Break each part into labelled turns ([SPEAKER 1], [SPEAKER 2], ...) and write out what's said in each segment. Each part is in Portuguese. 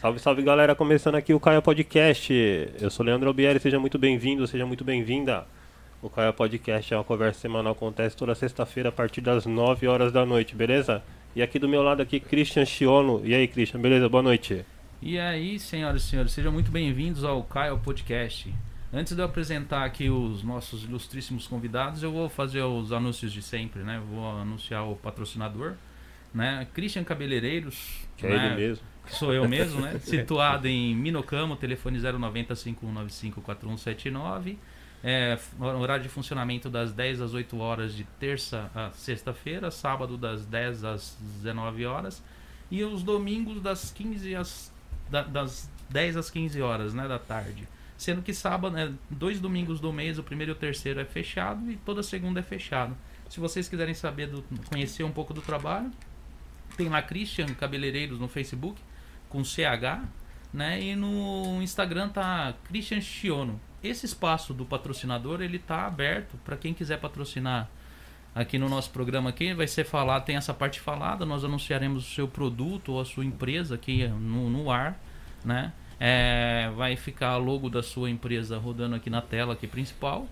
[SPEAKER 1] Salve, salve galera, começando aqui o Caia Podcast. Eu sou Leandro Albieri, seja muito bem-vindo, seja muito bem-vinda. O Caia Podcast é uma conversa semanal, acontece toda sexta-feira a partir das 9 horas da noite, beleza? E aqui do meu lado aqui, Christian Chiono. E aí, Christian, beleza? Boa noite.
[SPEAKER 2] E aí, senhoras e senhores, sejam muito bem-vindos ao Caio Podcast. Antes de eu apresentar aqui os nossos ilustríssimos convidados, eu vou fazer os anúncios de sempre, né? Vou anunciar o patrocinador, né? Christian Cabeleireiros.
[SPEAKER 1] Que
[SPEAKER 2] né?
[SPEAKER 1] é ele mesmo.
[SPEAKER 2] que sou eu mesmo, né? Situado em Minocamo, telefone 090 5195 4179. É, f- horário de funcionamento das 10 às 8 horas de terça a sexta-feira, sábado das 10 às 19 horas e os domingos das 15 às da- das 10 às 15 horas, né, da tarde. Sendo que sábado, né, dois domingos do mês, o primeiro e o terceiro é fechado e toda segunda é fechado. Se vocês quiserem saber do, conhecer um pouco do trabalho, tem lá Christian Cabeleireiros no Facebook com CH, né? E no Instagram tá Christian Chiono. Esse espaço do patrocinador, ele tá aberto para quem quiser patrocinar aqui no nosso programa aqui, vai ser falar, tem essa parte falada, nós anunciaremos o seu produto ou a sua empresa aqui no, no ar, né? É, vai ficar logo da sua empresa rodando aqui na tela aqui principal.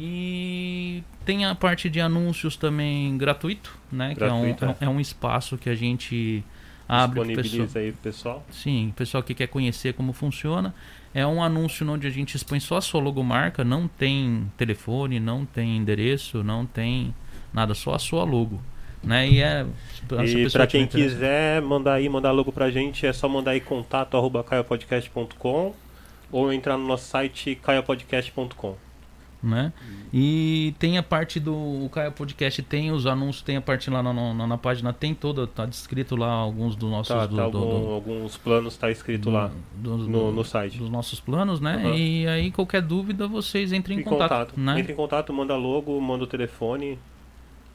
[SPEAKER 2] E tem a parte de anúncios também gratuito, né? que
[SPEAKER 1] Gratuito,
[SPEAKER 2] é um-
[SPEAKER 1] é.
[SPEAKER 2] é um, é um espaço que a gente abre pro pessoal.
[SPEAKER 1] Disponibiliza aí pro pessoal.
[SPEAKER 2] Sim, o pessoal que quer conhecer como funciona. É um anúncio onde a gente expõe só a sua logomarca, não tem telefone, não tem endereço, não tem nada, só a sua logo. Né? E é. né? se a
[SPEAKER 1] E
[SPEAKER 2] pessoa
[SPEAKER 1] pra
[SPEAKER 2] tiver
[SPEAKER 1] quem
[SPEAKER 2] interesse-
[SPEAKER 1] quiser mandar aí, mandar logo pra gente, é só mandar aí contato arroba caiopodcast.com ou entrar no nosso site caiopodcast.com.
[SPEAKER 2] né? E tem a parte do o Caio Podcast, tem os anúncios, tem a parte lá na, na, na página, tem toda, tá descrito lá alguns dos nossos
[SPEAKER 1] Tá,
[SPEAKER 2] do-
[SPEAKER 1] tá
[SPEAKER 2] do-
[SPEAKER 1] algum-
[SPEAKER 2] do-
[SPEAKER 1] alguns planos tá escrito lá
[SPEAKER 2] do- do-
[SPEAKER 1] no, no site.
[SPEAKER 2] dos nossos planos, né?
[SPEAKER 1] Aham.
[SPEAKER 2] E aí qualquer dúvida vocês entrem em,
[SPEAKER 1] Em contato.
[SPEAKER 2] né?
[SPEAKER 1] Entra em contato, manda logo, manda o telefone,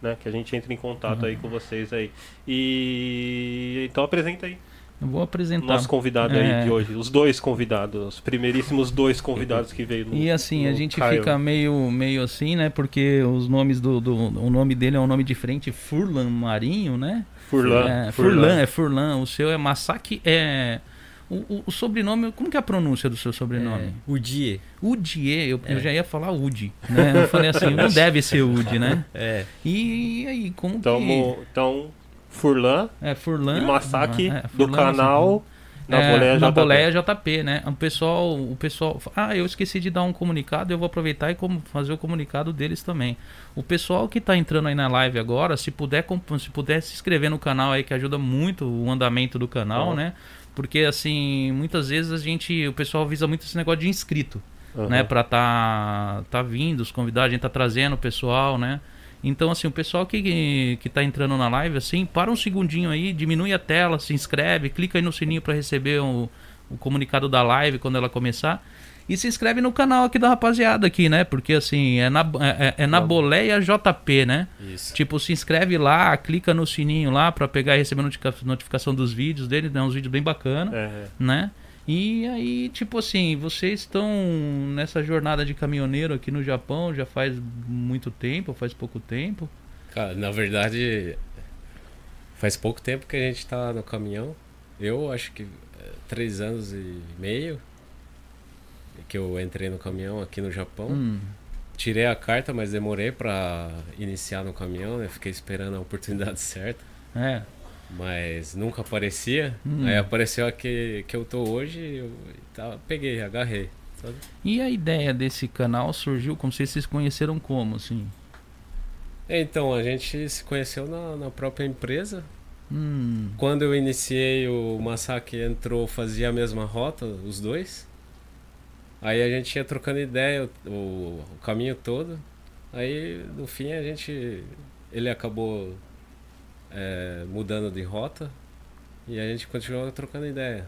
[SPEAKER 1] né? Que a gente entra em contato aí com vocês aí. E então apresenta aí
[SPEAKER 2] Eu vou apresentar.
[SPEAKER 1] nosso convidado
[SPEAKER 2] É.
[SPEAKER 1] aí de hoje. Os dois convidados, os primeiríssimos dois convidados que veio no.
[SPEAKER 2] E assim, a
[SPEAKER 1] no
[SPEAKER 2] gente
[SPEAKER 1] Caio.
[SPEAKER 2] fica meio, meio assim, né? Porque os nomes do, do. O nome dele é um nome de frente, Furlan Marinho, né?
[SPEAKER 1] Furlan.
[SPEAKER 2] É, Furlan, é Furlan. O seu é Masaki. É. O, o- o sobrenome, como que é a pronúncia do seu sobrenome?
[SPEAKER 1] É.
[SPEAKER 3] É, O Die.
[SPEAKER 2] Udie, eu, eu já ia falar Udi, né? Eu falei assim, não deve ser Udi, né?
[SPEAKER 3] É.
[SPEAKER 2] E, aí, como
[SPEAKER 1] Então,
[SPEAKER 2] que...
[SPEAKER 1] mo- então Furlan
[SPEAKER 2] É, Furlan...
[SPEAKER 1] e Masaki
[SPEAKER 2] é,
[SPEAKER 1] do
[SPEAKER 2] Furlan,
[SPEAKER 1] canal na
[SPEAKER 2] É,
[SPEAKER 1] Boleia
[SPEAKER 2] na
[SPEAKER 1] JP.
[SPEAKER 2] Boleia JP, né? O pessoal, o pessoal. Ah, eu esqueci de dar um comunicado, eu vou aproveitar e como- fazer o comunicado deles também. O pessoal que tá entrando aí na live agora, se puder, comp- se puder se inscrever no canal aí, que ajuda muito o andamento do canal,
[SPEAKER 1] Bom.
[SPEAKER 2] né? Porque assim, muitas vezes a gente. O pessoal visa muito esse negócio de inscrito
[SPEAKER 1] Aham.
[SPEAKER 2] né, para tá tá vindo, os convidados, a gente tá trazendo o pessoal, né? Então assim, o pessoal que que tá entrando na live assim, para um segundinho aí, diminui a tela, se inscreve, clica aí no sininho para receber o, o comunicado da live quando ela começar. E se inscreve no canal aqui da rapaziada aqui, né? Porque assim, é na, é, é na boleia JP, né?
[SPEAKER 3] Isso.
[SPEAKER 2] Tipo, se inscreve lá, clica no sininho lá para pegar e receber notica- notificação dos vídeos dele, né? Uns vídeos bem bacana
[SPEAKER 1] É,
[SPEAKER 2] né? E aí, tipo assim, vocês estão nessa jornada de caminhoneiro aqui no Japão já faz muito tempo, faz pouco tempo.
[SPEAKER 3] Cara, na verdade, faz pouco tempo que a gente tá no caminhão. Eu acho que é, três anos e meio que eu entrei no caminhão aqui no Japão. Tirei a carta, mas demorei pra iniciar no caminhão, né? Fiquei esperando a oportunidade certa,
[SPEAKER 2] É,
[SPEAKER 3] mas nunca aparecia.
[SPEAKER 2] Hum.
[SPEAKER 3] Aí apareceu a que, que eu tô hoje e eu tá, peguei, agarrei. sabe?
[SPEAKER 2] E a ideia desse canal surgiu como vocês se conheceram como, assim?
[SPEAKER 3] É, Então, a gente se conheceu na- na própria empresa,
[SPEAKER 2] Hum,
[SPEAKER 3] Quando eu iniciei, o Masaki entrou, fazia a mesma rota, os dois. Aí a gente ia trocando ideia o, o- o caminho todo. Aí no fim a gente. Ele acabou é, mudando de rota e a gente continuou trocando ideia.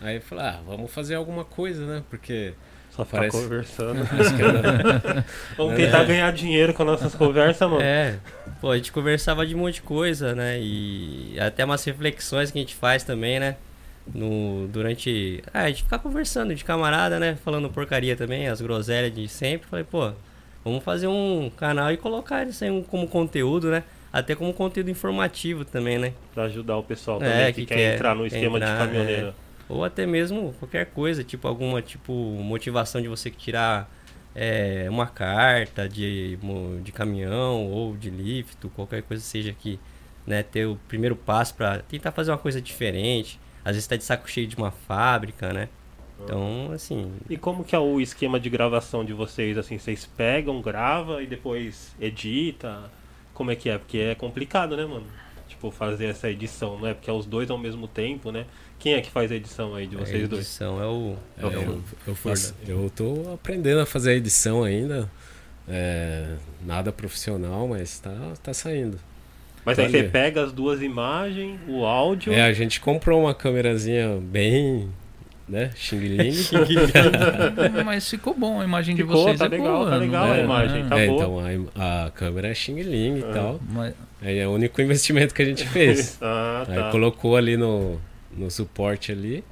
[SPEAKER 3] Aí eu falei, ah, vamos fazer alguma coisa, né? Porque.
[SPEAKER 1] só ficar
[SPEAKER 3] Parece-
[SPEAKER 1] tá conversando.
[SPEAKER 3] acho que era-
[SPEAKER 1] Vamos
[SPEAKER 2] É.
[SPEAKER 1] tentar ganhar dinheiro com nossas conversas, mano.
[SPEAKER 4] É, pô, a gente conversava de um monte de coisa, né? E até umas reflexões que a gente faz também, né? No, durante. Ah, a gente fica conversando de camarada, né? Falando porcaria também, as groselhas de sempre. Falei, pô, vamos fazer um canal e colocar isso aí um- como conteúdo, né? Até como conteúdo informativo também, né?
[SPEAKER 1] Pra ajudar o pessoal
[SPEAKER 4] É,
[SPEAKER 1] também que,
[SPEAKER 4] que
[SPEAKER 1] quer
[SPEAKER 4] quer
[SPEAKER 1] entrar no esquema
[SPEAKER 4] entrar,
[SPEAKER 1] de caminhoneiro.
[SPEAKER 4] Ou até mesmo qualquer coisa, tipo alguma tipo motivação de você tirar é, uma carta de, mo- de caminhão ou de lifto, qualquer coisa seja que né, ter o primeiro passo para tentar fazer uma coisa diferente. Às vezes tá de saco cheio de uma fábrica, né? Então, assim,
[SPEAKER 1] E como que é o esquema de gravação de vocês? Assim, vocês pegam, grava e depois edita? Como é que é? Porque é complicado, né, mano? Tipo, fazer essa edição, não é? Porque é os dois ao mesmo tempo, né? Quem é que faz a edição aí de
[SPEAKER 4] a
[SPEAKER 1] vocês dois?
[SPEAKER 4] edição é o.
[SPEAKER 3] É, eu, eu, faço- eu tô aprendendo a fazer a edição ainda. É, nada profissional, mas tá, tá saindo.
[SPEAKER 1] Mas aí
[SPEAKER 3] Olha.
[SPEAKER 1] você pega as duas imagens, o áudio.
[SPEAKER 3] É, a gente comprou uma câmerazinha bem, né? Xing Ling.
[SPEAKER 5] Mas ficou bom, a imagem de
[SPEAKER 1] Ficou,
[SPEAKER 5] vocês
[SPEAKER 1] tá
[SPEAKER 5] é
[SPEAKER 1] legal,
[SPEAKER 5] boa,
[SPEAKER 1] tá
[SPEAKER 5] não
[SPEAKER 1] legal
[SPEAKER 3] a
[SPEAKER 1] imagem, tá
[SPEAKER 3] é,
[SPEAKER 1] boa.
[SPEAKER 3] então a im- a, câmera é Xing Ling e tal.
[SPEAKER 5] Mas-
[SPEAKER 3] Aí é o único investimento que a gente fez.
[SPEAKER 1] Ah,
[SPEAKER 3] Aí
[SPEAKER 1] tá.
[SPEAKER 3] colocou ali no, no suporte ali.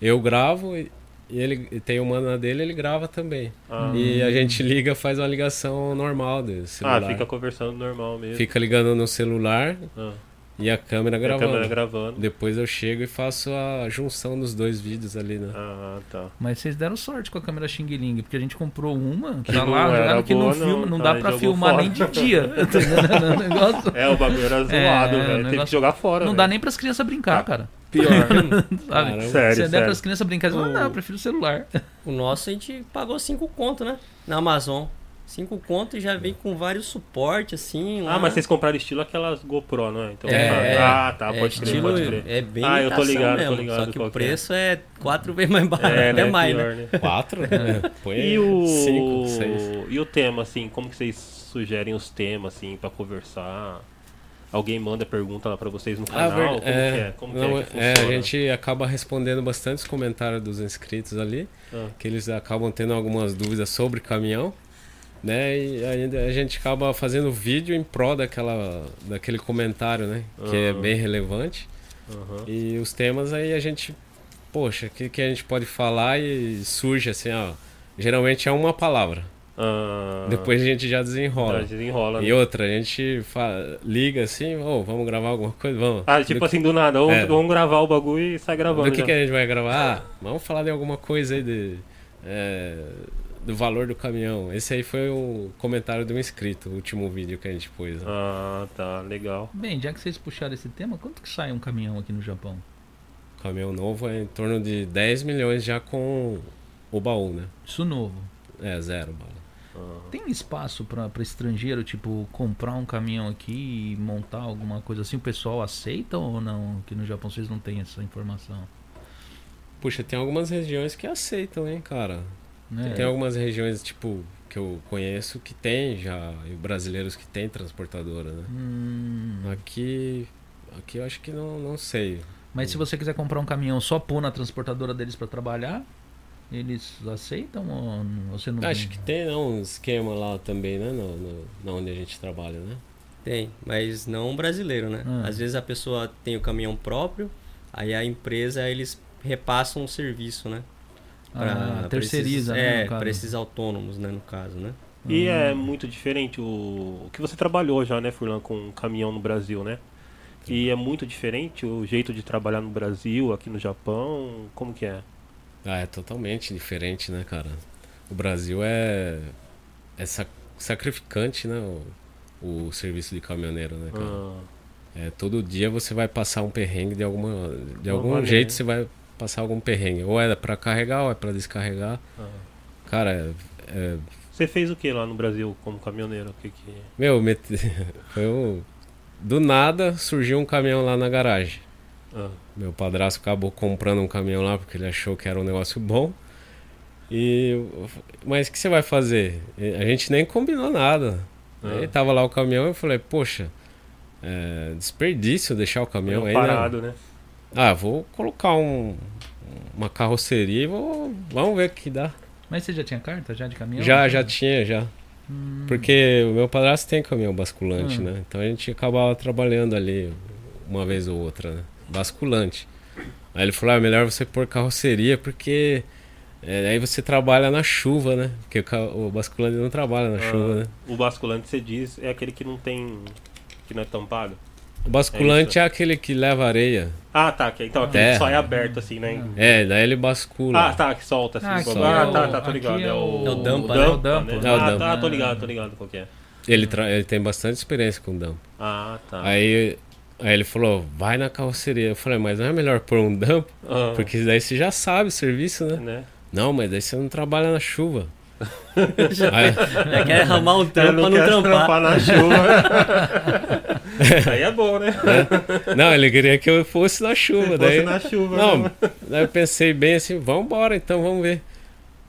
[SPEAKER 3] Eu gravo e e ele e tem o mana dele, ele grava também.
[SPEAKER 1] Ah.
[SPEAKER 3] E a gente liga, faz uma ligação normal do
[SPEAKER 1] Ah,
[SPEAKER 3] celular.
[SPEAKER 1] fica conversando normal mesmo.
[SPEAKER 3] Fica ligando no celular
[SPEAKER 1] Ah,
[SPEAKER 3] e a câmera
[SPEAKER 1] e a
[SPEAKER 3] gravando.
[SPEAKER 1] câmera gravando.
[SPEAKER 3] Depois eu chego e faço a junção dos dois vídeos ali, né?
[SPEAKER 1] Ah, tá.
[SPEAKER 5] Mas vocês deram sorte com a câmera Xing Ling, porque a gente comprou uma, tá
[SPEAKER 1] não
[SPEAKER 5] lá,
[SPEAKER 1] era
[SPEAKER 5] jogada que não
[SPEAKER 1] boa,
[SPEAKER 5] filma,
[SPEAKER 1] não,
[SPEAKER 5] não
[SPEAKER 1] tá,
[SPEAKER 5] dá
[SPEAKER 1] e
[SPEAKER 5] pra
[SPEAKER 1] jogou
[SPEAKER 5] filmar
[SPEAKER 1] fora.
[SPEAKER 5] nem de dia. tá entendendo? O negócio-
[SPEAKER 1] É, o bagulho era zoado,
[SPEAKER 5] o
[SPEAKER 1] velho. Teve que
[SPEAKER 5] negócio-
[SPEAKER 1] jogar fora.
[SPEAKER 5] Não
[SPEAKER 1] velho.
[SPEAKER 5] dá nem pras crianças brincar, cara.
[SPEAKER 1] pior.
[SPEAKER 5] Sabe?
[SPEAKER 3] Caramba.
[SPEAKER 1] sério,
[SPEAKER 5] Se der
[SPEAKER 1] sério.
[SPEAKER 5] pras crianças brincar, eles falam, não, eu prefiro o celular.
[SPEAKER 4] O nosso a gente pagou 5 conto, né? Na Amazon. 5 conto e já vem com vários suportes, assim. lá.
[SPEAKER 1] Ah, mas vocês compraram estilo aquelas GoPro, não é? Então,
[SPEAKER 4] É,
[SPEAKER 1] ah, tá,
[SPEAKER 4] É,
[SPEAKER 1] pode crer,
[SPEAKER 4] estilo-
[SPEAKER 1] pode crer.
[SPEAKER 4] É bem
[SPEAKER 1] Ah, eu tô
[SPEAKER 4] imitação
[SPEAKER 1] ligado, tô
[SPEAKER 4] mesmo,
[SPEAKER 1] ligado
[SPEAKER 4] Só que
[SPEAKER 1] qual
[SPEAKER 4] o
[SPEAKER 1] que é.
[SPEAKER 4] preço é 4 vezes mais barato, até
[SPEAKER 1] né,
[SPEAKER 4] mais, né?
[SPEAKER 1] pior, né?
[SPEAKER 3] Quatro? né? Põe
[SPEAKER 1] E o...
[SPEAKER 3] cinco, seis.
[SPEAKER 1] e o tema, assim, como que vocês sugerem os temas, assim, pra conversar? Alguém manda pergunta lá pra vocês no
[SPEAKER 3] Ah,
[SPEAKER 1] canal?
[SPEAKER 3] ver-
[SPEAKER 1] Como que é? Como que
[SPEAKER 3] não,
[SPEAKER 1] é que
[SPEAKER 3] é,
[SPEAKER 1] funciona?
[SPEAKER 3] a gente acaba respondendo bastante os comentários dos inscritos ali,
[SPEAKER 1] Ah.
[SPEAKER 3] que eles acabam tendo algumas dúvidas sobre caminhão, né? E ainda a gente acaba fazendo vídeo em prol daquela, daquele comentário, né? Que é
[SPEAKER 1] Aham.
[SPEAKER 3] bem relevante.
[SPEAKER 1] Ah. Aham.
[SPEAKER 3] E os temas aí a gente, poxa, o que, que a gente pode falar e surge assim, ó. Geralmente é uma palavra.
[SPEAKER 1] Ah,
[SPEAKER 3] Depois a gente já
[SPEAKER 1] tá,
[SPEAKER 3] desenrola.
[SPEAKER 1] desenrola, né?
[SPEAKER 3] E outra, a gente fa- liga assim, ô, vamos gravar alguma coisa? Vamos.
[SPEAKER 1] Ah, tipo assim, tá né? do nada, vamos,
[SPEAKER 3] É.
[SPEAKER 1] vamos gravar o bagulho e sai
[SPEAKER 3] Do
[SPEAKER 1] gravando.
[SPEAKER 3] que,
[SPEAKER 1] já.
[SPEAKER 3] que é? a gente vai gravar? Ah, vamos falar de alguma coisa aí de, é, do valor do caminhão. Esse aí foi o comentário de um inscrito, o último vídeo que a gente pôs. né?
[SPEAKER 1] Ah, tá, legal.
[SPEAKER 5] Bem, já que vocês puxaram esse tema, quanto que sai um caminhão aqui no Japão?
[SPEAKER 3] O caminhão novo é em torno de 10 milhões já com o baú, né?
[SPEAKER 5] Isso novo.
[SPEAKER 3] É, zero baú.
[SPEAKER 5] Tem espaço pra pra estrangeiro, tipo, comprar um caminhão aqui e montar alguma coisa assim? O pessoal aceita ou não? Que no Japão vocês não têm essa informação.
[SPEAKER 3] Puxa, tem algumas regiões que aceitam, hein, cara?
[SPEAKER 2] É.
[SPEAKER 5] Né?
[SPEAKER 3] Tem algumas regiões, tipo, que eu conheço que tem já, e brasileiros que tem transportadora, né?
[SPEAKER 5] Hum,
[SPEAKER 3] Aqui, aqui eu acho que não, não sei.
[SPEAKER 5] mas se você quiser comprar um caminhão só pôr na transportadora deles pra trabalhar, eles aceitam ou não- você não
[SPEAKER 3] Acho que tem não, um esquema lá também, né? No, no- na onde a gente trabalha, né?
[SPEAKER 4] Tem, mas não brasileiro, né?
[SPEAKER 5] Ah.
[SPEAKER 4] Às vezes a pessoa tem o caminhão próprio, aí a empresa eles repassam o serviço, né?
[SPEAKER 5] Ah,
[SPEAKER 4] Pra- pra
[SPEAKER 5] terceiriza,
[SPEAKER 4] esses,
[SPEAKER 5] né?
[SPEAKER 4] É,
[SPEAKER 5] no caso.
[SPEAKER 4] para esses autônomos, né, no caso, né?
[SPEAKER 1] E é
[SPEAKER 3] Hum.
[SPEAKER 1] muito diferente o, o que você trabalhou já, né, Furlan, com um caminhão no Brasil, né? E é muito diferente o jeito de trabalhar no Brasil, aqui no Japão, como que é?
[SPEAKER 3] Ah, é totalmente diferente, né, cara? O Brasil é, é sac- sacrificante, né? O, o serviço de caminhoneiro, né, cara?
[SPEAKER 1] Ah,
[SPEAKER 3] É, todo dia você vai passar um perrengue de alguma de
[SPEAKER 1] Uma
[SPEAKER 3] algum
[SPEAKER 1] maneira.
[SPEAKER 3] jeito você vai passar algum perrengue. Ou é pra carregar ou é pra descarregar.
[SPEAKER 1] Ah.
[SPEAKER 3] Cara, é- é-
[SPEAKER 1] Você fez o que lá no Brasil como caminhoneiro? O que que...
[SPEAKER 3] meu, me- foi um- do nada surgiu um caminhão lá na garagem.
[SPEAKER 1] Ah,
[SPEAKER 3] Meu padrasto acabou comprando um caminhão lá porque ele achou que era um negócio bom. E mas o que você vai fazer? E A gente nem combinou nada.
[SPEAKER 1] Ah.
[SPEAKER 3] Aí tava lá o caminhão e eu falei, poxa, é desperdício deixar o caminhão aí. né?
[SPEAKER 1] parado, né?
[SPEAKER 3] Ah, vou colocar um, uma carroceria e vou. Vamos ver o que dá.
[SPEAKER 5] Mas você já tinha carta já de caminhão?
[SPEAKER 3] já, já tinha, já. Porque o meu padrasto tem caminhão basculante,
[SPEAKER 5] Hum.
[SPEAKER 3] né? Então a gente acabava trabalhando ali uma vez ou outra, né? Basculante. Aí ele falou: ah, melhor você pôr carroceria, porque é, aí você trabalha na chuva, né? Porque o, ca- o basculante não trabalha na
[SPEAKER 1] Ah,
[SPEAKER 3] chuva, né?
[SPEAKER 1] O basculante, você diz, é aquele que não tem... que não é tampado?
[SPEAKER 3] O basculante é, aquele que leva areia.
[SPEAKER 1] Ah, tá. que- Então aquele
[SPEAKER 3] É.
[SPEAKER 1] só é aberto assim, né?
[SPEAKER 3] É, daí ele bascula.
[SPEAKER 1] Ah, tá, que solta assim.
[SPEAKER 5] Ah,
[SPEAKER 1] só-
[SPEAKER 5] aqui
[SPEAKER 1] ah,
[SPEAKER 5] é o-
[SPEAKER 1] tá, tá, tô
[SPEAKER 5] aqui
[SPEAKER 1] ligado.
[SPEAKER 5] é o-
[SPEAKER 4] É o Dampa,
[SPEAKER 1] né?
[SPEAKER 5] né? É o Dampa.
[SPEAKER 1] Ah,
[SPEAKER 3] É o Dampa.
[SPEAKER 1] tá, tô ligado, tô ligado qual que é.
[SPEAKER 3] Ele, tra- ele tem bastante experiência com dump.
[SPEAKER 1] Ah, tá.
[SPEAKER 3] Aí, aí ele falou, vai na carroceria. Eu falei, mas não é melhor pôr um dump?
[SPEAKER 1] Ah,
[SPEAKER 3] Porque daí você já sabe o serviço, né?
[SPEAKER 1] né?
[SPEAKER 3] Não, mas daí você não trabalha na chuva. Aí-
[SPEAKER 4] É, quer arrumar o
[SPEAKER 1] Eu
[SPEAKER 4] trampo pra não
[SPEAKER 1] quero
[SPEAKER 4] trampar.
[SPEAKER 1] um trampar na chuva. Isso aí é bom, né?
[SPEAKER 3] não, ele queria que eu fosse na chuva.
[SPEAKER 1] Se
[SPEAKER 3] daí...
[SPEAKER 1] fosse na chuva.
[SPEAKER 3] é Não,
[SPEAKER 1] né?
[SPEAKER 3] daí eu pensei bem assim, vamos embora então, vamos ver.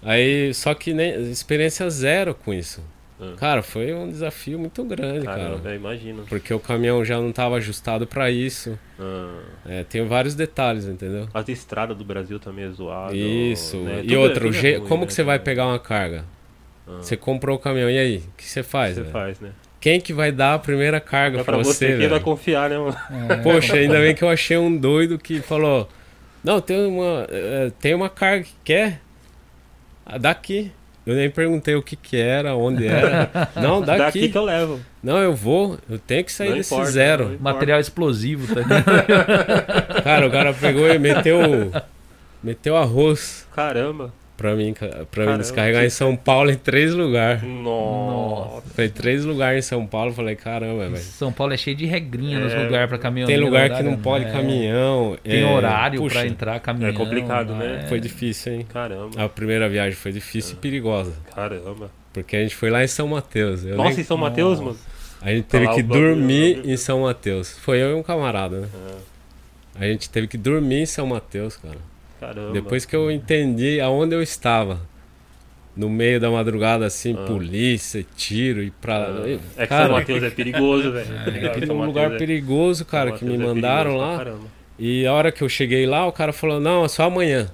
[SPEAKER 3] Aí, só que nem experiência zero com isso.
[SPEAKER 1] Hum.
[SPEAKER 3] Cara, foi um desafio muito grande, cara.
[SPEAKER 1] Caramba, eu imagino.
[SPEAKER 3] Porque o caminhão já não estava ajustado para isso.
[SPEAKER 1] Ah,
[SPEAKER 3] É, tem vários detalhes, entendeu?
[SPEAKER 1] as estradas do Brasil também é zoado.
[SPEAKER 3] isso.
[SPEAKER 1] né? Tudo
[SPEAKER 3] E
[SPEAKER 1] é-
[SPEAKER 3] outro,
[SPEAKER 1] tudo é
[SPEAKER 3] je-
[SPEAKER 1] ruim,
[SPEAKER 3] como
[SPEAKER 1] né,
[SPEAKER 3] que você vai
[SPEAKER 1] cara?
[SPEAKER 3] pegar uma carga?
[SPEAKER 1] Ah.
[SPEAKER 3] Você comprou o caminhão, e aí? O que você faz?
[SPEAKER 1] Você
[SPEAKER 3] velho?
[SPEAKER 1] faz, né?
[SPEAKER 3] Quem que vai dar a primeira carga
[SPEAKER 1] É
[SPEAKER 3] para
[SPEAKER 1] pra
[SPEAKER 3] você,
[SPEAKER 1] você que vai
[SPEAKER 3] velho?
[SPEAKER 1] confiar, né? mano?
[SPEAKER 5] é.
[SPEAKER 3] Poxa, ainda bem que eu achei um doido que falou: Não, tem uma, eh, tem uma carga que quer a daqui. Eu nem perguntei o que que era, onde era. Não, daqui.
[SPEAKER 1] Daqui que eu levo.
[SPEAKER 3] Não, eu vou, eu tenho que sair
[SPEAKER 1] Não
[SPEAKER 3] desse
[SPEAKER 1] importa, não
[SPEAKER 3] zero.
[SPEAKER 1] importa.
[SPEAKER 5] Material explosivo, tá ligado?
[SPEAKER 3] Cara, o cara pegou e meteu, meteu arroz
[SPEAKER 1] Caramba.
[SPEAKER 3] pra mim, ca- pra
[SPEAKER 1] Caramba,
[SPEAKER 3] mim descarregar em São Paulo em três lugares.
[SPEAKER 1] Nossa.
[SPEAKER 3] Foi três lugares em São Paulo, falei, caramba, velho.
[SPEAKER 5] São Paulo é cheio de regrinha nos
[SPEAKER 1] É,
[SPEAKER 5] lugares pra caminhão. né?
[SPEAKER 3] Tem lugar que não pode caminhão.
[SPEAKER 5] é Tem
[SPEAKER 3] é,
[SPEAKER 5] horário
[SPEAKER 3] puxa,
[SPEAKER 5] pra entrar caminhão.
[SPEAKER 1] É complicado,
[SPEAKER 5] lá,
[SPEAKER 1] né?
[SPEAKER 5] é.
[SPEAKER 3] Foi difícil, hein?
[SPEAKER 1] Caramba.
[SPEAKER 3] A primeira viagem foi difícil e perigosa.
[SPEAKER 1] Caramba.
[SPEAKER 3] Porque a gente foi lá em São Mateus. Ah. Eu
[SPEAKER 1] Nossa,
[SPEAKER 3] nem-
[SPEAKER 1] em São Mateus, mano.
[SPEAKER 3] A gente teve
[SPEAKER 1] Lá
[SPEAKER 3] que
[SPEAKER 1] o bagulho,
[SPEAKER 3] dormir
[SPEAKER 1] né?
[SPEAKER 3] em São Mateus. Foi eu e um camarada, né? A gente teve que dormir em São Mateus, cara.
[SPEAKER 1] É. Caramba.
[SPEAKER 3] Depois que eu entendi aonde eu estava. No meio da madrugada, assim,
[SPEAKER 1] Ah.
[SPEAKER 3] polícia, tiro e pra.
[SPEAKER 1] Ah,
[SPEAKER 3] Eu-
[SPEAKER 1] É que São
[SPEAKER 3] cara,
[SPEAKER 1] Mateus é perigoso, velho. Tá ligado?
[SPEAKER 3] aquele
[SPEAKER 1] São
[SPEAKER 3] um lugar
[SPEAKER 1] Mateus é-
[SPEAKER 3] perigoso, cara,
[SPEAKER 1] São
[SPEAKER 3] que me
[SPEAKER 1] Mateus é
[SPEAKER 3] mandaram
[SPEAKER 1] perigoso pra
[SPEAKER 3] lá.
[SPEAKER 1] caramba.
[SPEAKER 3] E a hora que eu cheguei lá, o cara falou, não, é só amanhã.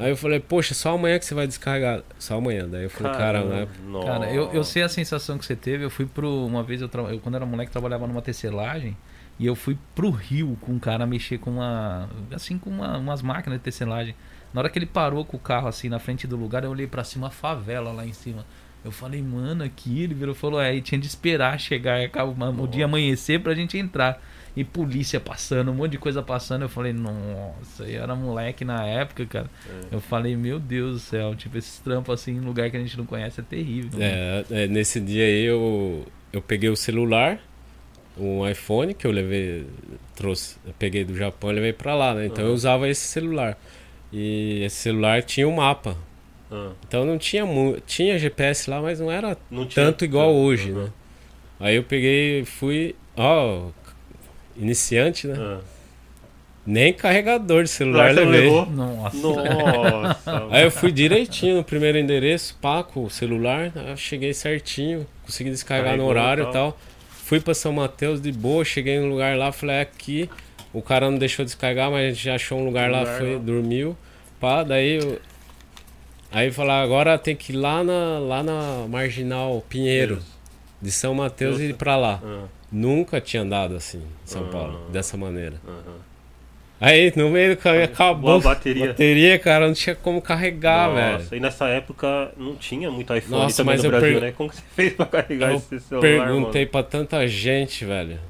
[SPEAKER 3] Aí eu falei, poxa, só amanhã que você vai descarregar. Só amanhã. Daí eu falei, caramba, né?
[SPEAKER 1] nossa.
[SPEAKER 5] Cara, eu, eu sei a sensação que você teve. Eu fui pro. Uma vez eu, tra... eu quando era moleque, trabalhava numa tecelagem. E eu fui pro Rio com um cara mexer com uma. Assim, com uma- umas máquinas de tecelagem. Na hora que ele parou com o carro assim na frente do lugar, eu olhei pra cima, a favela lá em cima. Eu falei, mano, aqui. Ele virou e falou: é, e tinha de esperar chegar é, acaba- o dia amanhecer pra gente entrar. E polícia passando, um monte de coisa passando. Eu falei, nossa, eu era moleque na época, cara.
[SPEAKER 1] É.
[SPEAKER 5] Eu falei, meu Deus do céu, tipo, esses trampos assim em lugar que a gente não conhece é terrível. mano.
[SPEAKER 3] É, é, nesse dia aí eu, eu peguei o celular, um iPhone que eu levei, trouxe, eu peguei do Japão e levei pra lá, né? Então eu usava esse celular. E esse celular tinha um mapa.
[SPEAKER 1] Ah,
[SPEAKER 3] Então não tinha mu- tinha GPS lá, mas não era
[SPEAKER 1] não tinha-
[SPEAKER 3] tanto igual
[SPEAKER 1] Uhum.
[SPEAKER 3] hoje, né? Aí eu peguei, fui, ó, iniciante, né?
[SPEAKER 1] Ah.
[SPEAKER 3] Nem carregador de celular
[SPEAKER 1] Lá você não
[SPEAKER 3] levei.
[SPEAKER 1] levou?
[SPEAKER 5] Nossa.
[SPEAKER 1] Nossa.
[SPEAKER 3] Aí eu fui direitinho no primeiro endereço, pá, com o celular, aí eu cheguei certinho, consegui descarregar no
[SPEAKER 1] Carregou, tá.
[SPEAKER 3] horário e
[SPEAKER 1] tal.
[SPEAKER 3] tal. Fui pra São Mateus de boa, cheguei no lugar lá, falei, é aqui. O cara não deixou descarregar, mas a gente achou um lugar lá,
[SPEAKER 1] Lugar
[SPEAKER 3] foi,
[SPEAKER 1] lá.
[SPEAKER 3] dormiu. Pá, daí eu... Aí falar agora tem que ir lá na, lá na Marginal Pinheiro, de São Mateus e ir pra lá.
[SPEAKER 1] Ah,
[SPEAKER 3] Nunca tinha andado assim em São Paulo,
[SPEAKER 1] Ah.
[SPEAKER 3] dessa maneira.
[SPEAKER 1] aham.
[SPEAKER 3] Aí, no meio do caminho, acabou.
[SPEAKER 1] a bateria.
[SPEAKER 3] Bateria, cara, não tinha como carregar, velho.
[SPEAKER 1] Nossa, e nessa época não tinha muito iPhone
[SPEAKER 3] Nossa,
[SPEAKER 1] também
[SPEAKER 3] mas
[SPEAKER 1] no
[SPEAKER 3] eu
[SPEAKER 1] Brasil,
[SPEAKER 3] per-
[SPEAKER 1] né? Como que você fez pra carregar
[SPEAKER 3] Eu
[SPEAKER 1] esse celular,
[SPEAKER 3] Perguntei pra tanta gente, velho.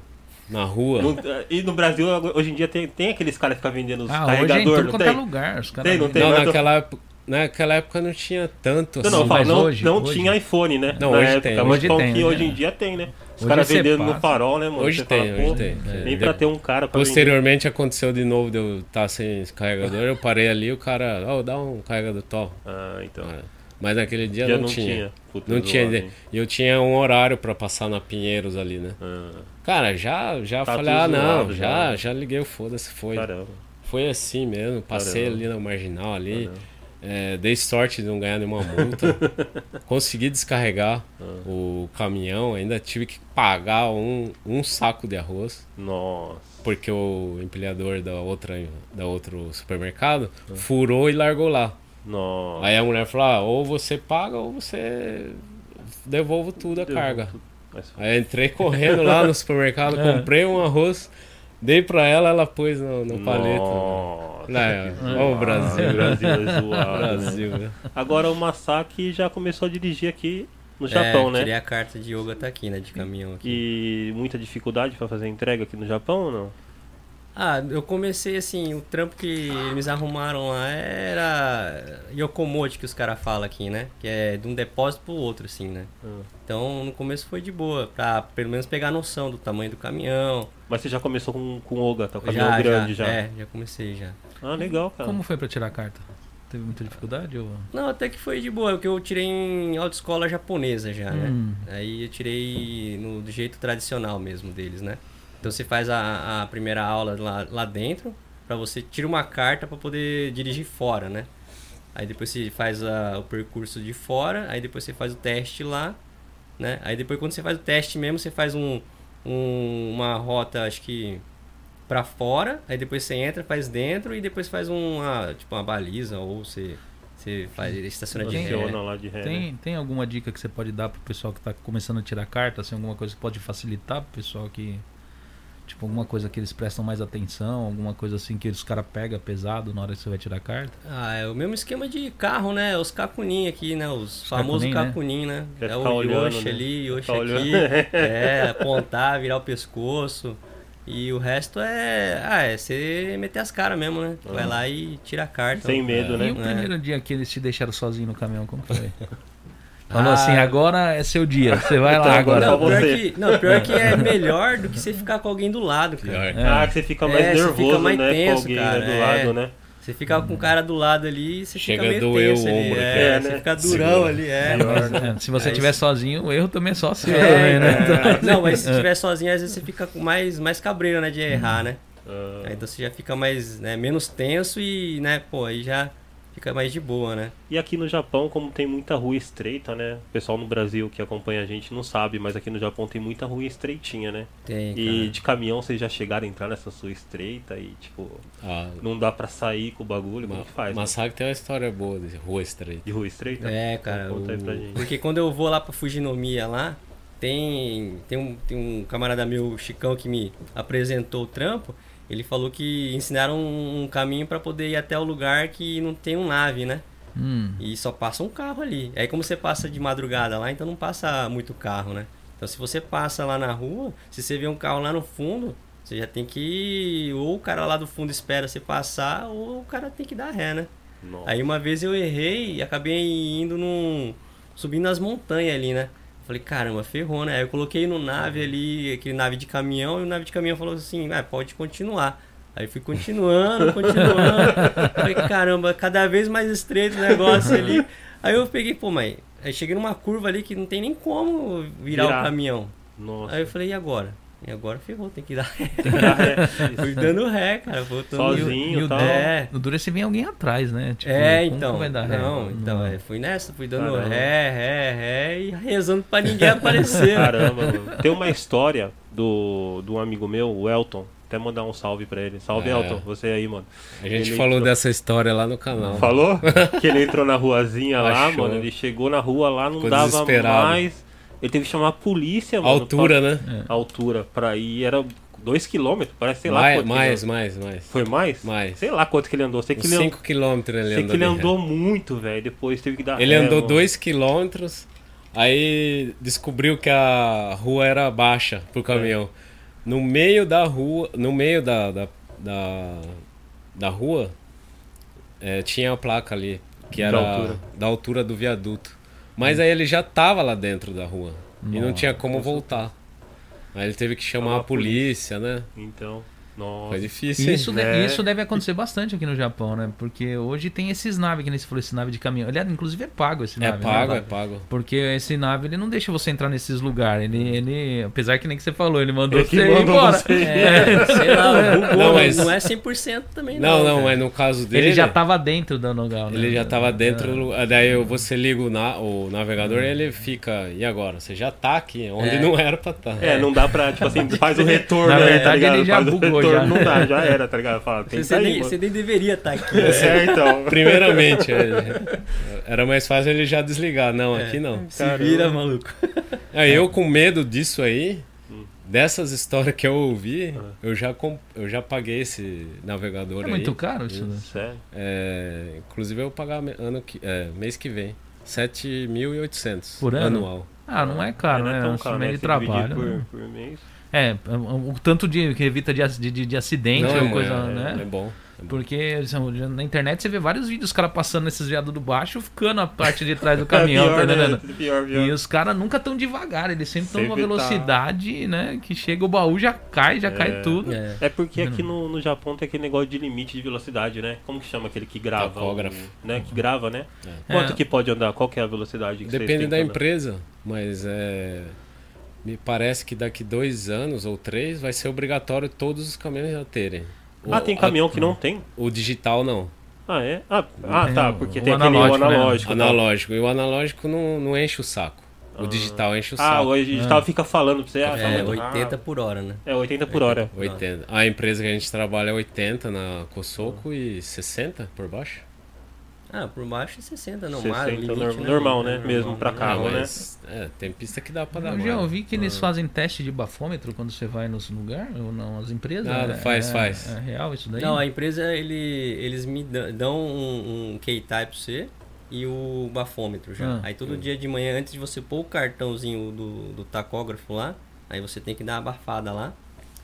[SPEAKER 3] Na rua.
[SPEAKER 1] mano? Não- ah, E no Brasil, hoje em dia, tem, tem aqueles caras que ficam vendendo os
[SPEAKER 5] Ah, hoje é em
[SPEAKER 1] carregadores,
[SPEAKER 5] tudo
[SPEAKER 1] não
[SPEAKER 5] quanto
[SPEAKER 1] tem?
[SPEAKER 5] é lugar. Os caras
[SPEAKER 1] Tem, não
[SPEAKER 5] vendem.
[SPEAKER 1] tem.
[SPEAKER 3] não,
[SPEAKER 1] mas eu-
[SPEAKER 3] naquela, época, naquela época não tinha tanto
[SPEAKER 1] Então, Não,
[SPEAKER 3] assim.
[SPEAKER 1] não, eu falo,
[SPEAKER 5] mas
[SPEAKER 1] não,
[SPEAKER 5] hoje-
[SPEAKER 1] não
[SPEAKER 5] hoje-
[SPEAKER 1] tinha iPhone, né?
[SPEAKER 3] Não,
[SPEAKER 1] Na
[SPEAKER 3] hoje
[SPEAKER 1] época,
[SPEAKER 3] tem,
[SPEAKER 1] mas
[SPEAKER 5] hoje
[SPEAKER 1] pão
[SPEAKER 5] tem,
[SPEAKER 1] que
[SPEAKER 5] né?
[SPEAKER 1] hoje em dia tem, né? Os
[SPEAKER 5] Hoje
[SPEAKER 1] caras
[SPEAKER 5] você
[SPEAKER 1] vendendo no
[SPEAKER 5] passa.
[SPEAKER 1] farol, né, mano?
[SPEAKER 3] Hoje
[SPEAKER 1] Você fala,
[SPEAKER 3] tem, hoje
[SPEAKER 1] pô,
[SPEAKER 3] tem.
[SPEAKER 1] Nem
[SPEAKER 3] É.
[SPEAKER 1] pra
[SPEAKER 3] De-
[SPEAKER 1] ter um cara pra vender.
[SPEAKER 3] Posteriormente aconteceu de novo de eu estar sem esse carregador. Eu parei ali e o cara, ó, dá um carregador tal.
[SPEAKER 1] Ah, então.
[SPEAKER 3] Ah, Mas naquele dia
[SPEAKER 1] Já
[SPEAKER 3] não, tinha.
[SPEAKER 1] Puta,
[SPEAKER 3] Não
[SPEAKER 1] zoado,
[SPEAKER 3] tinha.
[SPEAKER 1] hein?
[SPEAKER 3] ideia. E eu tinha um horário pra passar na Pinheiros ali, né?
[SPEAKER 1] Ah,
[SPEAKER 3] Cara, já, já
[SPEAKER 1] Tá
[SPEAKER 3] falei,
[SPEAKER 1] tudo
[SPEAKER 3] ah, não,
[SPEAKER 1] zoado,
[SPEAKER 3] já,
[SPEAKER 1] já.
[SPEAKER 3] já liguei o foda-se, foi.
[SPEAKER 1] caramba.
[SPEAKER 3] Foi assim mesmo, passei
[SPEAKER 1] Caramba.
[SPEAKER 3] ali na marginal ali,
[SPEAKER 1] Caramba.
[SPEAKER 3] é, dei sorte de não ganhar nenhuma multa. Consegui descarregar
[SPEAKER 1] Ah.
[SPEAKER 3] o caminhão, ainda tive que pagar um, um saco de arroz,
[SPEAKER 1] Nossa.
[SPEAKER 3] porque o empilhador da outra da outro supermercado
[SPEAKER 1] Ah.
[SPEAKER 3] furou e largou lá.
[SPEAKER 1] Nossa.
[SPEAKER 3] Aí a mulher falou: ah, ou você paga ou você devolvo tudo a
[SPEAKER 1] Deus,
[SPEAKER 3] carga.
[SPEAKER 1] tudo. É. Mas-
[SPEAKER 3] Aí eu entrei correndo lá no supermercado, comprei um arroz, dei pra ela, ela pôs no, no palito.
[SPEAKER 1] Nossa.
[SPEAKER 3] Lá,
[SPEAKER 1] que
[SPEAKER 3] é, ó,
[SPEAKER 1] zoado.
[SPEAKER 3] o Brasil.
[SPEAKER 1] O Brasil é zoado. né?
[SPEAKER 3] Brasil, né?
[SPEAKER 1] Agora o Masaki já começou a dirigir aqui no Japão,
[SPEAKER 4] é,
[SPEAKER 1] né?
[SPEAKER 4] Tirei a carta de yoga tá aqui, né? De caminhão aqui.
[SPEAKER 1] E muita dificuldade pra fazer entrega aqui no Japão ou não?
[SPEAKER 4] Ah, eu comecei assim, o trampo que eles arrumaram lá era Yokomote, que os caras falam aqui, né? Que é de um depósito pro outro, assim, né?
[SPEAKER 1] Ah.
[SPEAKER 4] Então no começo foi de boa, pra pelo menos pegar a noção do tamanho do caminhão.
[SPEAKER 1] Mas você já começou com, com Oga, tá? Com caminhão grande já.
[SPEAKER 4] É, já comecei já.
[SPEAKER 1] Ah, legal, cara.
[SPEAKER 5] Como foi pra tirar a carta? Teve muita dificuldade? Ou...
[SPEAKER 4] Não, até que foi de boa, porque eu tirei em autoescola japonesa já,
[SPEAKER 5] Hum.
[SPEAKER 4] né? Aí eu tirei no, do jeito tradicional mesmo deles, né? Então você faz a, a primeira aula lá, lá dentro, pra você tira uma carta pra poder dirigir fora, né? Aí depois você faz a- o percurso de fora, aí depois você faz o teste lá, né? Aí depois quando você faz o teste mesmo, você faz um, um- uma rota, acho que pra fora, aí depois você entra, faz dentro e depois faz uma, tipo uma baliza ou você você faz estaciona de ré.
[SPEAKER 1] Funciona
[SPEAKER 4] né?
[SPEAKER 1] lá de ré. né?
[SPEAKER 5] Tem, tem alguma dica que você pode dar pro pessoal que tá começando a tirar carta? Assim, alguma coisa que pode facilitar pro pessoal que. Tipo, alguma coisa que eles prestam mais atenção, alguma coisa assim que os caras pegam pesado na hora que você vai tirar carta?
[SPEAKER 4] Ah, é o mesmo esquema de carro, né? Os cacunin aqui, né? Os, famosos
[SPEAKER 5] cacunin,
[SPEAKER 4] cacunin, né?
[SPEAKER 1] Quer
[SPEAKER 4] É
[SPEAKER 1] ficar
[SPEAKER 4] o
[SPEAKER 1] olhando,
[SPEAKER 4] Yoshi
[SPEAKER 1] né?
[SPEAKER 4] ali, Yoshi
[SPEAKER 1] Ficar
[SPEAKER 4] aqui.
[SPEAKER 1] olhando.
[SPEAKER 4] é, apontar, virar o pescoço. E o resto é. Ah, é você meter as caras mesmo, né? Vai lá e tira a carta.
[SPEAKER 1] Sem medo, né?
[SPEAKER 5] E o
[SPEAKER 4] É.
[SPEAKER 5] primeiro dia que eles te deixaram sozinho no caminhão, como que foi? Falou
[SPEAKER 4] Ah. é
[SPEAKER 5] assim, agora é seu dia, você vai lá
[SPEAKER 1] Então,
[SPEAKER 5] agora.
[SPEAKER 1] agora só
[SPEAKER 4] Não, pior
[SPEAKER 1] você.
[SPEAKER 4] que, não, pior que é melhor do que você ficar com alguém do lado, cara.
[SPEAKER 3] Pior.
[SPEAKER 5] É.
[SPEAKER 1] Ah, que você fica
[SPEAKER 4] É,
[SPEAKER 1] mais
[SPEAKER 4] você fica
[SPEAKER 1] nervoso,
[SPEAKER 4] mais
[SPEAKER 1] né? com
[SPEAKER 4] tenso,
[SPEAKER 1] alguém
[SPEAKER 4] cara,
[SPEAKER 1] né, do
[SPEAKER 4] é.
[SPEAKER 1] lado, né?
[SPEAKER 4] Você fica com o cara do lado ali, você
[SPEAKER 3] Chega
[SPEAKER 4] fica
[SPEAKER 3] a
[SPEAKER 4] meio
[SPEAKER 3] doer o
[SPEAKER 4] tenso ali.
[SPEAKER 3] ombro,
[SPEAKER 4] é,
[SPEAKER 1] cara.
[SPEAKER 4] Você
[SPEAKER 1] É, né?
[SPEAKER 4] fica durão
[SPEAKER 3] Segura.
[SPEAKER 4] ali, é.
[SPEAKER 5] É, se você
[SPEAKER 4] É
[SPEAKER 5] estiver
[SPEAKER 4] isso.
[SPEAKER 5] sozinho, o erro também é só seu,
[SPEAKER 4] É,
[SPEAKER 5] também, né?
[SPEAKER 4] é. Não, mas se estiver sozinho, às vezes você fica com mais, mais cabreiro, né? De errar, né?
[SPEAKER 1] Ah,
[SPEAKER 4] Aí então você já fica mais, né, menos tenso e, né, pô, aí já fica mais de boa, né?
[SPEAKER 1] E aqui no Japão, como tem muita rua estreita, né? O pessoal no Brasil que acompanha a gente não sabe, mas aqui no Japão tem muita rua estreitinha, né?
[SPEAKER 4] Tem, cara.
[SPEAKER 1] E de caminhão vocês já chegaram a entrar nessa rua estreita e, tipo,
[SPEAKER 3] Ah,
[SPEAKER 1] não dá pra sair com o bagulho, como que faz? né?
[SPEAKER 3] Massacre tem uma história boa de rua estreita.
[SPEAKER 1] De rua estreita?
[SPEAKER 4] É, cara.
[SPEAKER 1] Conta aí
[SPEAKER 4] o-
[SPEAKER 1] pra gente.
[SPEAKER 4] Porque quando eu vou lá pra Fujinomiya lá, tem, tem, um, tem um camarada meu, o Chicão, que me apresentou o trampo. Ele falou que ensinaram um, um caminho pra poder ir até o lugar que não tem um nave, né?
[SPEAKER 5] Hum.
[SPEAKER 4] E só passa um carro ali. Aí como você passa de madrugada lá, então não passa muito carro, né? Então se você passa lá na rua, se você vê um carro lá no fundo, você já tem que ir, ou o cara lá do fundo espera você passar, ou o cara tem que dar ré, né?
[SPEAKER 1] Nossa.
[SPEAKER 4] Aí uma vez eu errei e acabei indo num. subindo nas montanhas ali, né? Falei, caramba, ferrou, né? Aí eu coloquei no nave ali, aquele nave de caminhão, e o nave de caminhão falou assim, ah, pode continuar. Aí fui continuando, continuando. Falei, caramba, cada vez mais estreito o negócio ali. Aí eu peguei, pô, mas. Aí cheguei numa curva ali que não tem nem como virar,
[SPEAKER 1] Virar.
[SPEAKER 4] o caminhão.
[SPEAKER 1] Nossa.
[SPEAKER 4] Aí eu falei, e agora? E agora ferrou, tem que dar.
[SPEAKER 1] Cara,
[SPEAKER 4] Fui dando ré, cara. Voltando
[SPEAKER 1] Sozinho
[SPEAKER 5] E o-
[SPEAKER 1] e tal.
[SPEAKER 4] É.
[SPEAKER 5] No duro se vem alguém atrás, né? Tipo,
[SPEAKER 4] é,
[SPEAKER 5] como
[SPEAKER 4] então.
[SPEAKER 5] que vai dar ré?
[SPEAKER 2] Hum.
[SPEAKER 4] não, então, é, fui nessa, fui dando
[SPEAKER 1] Caramba.
[SPEAKER 4] ré, ré, ré e rezando pra ninguém aparecer.
[SPEAKER 1] Caramba, mano. Tem uma história do, do amigo meu, o Elton. Até mandar um salve pra ele. Salve,
[SPEAKER 3] É.
[SPEAKER 1] Elton. Você aí, mano.
[SPEAKER 3] A gente
[SPEAKER 1] Ele
[SPEAKER 3] falou
[SPEAKER 1] entrou-
[SPEAKER 3] dessa história lá no canal.
[SPEAKER 1] Falou? que ele entrou na ruazinha lá,
[SPEAKER 3] Achou.
[SPEAKER 1] mano. Ele chegou na rua lá, não
[SPEAKER 3] Ficou
[SPEAKER 1] dava
[SPEAKER 3] desesperado.
[SPEAKER 1] mais. Ele teve que chamar a polícia,
[SPEAKER 3] A
[SPEAKER 1] mano.
[SPEAKER 3] altura, né?
[SPEAKER 1] pra... A altura. Pra ir era 2km, parece, sei lá
[SPEAKER 3] mais,
[SPEAKER 1] quanto que
[SPEAKER 3] mais,
[SPEAKER 1] ele-
[SPEAKER 3] mais, mais.
[SPEAKER 1] Foi mais?
[SPEAKER 3] Mais.
[SPEAKER 1] Sei lá quanto que ele andou. Sei que
[SPEAKER 3] Uns
[SPEAKER 1] ele, an-
[SPEAKER 3] 5 km ele
[SPEAKER 1] sei
[SPEAKER 3] andou.
[SPEAKER 1] que ele
[SPEAKER 3] de ré.
[SPEAKER 1] andou muito, velho. Depois teve que dar
[SPEAKER 3] Ele
[SPEAKER 1] ré,
[SPEAKER 3] andou
[SPEAKER 1] mano.
[SPEAKER 3] 2 km, aí descobriu que a rua era baixa pro caminhão. No meio da rua, no meio da, da, da, da rua, eh, tinha a placa ali, que
[SPEAKER 1] Da
[SPEAKER 3] era
[SPEAKER 1] altura.
[SPEAKER 3] da altura do viaduto. Mas aí ele já tava lá dentro da rua e não tinha como voltar. Aí ele teve que chamar
[SPEAKER 1] Chamar
[SPEAKER 3] a polícia, né?
[SPEAKER 1] Então, nossa.
[SPEAKER 3] Foi difícil.
[SPEAKER 5] E
[SPEAKER 3] hein?
[SPEAKER 5] isso, de-
[SPEAKER 1] É.
[SPEAKER 5] isso deve acontecer bastante aqui no Japão, né? Porque hoje tem esses naves, que nem você falou, esse nave de caminhão. Ele, é- inclusive, é pago esse
[SPEAKER 3] É
[SPEAKER 5] nave. né?
[SPEAKER 3] pago, é pago.
[SPEAKER 5] Porque esse nave, ele não deixa você entrar nesses lugares. Ele, ele apesar que nem que você falou, ele mandou
[SPEAKER 1] Ele que
[SPEAKER 5] você ir
[SPEAKER 1] mandou
[SPEAKER 5] embora.
[SPEAKER 1] você ir.
[SPEAKER 5] É.
[SPEAKER 4] Sei lá, bugou,
[SPEAKER 3] Não,
[SPEAKER 4] não,
[SPEAKER 3] mas-
[SPEAKER 4] não é 100% também não.
[SPEAKER 3] Não, não,
[SPEAKER 4] cara.
[SPEAKER 3] mas no caso dele.
[SPEAKER 5] Ele já tava dentro da Nogal, né?
[SPEAKER 3] Ele já tava
[SPEAKER 1] é.
[SPEAKER 3] dentro, do lu- ah, daí eu- você liga o, na- o navegador e ele fica, e agora? Você já tá aqui, onde
[SPEAKER 4] É.
[SPEAKER 3] não era pra tá?" estar.
[SPEAKER 1] Hum. É, não dá pra, tipo assim, faz o retorno,
[SPEAKER 5] Na
[SPEAKER 1] né, tá
[SPEAKER 5] verdade,
[SPEAKER 1] ligado?
[SPEAKER 5] ele já
[SPEAKER 1] faz o
[SPEAKER 5] bugou,
[SPEAKER 1] retorno,
[SPEAKER 5] já.
[SPEAKER 1] não dá, já era, tá ligado? Fala, tem
[SPEAKER 4] Você,
[SPEAKER 1] que
[SPEAKER 4] você
[SPEAKER 1] sair,
[SPEAKER 4] nem,
[SPEAKER 1] mano.
[SPEAKER 4] você nem deveria estar aqui. né?
[SPEAKER 1] É, então.
[SPEAKER 3] Primeiramente, é, era mais fácil ele já desligar, não,
[SPEAKER 1] É.
[SPEAKER 3] aqui não.
[SPEAKER 4] Se
[SPEAKER 1] Caramba.
[SPEAKER 4] vira, maluco.
[SPEAKER 3] Aí eu com medo disso aí,
[SPEAKER 1] Hum.
[SPEAKER 3] dessas histórias que eu
[SPEAKER 1] É.
[SPEAKER 3] ouvi, eu já, comp- eu já paguei esse navegador
[SPEAKER 5] É
[SPEAKER 3] aí.
[SPEAKER 5] muito caro isso, né?
[SPEAKER 1] Sério?
[SPEAKER 3] É, inclusive eu vou pagar me- ano que, é, mês que vem, 7.800
[SPEAKER 5] Por ano?
[SPEAKER 3] anual.
[SPEAKER 5] Ah, não é caro,
[SPEAKER 1] Não
[SPEAKER 5] né? É
[SPEAKER 1] tão
[SPEAKER 5] um
[SPEAKER 1] caro,
[SPEAKER 5] instrumento
[SPEAKER 1] né?
[SPEAKER 5] é um de
[SPEAKER 1] Você dividir
[SPEAKER 5] trabalho. né?
[SPEAKER 1] Por, por mês.
[SPEAKER 2] É, o tanto de que evita de, ac- de, de, de acidente
[SPEAKER 3] Não,
[SPEAKER 2] ou
[SPEAKER 3] é,
[SPEAKER 2] coisa,
[SPEAKER 3] é,
[SPEAKER 2] né?
[SPEAKER 3] é bom.
[SPEAKER 2] Porque são- na internet você vê vários vídeos, os caras passando nesses viados do baixo, ficando a parte de trás do caminhão,
[SPEAKER 1] pior,
[SPEAKER 2] tá
[SPEAKER 1] né?
[SPEAKER 2] entendendo?
[SPEAKER 1] Pior, pior.
[SPEAKER 2] E os caras nunca tão devagar, eles sempre estão numa
[SPEAKER 1] Sempre tá.
[SPEAKER 2] velocidade, né? Que chega o baú, já cai, já cai tudo.
[SPEAKER 4] É.
[SPEAKER 1] É porque
[SPEAKER 2] Uhum.
[SPEAKER 1] aqui no, no Japão tem aquele negócio de limite de velocidade, né? Como que chama aquele que grava?
[SPEAKER 3] Tacógrafo.
[SPEAKER 1] o- né? Que grava, né?
[SPEAKER 2] É.
[SPEAKER 1] Quanto que pode andar? Qual que é a velocidade que vocês
[SPEAKER 3] Depende
[SPEAKER 1] têm
[SPEAKER 3] da
[SPEAKER 1] que andar?
[SPEAKER 3] empresa, mas é. Me parece que daqui dois anos ou três vai ser obrigatório todos os caminhões já terem. O-
[SPEAKER 1] Ah, tem
[SPEAKER 3] a-
[SPEAKER 1] caminhão que não tem?
[SPEAKER 3] o digital não.
[SPEAKER 1] Ah, é? Ah, ah,
[SPEAKER 2] tem
[SPEAKER 1] tá,
[SPEAKER 2] o-
[SPEAKER 1] porque
[SPEAKER 2] o
[SPEAKER 1] tem aquele
[SPEAKER 2] analógico, né?
[SPEAKER 1] analógico. tá?
[SPEAKER 3] Analógico. E o analógico não, não enche o saco. O digital enche o
[SPEAKER 1] Ah,
[SPEAKER 3] saco.
[SPEAKER 1] hoje a gente
[SPEAKER 2] É.
[SPEAKER 1] tava fica falando pra você. Ah,
[SPEAKER 4] É,
[SPEAKER 1] tá muito
[SPEAKER 4] 80
[SPEAKER 1] rápido.
[SPEAKER 4] por hora, né?
[SPEAKER 1] É, 80 por hora.
[SPEAKER 3] 80. A empresa que a gente trabalha é 80 na Cosoco e 60 por baixo.
[SPEAKER 4] Ah, por baixo é 60, não,
[SPEAKER 1] 60
[SPEAKER 4] mar, limite,
[SPEAKER 1] norm-
[SPEAKER 4] né?
[SPEAKER 1] normal, né? Mesmo pra
[SPEAKER 3] Ah,
[SPEAKER 1] carro, né?
[SPEAKER 3] mas é, tem pista que dá pra dar
[SPEAKER 2] Eu já
[SPEAKER 3] mais.
[SPEAKER 2] ouvi que
[SPEAKER 1] Ah.
[SPEAKER 2] eles fazem teste de bafômetro quando você vai nos lugar, ou não, as empresas.
[SPEAKER 3] Ah,
[SPEAKER 2] é-
[SPEAKER 3] faz,
[SPEAKER 2] é-
[SPEAKER 3] faz.
[SPEAKER 2] É real isso daí?
[SPEAKER 4] Não, a empresa, ele, eles me dã- dão um, um key type C e o bafômetro já.
[SPEAKER 2] Ah.
[SPEAKER 4] Aí todo dia de manhã, antes de você pôr o cartãozinho do, do tacógrafo lá, aí você tem que dar uma abafada lá.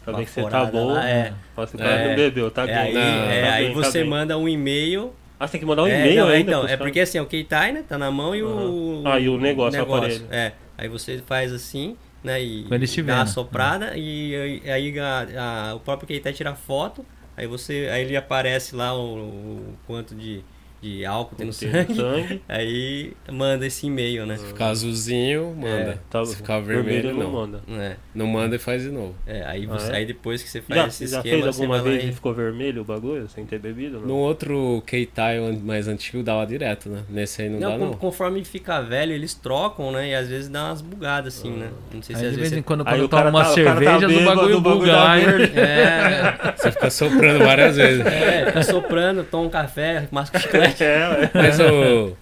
[SPEAKER 1] Pra ver que você tá
[SPEAKER 4] baforada
[SPEAKER 1] bom.
[SPEAKER 4] lá, é.
[SPEAKER 1] Fala, Você tá,
[SPEAKER 4] É.
[SPEAKER 1] não bebeu, tá
[SPEAKER 4] é,
[SPEAKER 1] bem.
[SPEAKER 4] aí,
[SPEAKER 1] tá
[SPEAKER 4] é,
[SPEAKER 1] bem,
[SPEAKER 4] aí
[SPEAKER 1] tá
[SPEAKER 4] você
[SPEAKER 1] bem.
[SPEAKER 4] manda um e-mail.
[SPEAKER 1] Ah, você tem que mandar um
[SPEAKER 4] É,
[SPEAKER 1] e-mail
[SPEAKER 4] não, é,
[SPEAKER 1] ainda.
[SPEAKER 4] Então,
[SPEAKER 1] pros
[SPEAKER 4] é
[SPEAKER 1] caras.
[SPEAKER 4] porque assim, o key tie, né? Tá na mão e
[SPEAKER 1] Aham.
[SPEAKER 4] o.
[SPEAKER 1] Ah, e o negócio, o aparelho.
[SPEAKER 4] É. Aí você faz assim, né? E
[SPEAKER 2] Quando eles te
[SPEAKER 4] dá
[SPEAKER 2] vendo,
[SPEAKER 4] a soprada e, e aí a- a- o próprio key tie tira foto. Aí você. Aí ele aparece lá o, o quanto de, de álcool tem no
[SPEAKER 1] Tem sangue.
[SPEAKER 4] sangue. Aí manda esse e-mail, né?
[SPEAKER 3] Se ficar azulzinho, manda.
[SPEAKER 1] Tá,
[SPEAKER 3] Se ficar vermelho, não.
[SPEAKER 1] não
[SPEAKER 3] não.
[SPEAKER 1] manda.
[SPEAKER 4] É,
[SPEAKER 3] manda e faz de novo.
[SPEAKER 4] é, aí,
[SPEAKER 1] Ah,
[SPEAKER 4] você-
[SPEAKER 1] é?
[SPEAKER 4] aí depois que você faz
[SPEAKER 1] Já,
[SPEAKER 4] esse
[SPEAKER 1] já
[SPEAKER 4] esquema,
[SPEAKER 1] fez alguma
[SPEAKER 4] você vai
[SPEAKER 1] vez
[SPEAKER 4] lá
[SPEAKER 1] e
[SPEAKER 4] e-
[SPEAKER 1] ficou vermelho o bagulho sem ter bebido?
[SPEAKER 3] No
[SPEAKER 1] Não.
[SPEAKER 3] outro Keitai mais antigo dava direto, né? Nesse aí não,
[SPEAKER 4] Não,
[SPEAKER 3] dá,
[SPEAKER 4] con-
[SPEAKER 3] não.
[SPEAKER 4] conforme fica velho, eles trocam, né? E às vezes dá umas bugadas,
[SPEAKER 1] Ah.
[SPEAKER 4] assim, né? Não sei
[SPEAKER 2] Aí,
[SPEAKER 4] se às
[SPEAKER 2] de
[SPEAKER 4] vezes
[SPEAKER 2] vez
[SPEAKER 4] você
[SPEAKER 2] em quando,
[SPEAKER 1] Aí
[SPEAKER 2] quando
[SPEAKER 1] o cara
[SPEAKER 2] toma uma
[SPEAKER 1] tá- o cara tá
[SPEAKER 2] cerveja, o
[SPEAKER 1] bêbado,
[SPEAKER 2] bagulho
[SPEAKER 1] o bagulho
[SPEAKER 2] buga
[SPEAKER 1] dá
[SPEAKER 2] lá, hein?
[SPEAKER 1] verde.
[SPEAKER 4] É,
[SPEAKER 3] Você fica soprando várias vezes.
[SPEAKER 4] é, fica soprando, toma um café, masca o chiclete.
[SPEAKER 1] É, ué.
[SPEAKER 3] Mas o.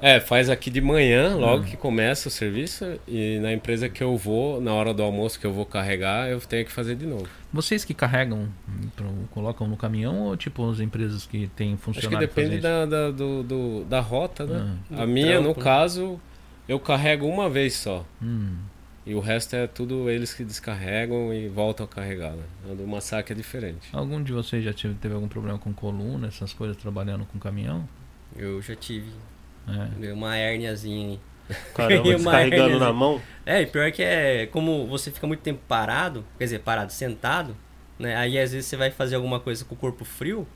[SPEAKER 3] É, faz aqui de manhã,
[SPEAKER 2] Hum.
[SPEAKER 3] logo que começa o serviço, e na empresa que eu vou, na hora do almoço que eu vou carregar, eu tenho que fazer de novo.
[SPEAKER 2] Vocês que carregam, hum, pro- colocam no caminhão ou tipo as empresas que têm
[SPEAKER 3] Acho que
[SPEAKER 2] funcionário
[SPEAKER 3] depende
[SPEAKER 2] fazer
[SPEAKER 3] da, da, do, do- da rota, né?
[SPEAKER 4] Ah.
[SPEAKER 3] A
[SPEAKER 4] Do
[SPEAKER 3] minha, no
[SPEAKER 4] trampo, né?
[SPEAKER 3] caso, eu carrego uma vez só.
[SPEAKER 2] isso? Hum.
[SPEAKER 3] E o resto é tudo eles que descarregam e voltam a carregar, né? A do Massac é diferente.
[SPEAKER 2] Algum de vocês já tive- teve algum problema com coluna, essas coisas, trabalhando com caminhão?
[SPEAKER 4] Eu já tive
[SPEAKER 2] É.
[SPEAKER 4] deu uma hérniazinha aí.
[SPEAKER 1] Caramba,
[SPEAKER 4] Uma
[SPEAKER 1] descarregando
[SPEAKER 4] hérnia,
[SPEAKER 1] na
[SPEAKER 4] assim.
[SPEAKER 1] mão.
[SPEAKER 4] É, e pior que é, como você fica muito tempo parado, quer dizer, parado, sentado, né? Aí às vezes você vai fazer alguma coisa com o corpo frio,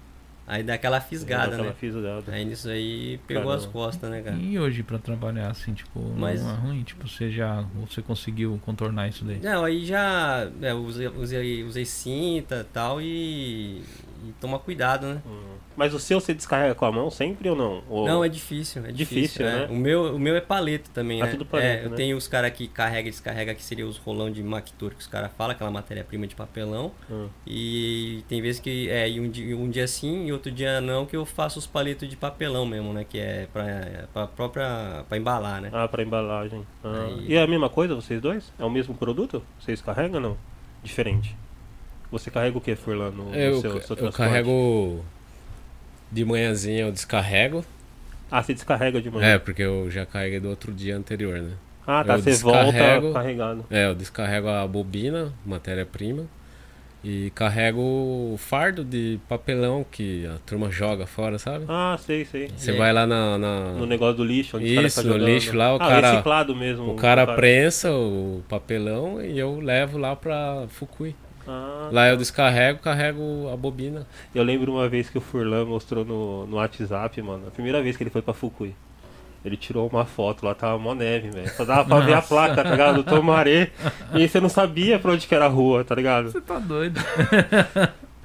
[SPEAKER 4] aí dá aquela fisgada,
[SPEAKER 1] Aquela
[SPEAKER 4] né?
[SPEAKER 1] fisgada.
[SPEAKER 4] Aí nisso aí pegou as
[SPEAKER 1] Caramba.
[SPEAKER 4] costas, né, cara?
[SPEAKER 2] E hoje pra trabalhar assim, tipo,
[SPEAKER 4] Mas-
[SPEAKER 2] não é ruim? Tipo, você já você conseguiu contornar isso daí?
[SPEAKER 4] Não, aí já é, usei, usei, usei cinta e tal e, e toma cuidado, né?
[SPEAKER 1] Mas o seu você descarrega com a mão sempre ou não? Ou...
[SPEAKER 4] Não, é difícil, é difícil.
[SPEAKER 1] Difícil,
[SPEAKER 4] é.
[SPEAKER 1] né?
[SPEAKER 4] O meu, o meu é paleta também,
[SPEAKER 1] Ah,
[SPEAKER 4] né?
[SPEAKER 1] tudo paleta,
[SPEAKER 4] é, eu
[SPEAKER 1] né?
[SPEAKER 4] tenho os caras que carrega e descarrega, que seria os rolão de Mactur que os caras falam, aquela matéria-prima de papelão.
[SPEAKER 1] Hum.
[SPEAKER 4] E tem vezes que é e um dia, um dia sim e outro dia não, que eu faço os paletos de papelão mesmo, né? Que é pra, pra própria. pra embalar, né?
[SPEAKER 1] Ah, pra embalagem. Ah.
[SPEAKER 4] Aí-
[SPEAKER 1] E é a mesma coisa, vocês dois? É o mesmo produto? Vocês carregam ou não? Diferente. Você carrega o que, Furlan, no, no
[SPEAKER 3] É,
[SPEAKER 1] seu,
[SPEAKER 3] Eu,
[SPEAKER 1] seu
[SPEAKER 3] eu
[SPEAKER 1] transporte?
[SPEAKER 3] carrego de manhãzinha, eu descarrego.
[SPEAKER 1] Ah, você descarrega de manhã.
[SPEAKER 3] É, porque eu já carreguei do outro dia anterior, né?
[SPEAKER 1] Ah, tá,
[SPEAKER 3] eu
[SPEAKER 1] você
[SPEAKER 3] descarrego.
[SPEAKER 1] volta carregado.
[SPEAKER 3] É, eu descarrego a bobina, matéria-prima, e carrego o fardo de papelão que a turma joga fora, sabe?
[SPEAKER 1] Ah, sei, sei.
[SPEAKER 3] Você
[SPEAKER 4] é.
[SPEAKER 3] vai lá na. na-
[SPEAKER 1] No negócio do lixo, onde os
[SPEAKER 3] Isso,
[SPEAKER 1] caras
[SPEAKER 3] no
[SPEAKER 1] tá jogando.
[SPEAKER 3] lixo lá, o
[SPEAKER 1] ah,
[SPEAKER 3] cara-
[SPEAKER 1] reciclado mesmo.
[SPEAKER 3] O cara prensa o papelão e eu levo lá pra Fukui.
[SPEAKER 1] Ah,
[SPEAKER 3] Lá eu descarrego, carrego a bobina.
[SPEAKER 1] Eu lembro uma vez que o Furlan mostrou no, no WhatsApp, mano. A primeira vez que ele foi pra Fukui. Ele tirou uma foto, lá tava mó neve, velho. Só dava pra ver a placa, tá ligado? Do Tomaré. E aí você não sabia pra onde que era a rua, tá ligado?
[SPEAKER 2] Você tá doido.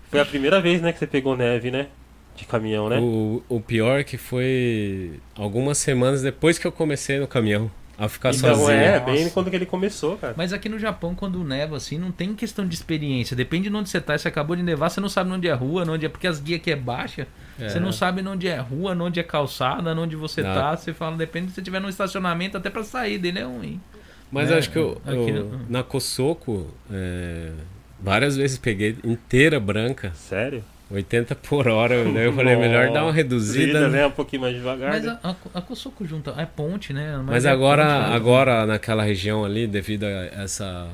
[SPEAKER 1] Foi a primeira vez, né, que você pegou neve, né? De caminhão, né?
[SPEAKER 3] O, o pior que foi algumas semanas depois que eu comecei no caminhão a ficar
[SPEAKER 1] então
[SPEAKER 3] sozinho.
[SPEAKER 1] é,
[SPEAKER 2] Nossa.
[SPEAKER 1] bem quando que ele começou, cara.
[SPEAKER 2] Mas aqui no Japão, quando neva, assim, não tem questão de experiência. Depende de onde você tá. Se acabou de nevar, você não sabe onde é rua, onde é. Porque as guias aqui é baixa, você não sabe onde é rua, onde é calçada, onde você
[SPEAKER 3] Não.
[SPEAKER 2] tá. Você fala, depende se você tiver num estacionamento até pra sair dele, é ruim.
[SPEAKER 3] Mas
[SPEAKER 2] né?
[SPEAKER 3] acho que eu, eu-
[SPEAKER 2] Aqui no-
[SPEAKER 3] na Cosoco, é, várias vezes peguei inteira branca,
[SPEAKER 1] Sério?
[SPEAKER 3] 80 por hora. Daí eu falei, "É
[SPEAKER 1] Nossa.
[SPEAKER 3] melhor dar uma reduzida.
[SPEAKER 1] Vida,
[SPEAKER 3] né?
[SPEAKER 1] né? Um pouquinho mais devagar.
[SPEAKER 2] Mas
[SPEAKER 1] né?
[SPEAKER 2] a, a, a Kosoko junta, é ponte, né?
[SPEAKER 3] Mas
[SPEAKER 2] é
[SPEAKER 3] agora,
[SPEAKER 2] ponte, né?
[SPEAKER 3] agora naquela região ali, devido a essa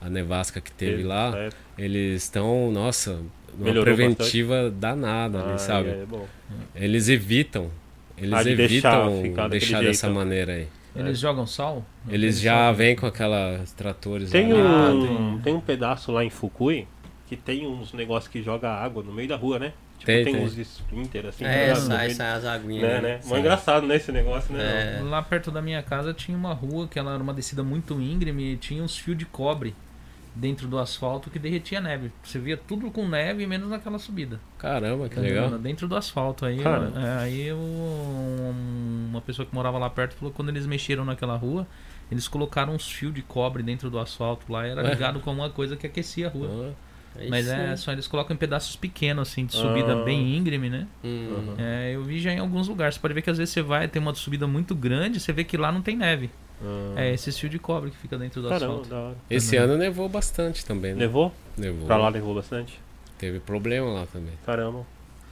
[SPEAKER 3] a nevasca que teve
[SPEAKER 1] Ele-
[SPEAKER 3] lá,
[SPEAKER 1] é,
[SPEAKER 3] eles estão, nossa, numa
[SPEAKER 1] Melhorou
[SPEAKER 3] preventiva danada ali,
[SPEAKER 1] ah,
[SPEAKER 3] sabe?
[SPEAKER 1] É, bom.
[SPEAKER 3] Eles evitam. Eles
[SPEAKER 1] Ah, de deixar
[SPEAKER 3] evitam
[SPEAKER 1] ficar
[SPEAKER 3] deixar,
[SPEAKER 1] daquele
[SPEAKER 3] dessa
[SPEAKER 1] jeito.
[SPEAKER 3] maneira aí.
[SPEAKER 2] Eles jogam sal? Não
[SPEAKER 3] Eles
[SPEAKER 2] tem
[SPEAKER 3] já
[SPEAKER 2] sal?
[SPEAKER 3] vêm com aquelas tratores
[SPEAKER 1] Tem
[SPEAKER 3] lá, né?
[SPEAKER 1] um, tem um pedaço lá em Fukui que tem uns negócios que joga água no meio da rua, né? Tipo,
[SPEAKER 3] Tem,
[SPEAKER 1] tem,
[SPEAKER 3] tem.
[SPEAKER 1] uns sprinter assim.
[SPEAKER 4] É,
[SPEAKER 1] lá no
[SPEAKER 4] sai,
[SPEAKER 1] meio-
[SPEAKER 4] sai as aguinhas.
[SPEAKER 1] Né, né? Mó
[SPEAKER 4] Sai.
[SPEAKER 1] engraçado, né, esse negócio, né?
[SPEAKER 4] É.
[SPEAKER 2] Lá perto da minha casa tinha uma rua que ela era uma descida muito íngreme e tinha uns fios de cobre dentro do asfalto que derretia neve. Você via tudo com neve, menos naquela subida.
[SPEAKER 3] Caramba, que legal.
[SPEAKER 2] Dentro do asfalto. Aí,
[SPEAKER 1] Cara.
[SPEAKER 2] é, aí eu- um- uma pessoa que morava lá perto falou que quando eles mexeram naquela rua, eles colocaram uns fios de cobre dentro do asfalto lá e era
[SPEAKER 3] Ué.
[SPEAKER 2] ligado com alguma coisa que aquecia a rua.
[SPEAKER 1] Uhum.
[SPEAKER 3] Ah,
[SPEAKER 4] Aí
[SPEAKER 2] Mas é
[SPEAKER 4] sim.
[SPEAKER 2] só eles colocam em pedaços pequenos, assim, de subida
[SPEAKER 1] Ah.
[SPEAKER 2] bem íngreme, né?
[SPEAKER 1] Uhum.
[SPEAKER 3] hum.
[SPEAKER 2] É, eu vi já em alguns lugares. Você pode ver que às vezes você vai, tem uma subida muito grande, você vê que lá não tem neve.
[SPEAKER 1] Ah,
[SPEAKER 2] É esse fio de cobre que fica dentro do
[SPEAKER 1] Caramba,
[SPEAKER 2] asfalto.
[SPEAKER 1] da hora.
[SPEAKER 3] Esse
[SPEAKER 2] Também.
[SPEAKER 3] ano nevou bastante também, né?
[SPEAKER 1] Levou?
[SPEAKER 3] Nevou.
[SPEAKER 1] Pra lá levou bastante.
[SPEAKER 3] Teve problema lá também.
[SPEAKER 1] Caramba.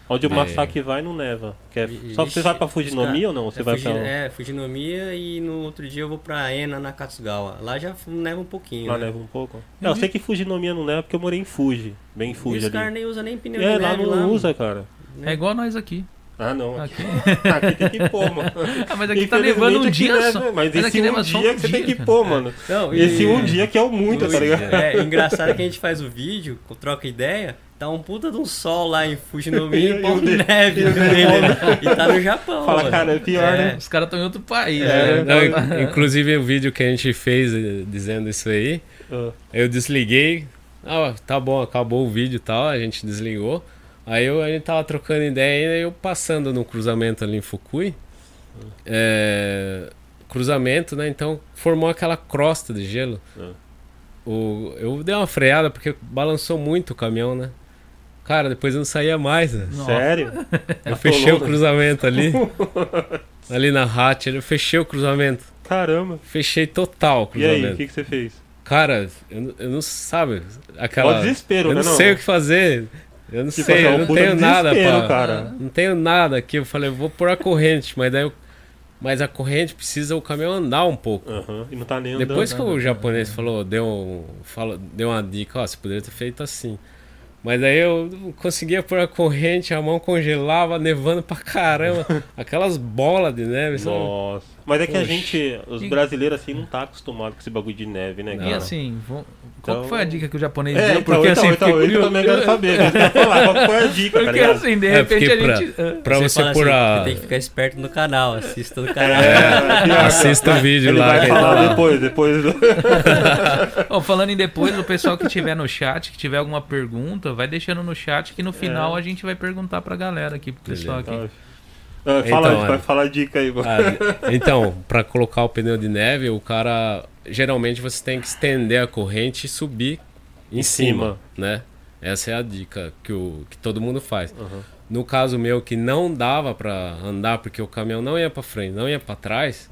[SPEAKER 1] Onde o
[SPEAKER 3] É.
[SPEAKER 1] Masaki vai, não neva. Que é-
[SPEAKER 4] Ixi,
[SPEAKER 1] Só que você vai pra Fujinomiya
[SPEAKER 4] cara,
[SPEAKER 1] ou não? Você
[SPEAKER 4] é,
[SPEAKER 1] vai
[SPEAKER 4] Fuji-
[SPEAKER 1] pra...
[SPEAKER 4] É, Fujinomiya e no outro dia eu vou pra Ena, na Katsugawa. Lá já f- neva um pouquinho.
[SPEAKER 1] Lá
[SPEAKER 4] né?
[SPEAKER 1] neva um pouco? Não, eu sei que Fujinomiya não neva porque eu morei em Fuji. Bem em
[SPEAKER 4] E
[SPEAKER 1] Fuji
[SPEAKER 4] os caras
[SPEAKER 1] ali.
[SPEAKER 4] nem usam nem pneu
[SPEAKER 1] É,
[SPEAKER 4] de
[SPEAKER 1] lá
[SPEAKER 4] neve
[SPEAKER 1] não
[SPEAKER 4] mano.
[SPEAKER 1] usa, cara.
[SPEAKER 2] É igual nós aqui.
[SPEAKER 1] Ah, não. Aqui,
[SPEAKER 2] Aqui-
[SPEAKER 1] aqui tem que pôr, mano.
[SPEAKER 2] Ah, mas aqui tá nevando um dia só.
[SPEAKER 1] Mas
[SPEAKER 2] Mas
[SPEAKER 1] esse
[SPEAKER 2] aqui
[SPEAKER 1] um
[SPEAKER 2] neva só
[SPEAKER 1] dia
[SPEAKER 2] um
[SPEAKER 1] que você tem
[SPEAKER 2] dia,
[SPEAKER 1] que
[SPEAKER 2] cara.
[SPEAKER 1] pôr, mano.
[SPEAKER 4] Não, e-
[SPEAKER 1] Esse um dia que é o muito, tá
[SPEAKER 4] Pois
[SPEAKER 1] ligado?
[SPEAKER 4] É, engraçado que a gente faz o vídeo, co- troca ideia, tá um puta de um sol lá em Fujinomiya
[SPEAKER 1] E
[SPEAKER 4] e pau
[SPEAKER 1] o
[SPEAKER 4] de
[SPEAKER 1] de-
[SPEAKER 4] neve dele, né? E tá no Japão.
[SPEAKER 1] Fala,
[SPEAKER 4] mano.
[SPEAKER 1] cara, é pior,
[SPEAKER 2] É,
[SPEAKER 1] né?
[SPEAKER 2] os caras estão em outro país.
[SPEAKER 1] É,
[SPEAKER 2] né?
[SPEAKER 3] Não, in- inclusive o vídeo que a gente fez eh, dizendo isso aí,
[SPEAKER 1] Ah,
[SPEAKER 3] Eu desliguei. Ah, tá bom, acabou o vídeo e tal, a gente desligou. Aí eu, a gente tava trocando ideia ainda, eu passando no cruzamento ali em Fukui. É, cruzamento, né? Então formou aquela crosta de gelo.
[SPEAKER 1] Ah.
[SPEAKER 3] O, eu dei uma freada porque balançou muito o caminhão, né? Cara, depois eu não saía mais. né?
[SPEAKER 2] Nossa.
[SPEAKER 1] Sério?
[SPEAKER 3] Eu fechei o
[SPEAKER 1] louco.
[SPEAKER 3] cruzamento ali. ali na hatch, eu fechei o cruzamento.
[SPEAKER 1] Caramba.
[SPEAKER 3] Fechei total o
[SPEAKER 1] E
[SPEAKER 3] cruzamento.
[SPEAKER 1] aí, o que, que você fez?
[SPEAKER 3] Cara, eu, não- eu não sabe
[SPEAKER 1] Ó,
[SPEAKER 3] aquela.
[SPEAKER 1] desespero,
[SPEAKER 3] eu
[SPEAKER 1] né?
[SPEAKER 3] não sei o que fazer. Eu não
[SPEAKER 1] Tipo assim,
[SPEAKER 3] sei,
[SPEAKER 1] é um
[SPEAKER 3] eu não
[SPEAKER 1] puta
[SPEAKER 3] tenho nada
[SPEAKER 1] desespero,
[SPEAKER 3] pra. Ah,
[SPEAKER 1] cara.
[SPEAKER 3] Não tenho nada aqui. Eu falei, eu vou pôr a corrente, mas daí eu- mas a corrente precisa o caminhão andar um pouco.
[SPEAKER 1] Aham, E não tá nem andando.
[SPEAKER 3] Depois que o japonês
[SPEAKER 1] né.
[SPEAKER 3] falou, deu, um- falou, deu uma dica, ó, você poderia ter feito assim. Mas daí eu não conseguia pôr a corrente, a mão congelava, nevando pra caramba. Aquelas bolas de neve, sabe?
[SPEAKER 1] Nossa. Mas é que a
[SPEAKER 3] Poxa.
[SPEAKER 1] gente, os
[SPEAKER 2] E-
[SPEAKER 1] brasileiros assim, não tá acostumado com esse bagulho de neve, né, cara?
[SPEAKER 2] E assim, vo- qual
[SPEAKER 1] Então-
[SPEAKER 2] que foi a dica que o japonês
[SPEAKER 1] é,
[SPEAKER 2] deu?
[SPEAKER 1] então,
[SPEAKER 2] porque
[SPEAKER 1] então,
[SPEAKER 2] assim,
[SPEAKER 1] então,
[SPEAKER 2] fiquei
[SPEAKER 1] eu também quero
[SPEAKER 2] curioso.
[SPEAKER 1] saber. Mas quer falar, qual foi a dica, tá
[SPEAKER 2] Porque
[SPEAKER 1] ligado?
[SPEAKER 2] assim, de
[SPEAKER 3] É,
[SPEAKER 2] repente
[SPEAKER 3] porque
[SPEAKER 2] a gente. ah,
[SPEAKER 3] Pra você,
[SPEAKER 4] fala
[SPEAKER 3] pôr
[SPEAKER 4] assim,
[SPEAKER 3] a.
[SPEAKER 4] "Você tem que ficar esperto no canal, assista no canal.
[SPEAKER 1] É, pior,
[SPEAKER 3] Assista o vídeo
[SPEAKER 1] Ele
[SPEAKER 3] lá.
[SPEAKER 1] vai
[SPEAKER 3] que tá
[SPEAKER 1] falar
[SPEAKER 3] lá.
[SPEAKER 1] depois, depois. do- Ah,
[SPEAKER 2] é, Ó, falando em depois, o pessoal que tiver no chat, que tiver alguma pergunta, vai deixando no chat
[SPEAKER 1] É.
[SPEAKER 2] que no final a gente vai perguntar pra galera aqui, pro pessoal aqui.
[SPEAKER 1] Ah, fala,
[SPEAKER 3] Então,
[SPEAKER 1] vai
[SPEAKER 3] olha.
[SPEAKER 1] falar a dica aí, mano.
[SPEAKER 3] Ah, então, para colocar o pneu de neve, o cara geralmente você tem que estender a corrente e subir em,
[SPEAKER 1] Em
[SPEAKER 3] cima,
[SPEAKER 1] cima.
[SPEAKER 3] né? Essa é a dica que, o, que todo mundo faz. No caso meu que não dava para andar porque o caminhão não ia para frente, não ia para trás,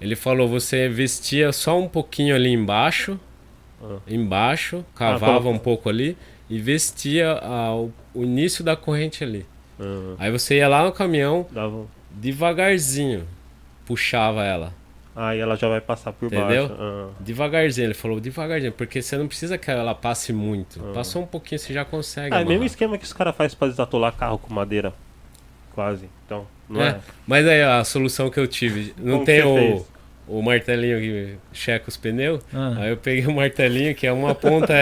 [SPEAKER 3] ele falou você vestia só um pouquinho ali embaixo,
[SPEAKER 1] Ah.
[SPEAKER 3] embaixo, cavava
[SPEAKER 1] coloca-
[SPEAKER 3] um pouco ali e vestia ah, o, o início da corrente ali.
[SPEAKER 1] Ah,
[SPEAKER 3] Aí você ia lá no caminhão,
[SPEAKER 1] dava-
[SPEAKER 3] devagarzinho puxava ela.
[SPEAKER 1] Aí ela já vai passar por
[SPEAKER 3] Entendeu?
[SPEAKER 1] baixo. Ah,
[SPEAKER 3] Devagarzinho, ele falou devagarzinho, porque você não precisa que ela passe muito.
[SPEAKER 1] Ah.
[SPEAKER 3] Passou um pouquinho, você já consegue.
[SPEAKER 1] Ah, é o mesmo
[SPEAKER 3] amarrar.
[SPEAKER 1] esquema que os caras fazem pra desatolar carro com madeira. Quase. Então, não
[SPEAKER 3] É,
[SPEAKER 1] é?
[SPEAKER 3] Mas aí a solução que eu tive, não
[SPEAKER 1] Como
[SPEAKER 3] tem
[SPEAKER 1] que você
[SPEAKER 3] o,
[SPEAKER 1] fez?
[SPEAKER 3] o martelinho que checa os pneus.
[SPEAKER 2] Ah.
[SPEAKER 3] Aí eu peguei o martelinho, que é uma ponta
[SPEAKER 1] Ah.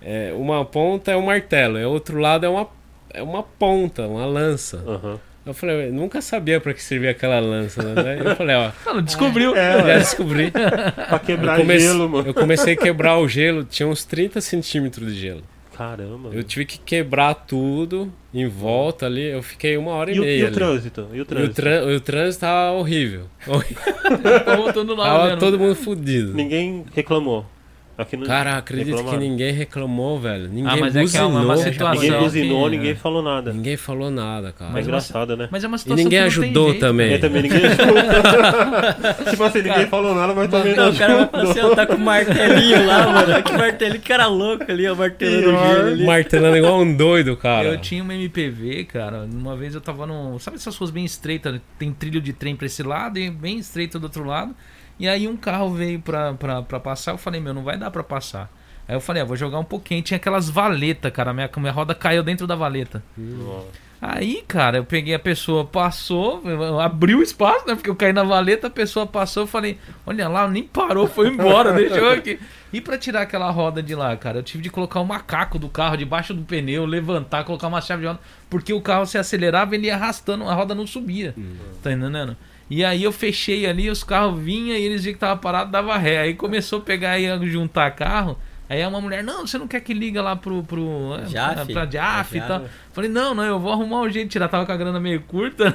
[SPEAKER 3] é, é, uma ponta é um martelo, é outro lado é uma é uma ponta, uma lança.
[SPEAKER 1] Aham.
[SPEAKER 3] Eu falei, eu nunca sabia para que servia aquela lança, né? Daí Eu falei, ó,
[SPEAKER 2] Mano, descobriu.
[SPEAKER 1] É.
[SPEAKER 3] já descobri.
[SPEAKER 1] Pra
[SPEAKER 3] Eu,
[SPEAKER 1] quebrar
[SPEAKER 3] comece-
[SPEAKER 1] Tá gelo, mano.
[SPEAKER 3] eu comecei a quebrar o gelo, tinha uns 30 centímetros de gelo.
[SPEAKER 1] Caramba.
[SPEAKER 3] Eu
[SPEAKER 1] mano.
[SPEAKER 3] tive que quebrar tudo em volta ali. Eu fiquei uma hora e,
[SPEAKER 1] E o,
[SPEAKER 3] meia.
[SPEAKER 1] e o
[SPEAKER 3] ali.
[SPEAKER 1] trânsito? E o
[SPEAKER 3] E o,
[SPEAKER 1] trânsito?
[SPEAKER 3] tran- o trânsito tava horrível. Horrível.
[SPEAKER 2] Tá voltando lá,
[SPEAKER 3] tava
[SPEAKER 2] olhando.
[SPEAKER 3] todo mundo fudido.
[SPEAKER 1] Ninguém reclamou. Aqui no...
[SPEAKER 3] Cara, acredito que
[SPEAKER 1] Reclamaram.
[SPEAKER 3] ninguém reclamou, velho. Ninguém
[SPEAKER 2] Ah, mas é que é
[SPEAKER 3] buzinou.
[SPEAKER 2] uma- uma
[SPEAKER 3] cara.
[SPEAKER 2] situação.
[SPEAKER 1] Ninguém
[SPEAKER 2] Nossa,
[SPEAKER 1] buzinou,
[SPEAKER 2] que-
[SPEAKER 1] ninguém falou nada.
[SPEAKER 3] Ninguém falou nada, cara.
[SPEAKER 1] Mas
[SPEAKER 2] Mas-
[SPEAKER 1] engraçado, né?
[SPEAKER 2] Mas é uma
[SPEAKER 3] E
[SPEAKER 2] situação
[SPEAKER 3] ninguém
[SPEAKER 2] que não tem
[SPEAKER 3] ajudou
[SPEAKER 2] jeito.
[SPEAKER 1] É,
[SPEAKER 3] também.
[SPEAKER 1] também ninguém ajudou. tipo assim, ninguém falou nada, mas também não
[SPEAKER 4] Não, o cara vai
[SPEAKER 1] ajudou.
[SPEAKER 4] passear, tá com um martelinho lá, mano. Que martelinho, que cara louco ali, ó, martelando o gelo ali.
[SPEAKER 3] Martelando igual um doido, cara.
[SPEAKER 2] Eu tinha uma MPV, cara. Uma vez eu tava num. Sabe essas ruas bem estreitas? Tem trilho de trem pra esse lado e bem estreito do outro lado. E aí um carro veio pra, pra, pra passar. Eu falei, meu, não vai dar pra passar. Aí eu falei, ah, vou jogar um pouquinho. Tinha aquelas valetas, cara. Minha, minha roda caiu dentro da valeta. Aí, cara, eu peguei a pessoa, passou, abriu o espaço, né? Porque eu caí na valeta, a pessoa passou, eu falei, olha lá, nem parou, foi embora, deixou aqui. E pra tirar aquela roda de lá, cara, eu tive de colocar o macaco do carro debaixo do pneu, levantar, colocar uma chave de roda, porque o carro se acelerava, ele ia arrastando, a roda não subia. Tá entendendo? E aí eu fechei ali, os carros vinham e eles viam que tava parado, dava ré. Aí começou a pegar e juntar carro. Aí uma mulher, não, você não quer que liga lá pro. pro é,
[SPEAKER 4] Jaf.
[SPEAKER 2] pra- pra Jaf e
[SPEAKER 4] Jaf.
[SPEAKER 2] tal. Falei, não, não, eu vou arrumar um jeito de tirar. Tava com a grana meio curta.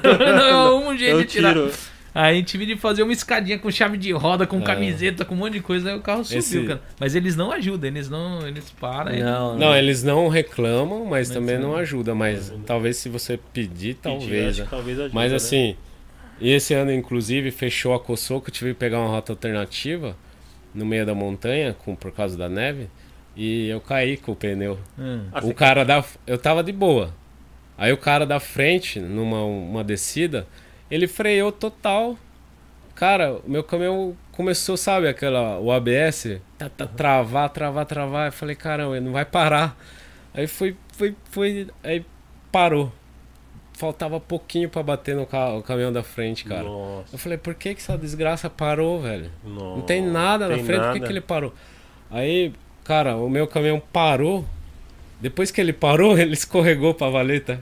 [SPEAKER 2] não, eu arrumo um jeito
[SPEAKER 1] Eu
[SPEAKER 2] de tirar.
[SPEAKER 1] tiro. É.
[SPEAKER 2] Aí tive de fazer uma escadinha com chave de roda, com camiseta, com um monte de coisa, aí o carro subiu,
[SPEAKER 3] Esse-
[SPEAKER 2] cara. Mas eles não ajudam, eles não. Eles param. eles-
[SPEAKER 4] Não,
[SPEAKER 3] Não, eles não reclamam, mas,
[SPEAKER 2] é.
[SPEAKER 3] também não ajuda. Mas talvez se você pedir, talvez.
[SPEAKER 1] acho
[SPEAKER 3] né?
[SPEAKER 1] que talvez ajuda,
[SPEAKER 3] Mas
[SPEAKER 1] né?
[SPEAKER 3] assim, esse ano inclusive fechou a Coçoco, eu tive que pegar uma rota alternativa no meio da montanha, com, por causa da neve, e eu caí com o pneu.
[SPEAKER 2] Hum.
[SPEAKER 1] Ah,
[SPEAKER 3] o
[SPEAKER 1] você-
[SPEAKER 3] cara da. Eu tava de boa. Aí o cara da frente, numa uma descida, ele freou total. Cara, o meu caminhão começou, sabe, aquela, o ABS, tá, tá, travar, travar, travar. Eu falei, caramba, ele não vai parar. Aí foi, foi, foi, aí parou. Faltava pouquinho pra bater no ca- o caminhão da frente, cara.
[SPEAKER 1] Nossa,
[SPEAKER 3] Eu falei, por que que essa desgraça parou, velho?
[SPEAKER 1] nossa.
[SPEAKER 3] Não tem nada na
[SPEAKER 1] tem
[SPEAKER 3] frente, por que,
[SPEAKER 1] nada.
[SPEAKER 3] que ele parou? Aí, cara, o meu caminhão parou. Depois que ele parou, ele escorregou pra valeta.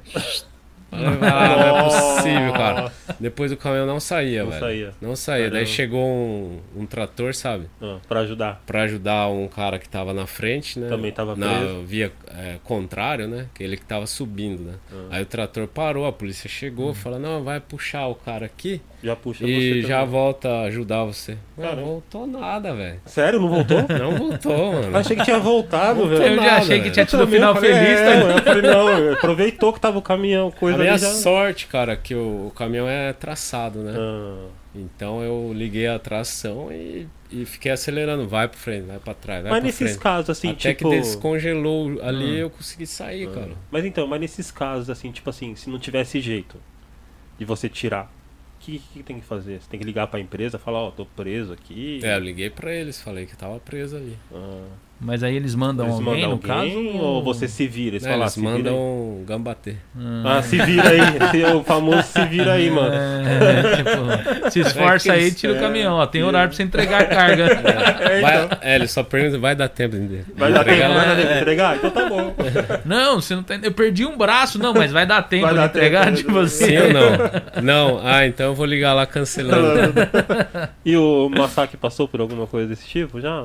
[SPEAKER 3] Falei, ah, não é possível, cara. Depois o caminhão não saía,
[SPEAKER 1] Não
[SPEAKER 3] velho.
[SPEAKER 1] saía.
[SPEAKER 3] Não saía. Daí
[SPEAKER 1] Caramba.
[SPEAKER 3] chegou um, um trator, sabe?
[SPEAKER 1] Ah, pra ajudar.
[SPEAKER 3] Pra ajudar um cara que tava na frente, né?
[SPEAKER 1] Também tava
[SPEAKER 3] na
[SPEAKER 1] preso.
[SPEAKER 3] via é, contrário, né? Que ele que tava subindo, né?
[SPEAKER 1] Ah.
[SPEAKER 3] Aí o trator parou, a polícia chegou, falou: "Não, vai puxar o cara aqui
[SPEAKER 1] Já puxa
[SPEAKER 3] e
[SPEAKER 1] Hum. você.
[SPEAKER 3] já
[SPEAKER 1] também.
[SPEAKER 3] volta a ajudar você". Não
[SPEAKER 1] Caramba.
[SPEAKER 3] voltou nada, velho.
[SPEAKER 1] Sério, não voltou?
[SPEAKER 3] Não voltou,
[SPEAKER 1] Eu
[SPEAKER 3] mano.
[SPEAKER 1] achei que tinha voltado, velho.
[SPEAKER 2] Eu já
[SPEAKER 3] nada,
[SPEAKER 2] achei que
[SPEAKER 3] velho.
[SPEAKER 2] tinha
[SPEAKER 1] Eu
[SPEAKER 2] tido o
[SPEAKER 1] também, eu
[SPEAKER 2] final
[SPEAKER 1] falei,
[SPEAKER 2] feliz,
[SPEAKER 1] é,
[SPEAKER 2] tá?
[SPEAKER 1] mano. Eu falei, não, aproveitou que tava o caminhão,
[SPEAKER 3] A
[SPEAKER 1] coisa
[SPEAKER 3] minha
[SPEAKER 1] ali já...
[SPEAKER 3] sorte, cara, que o, o caminhão é traçado, né?
[SPEAKER 1] Ah,
[SPEAKER 3] Então eu liguei a tração e, e fiquei acelerando. Vai pra frente, vai pra trás, vai
[SPEAKER 1] mas
[SPEAKER 3] pra
[SPEAKER 1] nesses
[SPEAKER 3] frente.
[SPEAKER 1] casos, assim,
[SPEAKER 3] Até
[SPEAKER 1] tipo... Ah.
[SPEAKER 3] que descongelou ali eu consegui sair, cara.
[SPEAKER 1] Mas então, mas nesses casos, assim, tipo assim, se não tivesse jeito de você tirar, o que, que tem que fazer? Você tem que ligar pra empresa, falar, ó, tô preso aqui.
[SPEAKER 3] É, eu liguei pra eles, falei que tava preso ali.
[SPEAKER 1] Ah,
[SPEAKER 2] Mas aí eles mandam
[SPEAKER 1] eles
[SPEAKER 2] alguém,
[SPEAKER 1] mandam
[SPEAKER 2] no caso.
[SPEAKER 1] alguém ou você se vira? Eles
[SPEAKER 3] Né,
[SPEAKER 1] falam,
[SPEAKER 3] eles
[SPEAKER 1] "Ah, se vira aí."
[SPEAKER 3] mandam um gambater.
[SPEAKER 1] Ah, se vira aí. Esse é o famoso se vira aí, mano.
[SPEAKER 2] É, tipo, se esforça
[SPEAKER 3] É que
[SPEAKER 2] aí,
[SPEAKER 3] eles-
[SPEAKER 2] tira o caminhão. Ó, tem
[SPEAKER 1] é.
[SPEAKER 2] horário pra você entregar a carga.
[SPEAKER 3] Vai, é, eles só perguntam, vai dar tempo de
[SPEAKER 1] então. Vai dar tempo,
[SPEAKER 3] entregar lá? É.
[SPEAKER 1] vai dar tempo de entregar? Então tá bom.
[SPEAKER 2] Não, você não tá. Eu perdi um braço, não, mas vai dar tempo
[SPEAKER 1] Vai
[SPEAKER 2] de
[SPEAKER 1] dar
[SPEAKER 2] entregar
[SPEAKER 1] tempo,
[SPEAKER 2] de
[SPEAKER 1] vai dar
[SPEAKER 2] você.
[SPEAKER 3] Sim ou não? Não, ah, então eu vou ligar lá cancelando.
[SPEAKER 1] E o Masaki passou por alguma coisa desse tipo já?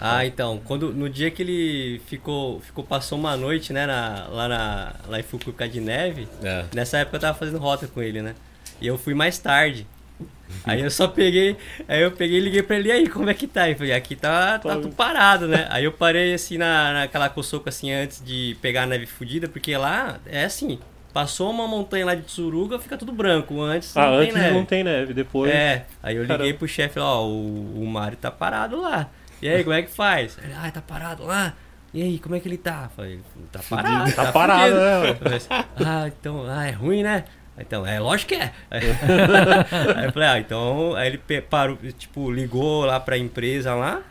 [SPEAKER 4] Ah, então, quando, no dia que ele ficou, ficou passou uma noite, né, na- lá, na, lá em Fukuoka de Neve,
[SPEAKER 3] É.
[SPEAKER 4] nessa época eu tava fazendo rota com ele, né? E eu fui mais tarde. Aí eu só peguei, aí eu peguei e liguei pra ele, e aí, como é que tá? Ele falou, aqui tá, tá tudo parado, né? Aí eu parei assim na, naquela coçoca assim antes de pegar a neve fudida, porque lá é assim, passou uma montanha lá de Tsuruga, fica tudo branco, antes
[SPEAKER 1] Ah,
[SPEAKER 4] não
[SPEAKER 1] antes
[SPEAKER 4] tem neve.
[SPEAKER 1] não tem neve, depois.
[SPEAKER 4] É, aí eu liguei
[SPEAKER 1] Caramba.
[SPEAKER 4] pro chefe, ó, o, o Mário tá parado lá. E aí, como é que faz? Ele, ah, tá parado lá. E aí, como é que ele tá? Eu Falei, tá parado.
[SPEAKER 1] tá parado,
[SPEAKER 4] fudido."
[SPEAKER 1] né,
[SPEAKER 4] Eu falei assim, ah, então, ah, é ruim, né? Então, é, lógico que é. Aí, eu falei, ah, então, aí ele pe- parou, tipo, ligou lá pra empresa lá.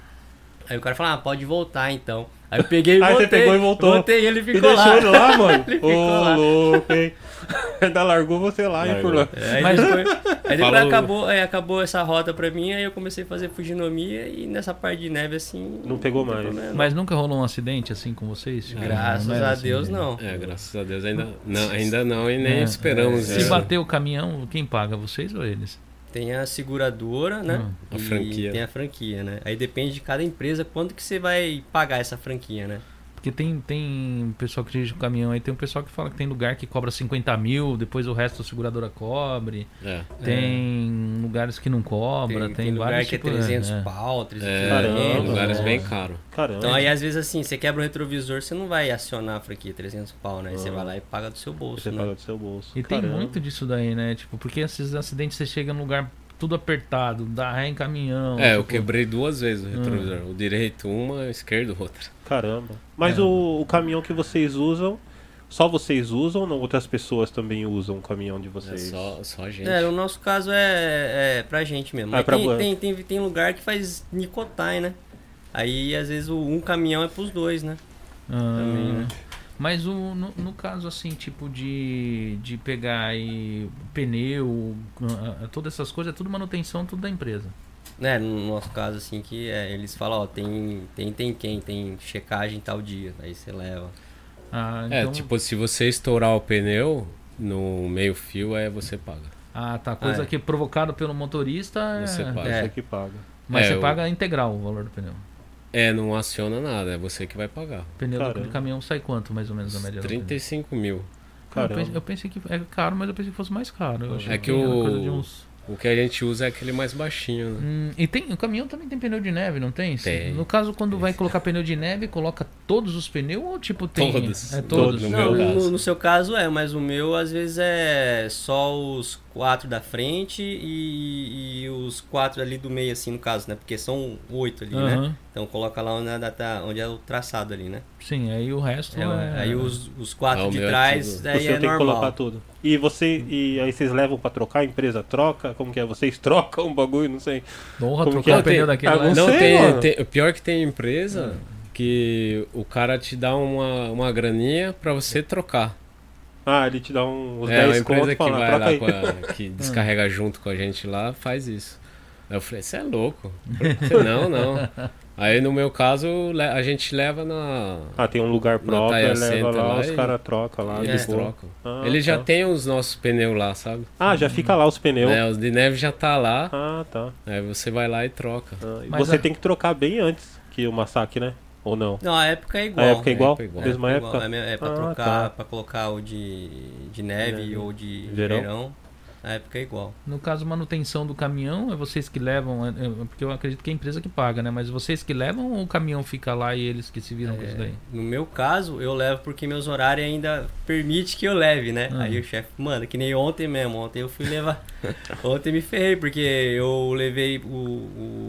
[SPEAKER 4] Aí o cara falou, ah, pode voltar então. Aí eu peguei e
[SPEAKER 1] Aí
[SPEAKER 4] voltei.
[SPEAKER 1] você pegou e voltou.
[SPEAKER 4] Voltei e ele
[SPEAKER 1] E
[SPEAKER 4] ficou
[SPEAKER 1] deixou
[SPEAKER 4] lá.
[SPEAKER 1] ele lá, mano.
[SPEAKER 4] Ele
[SPEAKER 1] Ô,
[SPEAKER 4] ficou lá.
[SPEAKER 1] louco, hein? Ainda largou você lá, hein,
[SPEAKER 3] Largou.
[SPEAKER 1] por lá.
[SPEAKER 4] É, Aí
[SPEAKER 2] Mas-
[SPEAKER 4] depois, aí depois
[SPEAKER 3] Falou.
[SPEAKER 4] acabou, aí acabou essa rota pra mim, aí eu comecei a fazer fuginomia e nessa parte de neve assim.
[SPEAKER 1] Não pegou
[SPEAKER 4] tem
[SPEAKER 1] mais.
[SPEAKER 4] problema.
[SPEAKER 2] Mas nunca rolou um acidente assim com vocês? Não
[SPEAKER 4] graças
[SPEAKER 2] era
[SPEAKER 4] a
[SPEAKER 2] assim,
[SPEAKER 4] Deus
[SPEAKER 2] né?
[SPEAKER 4] não.
[SPEAKER 3] É, graças a Deus ainda não, ainda não e nem
[SPEAKER 2] É,
[SPEAKER 3] esperamos
[SPEAKER 2] Se
[SPEAKER 3] isso.
[SPEAKER 2] bater o caminhão, quem paga? Vocês ou eles?
[SPEAKER 4] Tem a seguradora,
[SPEAKER 2] Hum,
[SPEAKER 4] né?
[SPEAKER 3] A
[SPEAKER 4] E
[SPEAKER 3] franquia.
[SPEAKER 4] Tem a franquia, né? Aí depende de cada empresa quanto que você vai pagar essa franquia, né?
[SPEAKER 2] Porque tem, tem pessoal que dirige o caminhão aí, tem um pessoal que fala que tem lugar que cobra 50 mil, depois o resto a seguradora cobre.
[SPEAKER 3] É.
[SPEAKER 2] Tem lugares que não cobra, tem,
[SPEAKER 4] lugar
[SPEAKER 2] vários
[SPEAKER 4] que é
[SPEAKER 2] tipos,
[SPEAKER 4] 300
[SPEAKER 2] é.
[SPEAKER 4] pau, 300
[SPEAKER 3] É,
[SPEAKER 1] Caramba.
[SPEAKER 3] em lugares bem caros.
[SPEAKER 1] Caramba.
[SPEAKER 4] Então aí às vezes assim, você quebra o retrovisor, você não vai acionar a franquia 300 pau, né? Aí Você vai lá e paga do seu bolso,
[SPEAKER 1] Ah. você
[SPEAKER 4] né?
[SPEAKER 1] paga do seu bolso.
[SPEAKER 2] E tem
[SPEAKER 1] Caramba.
[SPEAKER 2] muito disso daí, né? Tipo, porque esses acidentes você chega num lugar tudo apertado, dá ré em caminhão.
[SPEAKER 3] É, eu
[SPEAKER 2] tipo,
[SPEAKER 3] quebrei duas vezes o retrovisor. O direito uma, o esquerdo outra.
[SPEAKER 1] Caramba. Mas
[SPEAKER 2] É.
[SPEAKER 1] o, o caminhão que vocês usam, só vocês usam ou não? outras pessoas também usam o caminhão de
[SPEAKER 3] É
[SPEAKER 1] vocês?
[SPEAKER 3] só, só a gente.
[SPEAKER 4] É, no nosso caso é, é pra gente mesmo.
[SPEAKER 1] Ah,
[SPEAKER 4] Mas
[SPEAKER 1] pra
[SPEAKER 4] tem,
[SPEAKER 1] boa.
[SPEAKER 4] tem, tem, tem lugar que faz Nicotai, né? Aí às vezes o- um caminhão é pros dois, né?
[SPEAKER 2] Ah,
[SPEAKER 4] Também, né?
[SPEAKER 2] Mas o, no, no caso, assim, tipo de, de pegar aí pneu, ah, todas essas coisas, é tudo manutenção, tudo da empresa.
[SPEAKER 4] Né, no nosso caso, assim, que é, eles falam, ó, tem, tem, tem quem, tem checagem tal dia, aí você leva.
[SPEAKER 2] Ah,
[SPEAKER 3] É,
[SPEAKER 2] então-
[SPEAKER 3] tipo, se você estourar o pneu no meio fio, aí você paga.
[SPEAKER 2] Ah, tá. Coisa
[SPEAKER 4] Ah, é.
[SPEAKER 2] que é provocada pelo motorista,
[SPEAKER 3] Você
[SPEAKER 2] é,
[SPEAKER 3] paga.
[SPEAKER 1] Você
[SPEAKER 4] É.
[SPEAKER 1] que paga.
[SPEAKER 2] mas
[SPEAKER 3] É,
[SPEAKER 2] você
[SPEAKER 3] eu-
[SPEAKER 2] paga integral o valor do pneu.
[SPEAKER 3] É, não aciona nada, é você que vai pagar.
[SPEAKER 2] Pneu do,
[SPEAKER 1] Caramba.
[SPEAKER 2] do caminhão sai quanto, mais ou menos, na média? do pneu?
[SPEAKER 3] 35 mil.
[SPEAKER 2] Cara, eu, pensei,
[SPEAKER 1] Caramba.
[SPEAKER 2] eu pensei que é caro, mas eu pensei que fosse mais caro. Eu achei
[SPEAKER 3] É
[SPEAKER 2] que,
[SPEAKER 3] que
[SPEAKER 2] era
[SPEAKER 3] o-
[SPEAKER 2] coisa de uns.
[SPEAKER 3] O que a gente usa é aquele mais baixinho, né?
[SPEAKER 2] Hum, e tem, o caminhão também tem pneu de neve, não tem?
[SPEAKER 3] Tem.
[SPEAKER 2] No caso, quando vai colocar pneu de neve, coloca todos os pneus ou tipo tem?
[SPEAKER 3] Todos.
[SPEAKER 2] É todos.
[SPEAKER 3] Todos. No meu
[SPEAKER 4] Não, no,
[SPEAKER 3] caso.
[SPEAKER 4] no seu caso é, mas o meu às vezes é só os quatro da frente e, e os quatro ali do meio, assim, no caso, né? Porque são oito ali, né?
[SPEAKER 2] Aham.
[SPEAKER 4] Então coloca lá onde, a data- onde é o traçado ali, né?
[SPEAKER 2] Sim, aí o resto.
[SPEAKER 4] É,
[SPEAKER 2] é-
[SPEAKER 4] Aí os, os
[SPEAKER 3] Ah,
[SPEAKER 4] quatro
[SPEAKER 3] o
[SPEAKER 4] de
[SPEAKER 3] meu é
[SPEAKER 4] trás,
[SPEAKER 3] tudo.
[SPEAKER 4] aí
[SPEAKER 1] você
[SPEAKER 4] é
[SPEAKER 1] tem que colocar
[SPEAKER 4] normal.
[SPEAKER 1] tudo. E você. E aí vocês levam pra trocar, a empresa troca? Como que é? Vocês trocam o bagulho, não sei.
[SPEAKER 2] Honra
[SPEAKER 1] Como
[SPEAKER 2] trocar
[SPEAKER 1] que é?
[SPEAKER 2] o pneu
[SPEAKER 3] Tem-
[SPEAKER 2] daquele lá.
[SPEAKER 1] Não
[SPEAKER 3] Não,
[SPEAKER 1] sei, mano.
[SPEAKER 3] tem, tem- o pior é que tem empresa que o cara te dá uma, uma graninha pra você trocar.
[SPEAKER 1] Ah, ele te dá um, os
[SPEAKER 3] é, uma
[SPEAKER 1] 10 contos
[SPEAKER 3] empresa
[SPEAKER 1] e
[SPEAKER 3] que
[SPEAKER 1] fala,
[SPEAKER 3] vai
[SPEAKER 1] troca
[SPEAKER 3] lá,
[SPEAKER 1] aí.
[SPEAKER 3] com a- que descarrega junto com a gente lá, faz isso. Aí eu falei, você é louco. Eu falei, não, não. Aí no meu caso, le- a gente leva na.
[SPEAKER 1] Ah, tem um lugar próprio,
[SPEAKER 3] Taia
[SPEAKER 1] leva
[SPEAKER 3] Senta
[SPEAKER 1] lá,
[SPEAKER 3] lá
[SPEAKER 1] os
[SPEAKER 3] e-
[SPEAKER 1] caras trocam lá.
[SPEAKER 3] Eles
[SPEAKER 2] é,
[SPEAKER 1] de boa.
[SPEAKER 3] trocam.
[SPEAKER 1] Ah,
[SPEAKER 3] Ele já
[SPEAKER 1] tá.
[SPEAKER 3] tem os nossos pneus lá, sabe?
[SPEAKER 1] Ah, já fica lá os pneus.
[SPEAKER 2] Né?
[SPEAKER 3] É, os de neve já tá lá,
[SPEAKER 1] Ah, tá.
[SPEAKER 3] aí você vai lá e troca.
[SPEAKER 1] Ah, e
[SPEAKER 2] Mas
[SPEAKER 1] você
[SPEAKER 2] a-
[SPEAKER 1] tem que trocar bem antes que o massacre, né? Ou não?
[SPEAKER 4] Não, a época é
[SPEAKER 1] A
[SPEAKER 4] igual.
[SPEAKER 1] época é igual?
[SPEAKER 3] época é igual.
[SPEAKER 1] Mesma
[SPEAKER 4] Igual,
[SPEAKER 1] época?
[SPEAKER 4] É, me- é pra
[SPEAKER 1] Ah,
[SPEAKER 4] trocar,
[SPEAKER 1] tá.
[SPEAKER 4] pra colocar o de, de neve
[SPEAKER 1] Neve.
[SPEAKER 4] ou de
[SPEAKER 1] Verão.
[SPEAKER 4] verão. A época é igual.
[SPEAKER 2] No caso, manutenção do caminhão, é vocês que levam, é- é- porque eu acredito que é a empresa que paga, né? Mas vocês que levam ou o caminhão fica lá e eles que se viram com isso daí?
[SPEAKER 4] No meu caso, eu levo porque meus horários ainda permite que eu leve, né?
[SPEAKER 3] Uhum.
[SPEAKER 2] Hum.
[SPEAKER 4] Aí o chefe, mano, que nem ontem mesmo, ontem eu fui levar. ontem me ferrei, porque eu levei o,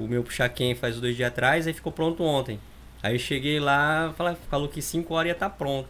[SPEAKER 4] o meu puxaquém faz dois dias atrás, aí ficou pronto ontem. Aí eu cheguei lá, fala- falou que 5 horas ia estar pronto.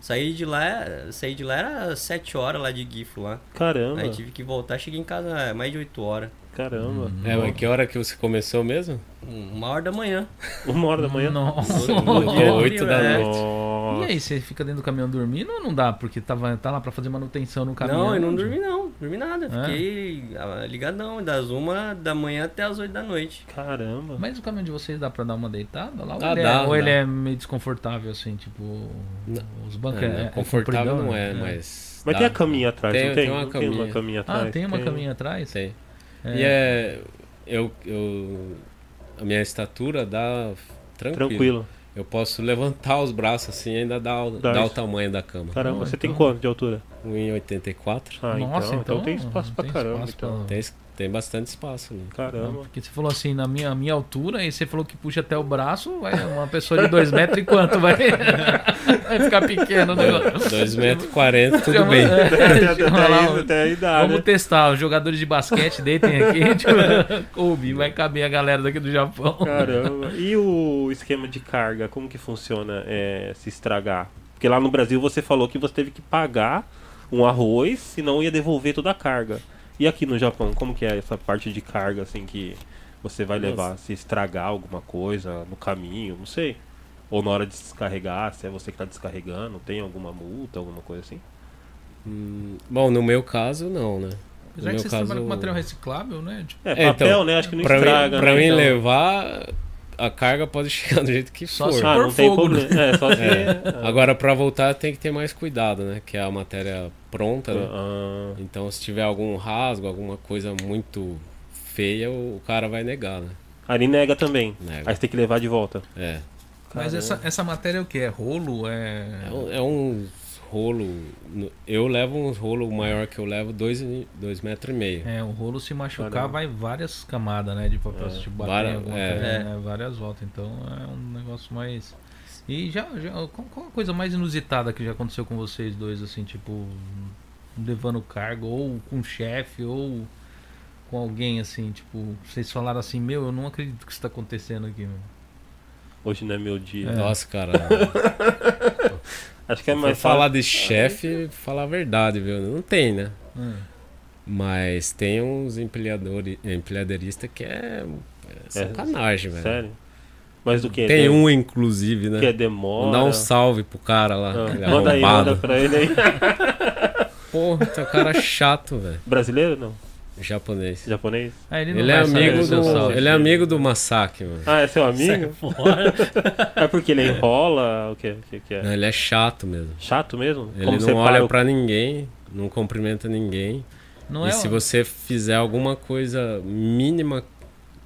[SPEAKER 4] Saí de lá, saí de lá era 7 horas lá de Gifo lá.
[SPEAKER 1] Caramba,
[SPEAKER 4] Aí tive que voltar, cheguei em casa é, mais de 8 horas.
[SPEAKER 1] caramba.
[SPEAKER 2] Uhum.
[SPEAKER 3] É, mas que hora que você começou mesmo?
[SPEAKER 4] Uma hora da manhã.
[SPEAKER 1] Uma hora da manhã?
[SPEAKER 2] Nossa.
[SPEAKER 3] Mudou oito da
[SPEAKER 4] É.
[SPEAKER 3] noite.
[SPEAKER 1] Nossa.
[SPEAKER 2] E aí, você fica dentro do caminhão dormindo ou não dá? Porque tava, tá lá pra fazer manutenção no caminhão.
[SPEAKER 4] Não, eu não dormi não, dormi nada.
[SPEAKER 2] É?
[SPEAKER 4] Fiquei ah, ligadão, das uma da manhã até as 8 da noite.
[SPEAKER 1] Caramba.
[SPEAKER 2] Mas o caminhão de vocês dá pra dar uma deitada lá? Ou,
[SPEAKER 3] Ah,
[SPEAKER 2] ele,
[SPEAKER 3] dá,
[SPEAKER 2] é, ou
[SPEAKER 3] dá.
[SPEAKER 2] ele é meio desconfortável, assim, tipo. Os bancos
[SPEAKER 3] É,
[SPEAKER 2] é-
[SPEAKER 3] não,
[SPEAKER 2] é
[SPEAKER 3] confortável
[SPEAKER 2] compridão,
[SPEAKER 3] não é,
[SPEAKER 2] né?
[SPEAKER 3] mas.
[SPEAKER 1] Mas
[SPEAKER 3] dá.
[SPEAKER 1] tem a caminha atrás,
[SPEAKER 3] Tem-
[SPEAKER 1] não tem?
[SPEAKER 3] tem uma
[SPEAKER 1] Não tem uma
[SPEAKER 3] caminha.
[SPEAKER 1] caminha atrás.
[SPEAKER 2] Ah, tem uma caminha atrás?
[SPEAKER 3] Tem.
[SPEAKER 2] É.
[SPEAKER 3] E é. Eu, eu. A minha estatura dá tranquilo.
[SPEAKER 1] Tranquilo.
[SPEAKER 3] Eu posso levantar os braços assim e ainda dá o,
[SPEAKER 1] Dá
[SPEAKER 3] dá o
[SPEAKER 1] isso.
[SPEAKER 3] tamanho da cama.
[SPEAKER 1] Caramba,
[SPEAKER 2] Ah,
[SPEAKER 1] você tem
[SPEAKER 2] então.
[SPEAKER 1] quanto de altura?
[SPEAKER 3] 1,84.
[SPEAKER 1] Ah,
[SPEAKER 2] Nossa,
[SPEAKER 1] então,
[SPEAKER 2] então,
[SPEAKER 1] tem espaço pra
[SPEAKER 2] tem
[SPEAKER 1] caramba.
[SPEAKER 2] espaço
[SPEAKER 1] então.
[SPEAKER 2] pra-
[SPEAKER 3] Tem, es- tem bastante espaço né? ali.
[SPEAKER 2] Não,
[SPEAKER 1] Caramba.
[SPEAKER 2] Porque você falou assim, na minha, minha altura, e você falou que puxa até o braço, vai uma pessoa de 2 metros e quanto vai, vai ficar pequeno o negócio.
[SPEAKER 3] 2,40m, tudo
[SPEAKER 2] Chama-
[SPEAKER 3] bem.
[SPEAKER 2] é,
[SPEAKER 1] Até, até,
[SPEAKER 2] chama lá, um-
[SPEAKER 1] aí, até aí dá,
[SPEAKER 2] Vamos
[SPEAKER 1] né?
[SPEAKER 2] testar, os jogadores de basquete deitem aqui, tipo, coube, vai caber a galera daqui do Japão.
[SPEAKER 1] Caramba. E o esquema de carga, como que funciona é, se estragar? Porque lá no Brasil você falou que você teve que pagar um arroz, senão ia devolver toda a carga. E aqui no Japão, como que é essa parte de carga, assim, que você vai levar? Se estragar alguma coisa no caminho, não sei. Ou na hora de descarregar, se é você que tá descarregando, tem alguma multa, alguma coisa assim?
[SPEAKER 3] Hum, bom, no meu caso, não, né?
[SPEAKER 2] Apesar que
[SPEAKER 3] No meu
[SPEAKER 2] vocês
[SPEAKER 3] caso,
[SPEAKER 2] trabalham com material reciclável, né? Tipo,
[SPEAKER 1] É,
[SPEAKER 3] É,
[SPEAKER 1] papel,
[SPEAKER 3] então,
[SPEAKER 1] né? Acho que não
[SPEAKER 3] pra
[SPEAKER 1] estraga.
[SPEAKER 3] mim, pra
[SPEAKER 1] né?
[SPEAKER 3] mim
[SPEAKER 1] Então-
[SPEAKER 3] levar, a carga pode chegar do jeito que
[SPEAKER 2] Só
[SPEAKER 3] for. né?
[SPEAKER 2] se
[SPEAKER 1] Ah, não
[SPEAKER 2] Por
[SPEAKER 1] tem
[SPEAKER 2] fogo,
[SPEAKER 1] problema. É, só se.
[SPEAKER 3] É. Agora, pra voltar, tem que ter mais cuidado, né? Que é a matéria pronta, né?
[SPEAKER 1] Ah,
[SPEAKER 3] Então, se tiver algum rasgo, alguma coisa muito feia, o o cara vai negar, né?
[SPEAKER 1] ali nega também.
[SPEAKER 3] Nega.
[SPEAKER 1] Aí você tem que levar de volta.
[SPEAKER 3] É.
[SPEAKER 2] mas
[SPEAKER 1] Caramba.
[SPEAKER 2] essa, essa matéria é o que? É rolo?
[SPEAKER 3] É
[SPEAKER 2] É...
[SPEAKER 3] um, é um rolo. no- Eu levo um rolo maior que eu levo, 2 dois, dois metros e meio.
[SPEAKER 2] É, o rolo se machucar
[SPEAKER 1] Caramba.
[SPEAKER 2] vai várias camadas, né? De papel, se tipo, bater em
[SPEAKER 3] Várias-
[SPEAKER 2] alguma
[SPEAKER 3] é.
[SPEAKER 2] coisa,
[SPEAKER 4] É.
[SPEAKER 2] né? Várias voltas. Então é um negócio mais. E já. já qual, qual a coisa mais inusitada que já aconteceu com vocês dois, assim, tipo, levando cargo, ou com o chefe, ou com alguém assim, tipo, vocês falaram assim, meu, eu não acredito que isso tá acontecendo aqui, meu.
[SPEAKER 1] Hoje não é meu dia.
[SPEAKER 3] Nossa, cara.
[SPEAKER 1] Acho que é
[SPEAKER 3] Pra
[SPEAKER 1] mais
[SPEAKER 3] falar
[SPEAKER 1] falar.
[SPEAKER 3] de chefe, falar a verdade, viu? Não tem, né?
[SPEAKER 2] Hum.
[SPEAKER 5] É.
[SPEAKER 3] Mas tem uns empilhadores, empilhaderistas que é, é sacanagem, velho.
[SPEAKER 1] É, Sério? Mas do que é-
[SPEAKER 3] Tem um, inclusive, né?
[SPEAKER 1] que é demora.
[SPEAKER 3] Dá um salve pro cara é lá.
[SPEAKER 1] Ah,
[SPEAKER 3] aquele
[SPEAKER 1] manda aí,
[SPEAKER 3] arrombado.
[SPEAKER 1] manda pra ele aí.
[SPEAKER 3] Porra, tu é um cara chato, velho.
[SPEAKER 1] Brasileiro não?
[SPEAKER 3] Japonês.
[SPEAKER 1] Japonês?
[SPEAKER 5] Ah, ele não
[SPEAKER 3] Ele é
[SPEAKER 5] vai saber
[SPEAKER 3] amigo
[SPEAKER 5] o seu
[SPEAKER 3] do.
[SPEAKER 5] salve.
[SPEAKER 3] Ele é amigo do Masaki, mano.
[SPEAKER 1] Ah, é seu
[SPEAKER 5] Sai
[SPEAKER 1] amigo?
[SPEAKER 5] fora.
[SPEAKER 1] É porque ele enrola? O que, o que, que é?
[SPEAKER 3] Não, ele é chato mesmo.
[SPEAKER 1] Chato mesmo?
[SPEAKER 3] Ele
[SPEAKER 1] Como você
[SPEAKER 3] não olha
[SPEAKER 1] para o-
[SPEAKER 3] pra ninguém, não cumprimenta ninguém.
[SPEAKER 5] Não
[SPEAKER 3] e
[SPEAKER 5] é
[SPEAKER 3] se
[SPEAKER 5] um-
[SPEAKER 3] você fizer alguma coisa, mínima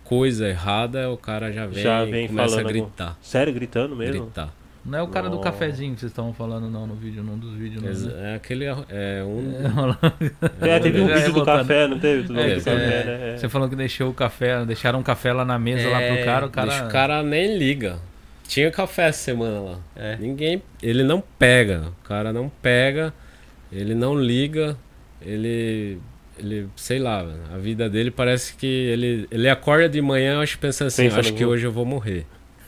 [SPEAKER 3] coisa errada, o cara já vem,
[SPEAKER 1] Já
[SPEAKER 3] e
[SPEAKER 1] vem
[SPEAKER 3] começa
[SPEAKER 1] falando
[SPEAKER 3] a
[SPEAKER 1] com-
[SPEAKER 3] gritar.
[SPEAKER 1] Sério, gritando mesmo?
[SPEAKER 3] Gritar.
[SPEAKER 5] Não é o cara do
[SPEAKER 1] Não.
[SPEAKER 5] cafezinho que vocês estavam falando, não, no vídeo, num dos
[SPEAKER 1] Uhum.
[SPEAKER 5] vídeos. Não, né?
[SPEAKER 3] É aquele. É um.
[SPEAKER 1] É, teve um
[SPEAKER 5] Já
[SPEAKER 1] vídeo do
[SPEAKER 5] revoltado.
[SPEAKER 1] café, não teve? Do
[SPEAKER 5] É,
[SPEAKER 1] do
[SPEAKER 5] você-
[SPEAKER 1] café, né? É.
[SPEAKER 5] Você falou que deixou o café, deixaram o café lá na mesa, lá pro
[SPEAKER 4] É,
[SPEAKER 5] cara, o cara...
[SPEAKER 3] Deixa o cara nem liga. Tinha café essa semana lá.
[SPEAKER 4] É.
[SPEAKER 3] Ninguém. Ele não pega. O cara não pega. Ele não liga. Ele. Ele, sei lá, velho, a vida dele parece que ele, ele acorda de manhã, eu acho pensando assim,
[SPEAKER 1] Pensa
[SPEAKER 3] acho
[SPEAKER 1] no
[SPEAKER 3] que
[SPEAKER 1] mundo.
[SPEAKER 3] hoje eu vou morrer.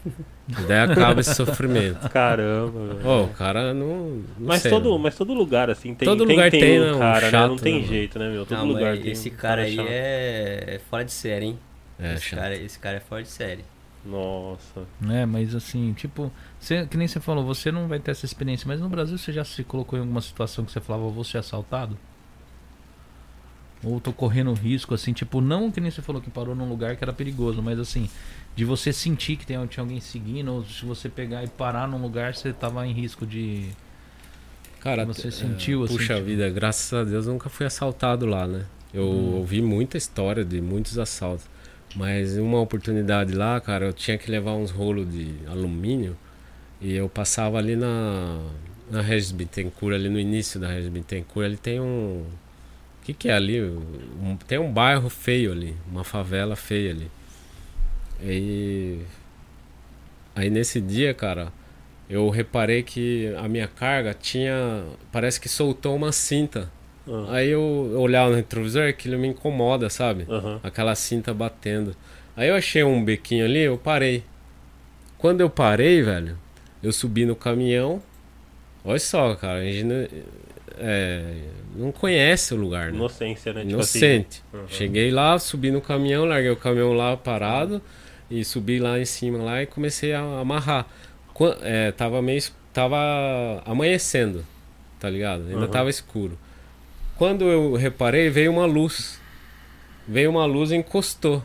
[SPEAKER 3] E daí acaba esse sofrimento.
[SPEAKER 1] Caramba, velho.
[SPEAKER 3] é Ô, o cara não. não
[SPEAKER 1] Mas
[SPEAKER 3] sei, né?
[SPEAKER 1] todo,
[SPEAKER 3] mano.
[SPEAKER 1] mas todo lugar, assim, tem,
[SPEAKER 3] Todo
[SPEAKER 1] tem,
[SPEAKER 3] lugar tem, né,
[SPEAKER 1] um
[SPEAKER 3] um
[SPEAKER 1] cara, né? Não
[SPEAKER 3] chato,
[SPEAKER 1] tem
[SPEAKER 3] né,
[SPEAKER 1] jeito, né, meu? Todo
[SPEAKER 4] Não,
[SPEAKER 1] lugar
[SPEAKER 4] mas
[SPEAKER 1] tem
[SPEAKER 4] Tá, esse
[SPEAKER 1] um
[SPEAKER 4] cara aí
[SPEAKER 1] chato.
[SPEAKER 4] é... é fora de série, hein?
[SPEAKER 3] É,
[SPEAKER 4] esse,
[SPEAKER 3] chato.
[SPEAKER 4] cara, esse cara é fora de série.
[SPEAKER 1] Nossa.
[SPEAKER 5] né? Mas assim, tipo, você- que nem você falou, você não vai ter essa experiência, mas no Brasil você já se colocou em alguma situação que você falava, vou ser assaltado? Ou tô correndo risco, assim, tipo, não que nem você falou que parou num lugar que era perigoso, mas assim, de você sentir que tem, tinha alguém seguindo, ou se você pegar e parar num lugar, você tava em risco de.
[SPEAKER 3] Cara,
[SPEAKER 5] Você
[SPEAKER 3] é,
[SPEAKER 5] sentiu, assim,
[SPEAKER 3] Puxa
[SPEAKER 5] tipo-
[SPEAKER 3] vida, graças a Deus nunca fui assaltado lá, né? Eu
[SPEAKER 5] Uhum.
[SPEAKER 3] ouvi muita história de muitos assaltos. Mas uma oportunidade lá, cara, eu tinha que levar uns rolos de alumínio e eu passava ali na na Regis Bittencourt, ali no início da Regis Bittencourt, ali tem um o que que é ali? Um- tem um bairro feio ali, uma favela feia ali. E aí nesse dia, cara, eu reparei que a minha carga tinha. Parece que soltou uma cinta.
[SPEAKER 1] Ah,
[SPEAKER 3] Aí eu olhava no retrovisor, aquilo me incomoda, sabe?
[SPEAKER 1] Aham.
[SPEAKER 3] Aquela cinta batendo. Aí eu achei um bequinho ali, eu parei. Quando eu parei, velho, eu subi no caminhão. Olha só, cara, a gente não, é, não conhece o lugar, né?
[SPEAKER 1] Inocência, né? Tipo
[SPEAKER 3] Inocente.
[SPEAKER 1] Uhum.
[SPEAKER 3] Cheguei lá, subi no caminhão, larguei o caminhão lá parado e subi lá em cima lá e comecei a amarrar. Quan- é, tava meio es- tava amanhecendo, tá ligado? Ainda
[SPEAKER 1] Uhum.
[SPEAKER 3] tava escuro. Quando eu reparei, veio uma luz. Veio uma luz e encostou.
[SPEAKER 1] assim.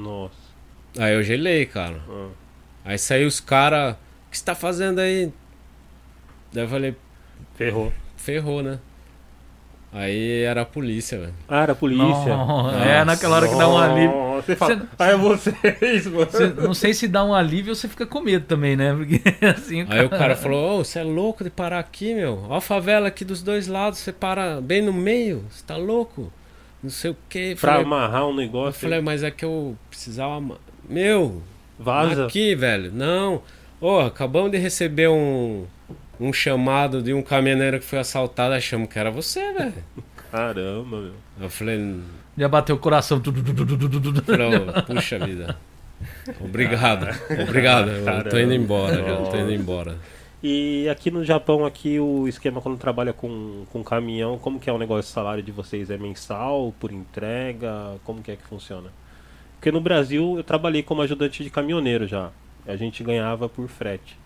[SPEAKER 1] Nossa.
[SPEAKER 3] Aí eu gelei, cara.
[SPEAKER 1] Ah.
[SPEAKER 3] Aí saiu os cara, o que você tá fazendo aí? Daí eu falei,
[SPEAKER 1] Ferrou.
[SPEAKER 3] ferrou, né? Aí era a polícia, velho.
[SPEAKER 1] Ah, era a polícia.
[SPEAKER 5] Não, é naquela hora que dá um alívio.
[SPEAKER 1] Nossa, Você fala, ah, é vocês, mano.
[SPEAKER 5] Você- não sei se dá um alívio ou você fica com medo também, né? Porque assim.
[SPEAKER 3] Aí o cara falou: Ô, você é louco de parar aqui, meu? Ó a favela aqui dos dois lados, você para bem no meio, você tá louco? Não sei o que.
[SPEAKER 1] Pra
[SPEAKER 3] Falei,
[SPEAKER 1] amarrar um
[SPEAKER 3] eu
[SPEAKER 1] negócio,
[SPEAKER 3] falei, mas é que eu precisava. ama- Meu,
[SPEAKER 1] vaza.
[SPEAKER 3] aqui, velho. Não. Ô, acabamos de receber um, um chamado de um caminhoneiro que foi assaltado, achamos que era você, velho.
[SPEAKER 1] Caramba, meu.
[SPEAKER 3] Eu falei, "N-
[SPEAKER 5] Já bateu o coração. tu, tu, tu, tu, tu, tu, tu, tu.
[SPEAKER 3] falei, ô, puxa vida. Obrigado, obrigado. Eu tô
[SPEAKER 1] Caramba.
[SPEAKER 3] indo embora, já, eu tô indo
[SPEAKER 1] Nossa.
[SPEAKER 3] embora.
[SPEAKER 1] E aqui no Japão, aqui o esquema quando trabalha com, com caminhão, como que é o negócio de salário de vocês? É mensal, por entrega? Como que é que funciona? Porque no Brasil eu trabalhei como ajudante de caminhoneiro já. A gente ganhava por frete.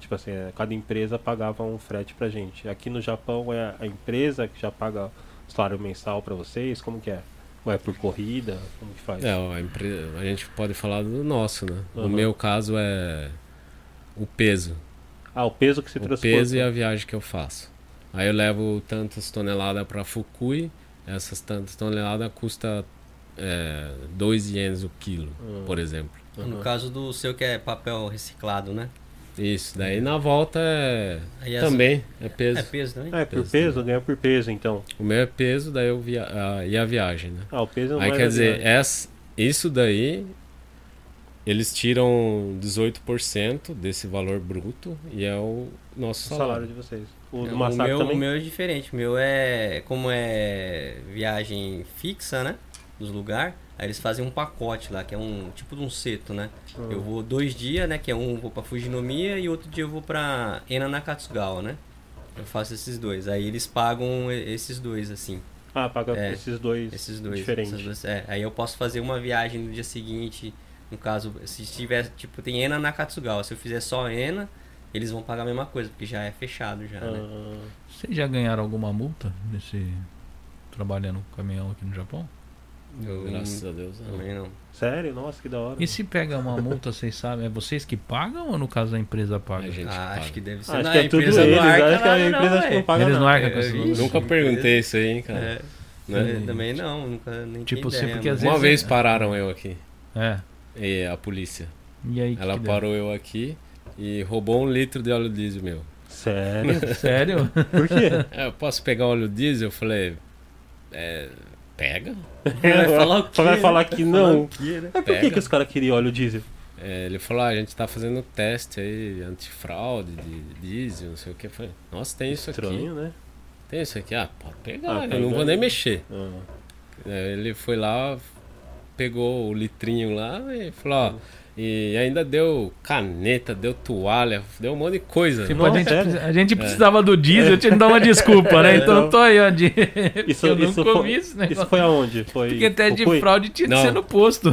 [SPEAKER 1] Tipo assim, eh, cada empresa pagava um frete pra gente. Aqui no Japão é a empresa que já paga o salário mensal pra vocês? Como que é? Ou é por corrida? Como que faz?
[SPEAKER 3] É, ó, a, empre- a gente pode falar do nosso, né?
[SPEAKER 1] Aham.
[SPEAKER 3] O meu caso é o peso.
[SPEAKER 1] Ah, o peso que você
[SPEAKER 3] O
[SPEAKER 1] transporta.
[SPEAKER 3] peso e a viagem que eu faço. Aí eu levo tantas toneladas para Fukui, essas tantas toneladas custa é, 2 ienes o quilo, por exemplo.
[SPEAKER 1] Uhum.
[SPEAKER 4] No caso do seu que é papel reciclado, né?
[SPEAKER 3] Isso, daí na volta é.
[SPEAKER 4] Aí as-
[SPEAKER 3] também, é peso.
[SPEAKER 4] É peso também?
[SPEAKER 1] Ah, é por
[SPEAKER 3] peso, né?
[SPEAKER 1] peso? Ganha por peso, então.
[SPEAKER 3] O meu é peso, daí eu via... ah, e a viagem, né?
[SPEAKER 1] Ah, o peso é
[SPEAKER 3] Aí
[SPEAKER 1] mais
[SPEAKER 3] quer dizer,
[SPEAKER 1] aliviado.
[SPEAKER 3] essa, isso daí eles tiram 18% desse valor bruto e é o nosso
[SPEAKER 1] O
[SPEAKER 3] salário.
[SPEAKER 1] salário de vocês. O do
[SPEAKER 4] O
[SPEAKER 1] Massacre
[SPEAKER 4] meu,
[SPEAKER 1] também?
[SPEAKER 4] o meu é diferente. O meu é. Como é viagem fixa, né? Dos lugares. Aí eles fazem um pacote lá, que é um tipo de um seto, né?
[SPEAKER 1] Ah.
[SPEAKER 4] Eu vou dois dias, né? Que é um eu vou pra Fujinomiya e outro dia eu vou pra Enanakatsugawa, né? Eu faço esses dois. Aí eles pagam e- esses dois, assim.
[SPEAKER 1] Ah, paga
[SPEAKER 4] É,
[SPEAKER 1] esses dois.
[SPEAKER 4] Esses dois.
[SPEAKER 1] Diferente.
[SPEAKER 4] essas duas- é. Aí eu posso fazer uma viagem no dia seguinte. No caso, se tiver, tipo, tem ENA na Katsugawa. Se eu fizer só ENA, eles vão pagar a mesma coisa, porque já é fechado já, né?
[SPEAKER 1] Ah,
[SPEAKER 2] Vocês já ganharam alguma multa nesse trabalhando com caminhão aqui no Japão?
[SPEAKER 4] Eu-
[SPEAKER 3] Graças a Deus. não.
[SPEAKER 4] Também não.
[SPEAKER 1] sério? Nossa, que da hora. Ah,
[SPEAKER 2] E se pega uma multa, vocês sabem, é vocês que pagam ou no caso a empresa paga?
[SPEAKER 3] A gente
[SPEAKER 4] Ah,
[SPEAKER 3] paga.
[SPEAKER 4] acho que deve ser.
[SPEAKER 1] Acho
[SPEAKER 4] Não,
[SPEAKER 1] que
[SPEAKER 4] a
[SPEAKER 1] é tudo eles.
[SPEAKER 4] empresa não arca
[SPEAKER 1] Acho que a
[SPEAKER 4] nada não,
[SPEAKER 1] empresa acho que
[SPEAKER 4] velho.
[SPEAKER 1] não paga
[SPEAKER 2] Eles não
[SPEAKER 1] nada.
[SPEAKER 2] arcam com
[SPEAKER 4] É,
[SPEAKER 2] essas
[SPEAKER 4] vixe.
[SPEAKER 2] multas.
[SPEAKER 3] Nunca perguntei isso aí, hein, cara.
[SPEAKER 4] É,
[SPEAKER 3] Né?
[SPEAKER 4] eu Também não, nunca nem
[SPEAKER 2] Tipo,
[SPEAKER 4] tinha
[SPEAKER 2] você-
[SPEAKER 4] ideia,
[SPEAKER 2] porque
[SPEAKER 4] mas-
[SPEAKER 2] às
[SPEAKER 3] Uma
[SPEAKER 2] vezes
[SPEAKER 3] vez
[SPEAKER 2] é-
[SPEAKER 3] pararam eu aqui.
[SPEAKER 2] É.
[SPEAKER 3] E a polícia.
[SPEAKER 2] E aí que
[SPEAKER 3] Ela
[SPEAKER 2] que deu?
[SPEAKER 3] parou eu aqui e roubou um litro de óleo diesel meu.
[SPEAKER 1] Sério?
[SPEAKER 2] Sério?
[SPEAKER 1] Por quê?
[SPEAKER 3] É, Eu posso pegar óleo diesel? Eu falei, é, pega.
[SPEAKER 4] Vai falar o
[SPEAKER 1] Só vai
[SPEAKER 4] quê,
[SPEAKER 1] falar que não.
[SPEAKER 4] Que, né?
[SPEAKER 1] Mas por que,
[SPEAKER 3] Pega.
[SPEAKER 1] que os caras queriam óleo diesel?
[SPEAKER 3] É, ele falou, ah, a gente tá fazendo teste aí, antifraude de diesel, não sei o que. Eu falei, nossa, tem isso aqui.
[SPEAKER 1] Estranho, né?
[SPEAKER 3] Tem isso aqui. Ah, pode pegar,
[SPEAKER 1] Ah,
[SPEAKER 3] eu não
[SPEAKER 1] pega.
[SPEAKER 3] vou nem mexer.
[SPEAKER 1] Ah,
[SPEAKER 3] É, ele foi lá, pegou o litrinho lá e falou, ó, e ainda deu caneta, deu toalha, deu um monte de coisa.
[SPEAKER 2] Tipo,
[SPEAKER 1] Não,
[SPEAKER 2] a, gente,
[SPEAKER 1] sério?
[SPEAKER 2] a gente precisava do diesel, tinha que dar uma desculpa, né?
[SPEAKER 1] É,
[SPEAKER 2] Então
[SPEAKER 1] não.
[SPEAKER 2] tô aí, ó. de-
[SPEAKER 1] Isso,
[SPEAKER 2] eu não
[SPEAKER 1] isso
[SPEAKER 2] comi
[SPEAKER 1] foi,
[SPEAKER 2] esse negócio.
[SPEAKER 1] Isso foi aonde? Foi
[SPEAKER 2] Porque até de
[SPEAKER 1] Fukui?
[SPEAKER 2] fraude tinha que
[SPEAKER 3] Não.
[SPEAKER 2] ser no posto.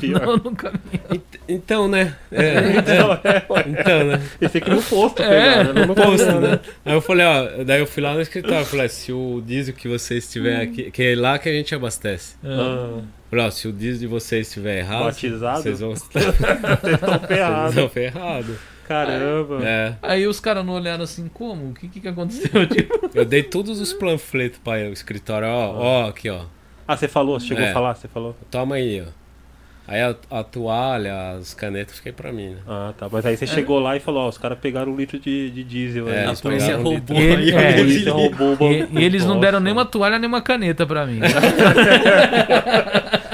[SPEAKER 1] Pior.
[SPEAKER 2] Não, no caminho.
[SPEAKER 3] Ent- Então, né? É,
[SPEAKER 1] Então, é, ué.
[SPEAKER 3] então, né?
[SPEAKER 1] Esse aqui no posto
[SPEAKER 2] É.
[SPEAKER 1] pegaram, né? No
[SPEAKER 3] Posto, né? Aí eu falei, ó, daí eu fui lá no escritório, eu falei, se o diesel que você estiver
[SPEAKER 1] Hum.
[SPEAKER 3] aqui, que é lá que a gente abastece.
[SPEAKER 2] É.
[SPEAKER 1] Ah,
[SPEAKER 3] Eu Falei, ó, se o diesel de vocês estiver errado,
[SPEAKER 1] Batizado?
[SPEAKER 3] vocês vão estar
[SPEAKER 1] Vocês estão
[SPEAKER 3] vocês
[SPEAKER 1] ferrados.
[SPEAKER 3] vão ferrado.
[SPEAKER 1] Caramba.
[SPEAKER 3] É,
[SPEAKER 2] Aí os caras não olharam assim, como? O que que, que aconteceu? Tipo,
[SPEAKER 3] eu dei todos os panfletos para o escritório, ó, ó, aqui, ó.
[SPEAKER 1] Ah, você falou? Você chegou
[SPEAKER 3] É.
[SPEAKER 1] a falar? Você falou?
[SPEAKER 3] Toma aí, ó. Aí a, a toalha, as canetas, fiquei pra mim, né?
[SPEAKER 1] Ah, tá. Mas
[SPEAKER 4] É.
[SPEAKER 1] aí você chegou lá e falou, ó, os caras pegaram um litro de, de diesel.
[SPEAKER 3] É,
[SPEAKER 1] aí,
[SPEAKER 4] A
[SPEAKER 3] eles
[SPEAKER 1] então,
[SPEAKER 4] polícia
[SPEAKER 3] pegaram um
[SPEAKER 4] roubou né?
[SPEAKER 2] litro. É,
[SPEAKER 4] aí,
[SPEAKER 1] a
[SPEAKER 4] olha
[SPEAKER 2] eles-
[SPEAKER 1] polícia roubou o banco.
[SPEAKER 2] e, e eles não deram
[SPEAKER 1] Nossa.
[SPEAKER 2] nenhuma toalha, nenhuma caneta pra mim.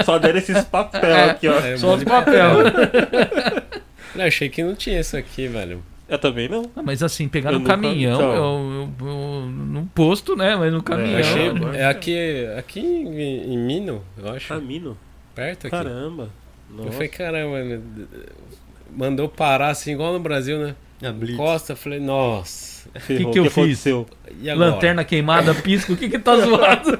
[SPEAKER 1] Só deram esses papel
[SPEAKER 4] É.
[SPEAKER 1] aqui, ó.
[SPEAKER 3] Aí eu
[SPEAKER 2] Só os
[SPEAKER 3] mandei-
[SPEAKER 2] assim, papel.
[SPEAKER 3] Não, achei que não tinha isso aqui, velho.
[SPEAKER 1] Eu também não.
[SPEAKER 2] Ah, Mas assim, pegar
[SPEAKER 1] Eu
[SPEAKER 2] no
[SPEAKER 1] nunca-
[SPEAKER 2] caminhão,
[SPEAKER 1] então.
[SPEAKER 2] eu, eu- eu- num posto, né? Mas no
[SPEAKER 1] É,
[SPEAKER 3] Eu
[SPEAKER 2] caminhão.
[SPEAKER 3] achei,
[SPEAKER 1] agora-
[SPEAKER 3] é aqui, aqui em, em Mino, eu acho.
[SPEAKER 1] Camino.
[SPEAKER 3] perto aqui.
[SPEAKER 1] Ah, Caramba.
[SPEAKER 3] Eu
[SPEAKER 1] Nossa.
[SPEAKER 3] falei, caramba, né? mandou parar assim, igual no Brasil, né?
[SPEAKER 4] A Blitz.
[SPEAKER 3] Costa, falei, nossa.
[SPEAKER 1] Ferrou.
[SPEAKER 2] que que eu fiz?
[SPEAKER 1] aconteceu?
[SPEAKER 3] E agora?
[SPEAKER 2] Lanterna queimada, pisco, o que que tá zoado?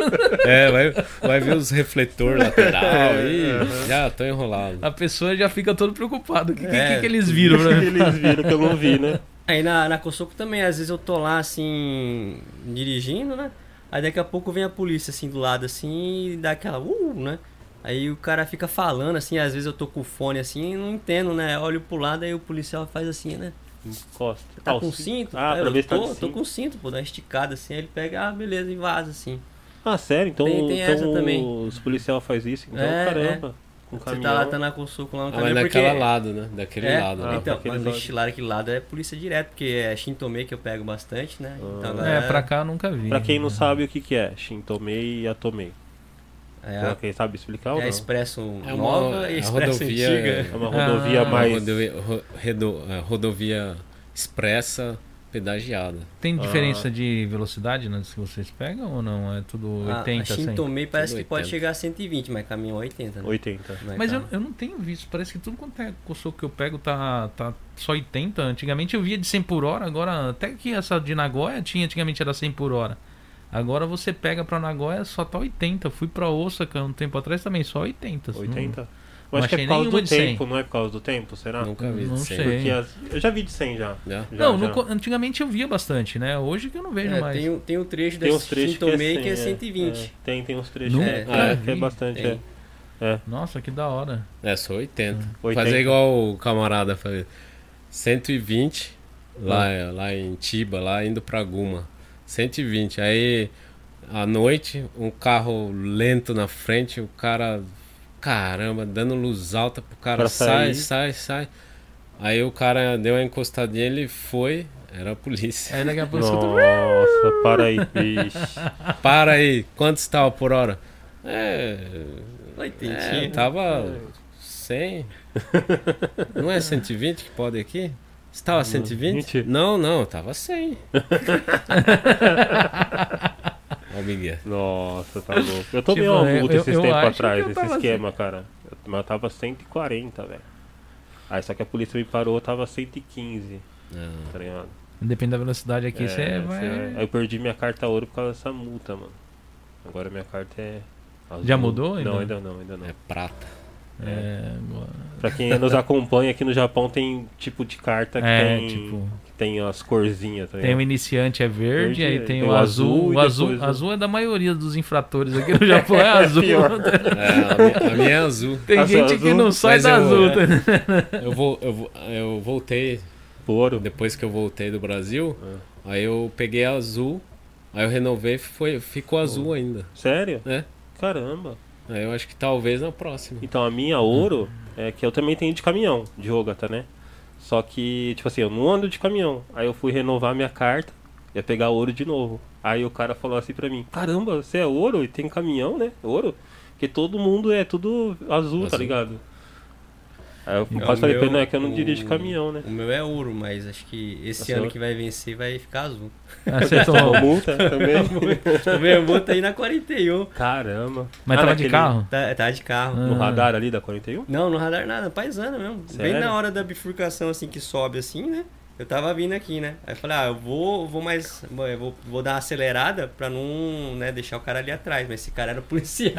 [SPEAKER 3] É, vai, vai ver os refletor lateral. Ih,
[SPEAKER 1] É,
[SPEAKER 3] já tô enrolado.
[SPEAKER 2] A pessoa já fica todo preocupada. O que, que-
[SPEAKER 4] É.
[SPEAKER 2] que que eles viram, né?
[SPEAKER 1] Eles viram que eu não vi, né?
[SPEAKER 4] Aí na, na Kosoku também, às vezes eu tô lá assim, dirigindo, né? Aí daqui a pouco vem a polícia assim do lado assim e dá aquela uh, né? Aí o cara fica falando assim, às vezes eu tô com o fone assim e não entendo, né? Olho pro lado aí o policial faz assim, né?
[SPEAKER 1] Encosta.
[SPEAKER 4] Tá
[SPEAKER 1] Ah, o
[SPEAKER 4] com
[SPEAKER 1] cinto.
[SPEAKER 4] cinto?
[SPEAKER 1] Ah,
[SPEAKER 4] Aí
[SPEAKER 1] pra
[SPEAKER 4] eu
[SPEAKER 1] ver se tá
[SPEAKER 4] tô,
[SPEAKER 1] de
[SPEAKER 4] tô
[SPEAKER 1] cinto.
[SPEAKER 4] com cinto, pô, dá uma esticada assim, aí ele pega, ah, beleza, e vaza assim.
[SPEAKER 1] Ah, sério? Então,
[SPEAKER 4] Tem- tem
[SPEAKER 1] então
[SPEAKER 4] essa também.
[SPEAKER 1] os policiais fazem isso? Então,
[SPEAKER 4] É,
[SPEAKER 1] caramba. Com
[SPEAKER 4] Você
[SPEAKER 1] caminhão.
[SPEAKER 4] tá lá, tá na Kosoku lá no
[SPEAKER 3] Ah, mas
[SPEAKER 4] caminho, porque...
[SPEAKER 3] daquele lado, né? Daquele
[SPEAKER 4] é,
[SPEAKER 3] lado.
[SPEAKER 1] Ah,
[SPEAKER 3] né?
[SPEAKER 4] Então,
[SPEAKER 1] daquele
[SPEAKER 4] mas
[SPEAKER 1] lado.
[SPEAKER 4] vixe, lá daquele lado é polícia direto, porque é Shintomei que eu pego bastante, né? Então, a
[SPEAKER 2] É,
[SPEAKER 4] galera-
[SPEAKER 2] pra cá eu nunca vi.
[SPEAKER 1] Ah. Pra quem não sabe o que que é, Shintomei e Atomei.
[SPEAKER 4] é
[SPEAKER 1] Pra
[SPEAKER 4] a
[SPEAKER 1] quem sabe explicar ou
[SPEAKER 4] É
[SPEAKER 1] não?
[SPEAKER 4] a Expresso
[SPEAKER 3] É uma-
[SPEAKER 4] nova
[SPEAKER 3] é
[SPEAKER 4] e a
[SPEAKER 3] a
[SPEAKER 4] Expresso
[SPEAKER 3] rodovia,
[SPEAKER 1] É
[SPEAKER 4] antiga.
[SPEAKER 1] uma
[SPEAKER 2] Ah.
[SPEAKER 1] rodovia
[SPEAKER 2] Ah,
[SPEAKER 1] mais...
[SPEAKER 3] É Rodovia, ro- redo- eh, rodovia expressa pedagiada.
[SPEAKER 2] Tem diferença de velocidade nas que vocês pegam ou não? É tudo
[SPEAKER 4] A, a
[SPEAKER 2] 80, 100?
[SPEAKER 4] Shintomei parece
[SPEAKER 3] Tudo
[SPEAKER 4] que pode
[SPEAKER 3] 80.
[SPEAKER 4] chegar a 120, mas caminhão 80. Né?
[SPEAKER 1] 80.
[SPEAKER 4] Não é
[SPEAKER 2] Mas eu,
[SPEAKER 4] carro.
[SPEAKER 2] eu não tenho visto, parece que tudo quanto é coçou que eu pego tá, tá só 80. Antigamente eu via de 100 por hora, agora até que essa de Nagoya tinha, antigamente era 100 por hora. Agora você pega pra Nagoya só tá 80. Fui pra Osaka um tempo atrás também, só 80. assim,
[SPEAKER 1] 80?
[SPEAKER 2] Não
[SPEAKER 1] Mas acho que é
[SPEAKER 2] achei
[SPEAKER 1] por causa
[SPEAKER 2] nenhuma
[SPEAKER 1] do
[SPEAKER 2] de cem.
[SPEAKER 1] tempo, não é por causa do tempo, será?
[SPEAKER 3] Nunca vi né?
[SPEAKER 2] não
[SPEAKER 3] isso.
[SPEAKER 2] sei.
[SPEAKER 1] Porque as- Eu já vi de 100 já.
[SPEAKER 3] Já?
[SPEAKER 1] Já,
[SPEAKER 2] Não,
[SPEAKER 1] já.
[SPEAKER 2] no co- antigamente eu via bastante, né? Hoje que eu não vejo
[SPEAKER 4] É,
[SPEAKER 2] mais.
[SPEAKER 4] tem, um- tem um trecho da
[SPEAKER 1] Tem uns trechos que é,
[SPEAKER 4] Shintomei
[SPEAKER 1] 100,
[SPEAKER 4] que é 120.
[SPEAKER 1] é. Tem, tem uns trechos.
[SPEAKER 2] Nunca
[SPEAKER 1] É,
[SPEAKER 3] Ah,
[SPEAKER 1] é,
[SPEAKER 2] vi.
[SPEAKER 1] é bastante.
[SPEAKER 4] Tem.
[SPEAKER 1] é.
[SPEAKER 2] Nossa, que da hora.
[SPEAKER 3] É, só 80.
[SPEAKER 1] 80.
[SPEAKER 3] Fazer igual o camarada fazia. 120
[SPEAKER 1] Hum.
[SPEAKER 3] lá, é, lá em Tiba, lá indo pra Guma. 120. Aí à noite, um carro lento na frente, o cara. Caramba, dando luz alta pro cara.
[SPEAKER 1] Pra
[SPEAKER 3] Sai,
[SPEAKER 1] sair.
[SPEAKER 3] sai, sai. Aí o cara deu uma encostadinha, ele foi. Era a
[SPEAKER 1] É,
[SPEAKER 3] polícia.
[SPEAKER 2] Aí É, daqui a pouco eu escuto-
[SPEAKER 1] Nossa, para aí. Ixi.
[SPEAKER 3] Para aí, quanto estava por hora? É.
[SPEAKER 4] 80.
[SPEAKER 3] é tava 100. Não é 120 que pode aqui? Estava 120?
[SPEAKER 1] Mentira.
[SPEAKER 3] Não, não, tava 100. Ó, o Miguel.
[SPEAKER 1] Nossa, tá louco. Eu tomei
[SPEAKER 2] Tipo,
[SPEAKER 1] uma
[SPEAKER 2] eu-
[SPEAKER 1] multa
[SPEAKER 2] eu-
[SPEAKER 1] esses
[SPEAKER 2] eu
[SPEAKER 1] tempos
[SPEAKER 2] acho
[SPEAKER 1] atrás,
[SPEAKER 2] que eu
[SPEAKER 1] esse
[SPEAKER 2] tava
[SPEAKER 1] esquema, cara. Eu- Mas eu tava 140, velho. Aí só que a polícia me parou, eu tava 115,
[SPEAKER 3] Não.
[SPEAKER 1] tá ligado?
[SPEAKER 2] Depende da velocidade
[SPEAKER 1] É,
[SPEAKER 2] aqui, você vai.
[SPEAKER 1] cê- Aí eu perdi minha carta ouro por causa dessa multa, mano. Agora minha carta é. azul.
[SPEAKER 2] Já mudou ainda?
[SPEAKER 1] Não, ainda não, ainda não.
[SPEAKER 3] É prata.
[SPEAKER 2] É,
[SPEAKER 1] Pra quem nos acompanha aqui no Japão, tem tipo de carta que,
[SPEAKER 2] é,
[SPEAKER 1] tem,
[SPEAKER 2] tipo,
[SPEAKER 1] que tem as corzinhas. Tá
[SPEAKER 2] tem o
[SPEAKER 1] ligado?
[SPEAKER 2] iniciante é verde,
[SPEAKER 1] Verde,
[SPEAKER 2] aí tem, o azul.
[SPEAKER 1] e
[SPEAKER 2] O azul,
[SPEAKER 1] depois o-
[SPEAKER 2] azul é da maioria dos infratores aqui no Japão, é azul.
[SPEAKER 1] pior.
[SPEAKER 3] É, a, minha, a minha é azul.
[SPEAKER 2] Tem
[SPEAKER 1] Azul,
[SPEAKER 2] gente que
[SPEAKER 1] azul.
[SPEAKER 2] não sai
[SPEAKER 3] Mas
[SPEAKER 2] da
[SPEAKER 3] eu-
[SPEAKER 2] azul.
[SPEAKER 3] é.
[SPEAKER 2] tá ligado?
[SPEAKER 3] Eu, vou, eu, vou- eu voltei,
[SPEAKER 2] um
[SPEAKER 1] Ouro.
[SPEAKER 3] depois que eu voltei do Brasil, aí eu peguei a azul, aí eu renovei, foi, ficou azul ainda.
[SPEAKER 1] Sério?
[SPEAKER 3] É.
[SPEAKER 1] Caramba.
[SPEAKER 3] Aí eu acho que talvez na próxima.
[SPEAKER 1] Então a minha ouro é que eu também tenho de caminhão, de Ogata, né? Só que, tipo assim, eu não ando de caminhão. Aí eu fui renovar minha carta, ia pegar ouro de novo. Aí o cara falou assim pra mim: Caramba, você é ouro e tem caminhão, né? Ouro? Porque todo mundo é tudo azul, tá
[SPEAKER 3] Azul.
[SPEAKER 1] ligado? Aí eu
[SPEAKER 4] É,
[SPEAKER 1] quase falei
[SPEAKER 4] o
[SPEAKER 1] pra ele:
[SPEAKER 4] meu-
[SPEAKER 1] Não, é que eu não
[SPEAKER 4] o-
[SPEAKER 1] dirijo caminhão, né?
[SPEAKER 4] O meu é ouro, mas acho que esse
[SPEAKER 1] Tá
[SPEAKER 4] ano
[SPEAKER 1] certo.
[SPEAKER 4] que vai vencer vai ficar azul.
[SPEAKER 2] Ah, você tomou.
[SPEAKER 1] Tomou multa também?
[SPEAKER 4] o meu irmão tá aí na 41.
[SPEAKER 1] Caramba.
[SPEAKER 2] Mas
[SPEAKER 1] Ah,
[SPEAKER 2] tava
[SPEAKER 1] naquele-
[SPEAKER 2] de carro?
[SPEAKER 4] Tá, tá de carro.
[SPEAKER 1] No
[SPEAKER 2] Ah.
[SPEAKER 1] radar ali da 41?
[SPEAKER 4] Não, no radar nada, paisana mesmo.
[SPEAKER 1] Sério?
[SPEAKER 4] Bem na hora da bifurcação, assim, que sobe assim, né? Eu tava vindo aqui, né? Aí eu falei, ah, eu vou, vou mais. eu Vou, vou dar uma acelerada pra não né, deixar o cara ali atrás. Mas esse cara era
[SPEAKER 1] Ah,
[SPEAKER 4] policial.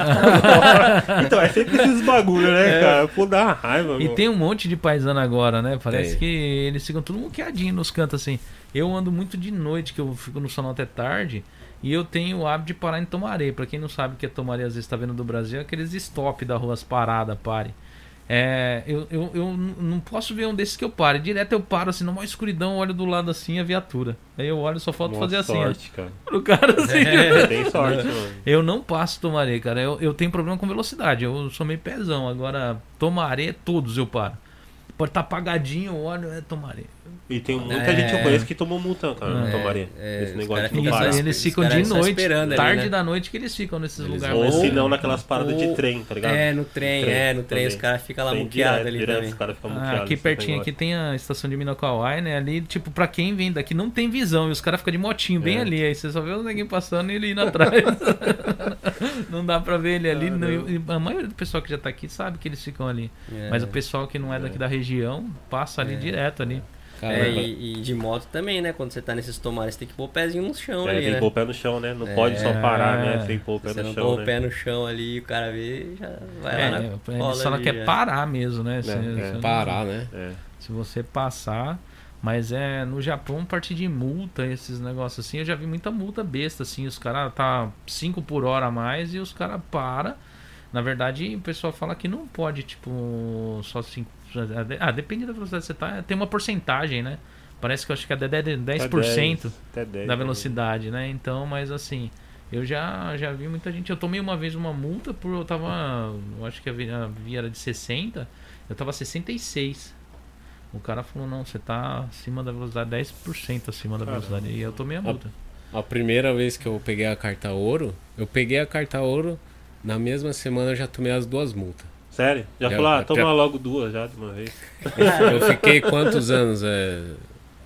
[SPEAKER 1] então, é sempre esses bagulho, né,
[SPEAKER 4] É.
[SPEAKER 1] cara? Pô, dá uma raiva,
[SPEAKER 2] E
[SPEAKER 1] meu.
[SPEAKER 2] tem um monte de paisano agora, né? Parece
[SPEAKER 3] Tem.
[SPEAKER 2] que eles ficam tudo muqueadinho nos cantos assim. Eu ando muito de noite, que eu fico no salão até tarde. E eu tenho o hábito de parar em Tomaré. Pra quem não sabe o que é Tomaré, às vezes tá vendo do Brasil, é aqueles stop da ruas parada, pare. É, eu, eu, eu n- não posso ver um desses que eu pare. Direto eu paro assim, numa escuridão, olho do lado assim a viatura. Aí eu olho, só falta
[SPEAKER 1] Mó
[SPEAKER 2] fazer assim, ó,
[SPEAKER 1] sorte, cara.
[SPEAKER 2] pro cara assim.
[SPEAKER 1] Tem sorte, mano.
[SPEAKER 2] Eu não passo Tomaré, cara. Eu, eu tenho problema com velocidade. Eu sou meio pezão. Agora, Tomaré, todos eu paro. Pode estar apagadinho, eu olho, é Tomaré.
[SPEAKER 1] E tem muita
[SPEAKER 4] É.
[SPEAKER 1] gente que eu conheço que tomou multa, cara, não tomaria.
[SPEAKER 4] é,
[SPEAKER 1] Esse
[SPEAKER 4] os
[SPEAKER 1] negócio
[SPEAKER 4] cara
[SPEAKER 1] de não
[SPEAKER 4] fica
[SPEAKER 1] parar.
[SPEAKER 2] E
[SPEAKER 4] só-
[SPEAKER 2] eles
[SPEAKER 4] os
[SPEAKER 2] ficam
[SPEAKER 4] caras
[SPEAKER 2] de
[SPEAKER 4] só
[SPEAKER 2] noite,
[SPEAKER 4] esperando ali,
[SPEAKER 2] tarde
[SPEAKER 4] né?
[SPEAKER 2] da noite que eles ficam nesses
[SPEAKER 3] Eles
[SPEAKER 2] lugares.
[SPEAKER 1] Ou
[SPEAKER 2] mais-
[SPEAKER 1] se não, naquelas paradas de
[SPEAKER 4] Ou-
[SPEAKER 1] trem, tá ligado?
[SPEAKER 4] É, no trem,
[SPEAKER 1] Trem
[SPEAKER 4] é, no trem os
[SPEAKER 1] também.
[SPEAKER 4] caras ficam lá
[SPEAKER 1] Tem
[SPEAKER 4] muqueado
[SPEAKER 1] direto,
[SPEAKER 4] ali
[SPEAKER 1] direto,
[SPEAKER 4] também.
[SPEAKER 1] Os caras ficam
[SPEAKER 2] Ah,
[SPEAKER 1] muqueados.
[SPEAKER 2] aqui
[SPEAKER 1] esse
[SPEAKER 2] pertinho aqui
[SPEAKER 1] negócio.
[SPEAKER 2] tem a estação de Minokawai, né? Ali, tipo, pra quem vem daqui não tem visão. E os caras ficam de motinho bem
[SPEAKER 1] É.
[SPEAKER 2] ali. Aí você só vê o neguinho passando e ele indo atrás. não dá pra ver ele ali. não- e a maioria do pessoal que já tá aqui sabe que eles ficam ali.
[SPEAKER 4] É.
[SPEAKER 2] Mas o pessoal que não é daqui da região passa ali direto ali.
[SPEAKER 3] Caramba.
[SPEAKER 4] É, e, e de moto também, né? Quando você tá nesses tomares, você tem que pôr o pezinho no chão
[SPEAKER 1] É,
[SPEAKER 4] ali,
[SPEAKER 1] tem
[SPEAKER 4] né?
[SPEAKER 1] que pôr o pé no chão, né? Não pode só
[SPEAKER 2] É.
[SPEAKER 1] parar, né? Tem que pôr o pé
[SPEAKER 4] Você
[SPEAKER 1] no
[SPEAKER 4] não é pôr
[SPEAKER 1] chão,
[SPEAKER 4] o pé
[SPEAKER 1] né?
[SPEAKER 4] no chão ali, o cara vê já vai
[SPEAKER 2] É,
[SPEAKER 4] lá na
[SPEAKER 2] ele
[SPEAKER 4] cola
[SPEAKER 2] só
[SPEAKER 4] ali, é.
[SPEAKER 2] quer
[SPEAKER 4] já.
[SPEAKER 2] parar mesmo, né? Se,
[SPEAKER 1] é.
[SPEAKER 2] se-
[SPEAKER 3] Parar, né?
[SPEAKER 1] É.
[SPEAKER 2] se você passar. Mas é, no Japão, a partir de multa, esses negócios assim, eu já vi muita multa besta, assim, os caras tá 5 por hora a mais e os caras para. Na verdade, o pessoal fala que não pode, tipo, só 5. Ah, depende da velocidade que você tá, tem uma porcentagem, né? Parece que eu acho que é 10%.
[SPEAKER 1] Até
[SPEAKER 2] 10%.
[SPEAKER 1] até 10,
[SPEAKER 2] da
[SPEAKER 1] né?
[SPEAKER 2] velocidade, né? Então, mas assim, eu já, já vi muita gente. Eu tomei uma vez uma multa por eu tava. Eu acho que a vi- a via, era de 60, eu tava 66. O cara falou: não, você tá acima da velocidade, 10% acima da velocidade. E eu tomei a multa.
[SPEAKER 3] A primeira vez que eu peguei a carta ouro, eu peguei a carta ouro, na mesma semana eu já tomei as duas multas.
[SPEAKER 1] Sério? Já
[SPEAKER 3] Já-
[SPEAKER 1] falou, ah,
[SPEAKER 3] já-
[SPEAKER 1] toma logo duas já de uma vez.
[SPEAKER 3] Eu fiquei quantos anos? É,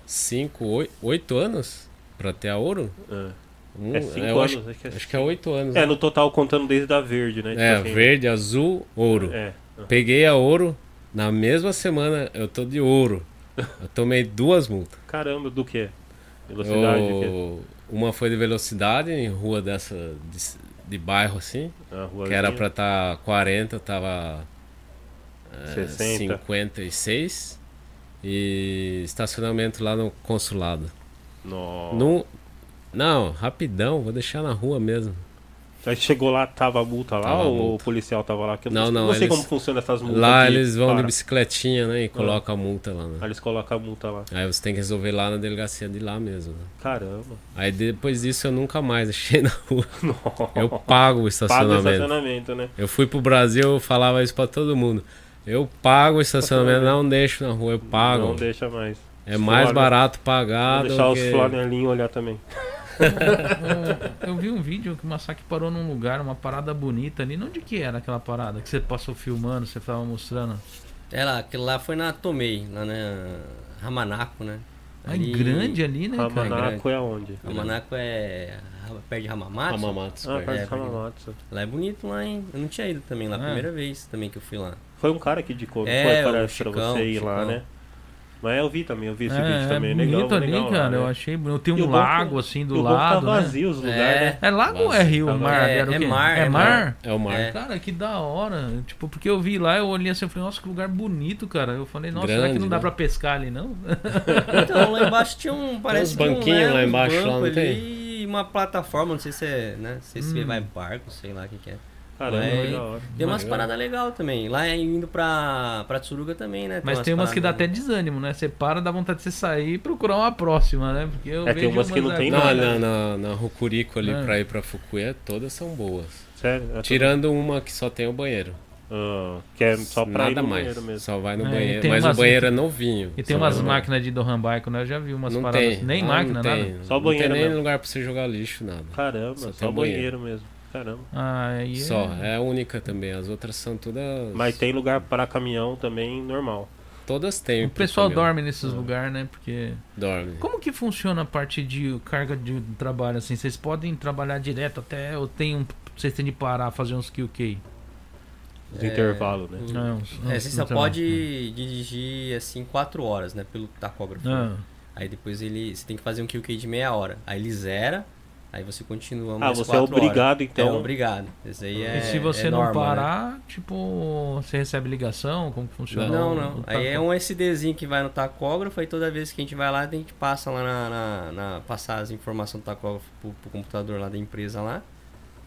[SPEAKER 3] cinco, oi- oito anos pra ter a ouro?
[SPEAKER 1] É.
[SPEAKER 3] Um,
[SPEAKER 1] É cinco
[SPEAKER 3] eu acho,
[SPEAKER 1] anos, acho que é
[SPEAKER 3] acho que é oito anos.
[SPEAKER 1] É,
[SPEAKER 3] né?
[SPEAKER 1] no total contando desde a verde, né?
[SPEAKER 3] É,
[SPEAKER 1] Tipo assim,
[SPEAKER 3] verde, azul, ouro.
[SPEAKER 1] É.
[SPEAKER 3] Peguei a ouro, na mesma semana eu tô de ouro. Eu tomei duas multas.
[SPEAKER 1] Caramba, do quê? Velocidade, o quê?
[SPEAKER 3] Eu- Uma foi de velocidade em rua dessa de, de bairro assim,
[SPEAKER 1] Na rua
[SPEAKER 3] que era pra estar 40, tava é,
[SPEAKER 1] 60.
[SPEAKER 3] 56 e estacionamento lá no consulado.
[SPEAKER 1] Nossa.
[SPEAKER 3] No- não, rapidão, vou deixar na rua mesmo.
[SPEAKER 1] Aí chegou lá, tava a multa lá
[SPEAKER 3] Tava a
[SPEAKER 1] ou
[SPEAKER 3] multa.
[SPEAKER 1] o policial tava lá? Que eu
[SPEAKER 3] Não,
[SPEAKER 1] sei-
[SPEAKER 3] não,
[SPEAKER 1] sei
[SPEAKER 3] eles-
[SPEAKER 1] como funciona essas multas.
[SPEAKER 3] Lá
[SPEAKER 1] que
[SPEAKER 3] eles vão de
[SPEAKER 1] para.
[SPEAKER 3] bicicletinha, né, e colocam a multa lá, né?
[SPEAKER 1] Aí eles colocam a multa lá.
[SPEAKER 3] Aí você tem que resolver lá na delegacia de lá mesmo. né?
[SPEAKER 1] Caramba.
[SPEAKER 3] Aí depois disso eu nunca mais achei na rua. Eu
[SPEAKER 1] Nossa.
[SPEAKER 3] pago o
[SPEAKER 1] Paga o
[SPEAKER 3] estacionamento.
[SPEAKER 1] estacionamento, né?
[SPEAKER 3] Eu fui pro Brasil, eu falava isso pra todo mundo. Eu pago o estacionamento, não deixo na rua, eu pago.
[SPEAKER 1] Não deixa mais.
[SPEAKER 3] É mais
[SPEAKER 1] Flor-
[SPEAKER 3] barato
[SPEAKER 1] Vou
[SPEAKER 3] pagar do
[SPEAKER 1] deixar os
[SPEAKER 3] que-
[SPEAKER 1] flanelinhos olhar também.
[SPEAKER 2] Eu, eu vi um vídeo que o Masaki parou num lugar, uma parada bonita ali. Onde que era aquela parada que você passou filmando, você tava mostrando?
[SPEAKER 4] É lá, aquilo lá foi na Tomei, lá na Ramanaco, né?
[SPEAKER 2] Ali... É Ah, grande ali, né, cara?
[SPEAKER 1] Ramanaco é aonde?
[SPEAKER 4] Ramanaco é ra- perto de Hamamatsu.
[SPEAKER 3] Hamamatsu,
[SPEAKER 1] Ah,
[SPEAKER 3] cara.
[SPEAKER 1] perto de
[SPEAKER 4] É,
[SPEAKER 1] Hamamatsu.
[SPEAKER 4] Lá é bonito lá, hein? Eu não tinha ido também lá, a
[SPEAKER 2] Ah.
[SPEAKER 4] primeira vez também que eu fui lá.
[SPEAKER 1] Foi um cara que indicou, não
[SPEAKER 4] É,
[SPEAKER 1] foi
[SPEAKER 4] o
[SPEAKER 1] para pra
[SPEAKER 4] Chicão,
[SPEAKER 1] você ir lá,
[SPEAKER 4] Chicão.
[SPEAKER 1] né? Mas eu vi também, eu vi esse
[SPEAKER 2] é,
[SPEAKER 1] vídeo também.
[SPEAKER 2] é
[SPEAKER 1] legal,
[SPEAKER 2] bonito ali,
[SPEAKER 1] legal lá,
[SPEAKER 2] cara.
[SPEAKER 1] né?
[SPEAKER 2] Eu achei. Eu tenho
[SPEAKER 1] E o
[SPEAKER 2] um
[SPEAKER 1] bom que-
[SPEAKER 2] lago assim
[SPEAKER 1] E
[SPEAKER 2] do
[SPEAKER 1] o povo
[SPEAKER 2] lado.
[SPEAKER 1] Tá
[SPEAKER 2] né?
[SPEAKER 1] vazio os lugares,
[SPEAKER 4] É.
[SPEAKER 1] né?
[SPEAKER 2] É lago ou é
[SPEAKER 3] Vazio,
[SPEAKER 2] rio?
[SPEAKER 3] tá
[SPEAKER 2] mar?
[SPEAKER 4] vazio.
[SPEAKER 2] Era o
[SPEAKER 4] É
[SPEAKER 2] quê?
[SPEAKER 4] mar,
[SPEAKER 2] É
[SPEAKER 4] é
[SPEAKER 2] mar?
[SPEAKER 3] É o mar.
[SPEAKER 4] É.
[SPEAKER 2] Cara, que da hora. Tipo, porque eu vi lá, eu olhei assim e falei, nossa, que lugar bonito, cara. Eu falei, nossa, será que
[SPEAKER 3] Grande,
[SPEAKER 2] não dá
[SPEAKER 3] né?
[SPEAKER 2] pra pescar ali, não?
[SPEAKER 4] Então, lá embaixo tinha um. Parece que um,
[SPEAKER 3] banquinhos
[SPEAKER 4] né,
[SPEAKER 3] lá
[SPEAKER 4] um
[SPEAKER 3] embaixo, lá,
[SPEAKER 4] banco
[SPEAKER 3] não tem?
[SPEAKER 4] ali E uma plataforma, não sei se é. Né, não sei se
[SPEAKER 2] Hum.
[SPEAKER 4] vai barco, sei lá o que, que é.
[SPEAKER 1] Caramba,
[SPEAKER 4] Mas-
[SPEAKER 1] foi da hora.
[SPEAKER 4] Tem umas
[SPEAKER 3] Legal.
[SPEAKER 4] paradas legais também. Lá é indo pra, pra Tsuruga também, né?
[SPEAKER 2] Mas tem umas que dá
[SPEAKER 4] paradas-
[SPEAKER 2] até desânimo, né? Você para, dá vontade de você sair e procurar uma próxima, né? Porque eu
[SPEAKER 1] É, tem
[SPEAKER 2] vejo
[SPEAKER 1] umas que não tem né?
[SPEAKER 2] agora-
[SPEAKER 3] Na, na, na, na Hokuriku ali
[SPEAKER 2] É.
[SPEAKER 3] pra ir pra Fukuya, todas são boas.
[SPEAKER 1] Sério? é tudo-
[SPEAKER 3] Tirando uma que só tem o banheiro.
[SPEAKER 1] Ah, que é só pra ir
[SPEAKER 3] Nada
[SPEAKER 1] no
[SPEAKER 3] mais.
[SPEAKER 1] banheiro mesmo.
[SPEAKER 3] Só vai no
[SPEAKER 2] É, e
[SPEAKER 3] banheiro.
[SPEAKER 2] tem
[SPEAKER 3] Mas o
[SPEAKER 2] umas-
[SPEAKER 3] banheiro é novinho.
[SPEAKER 2] E tem
[SPEAKER 3] Só
[SPEAKER 2] umas
[SPEAKER 3] vai no-
[SPEAKER 2] máquinas de Dohan Bike, né? Eu já vi umas
[SPEAKER 3] Não
[SPEAKER 2] paradas.
[SPEAKER 3] tem.
[SPEAKER 2] Nem
[SPEAKER 3] Ah,
[SPEAKER 2] máquina,
[SPEAKER 3] não
[SPEAKER 2] nada.
[SPEAKER 3] Tem.
[SPEAKER 1] Só
[SPEAKER 3] não
[SPEAKER 1] banheiro
[SPEAKER 3] tem nem
[SPEAKER 1] mesmo.
[SPEAKER 3] lugar pra você jogar lixo, nada.
[SPEAKER 1] Caramba, só,
[SPEAKER 3] Só tem banheiro.
[SPEAKER 1] banheiro mesmo. Caramba.
[SPEAKER 2] Ah, e é-
[SPEAKER 3] Só, é a única também. As outras são todas.
[SPEAKER 1] Mas tem lugar pra caminhão também normal.
[SPEAKER 3] Todas têm.
[SPEAKER 2] O
[SPEAKER 3] pro
[SPEAKER 2] pessoal
[SPEAKER 3] caminhão.
[SPEAKER 2] dorme nesses lugares, né? Porque.
[SPEAKER 3] Dorme.
[SPEAKER 2] Como que funciona a parte de carga de trabalho assim? Vocês podem trabalhar direto até ou tem um vocês têm de parar, fazer uns QK?
[SPEAKER 1] Os
[SPEAKER 4] É.
[SPEAKER 1] intervalos, né?
[SPEAKER 2] Não,
[SPEAKER 4] É, você só pode dirigir assim 4 horas, né? Pelo tacógrafo.
[SPEAKER 2] Ah,
[SPEAKER 4] Aí depois ele. Você tem que fazer um QK de meia hora. Aí ele zera, aí você continua
[SPEAKER 1] Ah,
[SPEAKER 4] mais
[SPEAKER 1] você é
[SPEAKER 4] quatro horas.
[SPEAKER 1] obrigado,
[SPEAKER 4] É
[SPEAKER 1] então.
[SPEAKER 4] obrigado. Esse aí é,
[SPEAKER 2] e se você
[SPEAKER 4] é
[SPEAKER 2] não
[SPEAKER 4] norma, né?
[SPEAKER 2] parar, tipo, você recebe ligação? Como que funciona? tá
[SPEAKER 4] Não,
[SPEAKER 2] o-
[SPEAKER 4] não.
[SPEAKER 2] o
[SPEAKER 4] Aí é
[SPEAKER 2] taco?
[SPEAKER 4] um SDzinho que vai no tacógrafo, aí toda vez que a gente vai lá, a gente passa lá na. na- na- passar as informações do tacógrafo pro, pro computador lá da empresa lá.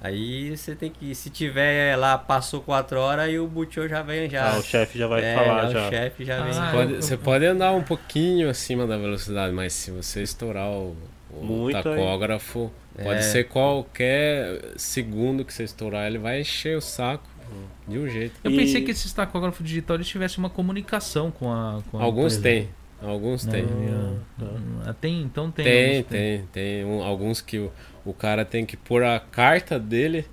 [SPEAKER 4] Aí você tem que. Se tiver lá, passou 4 horas, aí o butiô já vem já.
[SPEAKER 1] Ah, o chefe já vai
[SPEAKER 4] é,
[SPEAKER 1] falar
[SPEAKER 4] o
[SPEAKER 1] já.
[SPEAKER 4] chefe já vem.
[SPEAKER 2] Ah,
[SPEAKER 3] Pode-
[SPEAKER 2] eu-
[SPEAKER 3] você
[SPEAKER 2] eu-
[SPEAKER 3] pode andar um pouquinho acima da velocidade, mas se você estourar o, o
[SPEAKER 1] Muito aí.
[SPEAKER 3] tacógrafo,
[SPEAKER 4] É.
[SPEAKER 3] pode ser qualquer segundo que você estourar, ele vai encher o saco de um jeito.
[SPEAKER 2] Eu
[SPEAKER 1] E-
[SPEAKER 2] pensei que esses tacógrafos digitais tivessem uma comunicação com a. Com a
[SPEAKER 3] Alguns
[SPEAKER 2] empresa. É,
[SPEAKER 3] têm, alguns têm.
[SPEAKER 2] Ah, ah, tem, então tem.
[SPEAKER 3] Tem,
[SPEAKER 2] alguns
[SPEAKER 3] tem, tem. Um- alguns que o, o cara tem que pôr a carta dele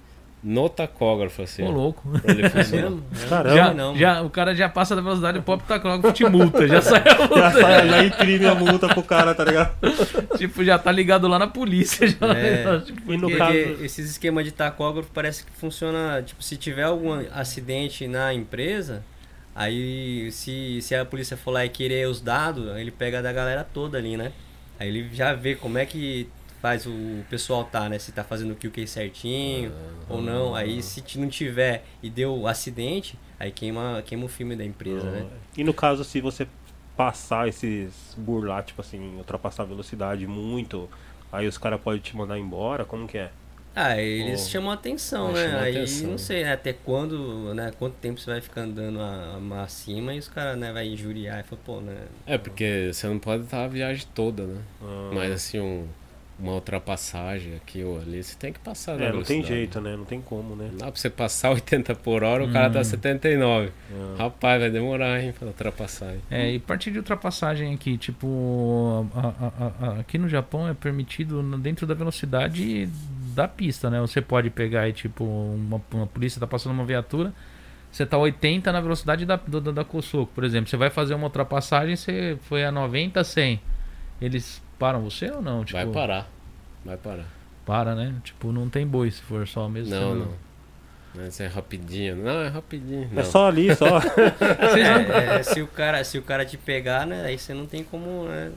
[SPEAKER 3] no tacógrafo, assim.
[SPEAKER 2] Ô, louco. É
[SPEAKER 3] pra ele funcionar.
[SPEAKER 1] Caramba.
[SPEAKER 2] Já,
[SPEAKER 4] não.
[SPEAKER 2] já, o cara já passa da velocidade, o próprio tacógrafo te multa, já sai a
[SPEAKER 1] Já
[SPEAKER 2] multa.
[SPEAKER 1] sai, já imprime a multa pro cara, tá ligado?
[SPEAKER 2] Tipo, já tá ligado lá na polícia. Já,
[SPEAKER 4] É.
[SPEAKER 2] Tipo,
[SPEAKER 1] E no
[SPEAKER 4] Porque
[SPEAKER 1] caso.
[SPEAKER 4] esses esquemas de tacógrafo parece que funciona, tipo, se tiver algum acidente na empresa, aí se, se a polícia for lá e querer os dados, aí ele pega da galera toda ali, né? Aí ele já vê como é que faz o pessoal tá, né? Se tá fazendo o QK certinho
[SPEAKER 1] Ah.
[SPEAKER 4] ou não. Aí se ti- não tiver e deu acidente, aí queima, queima o filme da empresa, né?
[SPEAKER 1] E no caso, se você passar esses burlar, tipo assim, ultrapassar a velocidade muito, aí os caras podem te mandar embora, como que é?
[SPEAKER 4] Ah, eles
[SPEAKER 1] Oh.
[SPEAKER 4] chamam atenção,
[SPEAKER 3] Ah,
[SPEAKER 4] né?
[SPEAKER 3] chamou
[SPEAKER 4] aí
[SPEAKER 3] atenção.
[SPEAKER 4] não sei né, até quando, né? Quanto tempo você vai ficar andando a- a- acima e os caras né, vai injuriar e falar, pô, né?
[SPEAKER 3] É, porque você não pode estar a viagem toda, né?
[SPEAKER 1] Ah,
[SPEAKER 3] Mas assim, um- uma ultrapassagem aqui ou ali, você tem que passar da
[SPEAKER 1] é, não tem
[SPEAKER 3] velocidade.
[SPEAKER 1] jeito, né? Não tem como, né?
[SPEAKER 3] Não dá pra você passar 80 por hora, o
[SPEAKER 1] Uhum.
[SPEAKER 3] cara tá 79.
[SPEAKER 1] Ah.
[SPEAKER 3] Rapaz, vai demorar, hein, pra ultrapassar. Hein?
[SPEAKER 2] É, e partir de ultrapassagem aqui, tipo, a- a- a- a- aqui no Japão é permitido no- dentro da velocidade da pista, né? Você pode pegar e, tipo, uma, uma polícia tá passando uma viatura, você tá 80 na velocidade da, do- da, da Kosoko, por exemplo. Você vai fazer uma ultrapassagem, você foi a 90, 100. Eles param você ou não? Tipo,
[SPEAKER 3] Vai parar. Vai parar.
[SPEAKER 2] Para, né? Tipo, não tem boi se for só mesmo.
[SPEAKER 3] Não,
[SPEAKER 2] sendo-
[SPEAKER 3] não. Não, Isso é rapidinho. Não, é rapidinho. Não.
[SPEAKER 1] É só ali, só.
[SPEAKER 2] Vocês não-
[SPEAKER 4] É, é, se, o cara, se o cara te pegar, né? Aí você não tem como, né?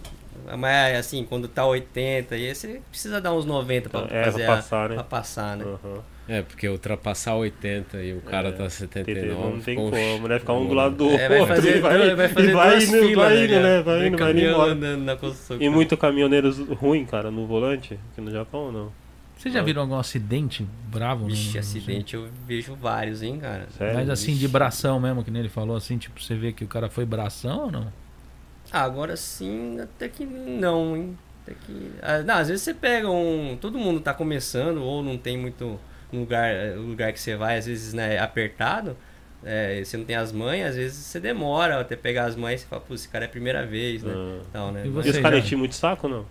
[SPEAKER 4] Mas assim, quando tá 80, aí você precisa dar uns 90 pra,
[SPEAKER 1] É,
[SPEAKER 4] fazer
[SPEAKER 1] pra
[SPEAKER 4] a-
[SPEAKER 1] passar, né?
[SPEAKER 4] pra passar, né?
[SPEAKER 1] Aham.
[SPEAKER 3] É, porque ultrapassar 80 e o cara
[SPEAKER 1] É,
[SPEAKER 3] tá
[SPEAKER 1] Entendeu?
[SPEAKER 3] 79.
[SPEAKER 1] Não tem
[SPEAKER 3] poxa,
[SPEAKER 1] como, né? Ficar um do
[SPEAKER 3] não.
[SPEAKER 1] lado do outro.
[SPEAKER 4] É, vai fazer,
[SPEAKER 1] e vai,
[SPEAKER 4] vai, fazer
[SPEAKER 1] e vai
[SPEAKER 4] duas
[SPEAKER 1] indo,
[SPEAKER 4] filas,
[SPEAKER 1] vai indo,
[SPEAKER 4] cara?
[SPEAKER 1] né? Vai
[SPEAKER 4] Vem
[SPEAKER 1] indo, vai indo
[SPEAKER 4] caminhão
[SPEAKER 1] embora.
[SPEAKER 4] andando na construção.
[SPEAKER 1] E muito caminhoneiros ruim, cara, no volante, aqui no Japão, não.
[SPEAKER 2] Vocês já viram algum acidente bravo? no-
[SPEAKER 4] Vixe,
[SPEAKER 2] no-
[SPEAKER 4] acidente eu vejo vários, hein, cara?
[SPEAKER 1] Sério.
[SPEAKER 2] Mas assim, de bração mesmo, que nem ele falou, assim, tipo, você vê que o cara foi bração ou não?
[SPEAKER 4] Ah, agora sim, até que não, hein? Até que... ah, não, às vezes você pega um. Todo mundo tá começando, ou não tem muito lugar, eh, o lugar que você vai, às vezes, né, apertado. eh, você não tem as manhas, às vezes você demora até pegar as manhas e fala, pô, esse cara é a primeira vez, né?
[SPEAKER 1] Ah.
[SPEAKER 4] Tal, né?
[SPEAKER 2] E
[SPEAKER 1] E
[SPEAKER 4] Mas-
[SPEAKER 1] os
[SPEAKER 2] Você
[SPEAKER 1] caras
[SPEAKER 2] já-
[SPEAKER 1] enchem muito saco, não?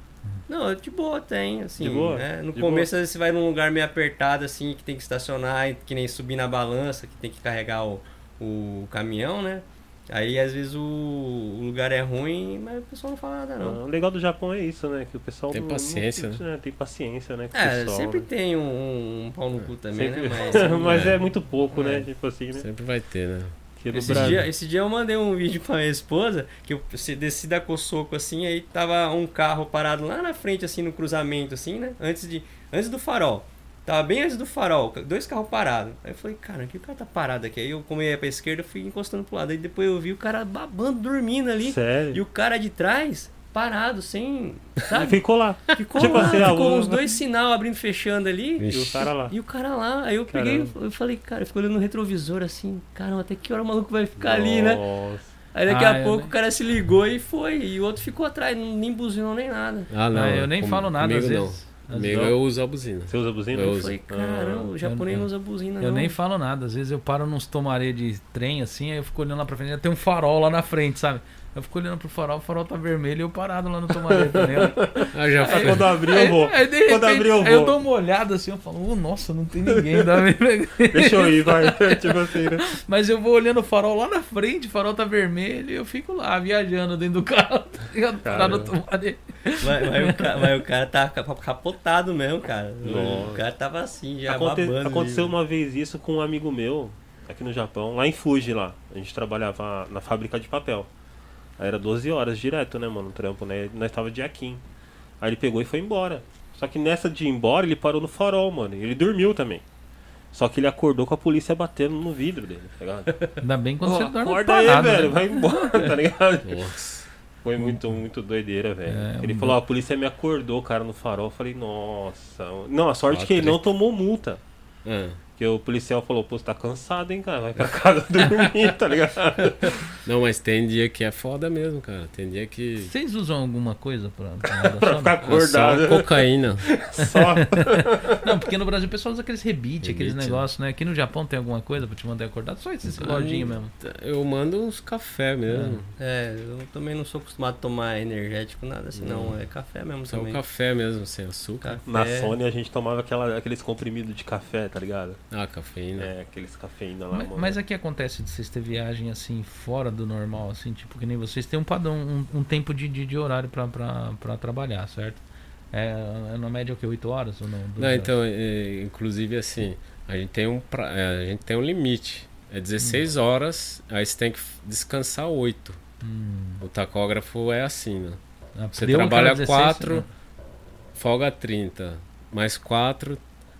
[SPEAKER 4] Não, de boa tem, assim.
[SPEAKER 1] De boa?
[SPEAKER 4] né? No
[SPEAKER 1] De
[SPEAKER 4] começo, às vezes, você vai num lugar meio apertado, assim, que tem que estacionar, que nem subir na balança, que tem que carregar o, o caminhão, né? Aí, às vezes, o, o lugar é ruim, mas o pessoal não fala nada, não.
[SPEAKER 1] Ah, O legal do Japão é isso, né? Que o pessoal
[SPEAKER 3] Tem
[SPEAKER 1] não-
[SPEAKER 3] paciência,
[SPEAKER 1] não, né? Tem paciência, né? com o
[SPEAKER 4] É,
[SPEAKER 1] pessoal,
[SPEAKER 4] sempre
[SPEAKER 1] né?
[SPEAKER 4] tem um, um pau no cu também,
[SPEAKER 1] Sempre-
[SPEAKER 4] né?
[SPEAKER 1] Mas,
[SPEAKER 4] Mas,
[SPEAKER 1] é muito pouco, né? Tipo assim, né?
[SPEAKER 3] Sempre vai ter, né?
[SPEAKER 1] Que no
[SPEAKER 4] Esse
[SPEAKER 1] Brasil-
[SPEAKER 4] dia, esse dia eu mandei um vídeo pra minha esposa que eu se- desci da Coçoco assim, aí tava um carro parado lá na frente, assim, no cruzamento, assim, né? Antes, de, antes do farol. Tava bem antes do farol, ca- dois carros parados. Aí eu falei, cara, que o cara tá parado aqui? Aí eu, como eu ia pra esquerda, eu fui encostando pro lado. Aí depois eu vi o cara babando, dormindo ali.
[SPEAKER 1] Sério?
[SPEAKER 4] E o cara de trás, parado, sem.
[SPEAKER 1] E ficou lá.
[SPEAKER 4] Ficou
[SPEAKER 1] Tipo
[SPEAKER 4] lá,
[SPEAKER 1] assim, ah,
[SPEAKER 4] ficou
[SPEAKER 1] vou-
[SPEAKER 4] uns dois sinal abrindo e fechando ali.
[SPEAKER 1] E o cara lá.
[SPEAKER 4] E o cara lá, aí eu peguei,
[SPEAKER 1] Caramba.
[SPEAKER 4] eu falei, cara, eu fico olhando no retrovisor assim, caramba, até que hora o maluco vai ficar ali, né?
[SPEAKER 1] Nossa.
[SPEAKER 4] Aí daqui a
[SPEAKER 2] Ah, eu
[SPEAKER 4] pouco
[SPEAKER 2] nem-
[SPEAKER 4] o cara se ligou e foi, e o outro ficou atrás, não- nem buzinou nem nada.
[SPEAKER 3] Ah, não.
[SPEAKER 2] Ah,
[SPEAKER 1] é
[SPEAKER 2] eu nem
[SPEAKER 3] com-
[SPEAKER 2] falo nada
[SPEAKER 3] comigo
[SPEAKER 2] às
[SPEAKER 3] não.
[SPEAKER 2] vezes. Às
[SPEAKER 3] Comigo
[SPEAKER 1] vezes-
[SPEAKER 3] eu uso a buzina.
[SPEAKER 1] Você usa buzina?
[SPEAKER 3] Eu
[SPEAKER 4] Eu
[SPEAKER 3] uso.
[SPEAKER 4] falei, caramba, o japonês não usa buzina,
[SPEAKER 2] Eu
[SPEAKER 4] não.
[SPEAKER 2] nem falo nada, às vezes eu paro nos tomaré de trem assim, aí eu fico olhando lá pra frente, tem um farol lá na frente, sabe? Eu fico olhando pro farol, o farol tá vermelho e eu parado lá no tomaré também. ó.
[SPEAKER 3] Ah, já
[SPEAKER 1] Ah,
[SPEAKER 3] falei.
[SPEAKER 1] Quando abrir
[SPEAKER 4] É.
[SPEAKER 1] eu vou.
[SPEAKER 2] Aí, de
[SPEAKER 1] Quando
[SPEAKER 2] repente,
[SPEAKER 1] abrir eu
[SPEAKER 2] aí eu
[SPEAKER 1] vou.
[SPEAKER 2] dou uma olhada assim, eu falo, "Oh, nossa, não tem ninguém, tá vendo?
[SPEAKER 1] Deixa eu ir, vai. tipo assim, né?
[SPEAKER 2] Mas eu vou olhando o farol lá na frente, o farol tá vermelho, e eu fico lá viajando dentro do carro, tá ligado? Parado no tomaré.
[SPEAKER 4] Mas, mas o cara, mas o cara tava ca- capotado mesmo, cara.
[SPEAKER 1] Nossa.
[SPEAKER 4] O cara tava assim, já
[SPEAKER 1] Aconte-
[SPEAKER 4] babando.
[SPEAKER 1] aconteceu
[SPEAKER 4] ali.
[SPEAKER 1] uma vez isso com um amigo meu aqui no Japão, lá em Fuji lá. A gente trabalhava na fábrica de papel. Aí era 12 horas direto, né, mano, o trampo, né? Nós tava de Akin. Aí ele pegou e foi embora. Só que nessa de ir embora, ele parou no farol, mano. E ele dormiu também. Só que ele acordou com a polícia batendo no vidro dele, tá ligado?
[SPEAKER 2] Ainda bem quando
[SPEAKER 1] Pô,
[SPEAKER 2] você dorme
[SPEAKER 1] acorda aí,
[SPEAKER 2] parado,
[SPEAKER 1] velho,
[SPEAKER 2] né?
[SPEAKER 1] vai embora, tá ligado?
[SPEAKER 3] Nossa.
[SPEAKER 1] Foi muito, muito doideira, velho.
[SPEAKER 2] É,
[SPEAKER 1] ele
[SPEAKER 2] um-
[SPEAKER 1] falou, "Ó, a polícia me acordou, cara, no farol. Eu falei, nossa. Não, a sorte
[SPEAKER 3] Ó,
[SPEAKER 1] é que ele
[SPEAKER 3] treta.
[SPEAKER 1] não tomou multa.
[SPEAKER 3] Ah,
[SPEAKER 1] Porque o policial falou, pô, você tá cansado, hein, cara? Vai pra casa dormir, tá ligado?
[SPEAKER 3] Não, mas tem dia que é foda mesmo, cara. Tem dia que.
[SPEAKER 2] Vocês usam alguma coisa pra, pra,
[SPEAKER 1] pra ficar
[SPEAKER 3] é só
[SPEAKER 1] acordado.
[SPEAKER 3] cocaína.
[SPEAKER 1] Só.
[SPEAKER 2] Não, porque no Brasil o pessoal usa aqueles rebites, aqueles
[SPEAKER 3] Rebite,
[SPEAKER 2] negócios, né? Aqui no Japão tem alguma coisa pra te mandar acordar, só esses
[SPEAKER 3] Então,
[SPEAKER 2] reloginho mesmo.
[SPEAKER 3] Eu mando uns café mesmo.
[SPEAKER 4] É, eu também não sou acostumado a tomar energético, nada assim, não. É café mesmo
[SPEAKER 3] Só o
[SPEAKER 4] também.
[SPEAKER 3] um café mesmo, sem açúcar.
[SPEAKER 4] Café.
[SPEAKER 1] Na Sony a gente tomava aquela, aqueles comprimidos de café, tá ligado?
[SPEAKER 3] Ah, cafeína.
[SPEAKER 1] É, aqueles cafeína lá,
[SPEAKER 2] Mas,
[SPEAKER 1] mano.
[SPEAKER 2] mas é aqui acontece de vocês ter viagem assim, fora do normal, assim, tipo que nem vocês têm um padrão, um, um tempo de, de, de horário pra, pra, pra trabalhar, certo? É, é na média o que? 8 horas ou não? Doze
[SPEAKER 3] Não,
[SPEAKER 2] horas?
[SPEAKER 3] então, é, inclusive assim, a gente tem um, pra- é, a gente tem um limite. É 16
[SPEAKER 1] Hum.
[SPEAKER 3] horas, aí você tem que f- descansar 8.
[SPEAKER 2] Hum,
[SPEAKER 3] O tacógrafo é assim, né?
[SPEAKER 2] ah,
[SPEAKER 3] Você
[SPEAKER 2] deu, cara,
[SPEAKER 3] trabalha
[SPEAKER 2] 16,
[SPEAKER 3] 4,
[SPEAKER 2] né?
[SPEAKER 3] folga 30, mais 4,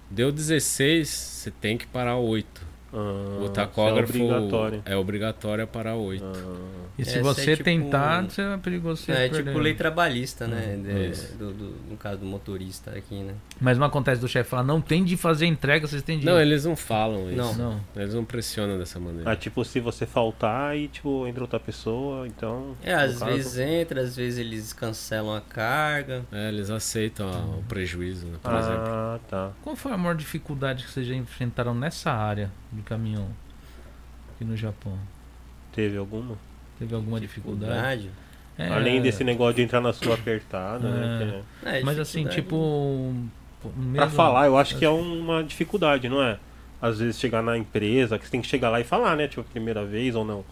[SPEAKER 3] deu 16, você tem que parar 8.
[SPEAKER 1] Ah,
[SPEAKER 3] o tacógrafo
[SPEAKER 1] isso é obrigatório.
[SPEAKER 3] é obrigatório a parar 8.
[SPEAKER 1] Ah,
[SPEAKER 2] E se
[SPEAKER 4] Essa é
[SPEAKER 2] você
[SPEAKER 4] tipo-
[SPEAKER 2] tentar, você é perigoso você
[SPEAKER 4] É
[SPEAKER 2] perder.
[SPEAKER 4] tipo lei trabalhista, né? de-
[SPEAKER 3] isso.
[SPEAKER 4] do- do- no caso do motorista aqui, né?
[SPEAKER 2] Mas não acontece do chefe falar, não tem de fazer entrega, vocês têm de.
[SPEAKER 3] Não, eles não falam isso.
[SPEAKER 4] Não.
[SPEAKER 2] Não.
[SPEAKER 3] Eles não pressionam dessa
[SPEAKER 1] Ah,
[SPEAKER 3] maneira.
[SPEAKER 1] tipo, se você faltar e, tipo, entra outra pessoa, então...
[SPEAKER 4] É,
[SPEAKER 1] no
[SPEAKER 4] às
[SPEAKER 1] caso-
[SPEAKER 4] vezes entra, às vezes eles cancelam a carga.
[SPEAKER 3] É, eles aceitam ó, o prejuízo, né? por exemplo.
[SPEAKER 1] Ah, tá.
[SPEAKER 2] Qual foi a maior dificuldade que vocês já enfrentaram nessa área de caminhão aqui no Japão?
[SPEAKER 1] Teve alguma?
[SPEAKER 2] Teve alguma dificuldade?
[SPEAKER 4] Dificuldade.
[SPEAKER 2] É,
[SPEAKER 1] Além desse negócio de entrar na sua apertada, né? que-
[SPEAKER 4] É,
[SPEAKER 2] Mas assim,
[SPEAKER 4] dificuldade.
[SPEAKER 2] tipo. um- Mesmo...
[SPEAKER 1] Pra falar, eu acho que é uma dificuldade, não é? Às vezes chegar na empresa, que você tem que chegar lá e falar, né? Tipo, a primeira vez ou não.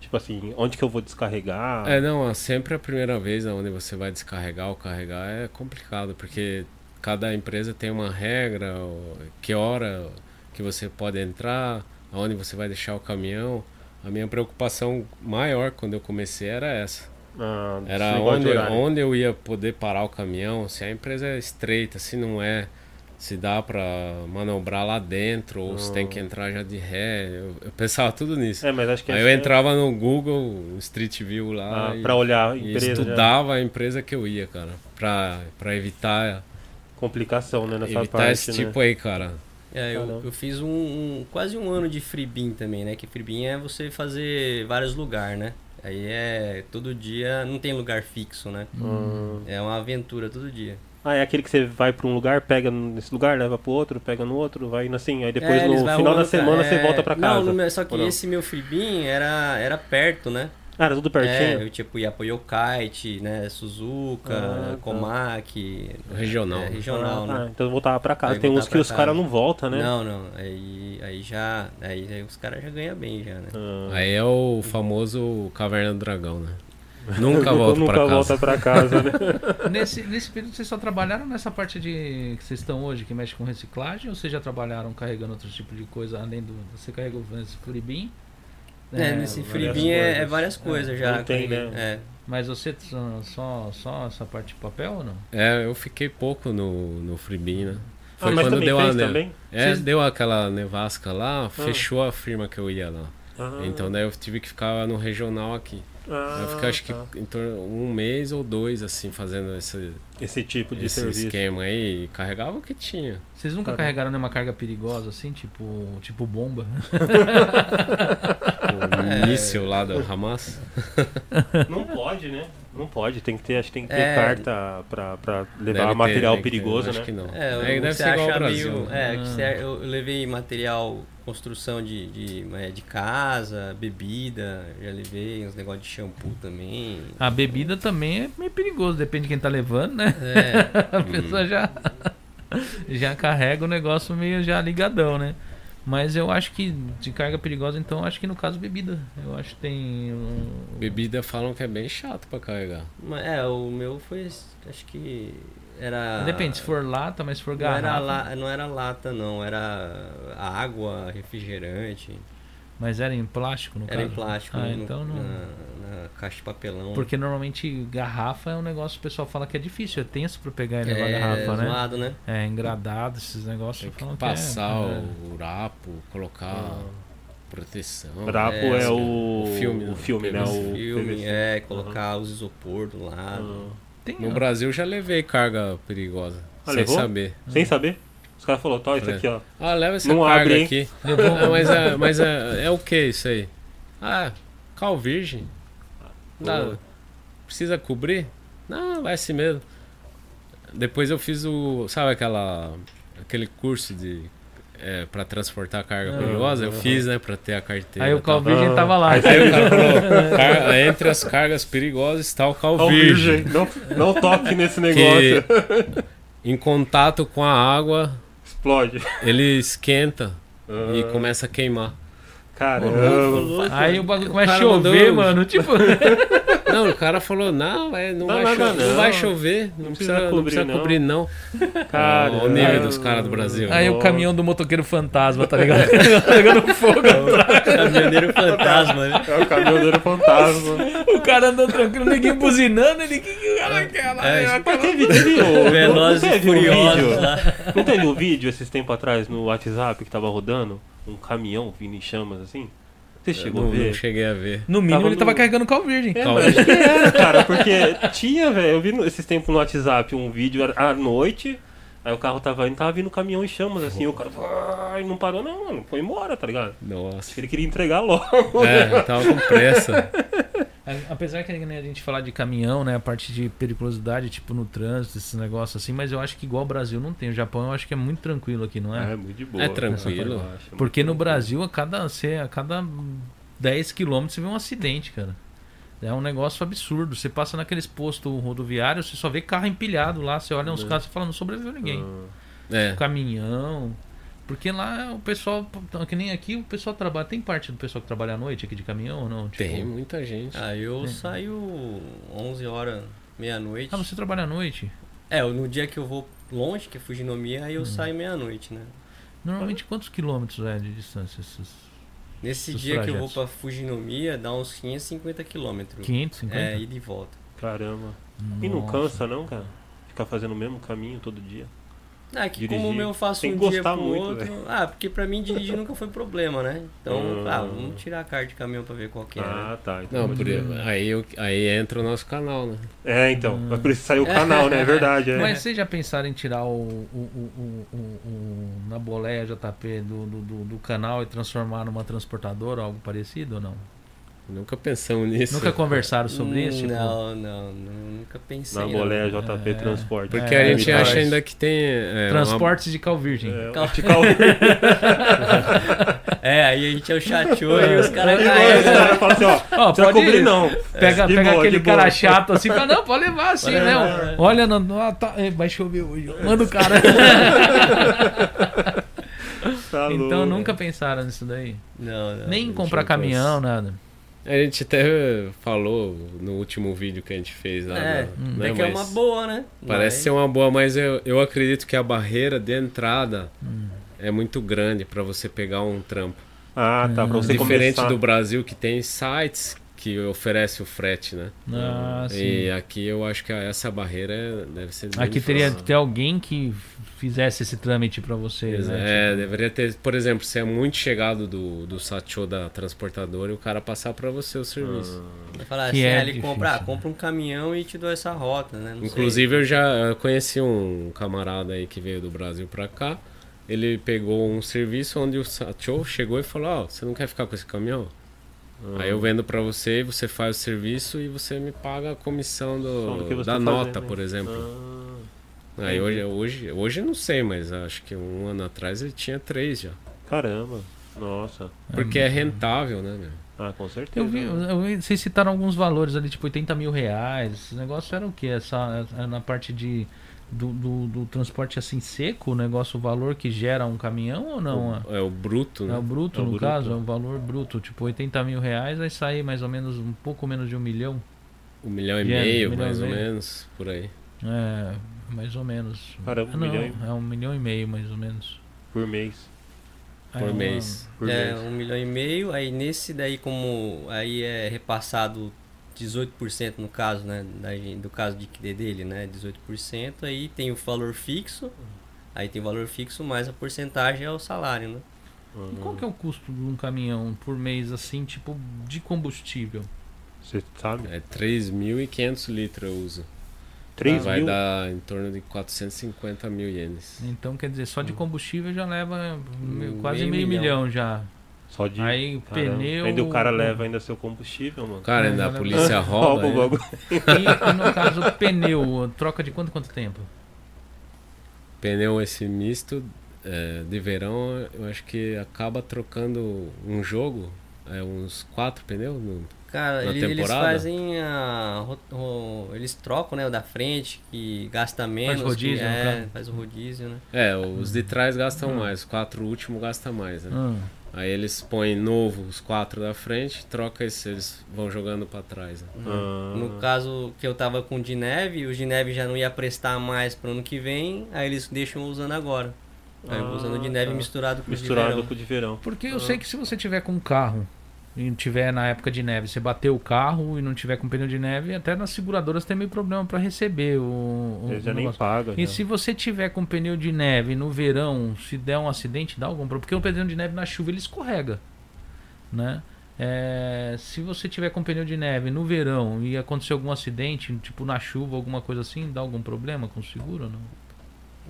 [SPEAKER 1] Tipo assim, onde que eu vou descarregar?
[SPEAKER 3] É, não, ó, sempre a primeira vez onde você vai descarregar ou carregar é complicado, porque cada empresa tem uma regra, o- que hora que você pode entrar, aonde você vai deixar o caminhão. A minha preocupação maior quando eu comecei era essa.
[SPEAKER 1] Ah, esse
[SPEAKER 3] Era
[SPEAKER 1] negócio de
[SPEAKER 3] onde,
[SPEAKER 1] horário.
[SPEAKER 3] onde eu ia poder parar o caminhão, se a empresa é estreita, se não é, se dá pra manobrar lá dentro, ou se tem que entrar já de ré. Eu, eu pensava tudo nisso.
[SPEAKER 1] É, mas acho que
[SPEAKER 3] Aí
[SPEAKER 1] essa
[SPEAKER 3] eu
[SPEAKER 1] é-
[SPEAKER 3] entrava no Google Street View lá.
[SPEAKER 1] ah,
[SPEAKER 3] e-
[SPEAKER 1] pra olhar a
[SPEAKER 3] e
[SPEAKER 1] empresa. já.
[SPEAKER 3] estudava a empresa que eu ia, cara, pra, pra evitar,
[SPEAKER 1] Complicação, né? Nessa
[SPEAKER 3] evitar
[SPEAKER 1] parte.
[SPEAKER 3] esse
[SPEAKER 1] né?
[SPEAKER 3] tipo aí, cara.
[SPEAKER 4] É, eu,
[SPEAKER 1] Caramba.
[SPEAKER 4] eu fiz um, um- quase um ano de freebin também, né? Que freebin é você fazer vários lugares, né? Aí é todo dia, não tem lugar fixo, né?
[SPEAKER 1] Hum.
[SPEAKER 4] É uma aventura todo dia.
[SPEAKER 1] Ah, é aquele que você vai pra um lugar, pega nesse lugar, leva pro outro, pega no outro, vai indo assim. Aí depois
[SPEAKER 4] É,
[SPEAKER 1] no
[SPEAKER 4] eles vai
[SPEAKER 1] final da
[SPEAKER 4] rolando,
[SPEAKER 1] semana
[SPEAKER 4] cara.
[SPEAKER 1] você
[SPEAKER 4] É,
[SPEAKER 1] volta pra casa.
[SPEAKER 4] Não, no meu- só que
[SPEAKER 1] ou não?
[SPEAKER 4] esse meu freebin era, era perto, né?
[SPEAKER 1] Ah, era tudo
[SPEAKER 4] É,
[SPEAKER 1] pertinho?
[SPEAKER 4] eu tipo ia pra Yokaite, né? Suzuka,
[SPEAKER 1] Ah, tá.
[SPEAKER 4] Komaki,
[SPEAKER 3] Regional.
[SPEAKER 4] é, regional,
[SPEAKER 1] ah,
[SPEAKER 4] né?
[SPEAKER 1] então eu voltava pra casa.
[SPEAKER 4] Aí
[SPEAKER 1] Tem uns
[SPEAKER 4] voltava
[SPEAKER 1] que
[SPEAKER 4] pra
[SPEAKER 1] os caras
[SPEAKER 4] casa.
[SPEAKER 1] não voltam, né?
[SPEAKER 4] Não, não. Aí, aí já. Aí, aí os caras já ganham bem já, né?
[SPEAKER 1] Ah.
[SPEAKER 3] Aí é o famoso Caverna do Dragão, né? Nunca volto
[SPEAKER 1] nunca
[SPEAKER 3] pra casa.
[SPEAKER 1] volta pra casa, né?
[SPEAKER 2] Nesse, nesse período vocês só trabalharam nessa parte de que vocês estão hoje, que mexe com reciclagem, ou vocês já trabalharam carregando outro tipo de coisa além do. Você carregou esse furibim?
[SPEAKER 4] É,
[SPEAKER 2] É,
[SPEAKER 4] nesse
[SPEAKER 1] várias
[SPEAKER 4] freebie é, é
[SPEAKER 1] coisas.
[SPEAKER 4] várias coisas já.
[SPEAKER 1] Não tem, né?
[SPEAKER 4] É.
[SPEAKER 2] Mas você só, só, só essa parte de papel ou não?
[SPEAKER 3] É, eu fiquei pouco no, no Freebie, né? Foi
[SPEAKER 1] Ah, mas
[SPEAKER 3] quando
[SPEAKER 1] também
[SPEAKER 3] deu a
[SPEAKER 1] fez
[SPEAKER 3] neve.
[SPEAKER 1] também?
[SPEAKER 3] É,
[SPEAKER 2] Vocês-
[SPEAKER 3] deu aquela nevasca lá, fechou a firma que eu ia lá.
[SPEAKER 1] Ah,
[SPEAKER 3] Então daí eu tive que ficar no regional aqui.
[SPEAKER 1] ah,
[SPEAKER 3] eu fiquei acho que
[SPEAKER 1] tá.
[SPEAKER 3] em torno um mês ou dois assim fazendo esse,
[SPEAKER 1] Esse tipo de
[SPEAKER 3] esse
[SPEAKER 1] serviço.
[SPEAKER 3] esquema aí e carregava o que tinha.
[SPEAKER 2] Vocês nunca
[SPEAKER 1] Cara.
[SPEAKER 2] carregaram nenhuma carga perigosa assim, tipo, tipo bomba?
[SPEAKER 3] O míssil lá da Hamas.
[SPEAKER 1] Não pode, né? Não pode, tem que ter, acho que tem que ter
[SPEAKER 4] É.
[SPEAKER 1] carta pra, pra levar
[SPEAKER 3] Deve ter,
[SPEAKER 1] material
[SPEAKER 3] deve ter,
[SPEAKER 1] perigoso,
[SPEAKER 3] acho
[SPEAKER 1] né?
[SPEAKER 3] que não.
[SPEAKER 4] É,
[SPEAKER 3] Aí
[SPEAKER 4] o
[SPEAKER 3] deve
[SPEAKER 4] que
[SPEAKER 3] ser igual ao
[SPEAKER 4] acha
[SPEAKER 3] Brasil.
[SPEAKER 4] meio-
[SPEAKER 3] né?
[SPEAKER 4] é, que você-
[SPEAKER 2] Ah.
[SPEAKER 4] eu levei material, construção de, de, é, de casa, bebida, já levei uns negócios de shampoo também.
[SPEAKER 2] A bebida também é meio perigoso, depende de quem tá levando, né?
[SPEAKER 4] É,
[SPEAKER 2] A pessoa já, já carrega o negócio meio já ligadão, né? Mas eu acho que de carga perigosa, então, eu acho que no caso bebida. Eu acho que tem um...
[SPEAKER 3] Bebida falam que é bem chato pra carregar.
[SPEAKER 4] mas, é, o meu foi, acho que era...
[SPEAKER 2] Depende, se for lata, mas se for
[SPEAKER 4] Não
[SPEAKER 2] garrafa...
[SPEAKER 4] era, la- não era lata, não. Era água, refrigerante.
[SPEAKER 2] Mas era em plástico, no
[SPEAKER 4] Era
[SPEAKER 2] caso?
[SPEAKER 4] em plástico. né?
[SPEAKER 2] Ah,
[SPEAKER 4] no-
[SPEAKER 2] então não...
[SPEAKER 4] Na, na caixa de papelão.
[SPEAKER 2] Porque normalmente garrafa é um negócio que o pessoal fala que é difícil, é tenso pra pegar e levar
[SPEAKER 4] é,
[SPEAKER 2] garrafa, né?
[SPEAKER 4] zoado, né?
[SPEAKER 2] É, engradado esses negócios.
[SPEAKER 3] Tem que
[SPEAKER 2] falam
[SPEAKER 3] passar
[SPEAKER 2] que é, é.
[SPEAKER 3] o urapo, colocar proteção.
[SPEAKER 1] Brapo
[SPEAKER 4] É,
[SPEAKER 1] é,
[SPEAKER 4] assim,
[SPEAKER 1] o...
[SPEAKER 3] o filme,
[SPEAKER 1] o
[SPEAKER 3] né?
[SPEAKER 1] filme, né?
[SPEAKER 3] Filme,
[SPEAKER 1] O
[SPEAKER 4] Filme,
[SPEAKER 1] PVC.
[SPEAKER 4] é, colocar os isopor do lado.
[SPEAKER 1] Ah.
[SPEAKER 2] Tem, um-
[SPEAKER 3] No
[SPEAKER 2] ó.
[SPEAKER 3] Brasil já levei carga perigosa.
[SPEAKER 1] Ah,
[SPEAKER 3] sem
[SPEAKER 1] levou?
[SPEAKER 3] saber.
[SPEAKER 1] Sem saber? Os caras falaram, tá, isso
[SPEAKER 3] É.
[SPEAKER 1] aqui, ó.
[SPEAKER 3] Ah, leva essa
[SPEAKER 1] Não
[SPEAKER 3] carga
[SPEAKER 1] abre, hein?
[SPEAKER 3] aqui. Ah, mas é, mas é, é o que isso aí? Ah, cal virgem. Dá- precisa cobrir? Não, vai assim mesmo. Depois eu fiz o. Sabe aquela. aquele curso de. É, pra transportar carga
[SPEAKER 2] Ah,
[SPEAKER 3] perigosa? Eu fiz, né? Pra ter a carteira.
[SPEAKER 2] Aí o
[SPEAKER 3] e
[SPEAKER 2] Cal
[SPEAKER 3] tal.
[SPEAKER 2] Virgem né? tava lá.
[SPEAKER 1] Aí você-
[SPEAKER 3] Aí o cara falou, "Car- entre as cargas perigosas está o cal
[SPEAKER 1] Ó, o
[SPEAKER 3] virgem.
[SPEAKER 1] virgem. Não, não toque nesse negócio.
[SPEAKER 3] Que em contato com a água,
[SPEAKER 1] Explode.
[SPEAKER 3] ele esquenta e
[SPEAKER 1] Ah,
[SPEAKER 3] começa a queimar.
[SPEAKER 1] Caramba.
[SPEAKER 2] Aí o bagulho começa a
[SPEAKER 3] cara mandou-
[SPEAKER 2] chover, mano. Tipo,
[SPEAKER 3] Não, o cara falou, não, é,
[SPEAKER 1] Não,
[SPEAKER 3] não, vai,
[SPEAKER 1] nada
[SPEAKER 3] chover, não.
[SPEAKER 1] não.
[SPEAKER 3] vai chover, não,
[SPEAKER 1] precisa
[SPEAKER 3] precisa,
[SPEAKER 1] cobrir,
[SPEAKER 3] não precisa
[SPEAKER 1] não."
[SPEAKER 3] cobrir não.
[SPEAKER 1] Cara.
[SPEAKER 3] Ó, o nível dos caras do Brasil.
[SPEAKER 2] aí o caminhão do motoqueiro fantasma, tá ligado? Pegando fogo.
[SPEAKER 4] Caminhoneiro fantasma, né?
[SPEAKER 1] É o caminhoneiro fantasma.
[SPEAKER 2] O cara andando tranquilo, ninguém buzinando. Ele, que que cara é aquela?
[SPEAKER 4] É,
[SPEAKER 2] É,
[SPEAKER 1] Mas teve, teve o,
[SPEAKER 4] Velozes
[SPEAKER 1] não
[SPEAKER 4] e
[SPEAKER 1] teve um
[SPEAKER 4] Furiosos,
[SPEAKER 1] vídeo,
[SPEAKER 4] lá.
[SPEAKER 1] não teve um vídeo esses tempos atrás no WhatsApp que tava rodando, um caminhão vindo em chamas assim? Você
[SPEAKER 3] Eu
[SPEAKER 1] chegou
[SPEAKER 3] Não,
[SPEAKER 1] a
[SPEAKER 3] não
[SPEAKER 1] ver?
[SPEAKER 3] cheguei a ver.
[SPEAKER 2] No mínimo,
[SPEAKER 1] Tava
[SPEAKER 2] ele tava
[SPEAKER 1] no-
[SPEAKER 2] carregando o Cal Virgem.
[SPEAKER 1] É,
[SPEAKER 3] Calma.
[SPEAKER 1] mas acho que era, cara, porque tinha, velho, eu vi no- esses tempos no WhatsApp um vídeo à à noite, aí o carro tava indo, tava vindo um caminhão em chamas assim, e o cara "Vai", não parou não, mano, foi embora, tá ligado? Acho que
[SPEAKER 3] Nossa.
[SPEAKER 1] ele queria entregar logo.
[SPEAKER 3] É, eu tava com pressa.
[SPEAKER 2] A- Apesar que né, a gente falar de caminhão, né? A parte de periculosidade, tipo no trânsito, esses negócios assim, mas eu acho que igual o Brasil não tem. O Japão eu acho que é muito tranquilo aqui, não é?
[SPEAKER 1] É, muito de boa.
[SPEAKER 3] É tranquilo.
[SPEAKER 1] Eu acho,
[SPEAKER 2] Porque
[SPEAKER 1] muito tranquilo.
[SPEAKER 2] no Brasil, a cada, você, a cada 10 quilômetros você vê um acidente, cara. É um negócio absurdo. Você passa naqueles postos rodoviários, você só vê carro empilhado lá. Você olha uns carros e fala, não sobreviveu
[SPEAKER 3] Ah.
[SPEAKER 2] ninguém.
[SPEAKER 3] É,
[SPEAKER 2] Caminhão. Porque lá o pessoal, então, que nem aqui, o pessoal trabalha. Tem parte do pessoal que trabalha à noite aqui de caminhão ou não? Tipo,
[SPEAKER 3] tem muita
[SPEAKER 1] Ah,
[SPEAKER 3] gente.
[SPEAKER 4] Aí eu saio 11 horas, meia-noite.
[SPEAKER 2] Ah, você trabalha à noite?
[SPEAKER 4] É, no dia que eu vou longe, que é Fujinomia,
[SPEAKER 1] Uhum.
[SPEAKER 4] aí eu saio meia-noite, né?
[SPEAKER 2] Normalmente quantos quilômetros é de distância? Esses
[SPEAKER 4] Nesse
[SPEAKER 2] Esses
[SPEAKER 4] dia que eu vou
[SPEAKER 2] trajetos.
[SPEAKER 4] pra Fujinomia, dá uns 550 quilômetros.
[SPEAKER 2] 550?
[SPEAKER 4] É, ida e volta.
[SPEAKER 1] Caramba. E não
[SPEAKER 2] Nossa.
[SPEAKER 1] cansa não, cara? Ficar fazendo o mesmo caminho todo dia.
[SPEAKER 4] Ah, que
[SPEAKER 1] Dirigir.
[SPEAKER 4] como o meu eu faço
[SPEAKER 1] Tem
[SPEAKER 4] um
[SPEAKER 1] que
[SPEAKER 4] dia
[SPEAKER 1] gostar
[SPEAKER 4] pro
[SPEAKER 1] muito,
[SPEAKER 4] outro.
[SPEAKER 1] velho.
[SPEAKER 4] Ah, porque pra mim dirigir nunca foi problema, né? Então,
[SPEAKER 1] Ah.
[SPEAKER 4] ah, vamos tirar a carta de caminhão pra ver qual que é. né?
[SPEAKER 1] Ah, tá. Então.
[SPEAKER 3] Não, por, aí, eu- aí entra o nosso canal, né?
[SPEAKER 1] É, então. Mas por isso saiu o canal, né? É verdade. É.
[SPEAKER 2] Mas vocês já pensaram em tirar o, o, o, o, o, o na boleia JP do, do, do, do canal e transformar numa transportadora ou algo parecido ou não?
[SPEAKER 3] Nunca pensamos nisso.
[SPEAKER 2] Nunca conversaram sobre
[SPEAKER 4] Hum,
[SPEAKER 2] isso? Tipo,
[SPEAKER 4] Não, não, nu- nunca pensei.
[SPEAKER 1] Na
[SPEAKER 4] não.
[SPEAKER 1] boleia JP Transporte.
[SPEAKER 3] Porque
[SPEAKER 2] É,
[SPEAKER 3] a gente
[SPEAKER 2] é
[SPEAKER 3] acha
[SPEAKER 2] verdade.
[SPEAKER 3] ainda que tem. é, uma-
[SPEAKER 2] Transportes de Cal Virgem.
[SPEAKER 1] É, o Tical- Aí
[SPEAKER 4] É, aí a gente é o chateou e os né? caras
[SPEAKER 1] Os
[SPEAKER 4] caem.
[SPEAKER 1] caras falam assim, ó,
[SPEAKER 2] Ó,
[SPEAKER 1] não precisa
[SPEAKER 2] pode
[SPEAKER 1] cobrir não.
[SPEAKER 2] Pega,
[SPEAKER 1] De
[SPEAKER 2] pega
[SPEAKER 1] boa,
[SPEAKER 2] aquele
[SPEAKER 1] de boa.
[SPEAKER 2] cara chato assim, fala, não, pode levar assim, né? Olha, não, não, ah, tá, é, vai chover hoje, manda o cara.
[SPEAKER 1] Tá
[SPEAKER 2] então
[SPEAKER 1] louco.
[SPEAKER 2] nunca pensaram nisso daí.
[SPEAKER 4] Não, não.
[SPEAKER 2] Nem
[SPEAKER 3] eu
[SPEAKER 2] comprar
[SPEAKER 3] tinha
[SPEAKER 2] caminhão, nada.
[SPEAKER 3] A gente até falou no último vídeo que a gente fez lá.
[SPEAKER 4] É,
[SPEAKER 3] né?
[SPEAKER 4] é que é uma
[SPEAKER 3] Mas-
[SPEAKER 4] boa, né?
[SPEAKER 3] Parece
[SPEAKER 4] Mas-
[SPEAKER 3] ser uma boa, mas eu, eu
[SPEAKER 2] Hum.
[SPEAKER 3] acredito que a barreira de entrada é muito grande para você pegar um trampo.
[SPEAKER 1] Ah, tá. Pra você
[SPEAKER 3] Diferente
[SPEAKER 1] começar.
[SPEAKER 3] do Brasil que tem sites que oferece o frete, né?
[SPEAKER 2] Ah, sim.
[SPEAKER 3] E aqui eu acho que essa barreira é- deve ser. bem
[SPEAKER 2] Aqui teria que
[SPEAKER 3] fácil.
[SPEAKER 2] ter alguém que fizesse esse trâmite pra vocês, né?
[SPEAKER 3] É, deveria ter, por exemplo, se é muito chegado do, do Satchô da transportadora e o cara passar pra você o serviço.
[SPEAKER 4] Vai Falar
[SPEAKER 2] Que
[SPEAKER 4] assim,
[SPEAKER 2] é
[SPEAKER 4] ah, ele
[SPEAKER 2] difícil,
[SPEAKER 4] compra, ah,
[SPEAKER 2] né?
[SPEAKER 4] compra um caminhão e te dou essa rota, né? Não sei.
[SPEAKER 3] Inclusive, eu já eh, conheci um camarada aí que veio do Brasil pra cá. Ele pegou um serviço onde o Satchô chegou e falou: Ó, você não quer ficar com esse caminhão?
[SPEAKER 1] Ah.
[SPEAKER 3] Aí eu vendo pra você, você faz o serviço e você me paga a comissão
[SPEAKER 1] Só do que
[SPEAKER 3] do,
[SPEAKER 1] você
[SPEAKER 3] da
[SPEAKER 1] tá
[SPEAKER 3] nota,
[SPEAKER 1] fazendo,
[SPEAKER 3] por
[SPEAKER 1] hein?
[SPEAKER 3] exemplo.
[SPEAKER 1] Ah,
[SPEAKER 3] Aí hoje, hoje, hoje eu não sei, mas acho que um ano atrás ele tinha três já.
[SPEAKER 2] É
[SPEAKER 1] Ah, caramba. Nossa.
[SPEAKER 3] Porque é rentável, né, meu?
[SPEAKER 1] Ah, com certeza.
[SPEAKER 2] Tipo, Eu vi, um- eu vi- vocês citaram alguns valores ali, tipo 80 mil reais. Esse negócio era o quê? Essa, era na parte de, do, do- do transporte assim seco, o negócio, o valor que gera um caminhão ou não?
[SPEAKER 3] É o bruto,
[SPEAKER 2] É o
[SPEAKER 3] né?
[SPEAKER 2] bruto,
[SPEAKER 1] É o
[SPEAKER 2] no
[SPEAKER 1] bruto.
[SPEAKER 2] caso, é o valor bruto. Tipo, 80 mil reais vai sair mais ou menos um pouco menos de um milhão.
[SPEAKER 3] Um milhão e
[SPEAKER 2] Dinheiro,
[SPEAKER 3] meio,
[SPEAKER 2] um milhão
[SPEAKER 3] mais
[SPEAKER 2] e
[SPEAKER 3] ou
[SPEAKER 2] meio.
[SPEAKER 3] menos, por aí.
[SPEAKER 2] É, mais ou menos.
[SPEAKER 1] Caramba, um
[SPEAKER 2] não,
[SPEAKER 1] milhão e-
[SPEAKER 2] é um milhão e meio, mais ou menos.
[SPEAKER 1] Por mês.
[SPEAKER 2] É
[SPEAKER 3] Por
[SPEAKER 2] uma-
[SPEAKER 3] mês.
[SPEAKER 1] Por
[SPEAKER 4] É,
[SPEAKER 1] mês.
[SPEAKER 4] um milhão e meio. Aí nesse daí, como aí é repassado 18% no caso, né? da gen- do caso de que dele, né? 18%. Aí tem o valor fixo. Aí tem o valor fixo mais a porcentagem é o salário, né?
[SPEAKER 2] E Qual que é o custo de um caminhão por mês, assim, tipo, de combustível?
[SPEAKER 1] Você sabe?
[SPEAKER 3] É 3.500 litros eu uso.
[SPEAKER 1] 3
[SPEAKER 3] Ah, Vai
[SPEAKER 1] mil. Hum.
[SPEAKER 3] dar em torno de 450 mil ienes.
[SPEAKER 2] Então, quer dizer, só de combustível já leva meio-
[SPEAKER 4] Hum,
[SPEAKER 2] quase meio,
[SPEAKER 4] meio
[SPEAKER 2] milhão, já.
[SPEAKER 1] Só de.
[SPEAKER 2] Aí o
[SPEAKER 1] Caramba.
[SPEAKER 2] pneu...
[SPEAKER 1] Ainda o cara leva ainda seu combustível, mano.
[SPEAKER 3] Cara,
[SPEAKER 2] É,
[SPEAKER 3] ainda a
[SPEAKER 2] vai-
[SPEAKER 3] polícia rouba.
[SPEAKER 1] o
[SPEAKER 3] né?
[SPEAKER 1] bagulho.
[SPEAKER 2] E, e no caso, o pneu, troca de quanto em quanto tempo?
[SPEAKER 3] Pneu esse misto é, de verão, eu acho que acaba trocando um jogo, é, uns quatro pneus. no-
[SPEAKER 4] Cara,
[SPEAKER 3] Na
[SPEAKER 4] ele- eles
[SPEAKER 3] temporada?
[SPEAKER 4] fazem a. ro- ro- eles trocam, né? O da frente, que gasta menos. que-
[SPEAKER 2] rodízio, no
[SPEAKER 1] né,
[SPEAKER 4] é,
[SPEAKER 2] caso.
[SPEAKER 4] faz o rodízio, né?
[SPEAKER 3] É, os de trás gastam
[SPEAKER 1] Hum.
[SPEAKER 3] mais, os quatro últimos gastam
[SPEAKER 1] É.
[SPEAKER 3] mais, né?
[SPEAKER 2] Hum.
[SPEAKER 3] Aí eles põem novo os quatro da frente, troca esses, eles vão jogando pra trás. Né?
[SPEAKER 1] Ah.
[SPEAKER 4] No caso que eu tava com o de neve, o de neve já não ia prestar mais pro ano que vem, aí eles deixam usando agora. Aí eu vou usando o de
[SPEAKER 1] Ah,
[SPEAKER 4] neve
[SPEAKER 1] tá.
[SPEAKER 4] misturado com o de
[SPEAKER 1] Misturado
[SPEAKER 4] verão.
[SPEAKER 1] com o de verão.
[SPEAKER 2] Porque eu sei que se você tiver com um carro e tiver na época de neve, você bater o carro e não tiver com pneu de neve, até nas seguradoras tem meio problema para receber o, o
[SPEAKER 1] Ele já nem
[SPEAKER 2] Uhum,
[SPEAKER 1] né?
[SPEAKER 2] negócio.
[SPEAKER 1] paga.
[SPEAKER 2] E
[SPEAKER 1] já.
[SPEAKER 2] se você tiver com pneu de neve no verão, se der um acidente, dá algum problema. Porque o pneu de neve na chuva ele escorrega, né? É, se você tiver com pneu de neve no verão e acontecer algum acidente, tipo na chuva, alguma coisa assim, dá algum problema com o seguro? ou Não?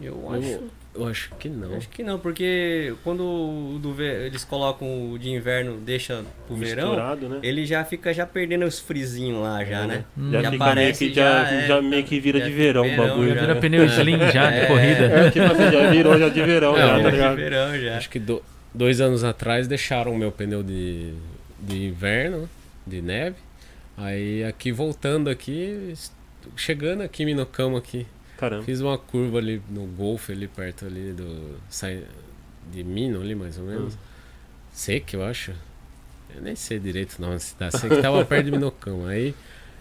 [SPEAKER 4] Eu acho.
[SPEAKER 3] Eu, eu acho que não.
[SPEAKER 4] Acho que não, porque quando o do ve- eles colocam o de inverno, deixa pro verão,
[SPEAKER 1] Misturado, né? É,
[SPEAKER 4] ele já fica já perdendo os frizinhos lá já, né?
[SPEAKER 1] Já, fica
[SPEAKER 4] Já
[SPEAKER 1] meio
[SPEAKER 4] aparece,
[SPEAKER 1] que já,
[SPEAKER 4] já é,
[SPEAKER 1] já meio que vira
[SPEAKER 4] já
[SPEAKER 1] de
[SPEAKER 4] fica
[SPEAKER 1] verão o
[SPEAKER 4] verão,
[SPEAKER 1] bagulho.
[SPEAKER 2] Já
[SPEAKER 4] Então, já.
[SPEAKER 2] vira pneu slim já de
[SPEAKER 4] É.
[SPEAKER 2] corrida.
[SPEAKER 1] É, tipo assim, já virou já de verão,
[SPEAKER 3] É,
[SPEAKER 1] já,
[SPEAKER 3] mas
[SPEAKER 1] tá
[SPEAKER 4] Já de
[SPEAKER 1] ligado?
[SPEAKER 4] verão já.
[SPEAKER 3] É. Acho que do- dois anos atrás deixaram o meu pneu de, de inverno, de neve. Aí aqui voltando aqui, es- chegando aqui em Minocamo aqui,
[SPEAKER 1] Caramba.
[SPEAKER 3] fiz uma curva ali no Golfo ali perto ali do sai- de Mino ali mais ou menos. Seca, eu acho. Eu nem sei direito o nome da cidade, sei que tava perto de Minocamo. Aí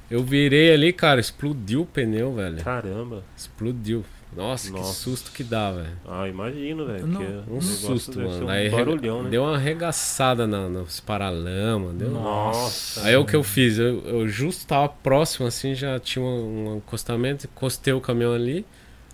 [SPEAKER 3] eu virei ali, cara, explodiu o pneu, velho.
[SPEAKER 1] Caramba.
[SPEAKER 3] Explodiu. Nossa,
[SPEAKER 1] Tá. Nossa.
[SPEAKER 3] que susto que dá, velho.
[SPEAKER 1] Ah, imagino, velho.
[SPEAKER 2] Não,
[SPEAKER 1] porque o
[SPEAKER 2] um
[SPEAKER 3] Um
[SPEAKER 1] negócio
[SPEAKER 3] susto,
[SPEAKER 1] deve ser
[SPEAKER 3] mano.
[SPEAKER 1] Um
[SPEAKER 3] Aí
[SPEAKER 1] barulhão,
[SPEAKER 3] arrega-
[SPEAKER 1] né?
[SPEAKER 3] Deu uma arregaçada na, nos paralamas. Deu...
[SPEAKER 1] Nossa.
[SPEAKER 3] Aí é o que eu fiz? Eu, eu justo tava próximo, assim, já tinha um, um encostamento, encostei o caminhão ali,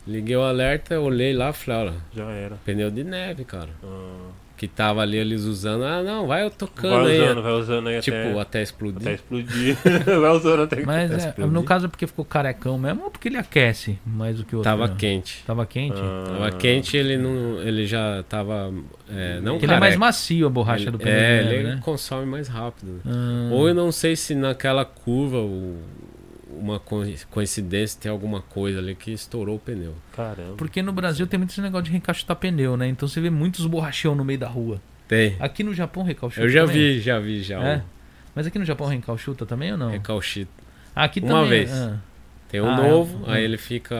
[SPEAKER 3] liguei o alerta, olhei lá, falei, olha,
[SPEAKER 1] Já era.
[SPEAKER 3] pneu de neve, cara.
[SPEAKER 1] Ah,
[SPEAKER 3] Que tava ali eles usando. Ah, não, vai eu tocando
[SPEAKER 1] vai
[SPEAKER 3] aí.
[SPEAKER 1] usando, vai usando aí
[SPEAKER 3] tipo, até,
[SPEAKER 1] até,
[SPEAKER 3] explodir.
[SPEAKER 1] até explodir. vai usando até
[SPEAKER 2] Mas
[SPEAKER 1] até
[SPEAKER 2] é,
[SPEAKER 1] explodir.
[SPEAKER 2] no caso é porque ficou carecão mesmo ou porque ele aquece mais do que o outro?
[SPEAKER 3] Tava
[SPEAKER 2] né?
[SPEAKER 3] quente.
[SPEAKER 2] Tava quente?
[SPEAKER 1] Ah,
[SPEAKER 3] Tava quente, ele não. Ele já tava. É, não
[SPEAKER 2] porque ele é mais
[SPEAKER 3] careca.
[SPEAKER 2] macio a borracha
[SPEAKER 3] Ele-
[SPEAKER 2] do pneu
[SPEAKER 3] É,
[SPEAKER 2] de neve,
[SPEAKER 3] ele
[SPEAKER 2] né?
[SPEAKER 3] consome mais rápido. né?
[SPEAKER 2] Ah,
[SPEAKER 3] Ou eu não sei se naquela curva o- uma co- coincidência tem alguma coisa ali que estourou o pneu.
[SPEAKER 1] Caramba.
[SPEAKER 2] porque no Brasil tem muito esse negócio de recachutar pneu, né? Então você vê muitos borrachão no meio da rua.
[SPEAKER 3] Tem.
[SPEAKER 2] Aqui no Japão recalchuta
[SPEAKER 3] Eu já
[SPEAKER 2] também?
[SPEAKER 3] vi, já vi já.
[SPEAKER 2] É?
[SPEAKER 3] Um
[SPEAKER 2] Mas aqui no Japão recalchuta também ou não?
[SPEAKER 3] recalchito.
[SPEAKER 2] Aqui
[SPEAKER 3] Uma
[SPEAKER 2] também.
[SPEAKER 3] vez.
[SPEAKER 2] ah.
[SPEAKER 3] Tem um
[SPEAKER 2] Ah, é.
[SPEAKER 3] novo, aí ele fica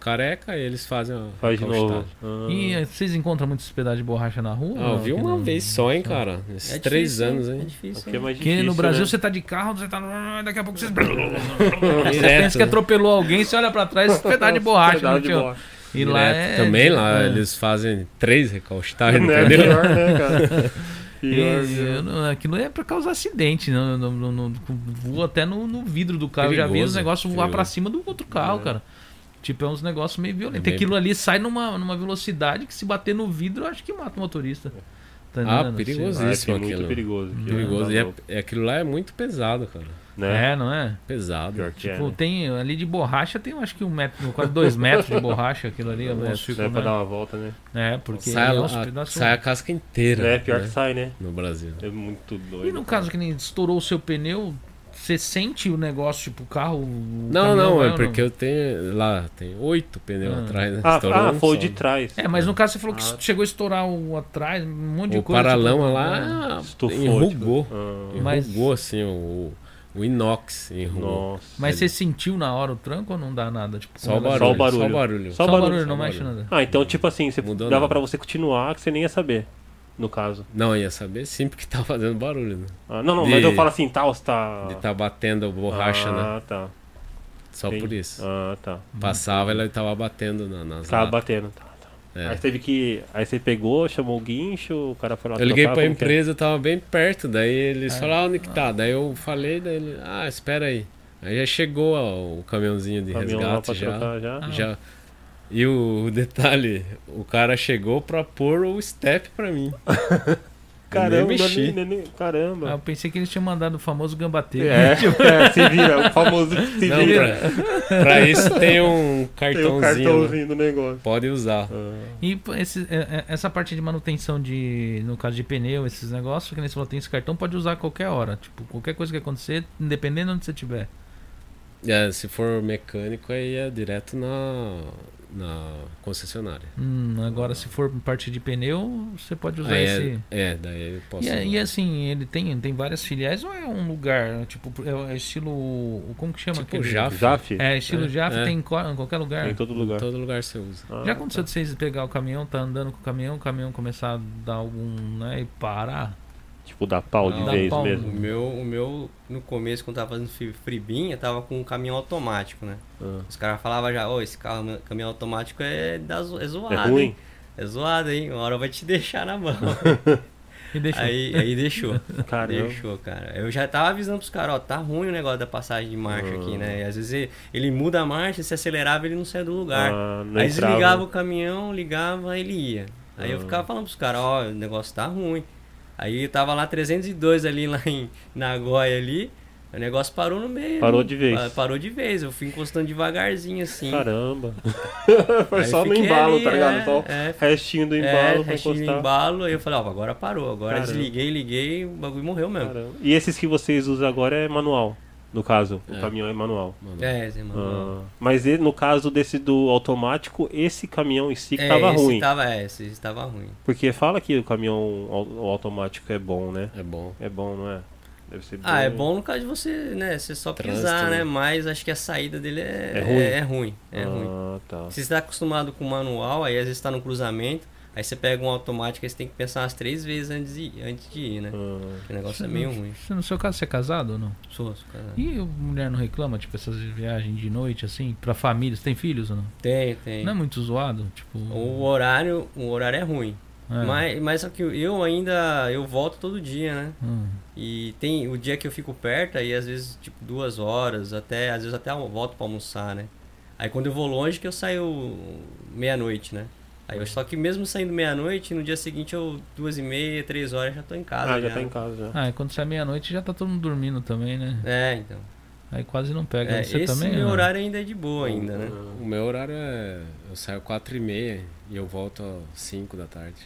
[SPEAKER 3] careca e eles fazem a
[SPEAKER 1] Faz de novo.
[SPEAKER 3] recalchitagem.
[SPEAKER 1] Ah,
[SPEAKER 2] E eh, vocês encontram muitos pedaços de borracha na rua?
[SPEAKER 3] Ah, eu vi
[SPEAKER 2] Aqui
[SPEAKER 3] uma
[SPEAKER 2] no-
[SPEAKER 3] vez só, hein, cara. Esses três
[SPEAKER 4] difícil,
[SPEAKER 3] anos,
[SPEAKER 4] É
[SPEAKER 3] hein?
[SPEAKER 4] difícil.
[SPEAKER 1] Aqui é mais
[SPEAKER 2] Porque
[SPEAKER 1] difícil,
[SPEAKER 2] no Brasil
[SPEAKER 1] né?
[SPEAKER 2] você tá de carro, você tá. Daqui a pouco você. você
[SPEAKER 3] Direto,
[SPEAKER 2] pensa que é
[SPEAKER 3] né?
[SPEAKER 2] atropelou alguém, você olha pra trás, pedaço de borracha.
[SPEAKER 1] Pedaço
[SPEAKER 2] no
[SPEAKER 1] de
[SPEAKER 2] chão.
[SPEAKER 1] borracha.
[SPEAKER 2] E lá
[SPEAKER 3] Direto.
[SPEAKER 2] é.
[SPEAKER 3] Também lá,
[SPEAKER 2] é.
[SPEAKER 3] eles fazem três recalchitagens,
[SPEAKER 1] Não é
[SPEAKER 3] entendeu?
[SPEAKER 1] pior, né, cara? Pior,
[SPEAKER 2] É,
[SPEAKER 1] viu?
[SPEAKER 2] Ah, eu não- aquilo é pra causar acidente, não, não, não- não- voa até no, no vidro do carro. eu já vi
[SPEAKER 3] Perigoso,
[SPEAKER 2] os negócios voar
[SPEAKER 3] perigoso.
[SPEAKER 2] pra cima do outro carro,
[SPEAKER 1] É.
[SPEAKER 2] cara. Tipo, é uns negócios meio violentos.
[SPEAKER 3] bem-
[SPEAKER 2] Aquilo ali sai numa, numa velocidade que se bater no vidro, eu acho que mata o motorista. Tá
[SPEAKER 3] Ah,
[SPEAKER 2] entendendo?
[SPEAKER 3] perigoso.
[SPEAKER 2] Sei
[SPEAKER 1] Ah, é
[SPEAKER 3] Isso,
[SPEAKER 1] muito
[SPEAKER 3] aquilo.
[SPEAKER 1] perigoso. aquilo,
[SPEAKER 3] Perigoso.
[SPEAKER 1] tá
[SPEAKER 3] E é-
[SPEAKER 1] louco,
[SPEAKER 3] é, aquilo lá é muito pesado, cara.
[SPEAKER 2] lá.
[SPEAKER 1] né?
[SPEAKER 2] É, não é?
[SPEAKER 3] Pesado.
[SPEAKER 1] Pior que é,
[SPEAKER 2] Pô,
[SPEAKER 1] né?
[SPEAKER 2] tem ali de borracha, tem eu acho que um metro, quase dois metros de borracha, aquilo ali. o
[SPEAKER 1] Não é
[SPEAKER 2] círculo,
[SPEAKER 1] pra dar
[SPEAKER 2] né?
[SPEAKER 1] uma volta, né?
[SPEAKER 2] É, porque
[SPEAKER 3] sai,
[SPEAKER 2] é
[SPEAKER 3] a,
[SPEAKER 2] uns
[SPEAKER 3] a-
[SPEAKER 2] pedaços-
[SPEAKER 3] sai a casca inteira.
[SPEAKER 1] É, pior
[SPEAKER 3] né?
[SPEAKER 1] que sai, né?
[SPEAKER 3] No Brasil.
[SPEAKER 1] É muito doido.
[SPEAKER 2] E no caso que nem estourou o seu pneu, você sente o negócio, tipo, o carro. o
[SPEAKER 3] Não,
[SPEAKER 2] caminhão
[SPEAKER 3] não,
[SPEAKER 2] vai
[SPEAKER 3] é
[SPEAKER 2] ou
[SPEAKER 3] porque eu tenho. Lá, tem oito pneus
[SPEAKER 2] Ah.
[SPEAKER 3] atrás, né?
[SPEAKER 1] Ah,
[SPEAKER 3] Estourou
[SPEAKER 1] ah,
[SPEAKER 3] um
[SPEAKER 1] foi o
[SPEAKER 3] só.
[SPEAKER 1] de trás.
[SPEAKER 2] É, mas no caso você falou que
[SPEAKER 1] Ah.
[SPEAKER 2] chegou a estourar o atrás, um monte de
[SPEAKER 3] O
[SPEAKER 2] coisa.
[SPEAKER 3] paralama
[SPEAKER 1] né?
[SPEAKER 2] tipo,
[SPEAKER 3] lá
[SPEAKER 1] Estufou. tipo,
[SPEAKER 3] enrugou.
[SPEAKER 1] ah,
[SPEAKER 2] Mas-
[SPEAKER 3] Enrugou assim o, o inox. Enrugou.
[SPEAKER 1] nossa.
[SPEAKER 2] Mas você sentiu na hora o tranco ou não dá nada? Tipo,
[SPEAKER 3] É. Só o
[SPEAKER 2] como ela-
[SPEAKER 3] barulho.
[SPEAKER 1] Só o barulho.
[SPEAKER 3] Só o barulho.
[SPEAKER 1] Só
[SPEAKER 2] Só o
[SPEAKER 1] barulho,
[SPEAKER 2] barulho,
[SPEAKER 3] só
[SPEAKER 2] não
[SPEAKER 3] o
[SPEAKER 2] mexe
[SPEAKER 3] barulho.
[SPEAKER 2] nada.
[SPEAKER 1] Ah, então tipo assim, você
[SPEAKER 3] Mudou né?
[SPEAKER 1] dava
[SPEAKER 3] nada.
[SPEAKER 1] pra você continuar que você nem ia saber. No caso.
[SPEAKER 3] Não, ia saber sim, porque tá fazendo barulho, né?
[SPEAKER 1] Ah, não, não,
[SPEAKER 3] De-
[SPEAKER 1] mas eu falo assim, tal, tá.
[SPEAKER 3] Ele tá batendo a borracha, né?
[SPEAKER 1] ah, tá.
[SPEAKER 3] Só por
[SPEAKER 1] Entendi.
[SPEAKER 3] isso.
[SPEAKER 1] Ah, tá.
[SPEAKER 3] Passava, ele tava batendo na, nas
[SPEAKER 1] Tava
[SPEAKER 3] latas.
[SPEAKER 1] batendo, tá. tá.
[SPEAKER 3] É.
[SPEAKER 1] Aí você teve que. Aí você pegou, chamou o guincho, o cara foi lá
[SPEAKER 3] Eu liguei
[SPEAKER 1] trocar,
[SPEAKER 3] pra
[SPEAKER 1] como que é? Ah.
[SPEAKER 3] empresa, eu tava bem perto, daí eles falaram onde que tá. Daí eu falei, daí ele, ah, espera aí. Aí já chegou ó, o caminhãozinho de
[SPEAKER 1] Caminhão lá pra
[SPEAKER 3] resgate já. Ah,
[SPEAKER 1] trocar já.
[SPEAKER 3] já. E o, o detalhe, o cara chegou pra pôr o step pra mim.
[SPEAKER 1] Caramba,
[SPEAKER 3] nem mexi.
[SPEAKER 1] nem- nem-
[SPEAKER 2] Ah, eu
[SPEAKER 1] caramba.
[SPEAKER 2] pensei que eles tinham mandado o famoso
[SPEAKER 1] É,
[SPEAKER 2] gambateiro.
[SPEAKER 1] é, se vira, o famoso se
[SPEAKER 3] Não,
[SPEAKER 1] vira.
[SPEAKER 3] pra, pra isso tem um
[SPEAKER 1] Tem
[SPEAKER 3] cartãozinho.
[SPEAKER 1] o
[SPEAKER 3] né?
[SPEAKER 1] cartãozinho do negócio.
[SPEAKER 3] Pode usar.
[SPEAKER 1] Ah,
[SPEAKER 2] E pô, esse- é- é- essa parte de manutenção de, no caso de pneu, esses negócios, que nem você falou, tem esse cartão, pode usar a qualquer hora. Tipo, qualquer coisa que acontecer, independente de onde você estiver.
[SPEAKER 3] É, se for mecânico, aí é direto na, na concessionária.
[SPEAKER 2] Hum, agora, se for parte de pneu, você pode usar
[SPEAKER 3] Aí é-
[SPEAKER 2] esse.
[SPEAKER 3] é, daí eu posso
[SPEAKER 2] E, é-
[SPEAKER 3] usar.
[SPEAKER 2] e assim, ele tem, tem várias filiais ou é um lugar, tipo, é, é estilo. Como que chama
[SPEAKER 3] Tipo
[SPEAKER 2] aquele?
[SPEAKER 4] Ah,
[SPEAKER 3] Jaffe.
[SPEAKER 1] Jaf?
[SPEAKER 2] É, estilo
[SPEAKER 4] né?
[SPEAKER 3] É,
[SPEAKER 2] Jaffe
[SPEAKER 3] é.
[SPEAKER 2] tem em co- em qualquer lugar.
[SPEAKER 4] é,
[SPEAKER 1] Em todo lugar.
[SPEAKER 3] Todo lugar você usa.
[SPEAKER 1] Ah,
[SPEAKER 2] Já
[SPEAKER 4] tá.
[SPEAKER 2] aconteceu de vocês pegar o caminhão, tá andando com o caminhão, o caminhão começar a dar algum, né, e parar?
[SPEAKER 1] Tipo, dar pau de
[SPEAKER 3] Não,
[SPEAKER 1] vez
[SPEAKER 2] dá pau.
[SPEAKER 4] O
[SPEAKER 1] mesmo.
[SPEAKER 4] meu, o meu, no começo, quando tava fazendo fri- fribinha, tava com um caminhão automático, né?
[SPEAKER 1] Ah.
[SPEAKER 4] Os caras falavam já, ô, esse carro, caminhão automático é, da zo- é zoado.
[SPEAKER 1] É ruim?
[SPEAKER 4] hein? É zoado, hein? Uma hora vai te deixar na mão.
[SPEAKER 2] E deixa
[SPEAKER 4] aí, aí deixou.
[SPEAKER 1] Caramba.
[SPEAKER 4] Deixou, cara. Eu já tava avisando pros caras, ó, tá ruim o negócio da passagem de marcha
[SPEAKER 1] Ah.
[SPEAKER 4] aqui, né? E às vezes ele, ele muda a marcha, se acelerava, ele não saia do lugar.
[SPEAKER 1] Ah, não
[SPEAKER 4] aí
[SPEAKER 1] entrava.
[SPEAKER 4] desligava o caminhão, ligava, ele ia. Aí eu
[SPEAKER 1] Ah.
[SPEAKER 4] ficava falando pros caras, ó, o negócio tá ruim. Aí eu tava lá 302 ali lá em Nagoya ali, o negócio parou no meio.
[SPEAKER 1] Parou
[SPEAKER 4] ali.
[SPEAKER 1] de vez.
[SPEAKER 4] Pa- Parou de vez, eu fui encostando devagarzinho assim.
[SPEAKER 1] Caramba. Foi
[SPEAKER 4] Aí
[SPEAKER 1] só no
[SPEAKER 4] fiquei
[SPEAKER 1] embalo,
[SPEAKER 4] ali,
[SPEAKER 1] tá ligado?
[SPEAKER 4] é,
[SPEAKER 1] só o
[SPEAKER 4] é,
[SPEAKER 1] restinho do
[SPEAKER 4] é,
[SPEAKER 1] embalo pra
[SPEAKER 4] restinho de
[SPEAKER 1] encostar.
[SPEAKER 4] embalo, aí eu falei, ó, agora parou, agora
[SPEAKER 1] Caramba.
[SPEAKER 4] desliguei, liguei, o bagulho morreu mesmo.
[SPEAKER 1] Caramba. E esses que vocês usam agora é manual. No caso, o
[SPEAKER 3] É.
[SPEAKER 1] caminhão é manual.
[SPEAKER 3] Mano.
[SPEAKER 4] É, Zé, mano.
[SPEAKER 1] Ah, mas e- no caso desse do automático, esse caminhão em si que
[SPEAKER 4] É,
[SPEAKER 1] tava
[SPEAKER 4] esse
[SPEAKER 1] ruim.
[SPEAKER 4] Tava, é, esse tava ruim.
[SPEAKER 1] Porque fala que o caminhão au- o automático é bom, né?
[SPEAKER 3] É bom.
[SPEAKER 1] É bom, não é? Deve ser
[SPEAKER 4] Ah, é bom no caso de você, né? Você só
[SPEAKER 3] Trânsito,
[SPEAKER 4] pisar, né?
[SPEAKER 3] né?
[SPEAKER 4] Mas acho que a saída dele é,
[SPEAKER 1] É ruim?
[SPEAKER 4] é, é ruim. É ruim.
[SPEAKER 1] Ah, tá.
[SPEAKER 4] Se você tá acostumado com o manual, aí às vezes tá no cruzamento, aí você pega um automático, aí você tem que pensar umas três vezes antes de, antes de ir, né?
[SPEAKER 1] Ah,
[SPEAKER 4] O negócio é meio ruim. Tá.
[SPEAKER 2] Você, no seu caso, você é casado ou não?
[SPEAKER 4] Sou, sou casado.
[SPEAKER 2] E a mulher não reclama, tipo, essas viagens de noite, assim, pra família? Você tem filhos ou não?
[SPEAKER 4] Tem, tem.
[SPEAKER 2] Não é muito zoado? Tipo.
[SPEAKER 4] O horário, o horário é ruim.
[SPEAKER 2] é.
[SPEAKER 4] Mas, mas só que eu ainda, eu volto todo dia, né?
[SPEAKER 2] Hum.
[SPEAKER 4] E tem o dia que eu fico perto, aí às vezes, tipo, duas horas, até, às vezes até eu volto pra almoçar, né? Aí quando eu vou longe que eu saio meia-noite, né? Aí eu, só que mesmo saindo meia-noite, no dia seguinte eu, duas e meia, três horas, já né? tô em casa.
[SPEAKER 1] Ah, já tá em casa já.
[SPEAKER 2] Ah, e quando sai meia-noite já tá todo mundo dormindo também, né?
[SPEAKER 4] É, então.
[SPEAKER 2] Aí quase não pega. né?
[SPEAKER 4] É,
[SPEAKER 2] Tá você
[SPEAKER 4] esse
[SPEAKER 2] também?
[SPEAKER 4] meu
[SPEAKER 2] não?
[SPEAKER 4] horário ainda é de boa ainda, né?
[SPEAKER 3] O
[SPEAKER 1] Ah.
[SPEAKER 3] meu horário é. Eu saio 4 e meia e eu volto às 5 da tarde.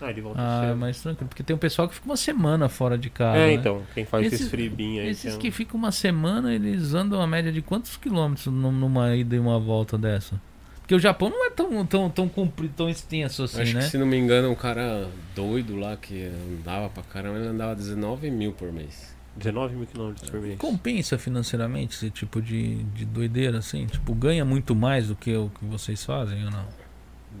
[SPEAKER 1] Ah, ele volta
[SPEAKER 2] Ah,
[SPEAKER 1] cedo.
[SPEAKER 2] mas tranquilo. Porque tem um pessoal que fica uma semana fora de casa.
[SPEAKER 1] é,
[SPEAKER 2] né?
[SPEAKER 1] então, quem faz esses
[SPEAKER 2] Esses-
[SPEAKER 1] fribinhos aí.
[SPEAKER 3] então.
[SPEAKER 2] Esses
[SPEAKER 1] que é
[SPEAKER 2] que
[SPEAKER 1] um-
[SPEAKER 2] ficam uma semana, eles andam a média de quantos quilômetros num- numa ida e uma volta dessa? Porque o Japão não é tão, tão, tão comprido, tão extenso assim,
[SPEAKER 3] Acho
[SPEAKER 2] né?
[SPEAKER 3] que se não me engano, um cara doido lá que andava pra caramba, ele andava 19 mil por mês.
[SPEAKER 1] 19 mil quilômetros por mês.
[SPEAKER 2] Compensa financeiramente esse tipo de, de doideira assim? Tipo, ganha muito mais do que o que vocês fazem ou não?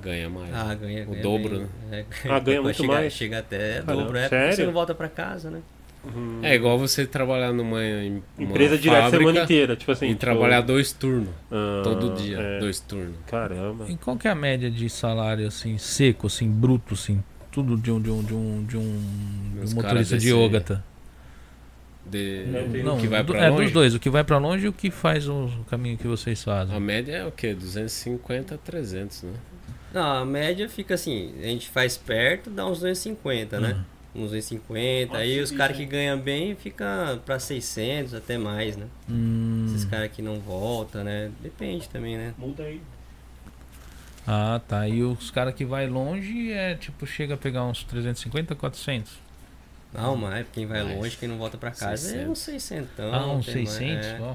[SPEAKER 3] Ganha mais.
[SPEAKER 4] Ah, ganha,
[SPEAKER 3] O
[SPEAKER 4] ganha
[SPEAKER 3] dobro,
[SPEAKER 4] bem, né? É,
[SPEAKER 1] Ah, ganha muito
[SPEAKER 4] chega,
[SPEAKER 1] mais?
[SPEAKER 4] Chega até
[SPEAKER 1] Caramba,
[SPEAKER 4] dobro, é porque
[SPEAKER 1] sério?
[SPEAKER 4] você não volta pra casa, né?
[SPEAKER 1] Uhum.
[SPEAKER 3] É igual você trabalhar numa em- uma
[SPEAKER 1] Empresa direto a
[SPEAKER 3] fábrica
[SPEAKER 1] semana inteira, tipo assim.
[SPEAKER 3] E
[SPEAKER 1] tipo,
[SPEAKER 3] trabalhar dois turnos.
[SPEAKER 1] ah,
[SPEAKER 3] Todo dia,
[SPEAKER 1] é.
[SPEAKER 3] dois turnos.
[SPEAKER 1] Caramba.
[SPEAKER 2] E qual que é a média de salário assim, seco, assim, bruto, assim? tudo de um, de um, de um, de um, de um
[SPEAKER 3] Os caras
[SPEAKER 2] motorista
[SPEAKER 3] desse-
[SPEAKER 2] de yogata.
[SPEAKER 3] De,
[SPEAKER 1] Não, tem
[SPEAKER 3] o que vai
[SPEAKER 2] do-
[SPEAKER 3] pra
[SPEAKER 2] é
[SPEAKER 3] longe?
[SPEAKER 2] dos dois, o que vai pra longe e o que faz o caminho que vocês
[SPEAKER 3] A
[SPEAKER 2] fazem.
[SPEAKER 3] média é o quê? 250 a 300, né?
[SPEAKER 4] Não, a média fica assim, a gente faz perto, dá uns 250, né?
[SPEAKER 2] Uhum.
[SPEAKER 4] Uns 250, aí
[SPEAKER 1] Nossa,
[SPEAKER 4] os
[SPEAKER 1] bicho,
[SPEAKER 4] caras
[SPEAKER 1] hein?
[SPEAKER 4] que ganham bem fica pra 600, até mais, né?
[SPEAKER 2] Hum,
[SPEAKER 4] Esses caras que não voltam, né? Depende também, né?
[SPEAKER 1] Muda aí.
[SPEAKER 2] Tá Ah, tá. E os caras que vai longe é tipo, chega a pegar uns 350, 400. Uhum.
[SPEAKER 4] Não, mas né? quem vai
[SPEAKER 3] Mais.
[SPEAKER 4] longe, quem não volta pra casa é uns 600.
[SPEAKER 2] ah, uns 600,
[SPEAKER 4] é.
[SPEAKER 2] ó.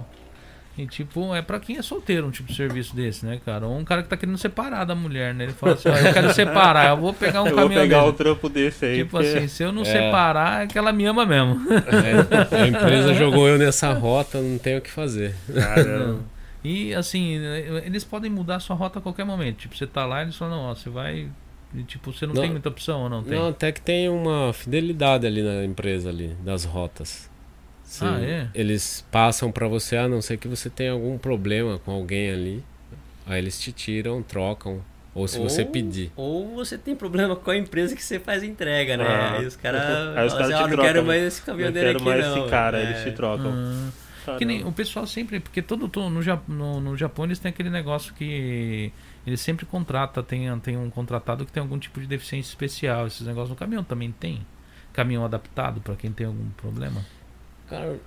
[SPEAKER 2] E tipo, é pra quem é solteiro um tipo de serviço desse, né, cara? Ou um cara que tá querendo separar da mulher, né? Ele fala assim, ó, eu quero separar, eu vou pegar um
[SPEAKER 1] eu vou
[SPEAKER 2] caminhão
[SPEAKER 1] pegar um
[SPEAKER 2] desse.
[SPEAKER 1] trampo desse aí.
[SPEAKER 2] Tipo
[SPEAKER 1] porque-
[SPEAKER 2] assim, se eu não
[SPEAKER 3] É.
[SPEAKER 2] separar, é que ela me ama mesmo.
[SPEAKER 3] É, a empresa jogou eu nessa rota, não tem o que fazer.
[SPEAKER 1] Caramba.
[SPEAKER 2] E assim, né, eles podem mudar a sua rota a qualquer momento. Tipo, você tá lá e eles falam, não, ó, você vai. e, tipo, você não,
[SPEAKER 3] Não.
[SPEAKER 2] tem muita opção ou não tem?
[SPEAKER 3] Não, até que tem uma fidelidade ali na empresa ali das rotas. Se
[SPEAKER 2] Ah, é?
[SPEAKER 3] Eles passam pra você, a não ser que você tenha algum problema com alguém ali. Aí eles te tiram, trocam. Ou se você pedir.
[SPEAKER 4] Ou você tem problema com a empresa que você faz entrega, né?
[SPEAKER 1] Ah.
[SPEAKER 4] aí os caras.
[SPEAKER 1] Aí os
[SPEAKER 4] falam
[SPEAKER 1] caras
[SPEAKER 4] assim,
[SPEAKER 1] te
[SPEAKER 4] "Ah, não
[SPEAKER 1] trocam,
[SPEAKER 4] quero
[SPEAKER 1] né?
[SPEAKER 4] mais esse caminhão
[SPEAKER 1] Eu
[SPEAKER 4] dele
[SPEAKER 1] quero
[SPEAKER 4] aqui,
[SPEAKER 1] mais
[SPEAKER 4] não.
[SPEAKER 1] esse cara,
[SPEAKER 4] É.
[SPEAKER 1] eles te trocam. Tá
[SPEAKER 2] Ah,
[SPEAKER 1] Caramba.
[SPEAKER 2] que nem o pessoal sempre. Porque todo todo- no, Ja- no, no Japão eles têm aquele negócio que. Eles sempre contrata tem, tem um contratado que tem algum tipo de deficiência especial. Esses negócios no caminhão também tem. Caminhão adaptado pra quem tem algum problema.
[SPEAKER 3] Cara,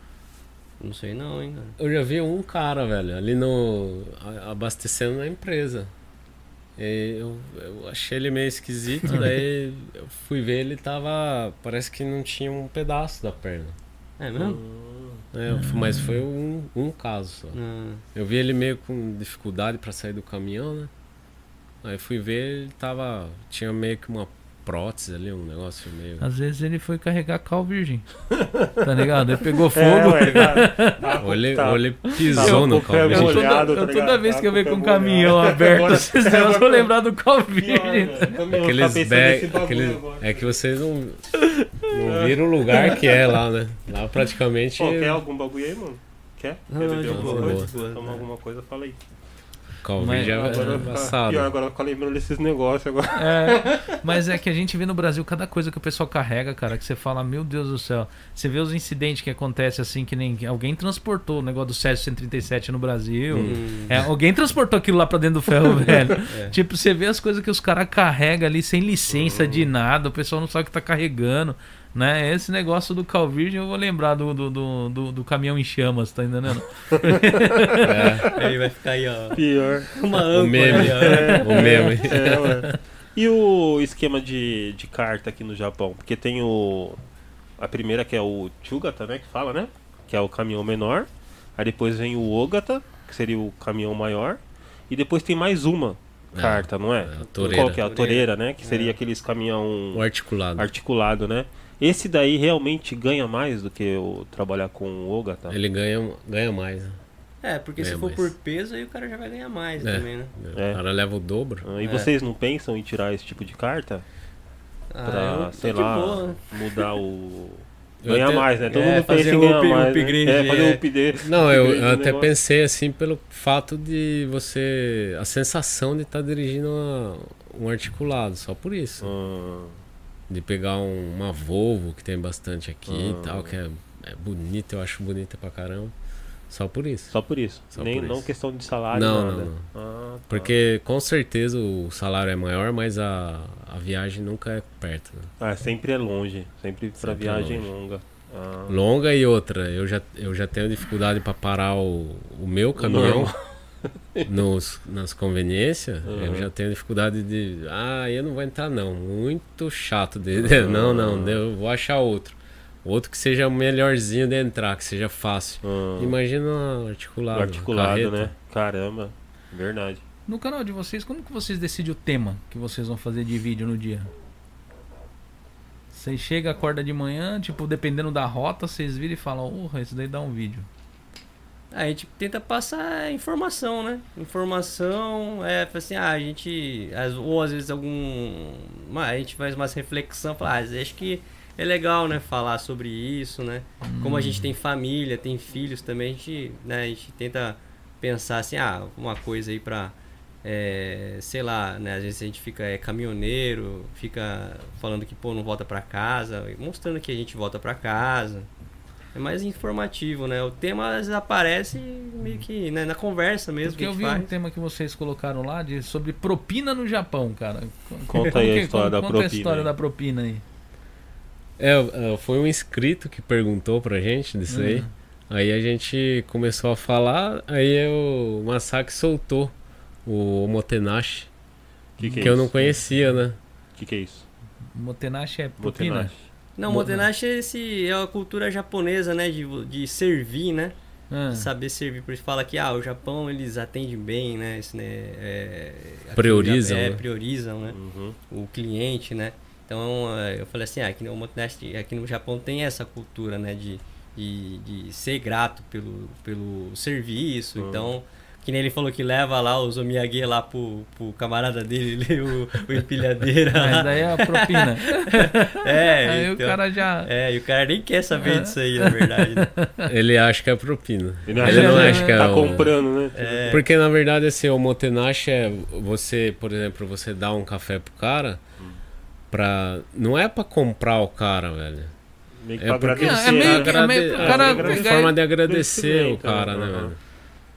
[SPEAKER 4] Não sei não, hein, cara.
[SPEAKER 3] eu já vi um cara, velho, ali no. a- abastecendo na empresa. E eu, eu achei ele meio esquisito, daí eu fui ver, ele tava. Parece que não tinha um pedaço da perna.
[SPEAKER 1] Hum.
[SPEAKER 4] É mesmo?
[SPEAKER 3] É, eu- mas foi um, um caso só.
[SPEAKER 4] Não.
[SPEAKER 3] Eu vi ele meio com dificuldade pra sair do caminhão, né? Aí fui ver, ele tava. Tinha meio que uma prótese ali, um negócio meio.
[SPEAKER 2] Às vezes ele foi carregar cal virgem. tá ligado? Ele pegou fogo.
[SPEAKER 1] É, ué, cara. Tá,
[SPEAKER 3] Ou ele,
[SPEAKER 1] tá.
[SPEAKER 3] ou ele pisou
[SPEAKER 1] Tá,
[SPEAKER 3] no
[SPEAKER 1] o pé
[SPEAKER 2] Eu
[SPEAKER 3] caminhão.
[SPEAKER 1] molhado.
[SPEAKER 2] toda,
[SPEAKER 1] tá
[SPEAKER 2] eu toda
[SPEAKER 1] ligado?
[SPEAKER 2] vez
[SPEAKER 1] Tá
[SPEAKER 2] que eu
[SPEAKER 1] com
[SPEAKER 2] venho
[SPEAKER 1] o
[SPEAKER 2] com um
[SPEAKER 1] pé molhado.
[SPEAKER 2] caminhão aberto,
[SPEAKER 1] Agora-
[SPEAKER 2] vocês eu vou lembrar do
[SPEAKER 1] né?
[SPEAKER 2] Covid.
[SPEAKER 1] Tá
[SPEAKER 3] Aqueles
[SPEAKER 1] bags.
[SPEAKER 3] bag, aqueles, é que vocês não, não viram o lugar que é lá, né? Lá praticamente.
[SPEAKER 1] Pô, é quer algum bagulho aí, mano? Quer? Quer
[SPEAKER 4] Não, de
[SPEAKER 1] beber alguma
[SPEAKER 4] boa,
[SPEAKER 1] coisa?
[SPEAKER 4] de boa.
[SPEAKER 1] Toma alguma coisa, fala aí.
[SPEAKER 3] Covid
[SPEAKER 2] Mas-
[SPEAKER 3] já
[SPEAKER 2] Agora
[SPEAKER 3] é
[SPEAKER 1] Agora,
[SPEAKER 3] embaçado.
[SPEAKER 1] pior, agora eu fico lembrando desses negócios agora.
[SPEAKER 2] É, mas é que a gente vê no Brasil cada coisa que o pessoal carrega, cara, que você fala, meu Deus do céu. Você vê os incidentes que acontecem assim, que nem alguém transportou o negócio do Césio 137 no Brasil.
[SPEAKER 1] Hum.
[SPEAKER 2] É, alguém transportou aquilo lá pra dentro do ferro, velho.
[SPEAKER 4] Hum.
[SPEAKER 2] Tipo, você vê as coisas que os caras carregam ali sem licença de
[SPEAKER 1] Hum.
[SPEAKER 2] nada, o pessoal não sabe o que tá carregando. Né? Esse negócio do Cal Virgem, eu vou lembrar do, do, do, do- do caminhão em chamas, tá entendendo?
[SPEAKER 3] É,
[SPEAKER 4] Aí vai ficar aí, ó.
[SPEAKER 1] Pior.
[SPEAKER 4] Uma
[SPEAKER 3] o
[SPEAKER 4] âncora
[SPEAKER 3] meme.
[SPEAKER 4] aí, ó.
[SPEAKER 3] O meme.
[SPEAKER 1] É, ué. E o esquema de, de carta aqui no Japão? Porque tem o. A primeira que é o Chugata, né? Que fala, né? Que é o caminhão menor. Aí depois vem o Ogata, que seria o caminhão maior. E depois tem mais uma
[SPEAKER 3] É,
[SPEAKER 1] carta, não é?
[SPEAKER 3] é a toureira.
[SPEAKER 1] Qual que é? A Toreira, né? Que
[SPEAKER 4] É.
[SPEAKER 1] seria aqueles caminhão
[SPEAKER 3] O articulado.
[SPEAKER 1] articulado, né? Esse daí realmente ganha mais do que o trabalhar com o Ogata.
[SPEAKER 3] Ele ganha, ganha mais. né?
[SPEAKER 4] É, porque se
[SPEAKER 3] Ganha
[SPEAKER 4] for
[SPEAKER 3] mais.
[SPEAKER 4] por peso, aí o cara já vai ganhar mais
[SPEAKER 3] É.
[SPEAKER 4] também, né?
[SPEAKER 1] É.
[SPEAKER 3] O cara leva o dobro.
[SPEAKER 1] Ah, E
[SPEAKER 4] É.
[SPEAKER 1] vocês não pensam em tirar esse tipo de carta?
[SPEAKER 4] Ah,
[SPEAKER 1] pra,
[SPEAKER 4] eu tô
[SPEAKER 1] sei
[SPEAKER 4] de
[SPEAKER 1] lá,
[SPEAKER 4] boa, né?
[SPEAKER 1] mudar o.
[SPEAKER 3] Eu
[SPEAKER 1] Ganhar
[SPEAKER 3] até-
[SPEAKER 1] mais, né? Todo
[SPEAKER 4] é,
[SPEAKER 1] mundo pensa
[SPEAKER 4] fazer
[SPEAKER 1] em
[SPEAKER 4] o
[SPEAKER 1] ganhar
[SPEAKER 4] up-
[SPEAKER 1] mais.
[SPEAKER 4] upgrade,
[SPEAKER 1] né? É, fazer o
[SPEAKER 4] é.
[SPEAKER 1] upgrade.
[SPEAKER 3] Não, eu,
[SPEAKER 1] upgrade
[SPEAKER 3] eu
[SPEAKER 1] do
[SPEAKER 3] até
[SPEAKER 1] negócio.
[SPEAKER 3] pensei assim pelo fato de você. A sensação de estar dirigindo uma- um articulado, só por isso.
[SPEAKER 1] Ah,
[SPEAKER 3] De pegar um- uma Volvo, que tem bastante aqui
[SPEAKER 1] Ah.
[SPEAKER 3] e tal, que é, é bonita, eu acho bonita pra caramba. Só por isso.
[SPEAKER 1] só por isso.
[SPEAKER 3] Só
[SPEAKER 1] Nem,
[SPEAKER 3] por
[SPEAKER 1] Não
[SPEAKER 3] isso.
[SPEAKER 1] questão de salário,
[SPEAKER 3] Não,
[SPEAKER 1] nada.
[SPEAKER 3] não, não.
[SPEAKER 1] Ah, tá.
[SPEAKER 3] Porque com certeza o salário é maior, mas a, a viagem nunca é perto. né?
[SPEAKER 1] Ah, sempre é longe. Sempre, pra
[SPEAKER 3] Sempre é
[SPEAKER 1] viagem longa. Ah,
[SPEAKER 3] Longa e outra, eu já, eu já tenho dificuldade pra parar o, o meu caminhão nos, nas conveniências. Eu
[SPEAKER 1] Uhum.
[SPEAKER 3] já tenho dificuldade de. Ah, eu não vou entrar não. Muito chato de. de- Não, não, eu vou achar outro. Outro que seja melhorzinho de entrar, que seja fácil.
[SPEAKER 1] ah,
[SPEAKER 3] Imagina um
[SPEAKER 1] do
[SPEAKER 3] articulado. uma
[SPEAKER 1] articulado,
[SPEAKER 3] carreta.
[SPEAKER 1] né? Caramba. Verdade.
[SPEAKER 2] No canal de vocês, como que vocês decidem o tema que vocês vão fazer de vídeo no dia? Vocês chegam, acorda de manhã, tipo, dependendo da rota, vocês viram e falam, urra, isso daí dá um vídeo.
[SPEAKER 4] A gente tenta passar informação, né? Informação, é fala assim, ah, a gente. às- Ou às vezes algum. uma- A gente faz umas reflexão, fala, ah, acho que é legal, né? Falar sobre isso, né? Como a gente tem família, tem filhos também, a gente, né, a gente tenta pensar assim, ah, alguma coisa aí pra é, sei lá, né? Às vezes a gente fica é, caminhoneiro, fica falando que, pô, não volta pra casa, mostrando que a gente volta pra casa. É mais informativo, né? O tema às vezes, aparece meio que né, na conversa mesmo.
[SPEAKER 2] Porque
[SPEAKER 4] que a
[SPEAKER 2] eu
[SPEAKER 4] gente
[SPEAKER 2] vi um
[SPEAKER 4] faz.
[SPEAKER 2] tema que vocês colocaram lá de, sobre propina no Japão, cara.
[SPEAKER 1] Conta aí a história da
[SPEAKER 2] conta
[SPEAKER 1] propina
[SPEAKER 2] a história
[SPEAKER 1] aí.
[SPEAKER 2] da propina aí.
[SPEAKER 3] É, ah, foi um inscrito que perguntou pra gente disso aí. Aí a gente começou a falar, aí o Masaki soltou o Motenashi,
[SPEAKER 1] Que que,
[SPEAKER 3] que,
[SPEAKER 1] é
[SPEAKER 3] eu
[SPEAKER 1] isso?
[SPEAKER 3] não conhecia, né?
[SPEAKER 1] Que que é isso?
[SPEAKER 2] Motenashi é propina?
[SPEAKER 1] Botenache.
[SPEAKER 4] Não, o
[SPEAKER 2] Mo-
[SPEAKER 4] Motenashi é, esse, é uma cultura japonesa, né? De, vo- de servir, né?
[SPEAKER 2] Ah.
[SPEAKER 4] Saber servir. Por isso fala que ah, o Japão eles atendem bem, né? Isso, né é, aqui
[SPEAKER 3] Priorizam,
[SPEAKER 4] É,
[SPEAKER 3] né?
[SPEAKER 4] priorizam, né?
[SPEAKER 1] Uhum.
[SPEAKER 4] o cliente, né? Então eh, eu falei assim, ah, aqui no Montenegro, aqui no Japão tem essa cultura, né, de, de, de ser grato pelo, pelo serviço.
[SPEAKER 1] Hum.
[SPEAKER 4] Então, que nem ele falou que leva lá os omiyage lá pro, pro camarada dele, ele, o, o empilhadeira.
[SPEAKER 2] Mas
[SPEAKER 4] lá.
[SPEAKER 2] daí é a propina.
[SPEAKER 4] É,
[SPEAKER 2] aí
[SPEAKER 4] então,
[SPEAKER 2] o cara já.
[SPEAKER 4] é, e o cara nem quer saber disso aí, na verdade. né?
[SPEAKER 3] Ele acha que é propina.
[SPEAKER 1] Ele
[SPEAKER 3] Ele não
[SPEAKER 2] é-
[SPEAKER 3] acha que é
[SPEAKER 1] Tá
[SPEAKER 3] o-
[SPEAKER 1] comprando, né?
[SPEAKER 4] É,
[SPEAKER 3] Porque na verdade assim, o motenashi é você, por exemplo, você dá um café pro cara
[SPEAKER 1] Hum.
[SPEAKER 3] pra não é pra comprar o cara, velho.
[SPEAKER 1] Meio que
[SPEAKER 3] É
[SPEAKER 1] pra
[SPEAKER 3] porque-
[SPEAKER 1] agradecer.
[SPEAKER 2] É meio
[SPEAKER 1] né?
[SPEAKER 2] que- é meio pro cara
[SPEAKER 3] é uma
[SPEAKER 2] pegar
[SPEAKER 3] forma
[SPEAKER 2] e- então,
[SPEAKER 3] de agradecer o
[SPEAKER 1] Investimento,
[SPEAKER 3] cara, né,
[SPEAKER 1] né?
[SPEAKER 3] velho?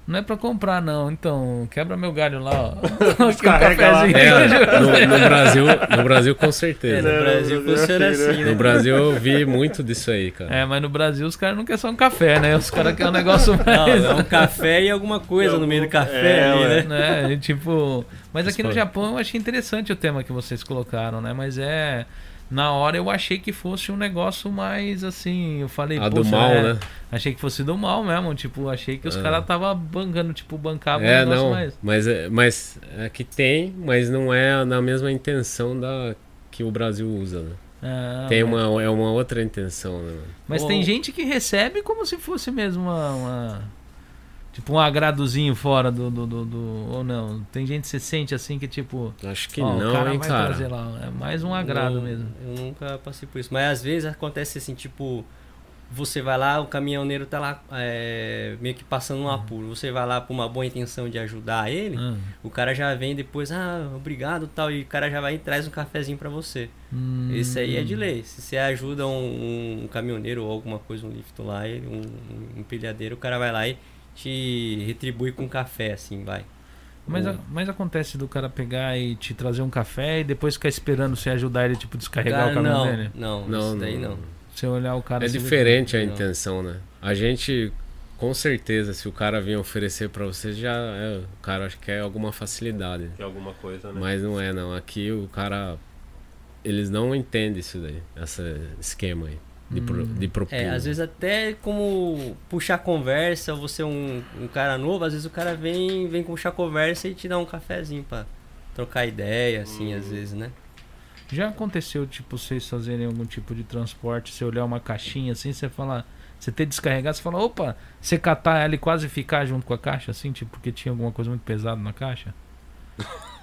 [SPEAKER 2] Não é pra comprar, não. Então, quebra meu galho lá, ó. que
[SPEAKER 1] Descarrega lá.
[SPEAKER 3] É, no, no Brasil, no Brasil com
[SPEAKER 4] é,
[SPEAKER 3] certeza.
[SPEAKER 4] no Brasil funciona
[SPEAKER 1] assim, né?
[SPEAKER 4] assim, né?
[SPEAKER 3] No Brasil eu vi muito disso aí, cara.
[SPEAKER 2] É, mas no Brasil os caras não querem só um café, né? Os caras querem um negócio
[SPEAKER 4] Não,
[SPEAKER 2] mais.
[SPEAKER 4] é um café e alguma coisa no meio do café
[SPEAKER 1] É,
[SPEAKER 4] ali,
[SPEAKER 1] ué.
[SPEAKER 4] né?
[SPEAKER 3] um
[SPEAKER 2] né? E, tipo, mas aqui no
[SPEAKER 3] Escolhe.
[SPEAKER 2] Japão eu achei interessante o tema que vocês colocaram, né? Mas é na hora eu achei que fosse um negócio mais assim, eu falei,
[SPEAKER 3] A do
[SPEAKER 2] "Poxa,
[SPEAKER 3] mal,
[SPEAKER 2] é,
[SPEAKER 3] né?
[SPEAKER 2] Achei que fosse do mal mesmo, tipo, achei que os
[SPEAKER 3] Ah.
[SPEAKER 2] caras tava bancando, tipo, bancava
[SPEAKER 3] É,
[SPEAKER 2] um negócio
[SPEAKER 3] não.
[SPEAKER 2] mais.
[SPEAKER 3] Mas, é- mas é que tem, mas não é na mesma intenção da que o Brasil usa, né?
[SPEAKER 2] Ah,
[SPEAKER 3] tem
[SPEAKER 2] mas-
[SPEAKER 3] uma, é uma outra intenção, né? mano?
[SPEAKER 2] Mas
[SPEAKER 4] Ou-
[SPEAKER 2] tem gente que recebe como se fosse mesmo uma. uma- tipo, um agradozinho fora do, do, do- do- Ou não. Tem gente que se sente assim que, tipo.
[SPEAKER 3] Acho que
[SPEAKER 2] ó,
[SPEAKER 3] não,
[SPEAKER 2] o cara
[SPEAKER 3] hein,
[SPEAKER 2] vai
[SPEAKER 3] cara.
[SPEAKER 2] trazer lá. É mais um agrado
[SPEAKER 4] Não,
[SPEAKER 2] mesmo.
[SPEAKER 4] Eu nunca passei por isso. Mas às vezes acontece assim, tipo, você vai lá, o caminhoneiro tá lá é, meio que passando um apuro. Você vai lá por uma boa intenção de ajudar ele,
[SPEAKER 2] Ah,
[SPEAKER 4] o cara já vem depois, ah, obrigado tal, e o cara já vai e traz um cafezinho pra você.
[SPEAKER 2] hum.
[SPEAKER 4] Isso aí é de lei. Se você ajuda um, um caminhoneiro ou alguma coisa, um lift lá, ele- um, um empilhadeiro, o cara vai lá e te retribui com café, assim, vai.
[SPEAKER 2] Mas, a- mas acontece do cara pegar e te trazer um café e depois ficar esperando você ajudar ele, tipo, descarregar o
[SPEAKER 4] Cara,
[SPEAKER 2] caminhão
[SPEAKER 4] não,
[SPEAKER 2] dele.
[SPEAKER 4] não,
[SPEAKER 3] Não,
[SPEAKER 4] isso daí
[SPEAKER 3] não.
[SPEAKER 4] não.
[SPEAKER 2] Você olhar o cara. assim,
[SPEAKER 3] É
[SPEAKER 2] você vê-
[SPEAKER 3] diferente a
[SPEAKER 4] Não.
[SPEAKER 3] intenção, né? A gente, com certeza, se o cara vir oferecer pra você, já é, o cara acho que quer alguma facilidade.
[SPEAKER 1] Que é alguma coisa, né?
[SPEAKER 3] Mas não é, não. Aqui o cara. Eles não entendem isso daí, esse esquema aí. De, pro,
[SPEAKER 2] Hum.
[SPEAKER 3] de propina.
[SPEAKER 4] É, às vezes até como puxar conversa, você é um, um cara novo, às vezes o cara vem, vem puxar conversa e te dá um cafezinho pra trocar ideia, assim,
[SPEAKER 1] Hum.
[SPEAKER 4] às vezes, né?
[SPEAKER 2] Já aconteceu, tipo, vocês fazerem algum tipo de transporte, você olhar uma caixinha assim, você fala. Você ter descarregado, você fala, opa, você catar ela e quase ficar junto com a caixa, assim, tipo, porque tinha alguma coisa muito pesada na caixa?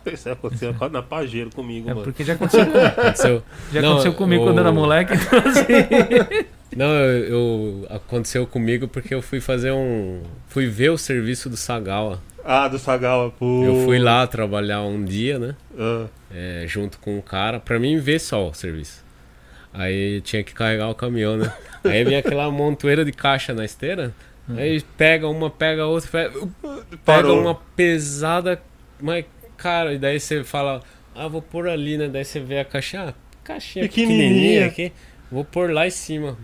[SPEAKER 1] Isso aí aconteceu é quase na Pajero comigo,
[SPEAKER 2] É
[SPEAKER 1] mano.
[SPEAKER 2] porque já aconteceu, com-
[SPEAKER 3] Aconteceu-
[SPEAKER 2] já
[SPEAKER 3] Não,
[SPEAKER 2] aconteceu comigo quando eu era
[SPEAKER 3] o-
[SPEAKER 2] moleque. então, assim.
[SPEAKER 3] Não, eu, eu- aconteceu comigo porque eu fui fazer um. Fui ver o serviço do Sagawa.
[SPEAKER 1] Ah, do Sagawa, pô.
[SPEAKER 3] Eu fui lá trabalhar um dia, né?
[SPEAKER 1] Ah,
[SPEAKER 3] é, junto com o cara, pra mim ver só o serviço. Aí tinha que carregar o caminhão, né? Aí vinha aquela montoeira de caixa na esteira, aí pega uma, pega outra, pega, pega
[SPEAKER 1] Parou.
[SPEAKER 3] uma pesada, mas cara, e daí você fala, ah, vou pôr ali, né? Daí você vê a caixa, ah, caixinha
[SPEAKER 1] Pequenininha.
[SPEAKER 3] pequenininha aqui, vou pôr lá em cima.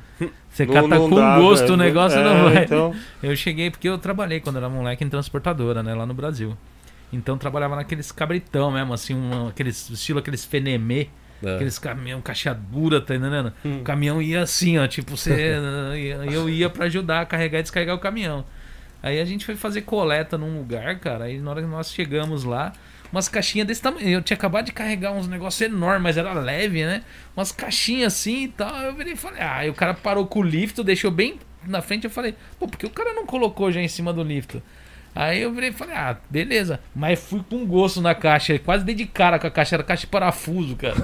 [SPEAKER 2] Você
[SPEAKER 1] não-
[SPEAKER 2] cata
[SPEAKER 1] não
[SPEAKER 2] com
[SPEAKER 1] dá,
[SPEAKER 2] gosto
[SPEAKER 1] velho.
[SPEAKER 2] o negócio,
[SPEAKER 1] É,
[SPEAKER 2] não vai.
[SPEAKER 1] Então,
[SPEAKER 2] Eu cheguei porque eu trabalhei quando era moleque em transportadora, né, lá no Brasil. Então trabalhava naqueles cabritão mesmo, assim, um, aqueles estilo aqueles fenemê,
[SPEAKER 3] Né?
[SPEAKER 2] aqueles caminhão caixa dura, tá entendendo? O caminhão ia assim, ó, tipo, você eh, eu ia pra ajudar a carregar e descarregar o caminhão. Aí a gente foi fazer coleta num lugar, cara, aí na hora que nós chegamos lá, umas caixinhas desse tamanho, eu tinha acabado de carregar uns negócios enormes, mas era leve, né? Umas caixinhas assim e tal, eu virei e falei, ah, aí o cara parou com o lift, deixou bem na frente, eu falei, pô, por que o cara não colocou já em cima do lift? Aí eu virei e falei, ah, beleza. Mas fui com gosto na caixa, quase dei de cara com a caixa, era caixa de parafuso, cara.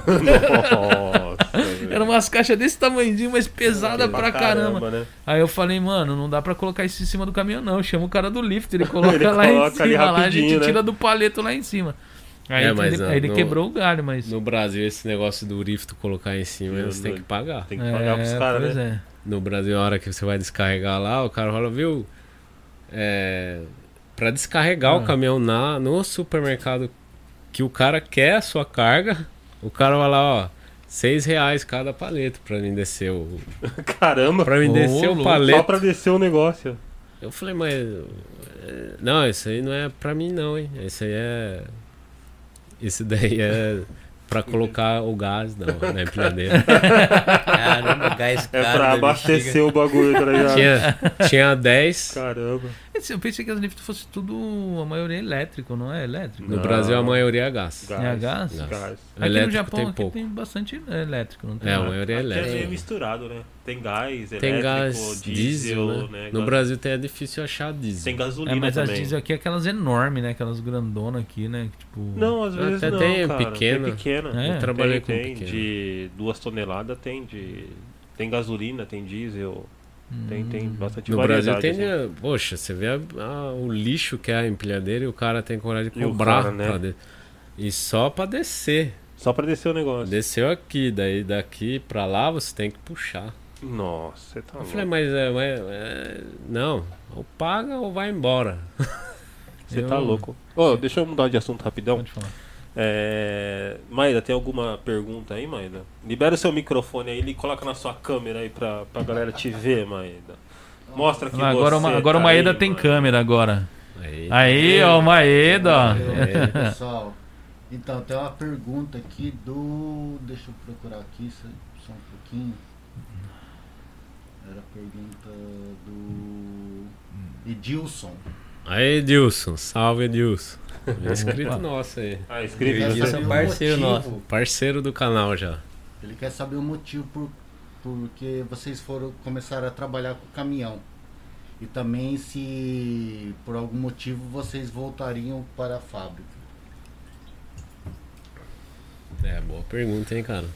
[SPEAKER 1] Nossa.
[SPEAKER 2] Era
[SPEAKER 1] velho.
[SPEAKER 2] umas caixas desse tamanhozinho, mas pesada pra caramba.
[SPEAKER 1] né?
[SPEAKER 2] Aí eu falei, mano, não dá pra colocar isso em cima do caminhão, não. Chama o cara do lift, ele coloca
[SPEAKER 1] Ele
[SPEAKER 2] lá
[SPEAKER 1] coloca
[SPEAKER 2] em
[SPEAKER 1] ali
[SPEAKER 2] cima, lá a gente
[SPEAKER 1] rapidinho, né?
[SPEAKER 2] tira do paleto lá em cima. Aí,
[SPEAKER 3] É,
[SPEAKER 2] ele-
[SPEAKER 3] mas,
[SPEAKER 2] ele,
[SPEAKER 3] ah,
[SPEAKER 2] aí ele
[SPEAKER 3] no-
[SPEAKER 2] quebrou o galho, mas.
[SPEAKER 3] No Brasil, esse negócio do rifto colocar em cima,
[SPEAKER 1] Meu
[SPEAKER 3] eles têm que
[SPEAKER 1] Deus.
[SPEAKER 3] pagar.
[SPEAKER 1] Tem que pagar pros
[SPEAKER 2] É,
[SPEAKER 1] caras,
[SPEAKER 2] pois
[SPEAKER 1] né?
[SPEAKER 2] é.
[SPEAKER 3] No Brasil, a hora que você vai descarregar lá, o cara fala, viu? É, pra descarregar o
[SPEAKER 2] Ah.
[SPEAKER 3] caminhão na, no supermercado que o cara quer a sua carga, o cara vai lá, ó, seis reais cada paleta pra mim descer o.
[SPEAKER 1] Caramba.
[SPEAKER 3] é. Pra mim
[SPEAKER 2] Ô,
[SPEAKER 3] descer o
[SPEAKER 2] louco.
[SPEAKER 1] Só
[SPEAKER 3] paleto.
[SPEAKER 1] pra descer o negócio.
[SPEAKER 3] Eu falei, mas. eh, Não, isso aí não é pra mim, não, hein? Isso aí é. Isso daí é pra colocar o gás não, na empilhadeira.
[SPEAKER 4] Caramba, Ah, o gás
[SPEAKER 1] É
[SPEAKER 4] caro
[SPEAKER 1] pra
[SPEAKER 4] da
[SPEAKER 1] abastecer
[SPEAKER 4] bexiga.
[SPEAKER 1] o bagulho, tá ligado?
[SPEAKER 3] tinha, tinha 10.
[SPEAKER 1] Caramba.
[SPEAKER 2] é. Esse- Eu pensei que as lifts fosse tudo, a maioria elétrico, não é? Elétrico.
[SPEAKER 3] No
[SPEAKER 1] Não.
[SPEAKER 3] Brasil, a maioria é gás.
[SPEAKER 1] Gás.
[SPEAKER 2] É a gás?
[SPEAKER 3] Gás.
[SPEAKER 1] Gás.
[SPEAKER 3] O
[SPEAKER 2] aqui no
[SPEAKER 3] elétrico
[SPEAKER 2] Japão
[SPEAKER 3] tem
[SPEAKER 2] aqui
[SPEAKER 3] pouco.
[SPEAKER 2] tem bastante elétrico, não tem?
[SPEAKER 3] É, a
[SPEAKER 2] nada.
[SPEAKER 3] maioria é
[SPEAKER 1] Aqui é meio
[SPEAKER 3] elétrica.
[SPEAKER 1] misturado, né? Tem gás,
[SPEAKER 3] Tem
[SPEAKER 1] elétrico,
[SPEAKER 3] gás diesel, né? No
[SPEAKER 1] Gas-
[SPEAKER 3] Brasil tem, é difícil achar diesel.
[SPEAKER 1] Tem gasolina
[SPEAKER 2] É, mas as
[SPEAKER 1] também.
[SPEAKER 2] diesel aqui é aquelas enormes, né? Aquelas grandonas aqui, né? que, Tipo.
[SPEAKER 1] Não, às vezes
[SPEAKER 3] Até
[SPEAKER 1] não,
[SPEAKER 3] tem
[SPEAKER 1] cara.
[SPEAKER 3] pequena.
[SPEAKER 1] Tem pequena.
[SPEAKER 2] É,
[SPEAKER 3] Eu trabalhei
[SPEAKER 1] tem, tem
[SPEAKER 3] com pequeno.
[SPEAKER 1] de duas toneladas, tem de... Tem gasolina, tem diesel, tem, tem
[SPEAKER 2] Hum.
[SPEAKER 1] bastante
[SPEAKER 3] No Brasil
[SPEAKER 1] variedade.
[SPEAKER 3] tem,
[SPEAKER 1] assim.
[SPEAKER 3] eh, poxa, você vê a- a- o lixo que é a empilhadeira e o cara tem coragem de
[SPEAKER 1] E o
[SPEAKER 3] cobrar.
[SPEAKER 1] cara, né?
[SPEAKER 3] pra de- E só pra descer.
[SPEAKER 1] Só pra descer o negócio.
[SPEAKER 3] Desceu aqui, daí daqui pra lá você tem que puxar.
[SPEAKER 1] Nossa, você tá
[SPEAKER 3] Eu
[SPEAKER 1] louco.
[SPEAKER 3] falei, mas é, mas é- não, ou paga ou vai embora.
[SPEAKER 1] Você
[SPEAKER 2] eu-
[SPEAKER 1] tá louco. Ô, deixa eu mudar de assunto rapidão.
[SPEAKER 2] Pode falar.
[SPEAKER 1] É... Maida, tem alguma pergunta aí, Maida? Libera o seu microfone aí e coloca na sua câmera aí pra, pra galera te ver, Maida. Mostra que
[SPEAKER 2] Ah, agora
[SPEAKER 1] você
[SPEAKER 2] uma,
[SPEAKER 1] tá
[SPEAKER 2] agora o Maeda
[SPEAKER 1] aí,
[SPEAKER 2] tem
[SPEAKER 1] Maida.
[SPEAKER 2] câmera agora.
[SPEAKER 3] Aí,
[SPEAKER 2] Aí, ó, o Maeda, ó.
[SPEAKER 4] Ah.
[SPEAKER 3] É.
[SPEAKER 6] Pessoal, então tem uma pergunta aqui do. Deixa eu procurar aqui só, só um pouquinho. Era a pergunta do. Edilson.
[SPEAKER 3] aí Edilson, salve Edilson. É Inscrito nosso aí.
[SPEAKER 1] Ah, escrito
[SPEAKER 6] Ele quer
[SPEAKER 4] Edilson
[SPEAKER 1] nessa-
[SPEAKER 4] é
[SPEAKER 6] saber o
[SPEAKER 4] parceiro
[SPEAKER 6] motivo-
[SPEAKER 3] Parceiro do canal já.
[SPEAKER 6] Ele quer saber o motivo por, porque vocês foram começaram a trabalhar com caminhão. E também se por algum motivo vocês voltariam para a fábrica.
[SPEAKER 3] É, boa pergunta, hein, cara.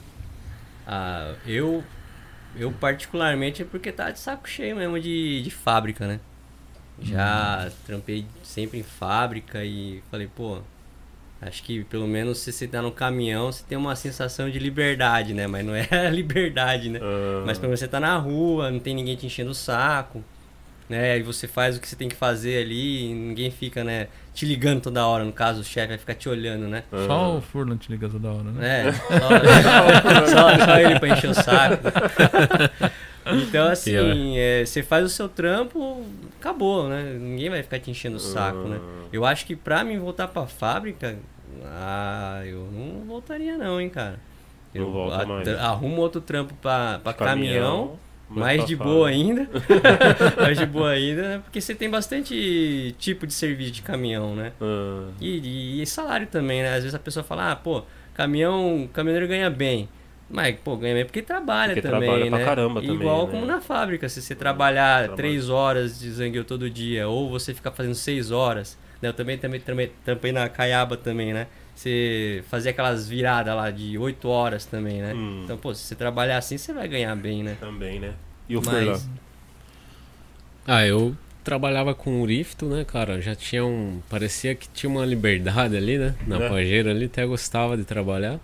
[SPEAKER 4] Ah, eu, eu particularmente é porque tá de saco cheio mesmo de, de fábrica, né? Já trampei sempre em fábrica e falei, pô, acho que pelo menos se você tá no caminhão, você tem uma sensação de liberdade, né? Mas não é a liberdade, né?
[SPEAKER 1] Ah,
[SPEAKER 4] Mas pelo menos você tá na rua, não tem ninguém te enchendo o saco, né? E você faz o que você tem que fazer ali, e ninguém fica, né, te ligando toda hora, no caso o chefe vai ficar te olhando, né?
[SPEAKER 1] ah.
[SPEAKER 2] Só o Furlan te liga toda hora, né?
[SPEAKER 4] É, só, só- só ele pra encher o saco. Então, assim, é, você faz o seu trampo, acabou, né? Ninguém vai ficar te enchendo o saco, né?
[SPEAKER 1] Ah.
[SPEAKER 4] Eu acho que pra mim voltar pra fábrica, ah, eu não voltaria não, hein, cara.
[SPEAKER 1] Não
[SPEAKER 4] Eu
[SPEAKER 1] volta
[SPEAKER 4] a-
[SPEAKER 1] mais.
[SPEAKER 4] arrumo outro trampo pra, pra caminhão,
[SPEAKER 1] mas tá
[SPEAKER 4] mais
[SPEAKER 1] pra
[SPEAKER 4] de
[SPEAKER 1] fábrica.
[SPEAKER 4] boa ainda. mais de boa ainda, né? Porque você tem bastante tipo de serviço de caminhão, né?
[SPEAKER 1] Ah,
[SPEAKER 4] E, e- e salário também, né? Às vezes a pessoa fala, ah, pô, caminhão, caminhoneiro ganha bem. Mas, pô, ganha bem porque trabalha
[SPEAKER 1] Porque
[SPEAKER 4] também,
[SPEAKER 1] trabalha
[SPEAKER 4] né?
[SPEAKER 1] pra caramba também,
[SPEAKER 4] Igual
[SPEAKER 1] né?
[SPEAKER 4] como na fábrica, se você trabalhar
[SPEAKER 1] trabalha.
[SPEAKER 4] três horas de zangueu todo dia, ou você ficar fazendo seis horas, né? Eu também, também, também trampei na Caiaba também, né? Você fazer aquelas viradas lá de oito horas também, né?
[SPEAKER 1] Hum.
[SPEAKER 4] Então, pô, se você trabalhar assim, você vai ganhar bem, né?
[SPEAKER 1] Também, né? E o Furlan?
[SPEAKER 4] Mas,
[SPEAKER 3] Ah, eu trabalhava com o Rifto, né, cara? Já tinha um. Parecia que tinha uma liberdade ali, né? Na
[SPEAKER 1] É.
[SPEAKER 3] pajeira ali, até gostava de trabalhar.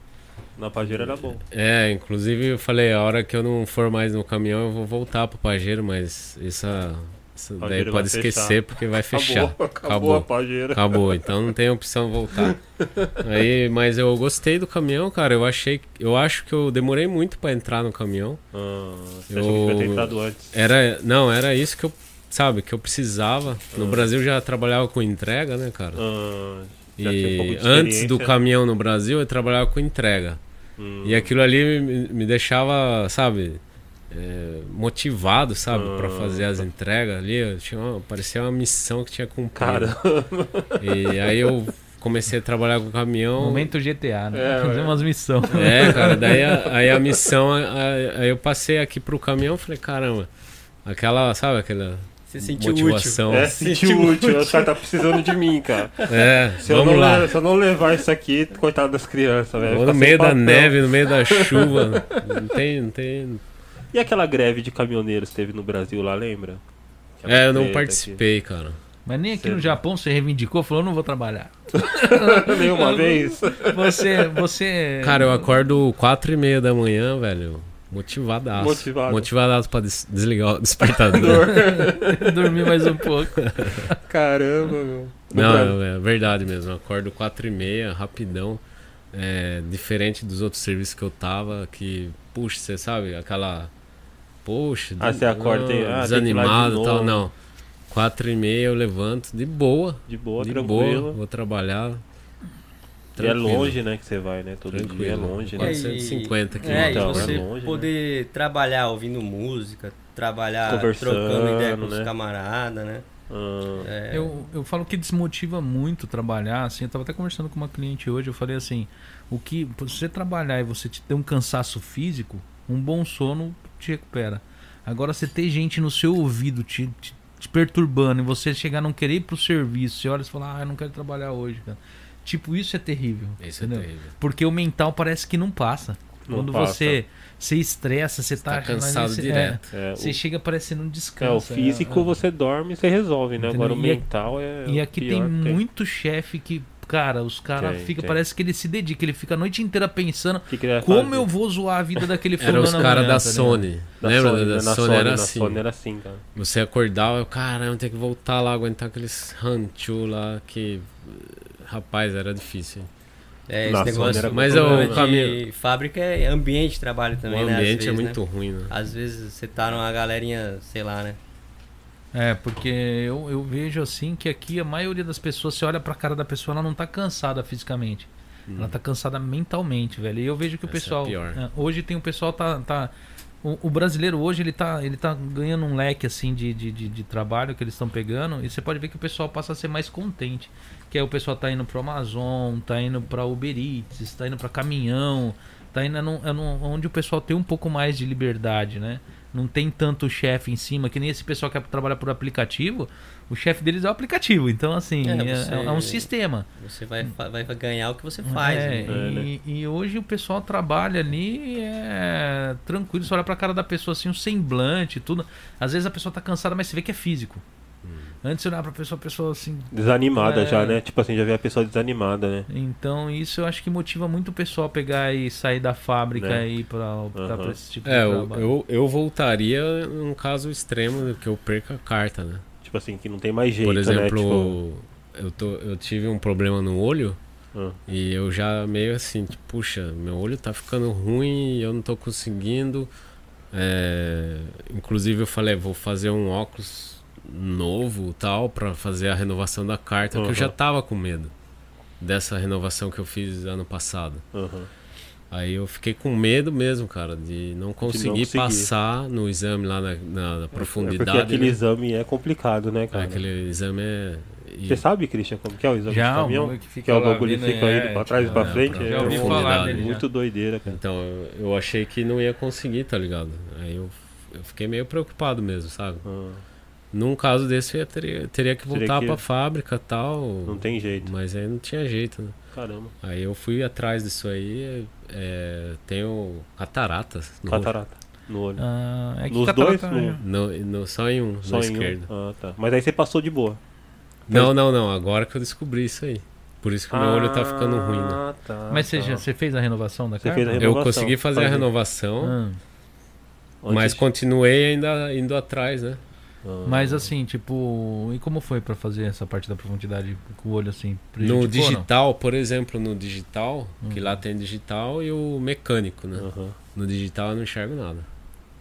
[SPEAKER 1] Na pajeira era bom.
[SPEAKER 3] É, inclusive eu falei, a hora que eu não for mais no caminhão, eu vou voltar pro pajeiro, mas essa. isso daí
[SPEAKER 1] Pajeiro vai
[SPEAKER 3] pode esquecer
[SPEAKER 1] fechar.
[SPEAKER 3] porque vai fechar.
[SPEAKER 1] Acabou, acabou, a
[SPEAKER 3] Acabou.
[SPEAKER 1] pajeira.
[SPEAKER 3] Acabou, então não tem opção voltar. Aí, mas eu gostei do caminhão, cara. Eu achei, eu acho que eu demorei muito pra entrar no caminhão.
[SPEAKER 1] Ah, você
[SPEAKER 3] Eu-
[SPEAKER 1] achou que devia ter entrado antes.
[SPEAKER 3] Era, não, era isso que eu, sabe, que eu precisava. No Brasil já trabalhava com entrega, né, cara?
[SPEAKER 1] Ah, já tinha um pouco
[SPEAKER 3] E
[SPEAKER 1] de
[SPEAKER 3] antes do
[SPEAKER 1] experiência.
[SPEAKER 3] caminhão no Brasil, eu trabalhava com entrega.
[SPEAKER 1] Hum.
[SPEAKER 3] E aquilo ali me, me deixava, sabe, é, motivado, sabe, pra fazer
[SPEAKER 1] Ah.
[SPEAKER 3] as entregas ali. Eu tinha uma- parecia uma missão que tinha cumprido.
[SPEAKER 1] Cara,
[SPEAKER 3] E aí eu comecei a trabalhar com caminhão.
[SPEAKER 2] É um Momento GTA, né?
[SPEAKER 1] É,
[SPEAKER 2] Fazer
[SPEAKER 1] é.
[SPEAKER 2] umas missões.
[SPEAKER 3] É, cara, daí a, aí a missão, a- a- aí eu passei aqui pro caminhão, falei, caramba, aquela, sabe, aquela
[SPEAKER 4] Se sentiu
[SPEAKER 3] motivação.
[SPEAKER 1] é, se sentir útil. O cara tá precisando de mim, cara.
[SPEAKER 3] É,
[SPEAKER 1] Se eu,
[SPEAKER 3] vamos
[SPEAKER 1] não,
[SPEAKER 3] lá.
[SPEAKER 1] le- se eu não levar isso aqui, coitado das crianças, velho.
[SPEAKER 3] Ou
[SPEAKER 1] fica
[SPEAKER 3] no
[SPEAKER 1] sem
[SPEAKER 3] meio da
[SPEAKER 1] papel.
[SPEAKER 3] neve, no meio da chuva. Não tem, não tem.
[SPEAKER 1] E aquela greve de caminhoneiros que teve no Brasil lá, lembra? Aquela
[SPEAKER 3] É, eu não
[SPEAKER 1] treta
[SPEAKER 3] participei, cara.
[SPEAKER 2] Mas nem aqui
[SPEAKER 1] Cedo.
[SPEAKER 2] no
[SPEAKER 3] é
[SPEAKER 2] Japão você reivindicou, falou, eu não vou trabalhar.
[SPEAKER 1] aqui. Nenhuma vez.
[SPEAKER 2] Você, você...
[SPEAKER 1] É.
[SPEAKER 3] Cara, eu acordo 4 e meia da manhã, velho. Motivadaço.
[SPEAKER 1] Motivado.
[SPEAKER 3] Motivadaço pra des- desligar o despertador.
[SPEAKER 2] dormi mais um pouco.
[SPEAKER 1] Caramba, meu. No Brasil.
[SPEAKER 3] não, é verdade mesmo. Eu acordo 4 e meia, rapidão. É, diferente dos outros serviços que eu tava, que, puxa, você sabe, aquela. Poxa,
[SPEAKER 1] Ah,
[SPEAKER 3] de-
[SPEAKER 1] você acorda e- ah, tem que ir lá de
[SPEAKER 3] desanimado e tal.
[SPEAKER 1] novo.
[SPEAKER 3] Não. 4 e meia eu levanto, de boa.
[SPEAKER 1] De boa,
[SPEAKER 3] de boa,
[SPEAKER 1] tranquilo.
[SPEAKER 3] vou trabalhar.
[SPEAKER 1] E é
[SPEAKER 3] Tranquilo.
[SPEAKER 1] longe, né, que você vai, né? Todo
[SPEAKER 3] Tranquilo.
[SPEAKER 1] dia é longe, né?
[SPEAKER 4] É, e-
[SPEAKER 3] 450
[SPEAKER 4] É,
[SPEAKER 1] Então,
[SPEAKER 4] e
[SPEAKER 1] é
[SPEAKER 3] quilômetros.
[SPEAKER 4] você
[SPEAKER 1] longe, né?
[SPEAKER 4] poder trabalhar ouvindo música, trabalhar
[SPEAKER 1] Conversando,
[SPEAKER 4] trocando ideia com os
[SPEAKER 1] né?
[SPEAKER 4] camaradas, né?
[SPEAKER 1] Ah,
[SPEAKER 4] É,
[SPEAKER 2] Eu, eu falo que desmotiva muito trabalhar, assim, eu tava até conversando com uma cliente hoje, eu falei assim, o que você trabalhar e você te ter um cansaço físico, um bom sono te recupera. Agora você ter gente no seu ouvido te, te, te perturbando e você chegar a não querer ir pro serviço, você olha e fala, ah, eu não quero trabalhar hoje, cara. Tipo, isso é terrível.
[SPEAKER 3] Isso é
[SPEAKER 2] entendeu?
[SPEAKER 3] terrível.
[SPEAKER 2] Porque o mental parece que não passa.
[SPEAKER 1] Não
[SPEAKER 2] Quando
[SPEAKER 1] passa.
[SPEAKER 2] você se estressa, você,
[SPEAKER 3] Tá
[SPEAKER 2] tá,
[SPEAKER 3] cansado
[SPEAKER 2] você- é,
[SPEAKER 3] direto.
[SPEAKER 1] é,
[SPEAKER 2] você
[SPEAKER 1] o,
[SPEAKER 2] chega parecendo um
[SPEAKER 1] é,
[SPEAKER 2] descanso.
[SPEAKER 1] o físico você dorme e você resolve, né?
[SPEAKER 2] Entendeu?
[SPEAKER 1] Agora o
[SPEAKER 2] E a-
[SPEAKER 1] mental é.
[SPEAKER 2] E
[SPEAKER 1] o
[SPEAKER 2] aqui tem
[SPEAKER 1] pior que
[SPEAKER 2] muito chefe que, cara, os caras
[SPEAKER 1] Tem,
[SPEAKER 2] ficam.
[SPEAKER 1] tem.
[SPEAKER 2] Parece que ele se dedica, ele fica a noite inteira pensando
[SPEAKER 1] O que que ele vai
[SPEAKER 2] como
[SPEAKER 1] fazer?
[SPEAKER 2] eu vou zoar a vida daquele fulano
[SPEAKER 3] Era os caras
[SPEAKER 2] amanhã,
[SPEAKER 3] da
[SPEAKER 2] tá
[SPEAKER 3] Sony.
[SPEAKER 1] Da
[SPEAKER 3] Lembra
[SPEAKER 1] Sony,
[SPEAKER 3] da
[SPEAKER 1] né? Na
[SPEAKER 3] Sony? Era
[SPEAKER 1] na
[SPEAKER 3] assim.
[SPEAKER 1] Sony era assim, cara.
[SPEAKER 3] Você acordava, eu, caramba, tem que voltar lá, aguentar aqueles ranchu lá que. Rapaz, era difícil. hein?
[SPEAKER 4] é, esse
[SPEAKER 1] Nossa,
[SPEAKER 4] negócio.
[SPEAKER 1] maneira
[SPEAKER 3] Mas
[SPEAKER 1] eu-
[SPEAKER 4] problema de
[SPEAKER 3] Camilo-
[SPEAKER 4] fábrica é ambiente de trabalho
[SPEAKER 3] O
[SPEAKER 4] também, né? Às
[SPEAKER 3] ambiente
[SPEAKER 4] vezes,
[SPEAKER 3] é
[SPEAKER 4] né?
[SPEAKER 3] muito ruim,
[SPEAKER 1] Ah,
[SPEAKER 3] né?
[SPEAKER 4] Às vezes você tá numa galerinha, sei lá, né?
[SPEAKER 2] É, porque eu, eu vejo assim que aqui a maioria das pessoas, você olha pra cara da pessoa, ela não tá cansada fisicamente. Ela tá cansada mentalmente, velho. E eu vejo que o
[SPEAKER 3] Uhum. Essa é a
[SPEAKER 2] pessoal.
[SPEAKER 3] pior.
[SPEAKER 2] é, hoje tem o pessoal tá. tá o, o brasileiro hoje ele tá, ele tá ganhando um leque assim de, de, de, de trabalho que eles estão pegando. E você pode ver que o pessoal passa a ser mais contente. Que aí o pessoal tá indo pro Amazon, tá indo pra Uber Eats, tá indo pra caminhão, tá indo num- é num- onde o pessoal tem um pouco mais de liberdade, né? Não tem tanto chefe em cima, que nem esse pessoal que trabalha por aplicativo, o chefe deles é o aplicativo. Então, assim,
[SPEAKER 4] É,
[SPEAKER 2] é-
[SPEAKER 4] você-
[SPEAKER 2] é um sistema.
[SPEAKER 4] Você vai, fa- vai ganhar o que você faz.
[SPEAKER 2] É,
[SPEAKER 4] né?
[SPEAKER 2] e, e hoje o pessoal trabalha ali é, tranquilo, você olha pra cara da pessoa assim, um semblante, tudo. Às vezes a pessoa tá cansada, mas você vê que é físico.
[SPEAKER 1] Hum.
[SPEAKER 2] Antes você olhava pra pessoa, a pessoa assim.
[SPEAKER 1] Desanimada
[SPEAKER 2] É.
[SPEAKER 1] já, né? Tipo assim, já vê a pessoa desanimada, né?
[SPEAKER 2] Então isso eu acho que motiva muito o pessoal a pegar e sair da fábrica
[SPEAKER 1] Né?
[SPEAKER 2] e ir pra optar
[SPEAKER 1] Aham.
[SPEAKER 2] pra esse tipo
[SPEAKER 3] É,
[SPEAKER 2] de
[SPEAKER 3] eu,
[SPEAKER 2] trabalho.
[SPEAKER 3] eu, eu voltaria num caso extremo que eu perca a carta, né?
[SPEAKER 1] Tipo assim, que não tem mais jeito,
[SPEAKER 3] Por
[SPEAKER 1] né? Tipo,
[SPEAKER 3] exemplo, eu, tô, eu tive um problema no olho
[SPEAKER 1] Ah.
[SPEAKER 3] e eu já meio assim, tipo, puxa, meu olho tá ficando ruim, eu não tô conseguindo. É, inclusive eu falei, vou fazer um óculos novo tal pra fazer a renovação da carta, que eu já
[SPEAKER 1] Aham.
[SPEAKER 3] tava com medo dessa renovação que eu fiz ano passado.
[SPEAKER 1] aham. É
[SPEAKER 3] Aí eu fiquei com medo mesmo, cara, de não conseguir,
[SPEAKER 1] conseguir.
[SPEAKER 3] passar no exame lá na, na- na
[SPEAKER 1] É
[SPEAKER 3] profundidade.
[SPEAKER 1] porque aquele
[SPEAKER 3] né?
[SPEAKER 1] exame é complicado, né, cara?
[SPEAKER 3] Aquele um exame é. e-
[SPEAKER 1] Você sabe, Christian, como que é o exame
[SPEAKER 2] Já,
[SPEAKER 1] de
[SPEAKER 2] o
[SPEAKER 1] caminhão?
[SPEAKER 2] bagulho que
[SPEAKER 1] Que,
[SPEAKER 2] fica
[SPEAKER 1] é o
[SPEAKER 2] lá
[SPEAKER 1] bagulho que
[SPEAKER 2] vindo,
[SPEAKER 1] fica
[SPEAKER 2] é,
[SPEAKER 1] indo pra trás e
[SPEAKER 2] tipo,
[SPEAKER 1] pra
[SPEAKER 3] é,
[SPEAKER 1] frente?
[SPEAKER 3] pra- né?
[SPEAKER 1] É
[SPEAKER 3] já ouvi
[SPEAKER 1] muito-
[SPEAKER 3] falar dele,
[SPEAKER 1] Muito doideira, cara.
[SPEAKER 3] Então, eu- eu achei que não ia conseguir, tá ligado? Aí eu, eu fiquei meio preocupado mesmo, sabe?
[SPEAKER 1] Ah,
[SPEAKER 3] Num caso desse, eu ia teria, teria que
[SPEAKER 1] Teria
[SPEAKER 3] voltar
[SPEAKER 1] que-
[SPEAKER 3] pra fábrica e tal.
[SPEAKER 1] não tem jeito.
[SPEAKER 3] Mas aí não tinha jeito, né?
[SPEAKER 1] Caramba.
[SPEAKER 3] Aí eu fui atrás disso aí. É, tenho cataratas. no-
[SPEAKER 1] Catarata no olho.
[SPEAKER 2] Ah, é que
[SPEAKER 1] Nos
[SPEAKER 2] tá
[SPEAKER 1] dois?
[SPEAKER 2] tratando-
[SPEAKER 1] No-
[SPEAKER 3] No, no- só em um,
[SPEAKER 1] Só
[SPEAKER 3] na
[SPEAKER 1] em
[SPEAKER 3] esquerda.
[SPEAKER 1] um. Ah, tá. Mas aí você passou de boa.
[SPEAKER 3] Não, não, não. Agora que eu descobri isso aí. Por isso que meu olho tá ficando ruim, né?
[SPEAKER 1] Ah, tá,
[SPEAKER 2] Mas você,
[SPEAKER 1] tá.
[SPEAKER 2] já, você fez a renovação da
[SPEAKER 1] Você
[SPEAKER 2] carta?
[SPEAKER 1] fez a
[SPEAKER 3] Eu
[SPEAKER 1] Ah, Renovação,
[SPEAKER 3] consegui fazer a
[SPEAKER 1] fazer.
[SPEAKER 3] renovação,
[SPEAKER 2] Ah.
[SPEAKER 1] Antes
[SPEAKER 3] mas
[SPEAKER 1] de-
[SPEAKER 3] continuei ainda indo atrás, né?
[SPEAKER 1] Ah.
[SPEAKER 2] Mas assim, tipo, e como foi pra fazer essa parte da profundidade com o olho assim? prejudicou ou
[SPEAKER 3] No
[SPEAKER 2] não?
[SPEAKER 3] digital, por exemplo, no digital, que
[SPEAKER 1] Hum.
[SPEAKER 3] lá tem digital e o mecânico, né?
[SPEAKER 1] Aham.
[SPEAKER 3] No digital eu não enxergo nada.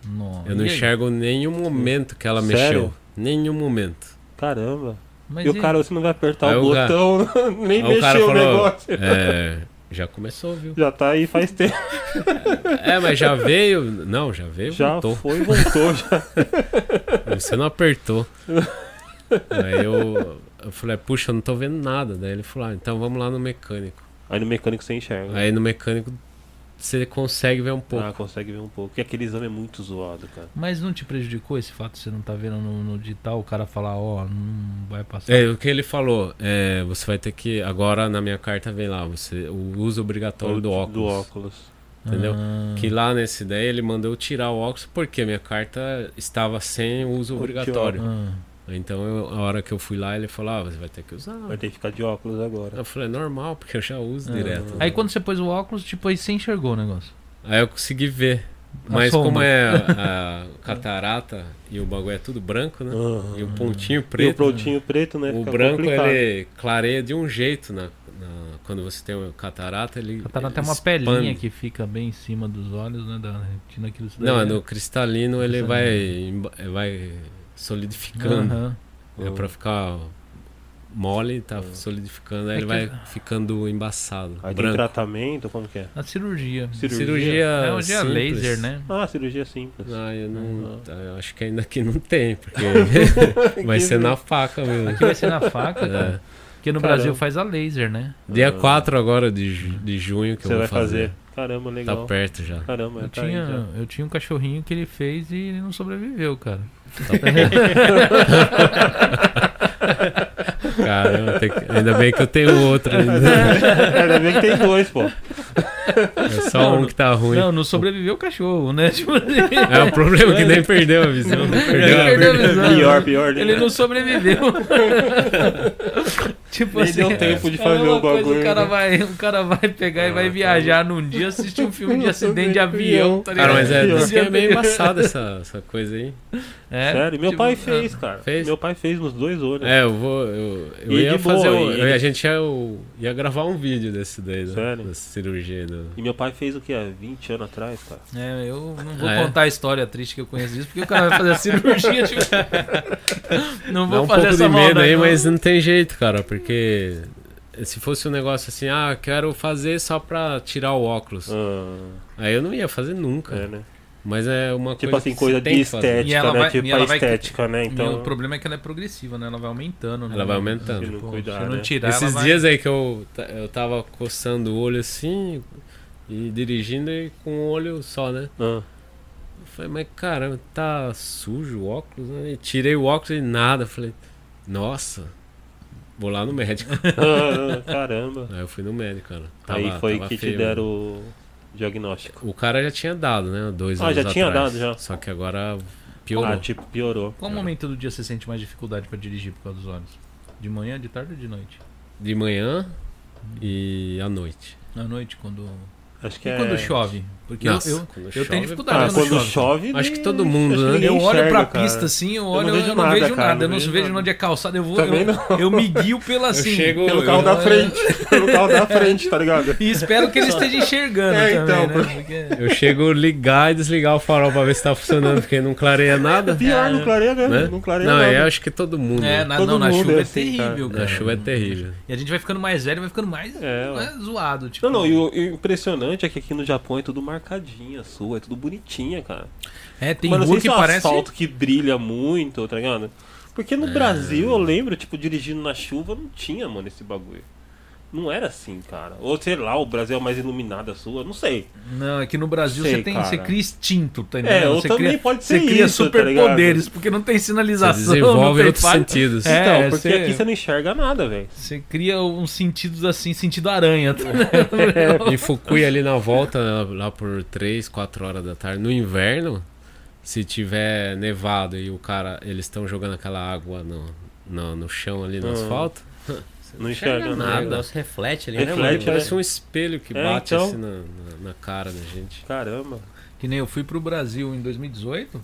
[SPEAKER 2] Nossa.
[SPEAKER 3] Eu não
[SPEAKER 2] E aí?
[SPEAKER 3] enxergo nenhum momento que ela
[SPEAKER 1] Sério?
[SPEAKER 3] mexeu. Nenhum momento.
[SPEAKER 1] Caramba.
[SPEAKER 2] Mas
[SPEAKER 1] E o
[SPEAKER 2] aí?
[SPEAKER 1] cara, você não vai apertar
[SPEAKER 3] Aí
[SPEAKER 1] o
[SPEAKER 3] o cara-
[SPEAKER 1] botão, nem
[SPEAKER 3] Aí o cara
[SPEAKER 1] mexeu o
[SPEAKER 3] falou,
[SPEAKER 1] negócio.
[SPEAKER 3] é, já começou, viu?
[SPEAKER 1] Já tá aí faz tempo.
[SPEAKER 3] É, mas já veio. Não, já veio,
[SPEAKER 1] Já
[SPEAKER 3] voltou.
[SPEAKER 1] foi e voltou. já.
[SPEAKER 3] Você não apertou. Aí eu, eu falei, puxa, eu não tô vendo nada. Daí ele falou, ah, então vamos lá no mecânico.
[SPEAKER 1] Aí no mecânico você enxerga.
[SPEAKER 3] Aí no mecânico Você consegue ver um pouco.
[SPEAKER 1] Ah, consegue ver um pouco. Porque aquele exame é muito zoado, cara.
[SPEAKER 2] Mas não te prejudicou esse fato de você não tá vendo no, no digital o cara falar, ó, não vai passar.
[SPEAKER 3] É, o que ele falou, é, você vai ter que. Agora na minha carta vem lá, você, o uso obrigatório do óculos.
[SPEAKER 1] Do óculos.
[SPEAKER 3] Entendeu?
[SPEAKER 2] Ah,
[SPEAKER 3] Que lá nesse daí ele mandou eu tirar o óculos porque minha carta estava sem o uso
[SPEAKER 1] O
[SPEAKER 3] obrigatório.
[SPEAKER 2] ah.
[SPEAKER 3] Então eu- a hora que eu fui lá ele falou, ah, você vai ter que usar.
[SPEAKER 1] Vai ter que ficar de óculos agora.
[SPEAKER 3] Eu falei, normal, porque eu já uso é direto.
[SPEAKER 2] Ah. Aí quando você pôs o óculos, tipo, aí você enxergou o negócio.
[SPEAKER 3] Aí eu consegui ver.
[SPEAKER 2] A
[SPEAKER 3] Mas
[SPEAKER 2] sombra.
[SPEAKER 3] como é a, a catarata e o bagulho é tudo branco, né?
[SPEAKER 1] Aham.
[SPEAKER 3] E o pontinho
[SPEAKER 1] Ah. E o
[SPEAKER 3] preto.
[SPEAKER 1] prontinho preto, né?
[SPEAKER 3] O
[SPEAKER 1] fica
[SPEAKER 3] branco
[SPEAKER 1] complicado.
[SPEAKER 3] ele é clareia de um jeito na, na- quando você tem uma catarata, ele.
[SPEAKER 2] Catarata é
[SPEAKER 3] ele
[SPEAKER 2] uma
[SPEAKER 3] expande.
[SPEAKER 2] pelinha que fica bem em cima dos olhos, né? Da retina aquilo isso
[SPEAKER 3] Não,
[SPEAKER 2] daí,
[SPEAKER 3] é
[SPEAKER 2] né?
[SPEAKER 3] no cristalino ele
[SPEAKER 2] Cristalino.
[SPEAKER 3] vai emba- vai solidificando.
[SPEAKER 2] Aham.
[SPEAKER 3] É pra ficar mole, tá solidificando, aí
[SPEAKER 2] É
[SPEAKER 3] ele
[SPEAKER 2] que-
[SPEAKER 3] vai ficando embaçado.
[SPEAKER 1] Aí tem
[SPEAKER 3] branco.
[SPEAKER 1] tratamento, como que é?
[SPEAKER 2] A cirurgia.
[SPEAKER 1] Cirurgia.
[SPEAKER 3] Cirurgia.
[SPEAKER 2] É hoje é
[SPEAKER 3] Ah, simples.
[SPEAKER 2] laser, né?
[SPEAKER 1] Ah, cirurgia simples.
[SPEAKER 3] Ah, eu não.
[SPEAKER 1] Ah.
[SPEAKER 3] tá, eu acho que ainda aqui não tem, porque vai ser é na faca mesmo.
[SPEAKER 2] Aqui vai ser na faca,
[SPEAKER 3] É.
[SPEAKER 2] cara. Porque no
[SPEAKER 1] Caramba.
[SPEAKER 2] Brasil faz a laser, né?
[SPEAKER 3] Dia 4 agora de, ju- de junho que
[SPEAKER 1] Você
[SPEAKER 3] eu
[SPEAKER 1] vai
[SPEAKER 3] vou fazer.
[SPEAKER 1] fazer. Caramba,
[SPEAKER 3] Tá
[SPEAKER 1] legal.
[SPEAKER 3] perto já.
[SPEAKER 1] Caramba,
[SPEAKER 2] Eu
[SPEAKER 1] tá aí já.
[SPEAKER 2] tinha, eu tinha um cachorrinho que ele fez e ele não sobreviveu, cara.
[SPEAKER 3] Caramba, tem que- ainda bem que eu tenho outro ainda.
[SPEAKER 1] É, Ainda bem que tem dois, pô.
[SPEAKER 3] É só um que tá ruim.
[SPEAKER 2] Não, não sobreviveu o cachorro, né? Tipo assim,
[SPEAKER 3] É o problema que nem perdeu a visão. Perdeu a
[SPEAKER 2] perdeu a visão.
[SPEAKER 1] Pior, pior. né?
[SPEAKER 2] ele não sobreviveu. tipo
[SPEAKER 1] Nem deu tempo de
[SPEAKER 2] é a
[SPEAKER 1] fazer
[SPEAKER 2] mesma
[SPEAKER 1] o
[SPEAKER 2] coisa,
[SPEAKER 1] bagulho,
[SPEAKER 2] O cara,
[SPEAKER 1] né?
[SPEAKER 2] vai, o cara vai pegar e
[SPEAKER 1] Ah,
[SPEAKER 2] vai
[SPEAKER 1] tá.
[SPEAKER 2] viajar num dia assistir um filme de acidente de avião, tá ligado?
[SPEAKER 3] Cara, mas é,
[SPEAKER 1] Pior.
[SPEAKER 3] diz que é meio embaçada essa, essa coisa aí.
[SPEAKER 2] É,
[SPEAKER 1] Sério, meu
[SPEAKER 2] tipo,
[SPEAKER 1] pai fez, cara.
[SPEAKER 3] Fez?
[SPEAKER 1] Meu pai fez nos dois olhos.
[SPEAKER 3] É, eu vou. Eu, eu
[SPEAKER 1] E
[SPEAKER 3] ia
[SPEAKER 1] de
[SPEAKER 3] fazer.
[SPEAKER 1] boa,
[SPEAKER 3] um-
[SPEAKER 1] e
[SPEAKER 3] eu-
[SPEAKER 1] ele-
[SPEAKER 3] a gente ia, eu- ia gravar um vídeo desse daí, né?
[SPEAKER 1] Sério?
[SPEAKER 3] Da cirurgia. né? do-
[SPEAKER 1] E meu pai fez o que? Há 20 anos atrás, cara.
[SPEAKER 2] É, eu não vou
[SPEAKER 3] Ah, é?
[SPEAKER 2] contar a história triste que eu conheço disso, porque o cara vai fazer a cirurgia, tipo... Não
[SPEAKER 3] Dá
[SPEAKER 2] vou
[SPEAKER 3] um
[SPEAKER 2] fazer
[SPEAKER 3] pouco
[SPEAKER 2] essa
[SPEAKER 3] de medo
[SPEAKER 2] maldade,
[SPEAKER 3] aí,
[SPEAKER 2] não.
[SPEAKER 3] mas não tem jeito, cara, porque. Se fosse um negócio assim, ah, quero fazer só pra tirar o óculos.
[SPEAKER 1] Ah,
[SPEAKER 3] Aí eu não ia fazer nunca.
[SPEAKER 1] é, né?
[SPEAKER 3] Mas é uma
[SPEAKER 1] Tipo
[SPEAKER 3] coisa.
[SPEAKER 1] assim,
[SPEAKER 3] que
[SPEAKER 1] coisa
[SPEAKER 3] você
[SPEAKER 1] de
[SPEAKER 3] tem que fazer.
[SPEAKER 2] E
[SPEAKER 1] estética,
[SPEAKER 2] ela
[SPEAKER 1] né?
[SPEAKER 2] vai- e
[SPEAKER 1] tipo a
[SPEAKER 2] ela vai-
[SPEAKER 1] estética, né?
[SPEAKER 2] E
[SPEAKER 1] Então.
[SPEAKER 2] O problema é que ela é progressiva, né? Ela vai aumentando, né?
[SPEAKER 3] Ela vai aumentando.
[SPEAKER 1] Se não cuidar,
[SPEAKER 2] se não
[SPEAKER 1] né?
[SPEAKER 2] tirar,
[SPEAKER 3] Esses
[SPEAKER 2] ela vai-
[SPEAKER 3] dias aí que eu, ta- eu tava coçando o olho assim e dirigindo e com o olho só, né?
[SPEAKER 1] Ah,
[SPEAKER 3] Eu falei, mas caramba, tá sujo o óculos, né? E tirei o óculos e nada. Eu Falei, nossa, vou lá no médico.
[SPEAKER 1] Ah, caramba.
[SPEAKER 3] aí eu fui no médico, cara.
[SPEAKER 2] Tá
[SPEAKER 3] Tava-
[SPEAKER 1] Aí foi
[SPEAKER 3] tava
[SPEAKER 1] que te
[SPEAKER 3] feio.
[SPEAKER 2] né?
[SPEAKER 3] né?
[SPEAKER 1] deram o diagnóstico.
[SPEAKER 3] O cara já tinha dado, né? Dois
[SPEAKER 1] Ah,
[SPEAKER 3] anos
[SPEAKER 1] já tinha
[SPEAKER 3] atrás.
[SPEAKER 1] dado, já.
[SPEAKER 3] Só que agora piorou.
[SPEAKER 1] Ah, tipo, piorou.
[SPEAKER 2] Qual momento do dia você sente mais dificuldade pra dirigir por causa dos olhos? De manhã, de tarde ou de noite?
[SPEAKER 3] De manhã e à noite.
[SPEAKER 2] À noite, quando.
[SPEAKER 1] Acho que
[SPEAKER 2] E
[SPEAKER 1] é.
[SPEAKER 2] quando chove? Porque eu,
[SPEAKER 3] Nossa,
[SPEAKER 2] eu,
[SPEAKER 3] quando
[SPEAKER 2] eu
[SPEAKER 3] chove,
[SPEAKER 2] tenho dificuldade
[SPEAKER 1] Ah,
[SPEAKER 2] quando,
[SPEAKER 1] quando
[SPEAKER 2] chove.
[SPEAKER 1] chove.
[SPEAKER 3] Acho
[SPEAKER 1] nem-
[SPEAKER 3] que todo mundo,
[SPEAKER 1] acho que
[SPEAKER 3] né?
[SPEAKER 1] ninguém
[SPEAKER 2] Eu olho pra
[SPEAKER 1] enxerga, cara.
[SPEAKER 2] pista assim, eu olho, eu não vejo,
[SPEAKER 1] nada, cara,
[SPEAKER 2] nada, eu não vejo,
[SPEAKER 1] nada.
[SPEAKER 2] onde é calçada, eu vou.
[SPEAKER 1] Também
[SPEAKER 2] eu, eu me guio pela assim.
[SPEAKER 3] chego-
[SPEAKER 1] Pelo carro
[SPEAKER 2] eu-
[SPEAKER 1] da frente. Pelo carro da frente, tá ligado?
[SPEAKER 2] E espero que ele esteja enxergando
[SPEAKER 1] É,
[SPEAKER 2] também,
[SPEAKER 1] então,
[SPEAKER 2] né? Porque-
[SPEAKER 3] Eu chego a ligar e desligar o farol pra ver se tá funcionando, porque não clareia nada.
[SPEAKER 1] Pior, não clareia, né?
[SPEAKER 3] Né?
[SPEAKER 1] Não clareia
[SPEAKER 3] Não,
[SPEAKER 1] nada.
[SPEAKER 3] eu acho que todo mundo.
[SPEAKER 2] É, na,
[SPEAKER 1] Todo
[SPEAKER 2] não, na
[SPEAKER 1] mundo
[SPEAKER 2] chuva
[SPEAKER 1] é
[SPEAKER 2] é,
[SPEAKER 1] assim, cara.
[SPEAKER 2] terrível, cara.
[SPEAKER 3] a chuva é terrível.
[SPEAKER 2] E a gente vai ficando mais velho, vai ficando mais,
[SPEAKER 1] É, ó.
[SPEAKER 2] mais zoado. Tipo,
[SPEAKER 1] Não, não, e o, e o impressionante é que aqui no Japão é tudo marcadinha sua, é tudo bonitinha, cara.
[SPEAKER 2] É, tem
[SPEAKER 1] Mano,
[SPEAKER 2] rua
[SPEAKER 1] sei
[SPEAKER 2] que
[SPEAKER 1] se é um
[SPEAKER 2] parece.
[SPEAKER 1] asfalto que brilha muito, tá ligado? Porque no Brasil, eu lembro, tipo, dirigindo na chuva, não tinha, mano, esse bagulho. Não era assim, cara. Ou sei lá, o Brasil é mais iluminado a sua, não sei.
[SPEAKER 2] Não, é que no Brasil
[SPEAKER 1] Sei,
[SPEAKER 2] você tem,
[SPEAKER 1] cara.
[SPEAKER 2] você cria instinto, tá
[SPEAKER 1] É,
[SPEAKER 2] entendendo?
[SPEAKER 1] ou
[SPEAKER 2] você
[SPEAKER 1] também
[SPEAKER 2] cria,
[SPEAKER 1] pode
[SPEAKER 2] você
[SPEAKER 1] ser
[SPEAKER 2] cria
[SPEAKER 1] isso, tá
[SPEAKER 2] superpoderes, porque não tem
[SPEAKER 3] Você
[SPEAKER 2] sinalização, não
[SPEAKER 3] desenvolve
[SPEAKER 2] tem
[SPEAKER 3] outros
[SPEAKER 2] falha.
[SPEAKER 3] sentidos.
[SPEAKER 2] É,
[SPEAKER 1] então, porque
[SPEAKER 2] cê-
[SPEAKER 1] aqui você não enxerga nada, velho.
[SPEAKER 2] Você cria uns sentidos assim, sentido aranha. tá ligado?
[SPEAKER 3] Então, Em Fukui, ali na volta, lá por 3, 4 horas da tarde, no inverno, se tiver nevado e o cara, eles estão jogando aquela água no, no, no chão ali no
[SPEAKER 1] Ah.
[SPEAKER 3] asfalto,
[SPEAKER 1] Não enxerga
[SPEAKER 4] Nada, o
[SPEAKER 1] É. nada.
[SPEAKER 4] negócio reflete ali, né,
[SPEAKER 1] Reflete,
[SPEAKER 4] mano?
[SPEAKER 3] ele parece um espelho que
[SPEAKER 1] É,
[SPEAKER 3] bate
[SPEAKER 1] então.
[SPEAKER 3] assim na, na- na cara da gente.
[SPEAKER 1] Caramba.
[SPEAKER 2] Que nem eu fui pro Brasil em 2018.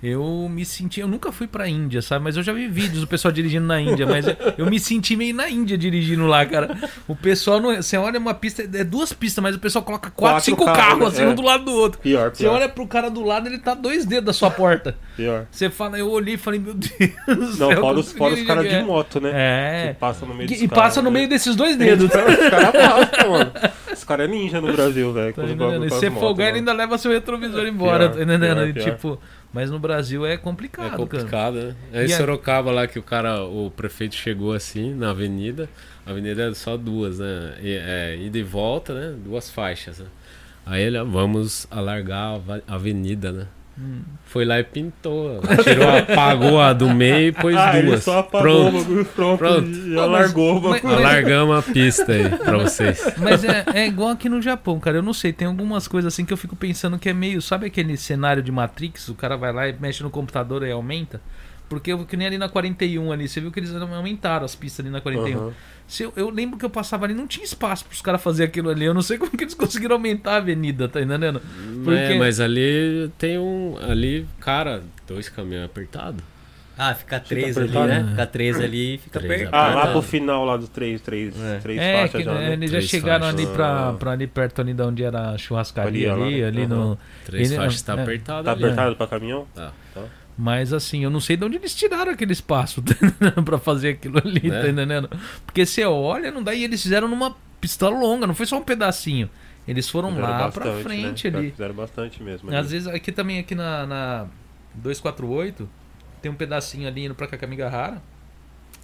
[SPEAKER 2] Eu me senti, eu nunca fui pra Índia, sabe? Mas eu já vi vídeos do pessoal dirigindo na Índia, mas eu me senti meio na Índia dirigindo lá, cara. O pessoal não, você olha uma pista, é duas pistas, mas o pessoal coloca quatro,
[SPEAKER 1] Quatro
[SPEAKER 2] cinco
[SPEAKER 1] carros,
[SPEAKER 2] carros,
[SPEAKER 1] né?
[SPEAKER 2] assim,
[SPEAKER 1] É.
[SPEAKER 2] um do lado do outro.
[SPEAKER 1] Pior, é.
[SPEAKER 2] Você
[SPEAKER 1] pior.
[SPEAKER 2] olha pro cara do lado, ele tá a dois dedos da sua porta.
[SPEAKER 1] pior.
[SPEAKER 2] Você fala, eu olhei e falei, meu Deus. do
[SPEAKER 1] Não, fora
[SPEAKER 2] céu, eu
[SPEAKER 1] os, fora os
[SPEAKER 2] consegui
[SPEAKER 1] caras de
[SPEAKER 2] ligar.
[SPEAKER 1] moto, né?
[SPEAKER 2] É.
[SPEAKER 1] Que passa no meio dos
[SPEAKER 2] E passa
[SPEAKER 1] carros,
[SPEAKER 2] no
[SPEAKER 1] né?
[SPEAKER 2] meio desses dois dedos.
[SPEAKER 1] Então, os caras passam, mano. Os caras é ninja no Brasil, velho.
[SPEAKER 2] Tá
[SPEAKER 1] com os
[SPEAKER 2] entendendo?
[SPEAKER 1] bagulho
[SPEAKER 2] E
[SPEAKER 1] com as
[SPEAKER 2] se
[SPEAKER 1] motos,
[SPEAKER 2] folgar, ele
[SPEAKER 1] mano. É
[SPEAKER 2] ainda leva seu retrovisor embora,
[SPEAKER 1] pior,
[SPEAKER 2] tá entendendo?
[SPEAKER 1] pior, é
[SPEAKER 2] E,
[SPEAKER 1] pior.
[SPEAKER 2] Tipo, mas no Brasil é
[SPEAKER 3] É
[SPEAKER 2] complicado, cara.
[SPEAKER 3] complicado, né? É em
[SPEAKER 2] E a-
[SPEAKER 3] Sorocaba lá que o cara, o prefeito chegou assim na avenida. A avenida é só duas, né? E, é, ida e volta, né? Duas faixas, né? Aí ele, ó, vamos alargar a ava- avenida, né?
[SPEAKER 2] Hum.
[SPEAKER 3] Foi lá e pintou. Tirou, apagou a do meio e pôs
[SPEAKER 1] ah, ele
[SPEAKER 3] duas.
[SPEAKER 1] só apagou o
[SPEAKER 3] Pronto.
[SPEAKER 1] bagulho pronto,
[SPEAKER 3] Pronto.
[SPEAKER 1] e já largou o
[SPEAKER 2] mas-
[SPEAKER 1] bagulho.
[SPEAKER 3] Alargamos a pista aí pra vocês.
[SPEAKER 2] Mas é, é igual aqui no Japão, cara. Eu não sei, tem algumas coisas assim que eu fico pensando que é meio. Sabe aquele cenário de Matrix? O cara vai lá e mexe no computador e aumenta? Porque eu que nem ali na 41 ali, você viu que eles aumentaram as pistas ali na 41.
[SPEAKER 1] Aham.
[SPEAKER 2] Se eu, eu lembro que eu passava ali, não tinha espaço pros caras fazer aquilo ali. Eu não sei como que eles conseguiram aumentar a avenida, tá entendendo? Porque-
[SPEAKER 3] É, mas ali tem um. Ali, cara, dois caminhões apertados.
[SPEAKER 4] Ah, fica três ali,
[SPEAKER 1] apertado,
[SPEAKER 4] né? Fica três ali e fica
[SPEAKER 3] Três
[SPEAKER 4] apertado.
[SPEAKER 1] Ah, lá
[SPEAKER 3] Apertado.
[SPEAKER 1] pro final lá dos três, três,
[SPEAKER 4] É.
[SPEAKER 1] três
[SPEAKER 2] É,
[SPEAKER 1] faixas
[SPEAKER 2] que,
[SPEAKER 1] já,
[SPEAKER 2] né,
[SPEAKER 1] né?
[SPEAKER 2] eles já
[SPEAKER 3] Três
[SPEAKER 2] chegaram
[SPEAKER 3] faixas.
[SPEAKER 2] ali pra, pra ali perto ali de onde era a churrascaria
[SPEAKER 1] Ali,
[SPEAKER 2] ali,
[SPEAKER 1] lá,
[SPEAKER 2] ali
[SPEAKER 1] aham.
[SPEAKER 2] no.
[SPEAKER 3] Três
[SPEAKER 2] Ele-
[SPEAKER 3] faixas tá
[SPEAKER 2] é.
[SPEAKER 3] apertado
[SPEAKER 1] Tá
[SPEAKER 3] ali.
[SPEAKER 1] apertado pra caminhão?
[SPEAKER 3] Tá.
[SPEAKER 2] Mas assim, eu não sei de onde eles tiraram aquele espaço tá entendendo? pra fazer aquilo ali,
[SPEAKER 3] Né?
[SPEAKER 2] tá entendendo? Porque você olha, não dá. E eles fizeram numa pista longa, não foi só um pedacinho. Eles foram
[SPEAKER 1] Fizeram
[SPEAKER 2] lá
[SPEAKER 1] bastante,
[SPEAKER 2] pra
[SPEAKER 1] né?
[SPEAKER 2] frente ali.
[SPEAKER 1] Fizeram bastante mesmo. ali.
[SPEAKER 2] Às vezes, aqui também, aqui na, na 248, tem um pedacinho ali indo pra Kakamigahara.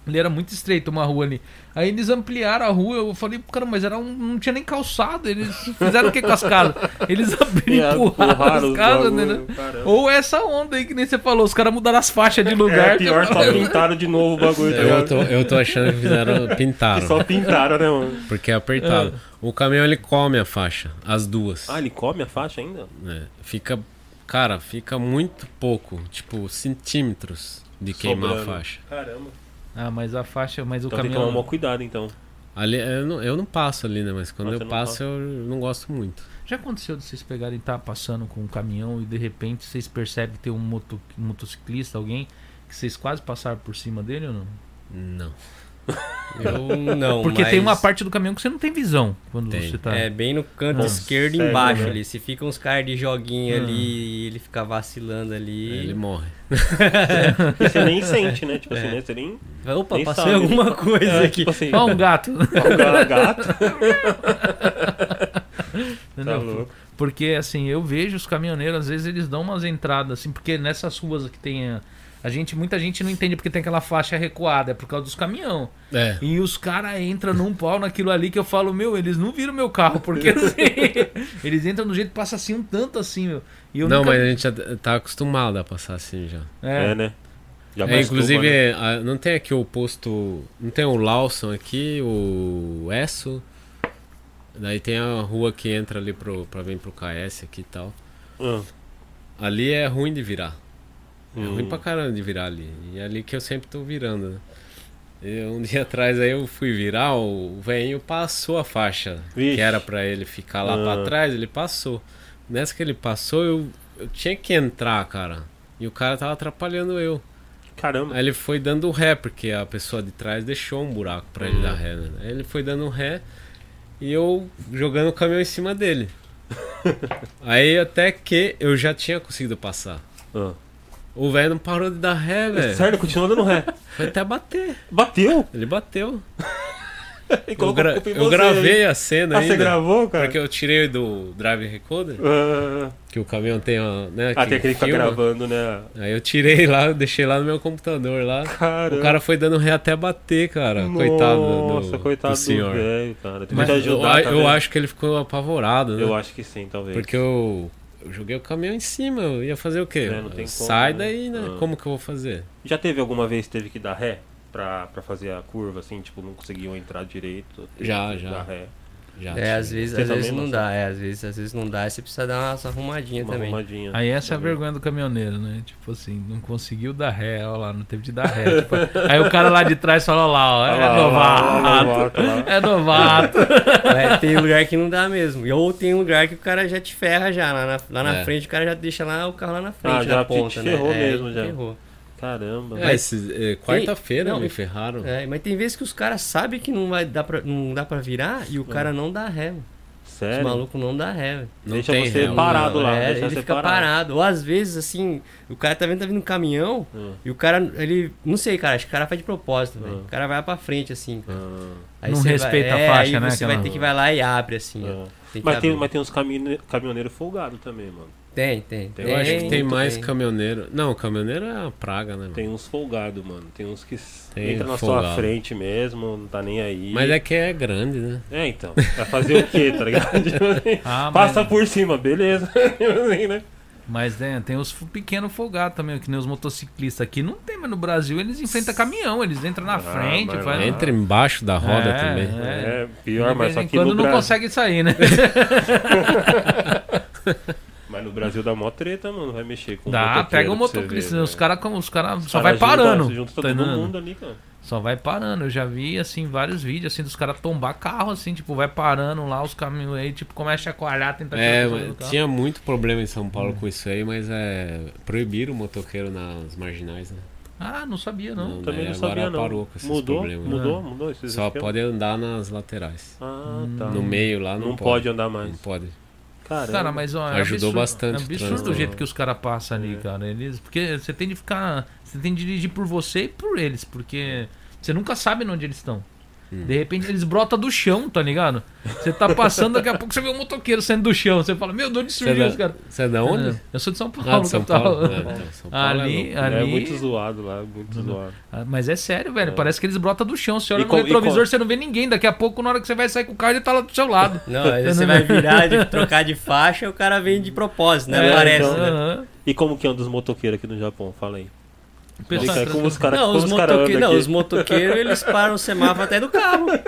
[SPEAKER 2] Ele era muito estreito, uma rua ali. Aí eles ampliaram a rua, eu falei, cara, mas era um, não tinha nem calçado. Eles fizeram o que com as casas? Eles
[SPEAKER 1] É,
[SPEAKER 2] abriram e empurraram as casas, né? né? Ou essa onda aí que nem você falou, os caras mudaram as faixas de lugar. tipo,
[SPEAKER 1] É, pior, só pintaram de novo o bagulho. tá
[SPEAKER 3] Eu
[SPEAKER 1] ligado?
[SPEAKER 3] tô, eu tô achando que fizeram.
[SPEAKER 1] Que
[SPEAKER 3] Pintaram.
[SPEAKER 1] Só pintaram, né, mano?
[SPEAKER 3] Porque é apertado. O caminhão ele come a faixa, as duas.
[SPEAKER 1] Ah, ele come a faixa ainda?
[SPEAKER 3] né? Fica. Cara, fica muito pouco, tipo centímetros de queimar
[SPEAKER 1] Sobrando.
[SPEAKER 3] a faixa.
[SPEAKER 1] Caramba.
[SPEAKER 2] Ah, mas a faixa, mas o
[SPEAKER 1] Então tem que tomar
[SPEAKER 2] caminhão.
[SPEAKER 1] um maior cuidado, então.
[SPEAKER 3] Ali, eu, não, eu não passo ali, né? Mas quando
[SPEAKER 1] Mas Ah, você
[SPEAKER 3] eu
[SPEAKER 1] não
[SPEAKER 3] passo,
[SPEAKER 1] passa.
[SPEAKER 3] eu não gosto muito.
[SPEAKER 2] Já aconteceu de vocês pegarem tá passando com um caminhão e de repente vocês percebem que tem um, moto- um motociclista, alguém, que vocês quase passaram por cima dele ou não?
[SPEAKER 3] Não.
[SPEAKER 4] Eu não,
[SPEAKER 2] Porque tem
[SPEAKER 4] mas
[SPEAKER 2] uma parte do caminhão que você não tem visão quando
[SPEAKER 3] Tem.
[SPEAKER 2] você tá.
[SPEAKER 4] É, bem no canto
[SPEAKER 2] Ah,
[SPEAKER 4] esquerdo
[SPEAKER 1] sério,
[SPEAKER 4] embaixo
[SPEAKER 1] né?
[SPEAKER 4] ali. Se fica uns caras de joguinho
[SPEAKER 2] Ah.
[SPEAKER 4] ali e ele fica vacilando ali.
[SPEAKER 1] É,
[SPEAKER 3] Ele morre.
[SPEAKER 1] Porque você nem sente, né? Tipo
[SPEAKER 3] É.
[SPEAKER 1] assim, né? Você nem.
[SPEAKER 4] Vai, Opa,
[SPEAKER 1] Nem
[SPEAKER 4] passou
[SPEAKER 1] sabe.
[SPEAKER 4] alguma coisa
[SPEAKER 1] É,
[SPEAKER 4] aqui.
[SPEAKER 1] Tipo assim,
[SPEAKER 2] Ó, um gato.
[SPEAKER 1] um ga- gato. Tá
[SPEAKER 2] entendeu?
[SPEAKER 1] louco.
[SPEAKER 2] Porque assim, eu vejo os caminhoneiros, às vezes eles dão umas entradas, assim, porque nessas ruas que tem. A, a gente, muita gente não entende porque tem aquela faixa recuada, é por causa dos caminhão.
[SPEAKER 3] É.
[SPEAKER 2] E os caras entram num pau naquilo ali que eu falo, meu, eles não viram meu carro, porque assim, eles entram do jeito que passa assim um tanto assim, meu. E eu
[SPEAKER 3] não,
[SPEAKER 2] nunca-
[SPEAKER 3] mas a gente já tá acostumado a passar assim já.
[SPEAKER 2] É,
[SPEAKER 1] É, né? Já
[SPEAKER 3] É,
[SPEAKER 1] acostuma,
[SPEAKER 3] inclusive,
[SPEAKER 1] né?
[SPEAKER 3] a- não tem aqui o posto. Não tem o Lawson aqui, o Esso. Daí tem a rua que entra ali pro, pra vir pro KS aqui e tal.
[SPEAKER 1] Hum.
[SPEAKER 3] Ali é ruim de virar. É ruim
[SPEAKER 1] Hum.
[SPEAKER 3] pra caramba de virar ali. E é ali que eu sempre tô virando, né? E um dia atrás aí eu fui virar, o veinho passou a faixa.
[SPEAKER 1] Vixe.
[SPEAKER 3] Que era pra ele ficar lá
[SPEAKER 1] Ah.
[SPEAKER 3] pra trás, ele passou. Nessa que ele passou, eu, eu tinha que entrar, cara. E o cara tava atrapalhando eu.
[SPEAKER 1] Caramba.
[SPEAKER 3] Aí ele foi dando ré, porque a pessoa de trás deixou um buraco pra
[SPEAKER 1] Hum.
[SPEAKER 3] ele dar ré, né? Aí ele foi dando ré e eu jogando o caminhão em cima dele. Aí até que eu já tinha conseguido passar.
[SPEAKER 1] Ah.
[SPEAKER 3] O velho não parou de dar ré, velho.
[SPEAKER 1] É Sério, continua dando ré.
[SPEAKER 3] Foi até bater.
[SPEAKER 1] Bateu!
[SPEAKER 3] Ele bateu.
[SPEAKER 1] E
[SPEAKER 3] Eu,
[SPEAKER 1] colocou
[SPEAKER 3] gra-
[SPEAKER 1] a culpa em
[SPEAKER 3] eu
[SPEAKER 1] você, hein?
[SPEAKER 3] gravei a cena
[SPEAKER 1] Ah,
[SPEAKER 3] ainda.
[SPEAKER 1] você gravou, cara?
[SPEAKER 3] Porque eu tirei do drive recorder,
[SPEAKER 1] Ah,
[SPEAKER 3] que o caminhão tem, a, né?
[SPEAKER 1] ah, tem aquele que fica
[SPEAKER 3] filma.
[SPEAKER 1] gravando, né?
[SPEAKER 3] Aí eu tirei lá, eu deixei lá no meu computador lá.
[SPEAKER 1] Caramba.
[SPEAKER 3] O cara foi dando ré até bater, cara. coitado do,
[SPEAKER 1] Nossa, coitado
[SPEAKER 3] do senhor.
[SPEAKER 1] velho, cara. Tem
[SPEAKER 3] Mas
[SPEAKER 1] que
[SPEAKER 3] eu,
[SPEAKER 1] ajudar, tá
[SPEAKER 3] eu
[SPEAKER 1] vendo?
[SPEAKER 3] acho que ele ficou apavorado, né?
[SPEAKER 1] Eu acho que sim, talvez.
[SPEAKER 3] Porque eu, eu joguei o caminhão em cima, eu ia fazer o quê?
[SPEAKER 1] É, não tem
[SPEAKER 3] Sai
[SPEAKER 1] como, né?
[SPEAKER 3] daí, né?
[SPEAKER 1] Ah.
[SPEAKER 3] Como que eu vou fazer?
[SPEAKER 1] Já teve alguma vez que teve que dar ré pra, pra fazer a curva, assim, tipo, não conseguiam entrar direito? teve
[SPEAKER 3] Já,
[SPEAKER 1] que
[SPEAKER 3] já.
[SPEAKER 1] Dar ré.
[SPEAKER 3] Já
[SPEAKER 4] É,
[SPEAKER 3] tinha.
[SPEAKER 4] às vezes,
[SPEAKER 1] Você
[SPEAKER 4] às
[SPEAKER 1] também,
[SPEAKER 4] vezes não
[SPEAKER 1] Marcelo?
[SPEAKER 4] dá, é, às vezes, às vezes não dá, e você precisa dar uma arrumadinha
[SPEAKER 1] Uma
[SPEAKER 4] também.
[SPEAKER 1] arrumadinha.
[SPEAKER 2] Aí essa é a
[SPEAKER 1] Também.
[SPEAKER 2] vergonha do caminhoneiro, né? Tipo assim, não conseguiu dar ré, ó lá, não teve de dar ré. tipo, aí o cara lá de trás fala, ó lá, ó,
[SPEAKER 1] Olha
[SPEAKER 2] é
[SPEAKER 1] Tá lá, olha lá, olha lá,
[SPEAKER 2] novato.
[SPEAKER 1] olha lá.
[SPEAKER 2] É novato.
[SPEAKER 4] É, tem lugar que não dá mesmo. E Ou tem um lugar que o cara já te ferra já. Lá na, lá na
[SPEAKER 3] É.
[SPEAKER 4] frente, o cara já deixa lá o carro lá na frente,
[SPEAKER 1] Ah, já
[SPEAKER 4] na
[SPEAKER 1] te
[SPEAKER 4] ponta, né?
[SPEAKER 1] ferrou
[SPEAKER 4] É,
[SPEAKER 1] mesmo, já.
[SPEAKER 4] ferrou.
[SPEAKER 1] Caramba.
[SPEAKER 3] É, esses- é, Quarta-feira
[SPEAKER 4] não,
[SPEAKER 3] me
[SPEAKER 4] e-
[SPEAKER 3] ferraram.
[SPEAKER 4] É, mas tem vezes que os caras sabem que não, vai dar pra, não dá pra virar e o cara não dá ré. mano. Os
[SPEAKER 1] Sério?
[SPEAKER 4] malucos não dá ré. velho.
[SPEAKER 3] Não
[SPEAKER 1] Deixa
[SPEAKER 3] tem
[SPEAKER 1] você
[SPEAKER 3] ré,
[SPEAKER 1] parado
[SPEAKER 4] Não,
[SPEAKER 1] lá.
[SPEAKER 4] é,
[SPEAKER 1] deixa
[SPEAKER 4] ele
[SPEAKER 1] você
[SPEAKER 4] fica parado. Ou às vezes, assim, o cara tá vendo, tá vindo um caminhão
[SPEAKER 1] Hum.
[SPEAKER 4] e o cara, ele. Não sei, cara, acho que o cara faz de propósito, velho.
[SPEAKER 1] Hum.
[SPEAKER 4] O cara vai pra frente, assim. cara.
[SPEAKER 1] Ah,
[SPEAKER 4] Aí
[SPEAKER 2] Não
[SPEAKER 4] você
[SPEAKER 2] respeita
[SPEAKER 4] vai,
[SPEAKER 2] a faixa,
[SPEAKER 4] é,
[SPEAKER 2] né,
[SPEAKER 4] Aí você vai
[SPEAKER 2] aquela-
[SPEAKER 4] ter que vai lá e abre, assim. ó.
[SPEAKER 1] ah.
[SPEAKER 4] Tem que
[SPEAKER 1] Mas, tem,
[SPEAKER 4] abrir.
[SPEAKER 1] mas tem uns caminhoneiros folgados também, mano.
[SPEAKER 4] Tem, tem.
[SPEAKER 1] Eu
[SPEAKER 3] Eu acho que tem
[SPEAKER 4] muito
[SPEAKER 3] mais
[SPEAKER 4] tem.
[SPEAKER 3] caminhoneiro. Não, caminhoneiro é uma praga, né? Mano?
[SPEAKER 1] Tem uns folgados, mano. Tem uns que s-
[SPEAKER 3] Tem
[SPEAKER 1] entra na sua
[SPEAKER 3] folgado.
[SPEAKER 1] frente mesmo, não tá nem aí.
[SPEAKER 3] Mas é que é grande, né?
[SPEAKER 1] É, então. Vai fazer o quê, tá ligado? Tipo assim,
[SPEAKER 2] Ah,
[SPEAKER 1] Passa
[SPEAKER 2] mas,
[SPEAKER 1] por cima, beleza. Tipo assim, né?
[SPEAKER 2] mas né, tem os fu- pequenos folgados também, que nem os motociclistas aqui. Não tem, mas no Brasil eles enfrentam caminhão, eles entram na frente.
[SPEAKER 1] Ah, mas
[SPEAKER 2] faz-
[SPEAKER 3] Entra embaixo da roda
[SPEAKER 2] É,
[SPEAKER 3] também.
[SPEAKER 2] É.
[SPEAKER 1] É, pior,
[SPEAKER 2] de
[SPEAKER 1] mas
[SPEAKER 2] vez
[SPEAKER 1] só
[SPEAKER 2] em
[SPEAKER 1] que no
[SPEAKER 2] quando não
[SPEAKER 1] Brasil.
[SPEAKER 2] consegue sair, né?
[SPEAKER 1] Mas no Brasil dá mó treta, mano. Vai mexer com
[SPEAKER 2] Dá,
[SPEAKER 1] motoqueiro
[SPEAKER 2] pega o
[SPEAKER 1] pra você
[SPEAKER 2] motociclista.
[SPEAKER 1] ver,
[SPEAKER 2] Os
[SPEAKER 1] né?
[SPEAKER 2] caras os cara
[SPEAKER 1] Os
[SPEAKER 2] só
[SPEAKER 1] cara
[SPEAKER 2] vai parando.
[SPEAKER 1] Junta, junta
[SPEAKER 2] tá
[SPEAKER 1] todo
[SPEAKER 2] entendendo?
[SPEAKER 1] mundo ali, cara.
[SPEAKER 2] Só vai parando. Eu já vi, assim, vários vídeos, assim, dos caras tombar carro, assim, tipo, vai parando lá os caminhos aí, tipo, começa a chacoalhar, tentar tirar a
[SPEAKER 3] É,
[SPEAKER 2] pessoa
[SPEAKER 3] mas
[SPEAKER 2] do carro.
[SPEAKER 3] tinha muito problema em São
[SPEAKER 1] Hum.
[SPEAKER 3] Paulo com isso aí, mas é. Proibiram o motoqueiro nas marginais, né?
[SPEAKER 2] Ah, não sabia, não.
[SPEAKER 1] Também
[SPEAKER 3] né?
[SPEAKER 1] não
[SPEAKER 3] Agora
[SPEAKER 1] sabia, não.
[SPEAKER 3] parou com esses
[SPEAKER 1] mudou,
[SPEAKER 3] problemas.
[SPEAKER 1] mudou, mudou,
[SPEAKER 2] né?
[SPEAKER 1] esses
[SPEAKER 3] Só
[SPEAKER 1] esquemas?
[SPEAKER 3] pode andar nas laterais.
[SPEAKER 1] Ah, tá.
[SPEAKER 3] No meio lá não,
[SPEAKER 1] Não
[SPEAKER 3] pode. Então.
[SPEAKER 1] pode andar
[SPEAKER 3] Não
[SPEAKER 1] mais.
[SPEAKER 3] pode.
[SPEAKER 1] Caramba.
[SPEAKER 2] Cara, mas ó, é
[SPEAKER 3] Ajudou
[SPEAKER 2] absurdo,
[SPEAKER 3] bastante
[SPEAKER 2] É
[SPEAKER 3] o
[SPEAKER 2] absurdo
[SPEAKER 3] trânsito. né? É.
[SPEAKER 2] o jeito que os caras passam ali, cara. Eles, porque você tem de ficar. Você tem de dirigir por você e por eles, porque você nunca sabe onde eles estão.
[SPEAKER 3] Hum.
[SPEAKER 2] De repente eles brotam do chão, tá ligado? Você tá passando, daqui a pouco você vê um motoqueiro saindo do chão. Você fala, meu, de onde
[SPEAKER 3] Você
[SPEAKER 2] surgiu
[SPEAKER 3] é
[SPEAKER 2] os
[SPEAKER 3] da,
[SPEAKER 2] caras?
[SPEAKER 3] você é da onde?
[SPEAKER 2] Eu sou de São Paulo,
[SPEAKER 3] Ah, de São
[SPEAKER 2] capital.
[SPEAKER 3] Paulo. É, então, São Paulo é
[SPEAKER 2] ali,
[SPEAKER 3] louco.
[SPEAKER 2] ali.
[SPEAKER 1] É muito zoado lá, muito zoado.
[SPEAKER 2] Ah, Mas é sério, velho. Parece que eles brotam do chão. Você olha
[SPEAKER 1] E com- e
[SPEAKER 2] no retrovisor,
[SPEAKER 1] com-
[SPEAKER 2] você não vê ninguém. Daqui a pouco, na hora que você vai sair com o carro, ele tá lá do seu lado.
[SPEAKER 4] Não, aí você vai virar, de, trocar de faixa, o cara vem de propósito, né?
[SPEAKER 1] É,
[SPEAKER 4] Parece,
[SPEAKER 1] então,
[SPEAKER 4] né?
[SPEAKER 2] Aham.
[SPEAKER 1] E como que anda os motoqueiros aqui no Japão? Fala aí.
[SPEAKER 2] Pessoal,
[SPEAKER 1] Fica aí como os caras
[SPEAKER 4] Não,
[SPEAKER 1] como
[SPEAKER 4] os,
[SPEAKER 1] os cara andam
[SPEAKER 4] motoque... não
[SPEAKER 1] aqui.
[SPEAKER 4] os motoqueiros, eles param o semáforo até do carro.
[SPEAKER 2] é,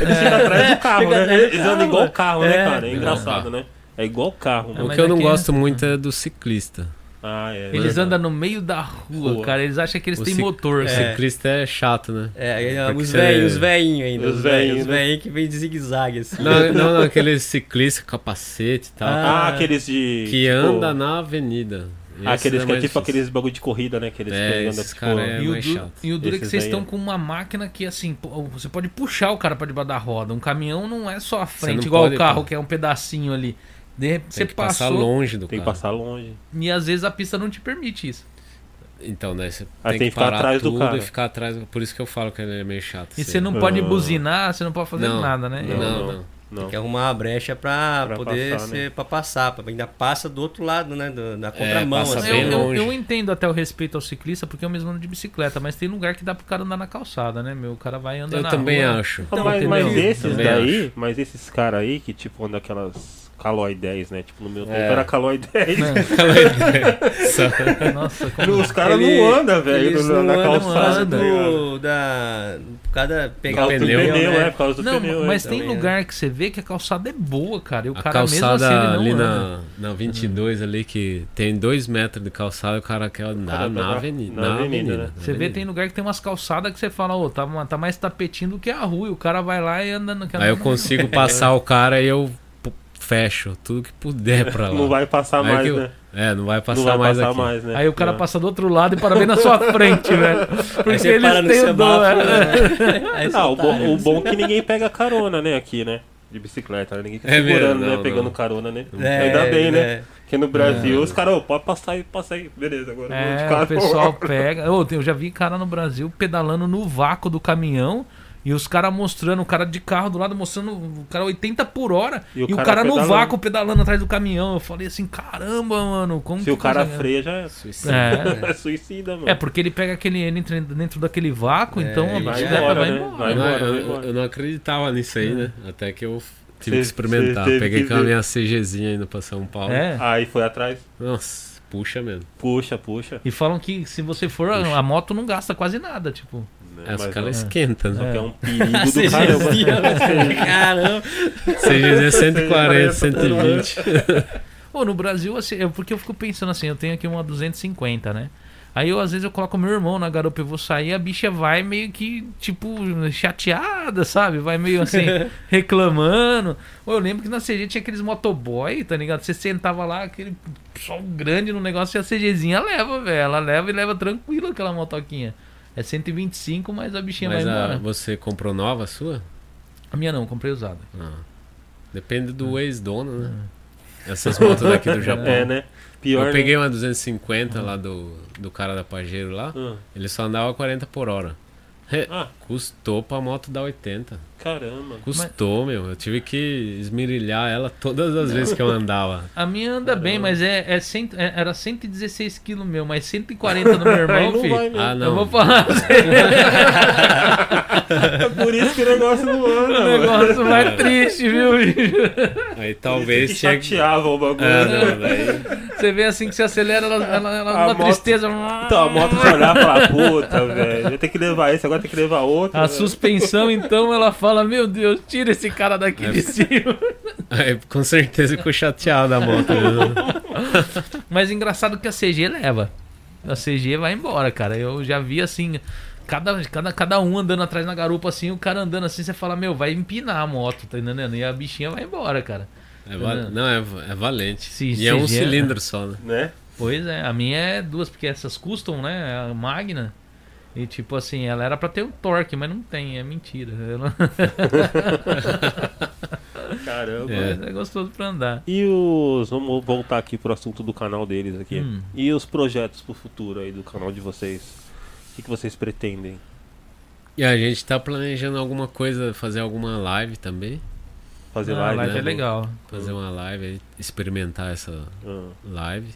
[SPEAKER 1] Eles ficam atrás do carro,
[SPEAKER 4] fica
[SPEAKER 1] né?
[SPEAKER 4] atrás do
[SPEAKER 1] Eles andam
[SPEAKER 4] carro,
[SPEAKER 1] igual carro, né,
[SPEAKER 4] é.
[SPEAKER 1] cara? É engraçado, né? É igual carro,
[SPEAKER 2] É,
[SPEAKER 1] mano.
[SPEAKER 3] O
[SPEAKER 2] mas
[SPEAKER 3] que eu não
[SPEAKER 2] aqui-
[SPEAKER 3] gosto muito é do ciclista.
[SPEAKER 1] Ah, é.
[SPEAKER 2] Eles
[SPEAKER 1] verdade.
[SPEAKER 2] andam no meio da rua,
[SPEAKER 1] Rua.
[SPEAKER 2] cara. Eles acham que eles
[SPEAKER 3] O
[SPEAKER 2] têm
[SPEAKER 3] cic-
[SPEAKER 2] motor.
[SPEAKER 3] O
[SPEAKER 2] assim.
[SPEAKER 4] É.
[SPEAKER 3] ciclista é chato, né?
[SPEAKER 4] É,
[SPEAKER 3] Porque
[SPEAKER 4] os
[SPEAKER 3] você-
[SPEAKER 4] velhinhos, os velhinhos ainda.
[SPEAKER 1] Os
[SPEAKER 4] Os velhinhos,
[SPEAKER 1] velhinhos,
[SPEAKER 4] os
[SPEAKER 1] né?
[SPEAKER 4] velhinhos que vem de zigue-zague,
[SPEAKER 2] É.
[SPEAKER 4] assim.
[SPEAKER 3] Não, não, não, aquele ciclista, capacete e tal.
[SPEAKER 1] Ah, aqueles de.
[SPEAKER 3] que
[SPEAKER 1] tipo,
[SPEAKER 3] anda na avenida. Esse
[SPEAKER 1] Ah, aqueles
[SPEAKER 3] é
[SPEAKER 1] que é
[SPEAKER 3] mais
[SPEAKER 1] tipo
[SPEAKER 3] difícil.
[SPEAKER 1] aqueles bagulho de corrida, né? Aqueles
[SPEAKER 3] É,
[SPEAKER 1] que andam,
[SPEAKER 3] esses
[SPEAKER 1] tipo.
[SPEAKER 3] cara é
[SPEAKER 2] E, o
[SPEAKER 3] mais
[SPEAKER 2] du...
[SPEAKER 3] chato.
[SPEAKER 2] e o duro é que
[SPEAKER 1] Esses
[SPEAKER 2] vocês
[SPEAKER 1] aí,
[SPEAKER 2] estão
[SPEAKER 1] é.
[SPEAKER 2] com uma máquina que, assim, pô, você pode puxar o cara pra debaixo da roda. Um caminhão não é só a frente,
[SPEAKER 3] não
[SPEAKER 2] igual
[SPEAKER 3] pode,
[SPEAKER 2] o carro,
[SPEAKER 3] pô.
[SPEAKER 2] que é um pedacinho ali. De repente,
[SPEAKER 3] Tem
[SPEAKER 2] você
[SPEAKER 3] que passar
[SPEAKER 2] passou
[SPEAKER 3] longe do
[SPEAKER 1] Tem que
[SPEAKER 3] cara.
[SPEAKER 1] passar longe.
[SPEAKER 2] e às vezes a pista não te permite isso.
[SPEAKER 3] Então, né? Você
[SPEAKER 1] Aí tem
[SPEAKER 3] tem, que
[SPEAKER 1] que ficar
[SPEAKER 3] parar
[SPEAKER 1] atrás do
[SPEAKER 3] tudo
[SPEAKER 1] cara.
[SPEAKER 3] e ficar atrás. Por isso que eu falo que ele é meio chato.
[SPEAKER 2] E
[SPEAKER 3] assim.
[SPEAKER 2] você não pode
[SPEAKER 1] Ah.
[SPEAKER 2] buzinar, você não pode fazer
[SPEAKER 3] Não,
[SPEAKER 2] nada, né?
[SPEAKER 3] Não, não.
[SPEAKER 1] Não.
[SPEAKER 4] Tem que arrumar uma brecha pra,
[SPEAKER 1] Pra
[SPEAKER 4] poder
[SPEAKER 1] passar, né? É,
[SPEAKER 4] ser, pra passar. Pra, ainda passa do outro lado, né? do- da contramão,
[SPEAKER 3] passa
[SPEAKER 4] assim.
[SPEAKER 3] Tá bem
[SPEAKER 2] eu, eu-
[SPEAKER 3] longe.
[SPEAKER 2] eu entendo até o respeito ao ciclista, porque eu mesmo ando de bicicleta, mas tem lugar que dá pro cara andar na calçada, né, meu? O cara vai andando
[SPEAKER 3] Eu
[SPEAKER 2] na
[SPEAKER 3] também
[SPEAKER 2] rua.
[SPEAKER 3] acho.
[SPEAKER 1] Ah, mas, mas
[SPEAKER 2] entendeu?
[SPEAKER 1] esses
[SPEAKER 3] Também
[SPEAKER 1] daí, mas esses caras aí que tipo andam aquelas Caloi 10, né? Tipo, no meu tempo
[SPEAKER 3] É.
[SPEAKER 1] era Caloi 10.
[SPEAKER 2] Nossa, como...
[SPEAKER 1] Os caras
[SPEAKER 4] Ele-
[SPEAKER 1] não andam, velho,
[SPEAKER 4] eles
[SPEAKER 1] na, na
[SPEAKER 4] não andam por causa
[SPEAKER 1] calçada. tá ligado?
[SPEAKER 4] do, da, por causa da
[SPEAKER 1] Por
[SPEAKER 4] pegar o
[SPEAKER 1] causa do
[SPEAKER 4] pneu,
[SPEAKER 1] pneu,
[SPEAKER 4] né?
[SPEAKER 1] é, por causa do
[SPEAKER 2] Não,
[SPEAKER 1] pneu. é.
[SPEAKER 2] mas tem
[SPEAKER 4] também,
[SPEAKER 2] lugar que você vê que a calçada é boa, cara. E o
[SPEAKER 3] A
[SPEAKER 2] cara mesmo assim ele
[SPEAKER 3] calçada
[SPEAKER 2] não
[SPEAKER 3] ali
[SPEAKER 2] anda.
[SPEAKER 3] na, na 22, ali que tem dois metros de calçada, o cara quer andar
[SPEAKER 1] cara tá
[SPEAKER 3] na
[SPEAKER 1] na-
[SPEAKER 3] avenida.
[SPEAKER 1] na
[SPEAKER 3] Na
[SPEAKER 1] avenida,
[SPEAKER 3] avenida.
[SPEAKER 1] né?
[SPEAKER 3] na
[SPEAKER 2] Você vê, tem
[SPEAKER 3] avenida.
[SPEAKER 2] lugar que tem umas calçadas que você fala, ô, tá, uma- tá mais tapetinho do que a rua. E o cara vai lá e anda no
[SPEAKER 3] Aí eu consigo passar o cara e eu p- fecho tudo que puder pra lá.
[SPEAKER 1] Não vai passar
[SPEAKER 3] Aí
[SPEAKER 1] mais,
[SPEAKER 3] que eu-
[SPEAKER 1] né?
[SPEAKER 3] É, não vai passar
[SPEAKER 1] Não vai
[SPEAKER 3] mais
[SPEAKER 1] passar
[SPEAKER 3] aqui.
[SPEAKER 1] mais, né?
[SPEAKER 2] Aí o cara
[SPEAKER 1] Não.
[SPEAKER 2] passa do outro lado e para bem na sua frente, velho.
[SPEAKER 4] Aí
[SPEAKER 2] Porque
[SPEAKER 4] você para
[SPEAKER 2] eles
[SPEAKER 4] no
[SPEAKER 2] têm o dom, é.
[SPEAKER 4] semáforo. né? Aí você
[SPEAKER 1] Ah, o
[SPEAKER 4] para.
[SPEAKER 1] bom, o bom é que ninguém pega carona, né, aqui, né? De bicicleta, né? ninguém fica
[SPEAKER 3] É
[SPEAKER 1] segurando,
[SPEAKER 3] mesmo,
[SPEAKER 1] né?
[SPEAKER 3] não,
[SPEAKER 1] Pegando
[SPEAKER 3] não.
[SPEAKER 1] carona, né?
[SPEAKER 4] É,
[SPEAKER 1] Ainda bem, né?
[SPEAKER 4] é.
[SPEAKER 1] Porque no Brasil, os caras, ô, pode passar aí, passa aí. Beleza, agora eu vou de
[SPEAKER 2] É,
[SPEAKER 1] carona.
[SPEAKER 2] o pessoal pega. Ô, tem- eu já vi cara no Brasil pedalando no vácuo do caminhão. E os caras mostrando, o cara de carro do lado mostrando o cara 80 por hora. E o, cara, no
[SPEAKER 1] pedalando.
[SPEAKER 2] vácuo pedalando atrás do caminhão. Eu falei assim, caramba, mano, como
[SPEAKER 1] Se
[SPEAKER 2] que
[SPEAKER 1] o cara
[SPEAKER 2] coisa-
[SPEAKER 1] freia, já é.
[SPEAKER 2] É.
[SPEAKER 1] É suicida, mano.
[SPEAKER 2] É, porque ele pega aquele. Ele entra dentro daquele vácuo,
[SPEAKER 4] É,
[SPEAKER 2] então a
[SPEAKER 4] e vai
[SPEAKER 2] bicicleta
[SPEAKER 1] embora,
[SPEAKER 2] vai
[SPEAKER 1] né?
[SPEAKER 2] embora.
[SPEAKER 1] Vai
[SPEAKER 3] Eu não-
[SPEAKER 1] embora,
[SPEAKER 3] eu,
[SPEAKER 1] vai embora.
[SPEAKER 3] eu não acreditava nisso aí, né? Até que eu tive
[SPEAKER 1] Cê-
[SPEAKER 3] que experimentar.
[SPEAKER 1] cê teve
[SPEAKER 3] Peguei
[SPEAKER 1] que
[SPEAKER 3] com a
[SPEAKER 1] ver.
[SPEAKER 3] minha CGzinha indo pra São Paulo.
[SPEAKER 2] É.
[SPEAKER 1] Aí foi atrás,
[SPEAKER 3] Nossa, puxa mesmo.
[SPEAKER 1] puxa, puxa.
[SPEAKER 2] E falam que se você for, a moto não gasta quase nada, tipo.
[SPEAKER 1] Né?
[SPEAKER 3] Essa
[SPEAKER 1] Mas
[SPEAKER 3] cara
[SPEAKER 1] não,
[SPEAKER 3] esquenta,
[SPEAKER 1] só
[SPEAKER 3] né?
[SPEAKER 1] que é um perigo do
[SPEAKER 4] CGzinha,
[SPEAKER 1] caramba.
[SPEAKER 4] né? Caramba.
[SPEAKER 2] É.
[SPEAKER 1] é
[SPEAKER 3] CGZ
[SPEAKER 1] né? 140,
[SPEAKER 3] 140, 120.
[SPEAKER 2] Ô, no Brasil, assim, eu, porque eu fico pensando assim, eu tenho aqui uma 250, né? Aí eu, às vezes, eu coloco meu irmão na garupa e vou sair, a bicha vai meio que, tipo, chateada, sabe? Vai meio assim, reclamando. Ô, eu lembro que na CG tinha aqueles motoboy, tá ligado? Você sentava lá, aquele sol grande no negócio e a CGzinha leva, velho. Ela leva e leva tranquilo aquela motoquinha. É 125, mas a bichinha
[SPEAKER 3] Mas
[SPEAKER 2] vai
[SPEAKER 3] a-
[SPEAKER 2] embora.
[SPEAKER 3] você comprou nova a sua?
[SPEAKER 2] A minha não, comprei usada.
[SPEAKER 3] Ah. Depende do ex-dono, né? Essas motos daqui do Japão.
[SPEAKER 1] É, né? Pior.
[SPEAKER 3] Eu peguei uma 250 lá do, do cara da Pajero lá.
[SPEAKER 1] Né? Ah,
[SPEAKER 3] Ele só andava 40 por hora.
[SPEAKER 1] Ah,
[SPEAKER 3] Custou pra moto dar 80.
[SPEAKER 1] caramba.
[SPEAKER 3] Custou, meu. Eu tive que esmirilhar ela todas as vezes que eu andava.
[SPEAKER 2] A minha anda bem, mas é, é cento, é- era 116 kg meu, mas 140 do meu
[SPEAKER 1] Aí não
[SPEAKER 2] irmão,
[SPEAKER 1] vai
[SPEAKER 2] filho.
[SPEAKER 1] mesmo.
[SPEAKER 3] Ah,
[SPEAKER 2] Eu vou
[SPEAKER 3] não.
[SPEAKER 2] falar pra você,
[SPEAKER 1] É por isso que o negócio não anda,
[SPEAKER 2] o
[SPEAKER 1] mano.
[SPEAKER 2] um negócio mais triste, viu? bicho?
[SPEAKER 3] Aí
[SPEAKER 1] Que
[SPEAKER 3] talvez tinha que.
[SPEAKER 1] chateava o bagulho.
[SPEAKER 3] Ah,
[SPEAKER 1] né?
[SPEAKER 3] não, daí.
[SPEAKER 2] Você vê assim que você acelera, ela, ela, ela
[SPEAKER 1] A
[SPEAKER 2] uma
[SPEAKER 1] moto-
[SPEAKER 2] tristeza.
[SPEAKER 1] Então, a moto se olhar e falar, puta, velho, eu tenho que levar esse, agora tem que levar outro.
[SPEAKER 2] A
[SPEAKER 1] né?
[SPEAKER 2] suspensão, então, ela fala: Meu Deus, tira esse cara daqui
[SPEAKER 1] É.
[SPEAKER 2] de cima.
[SPEAKER 3] Aí, com certeza ficou chateado a moto. né?
[SPEAKER 2] Mas engraçado que a CG leva. A CG vai embora, cara. Eu já vi assim. Cada, cada, cada um andando atrás na garupa, assim, o cara andando assim, você fala, meu, vai empinar a moto, tá entendendo? E a bichinha vai embora, cara.
[SPEAKER 3] É va- Não, é, va- é valente.
[SPEAKER 2] Sim,
[SPEAKER 3] e é um
[SPEAKER 2] CG, né?
[SPEAKER 3] cilindro só, né?
[SPEAKER 1] Né?
[SPEAKER 2] Pois é, a minha é duas, porque essas custom, né? A Magna. E tipo assim, ela era pra ter o torque, mas não tem, é mentira. Ela-
[SPEAKER 1] Caramba.
[SPEAKER 3] É.
[SPEAKER 2] Mas é gostoso pra andar.
[SPEAKER 1] E os. Vamos voltar aqui pro assunto do canal deles aqui.
[SPEAKER 2] Hum.
[SPEAKER 1] E os projetos pro futuro aí do canal de vocês? O que, que vocês pretendem?
[SPEAKER 3] E a gente tá planejando alguma coisa, fazer alguma live também.
[SPEAKER 1] Fazer
[SPEAKER 2] Ah,
[SPEAKER 1] live?
[SPEAKER 2] live
[SPEAKER 1] né?
[SPEAKER 2] é legal.
[SPEAKER 3] Fazer uma live aí, experimentar essa
[SPEAKER 1] Ah.
[SPEAKER 3] live.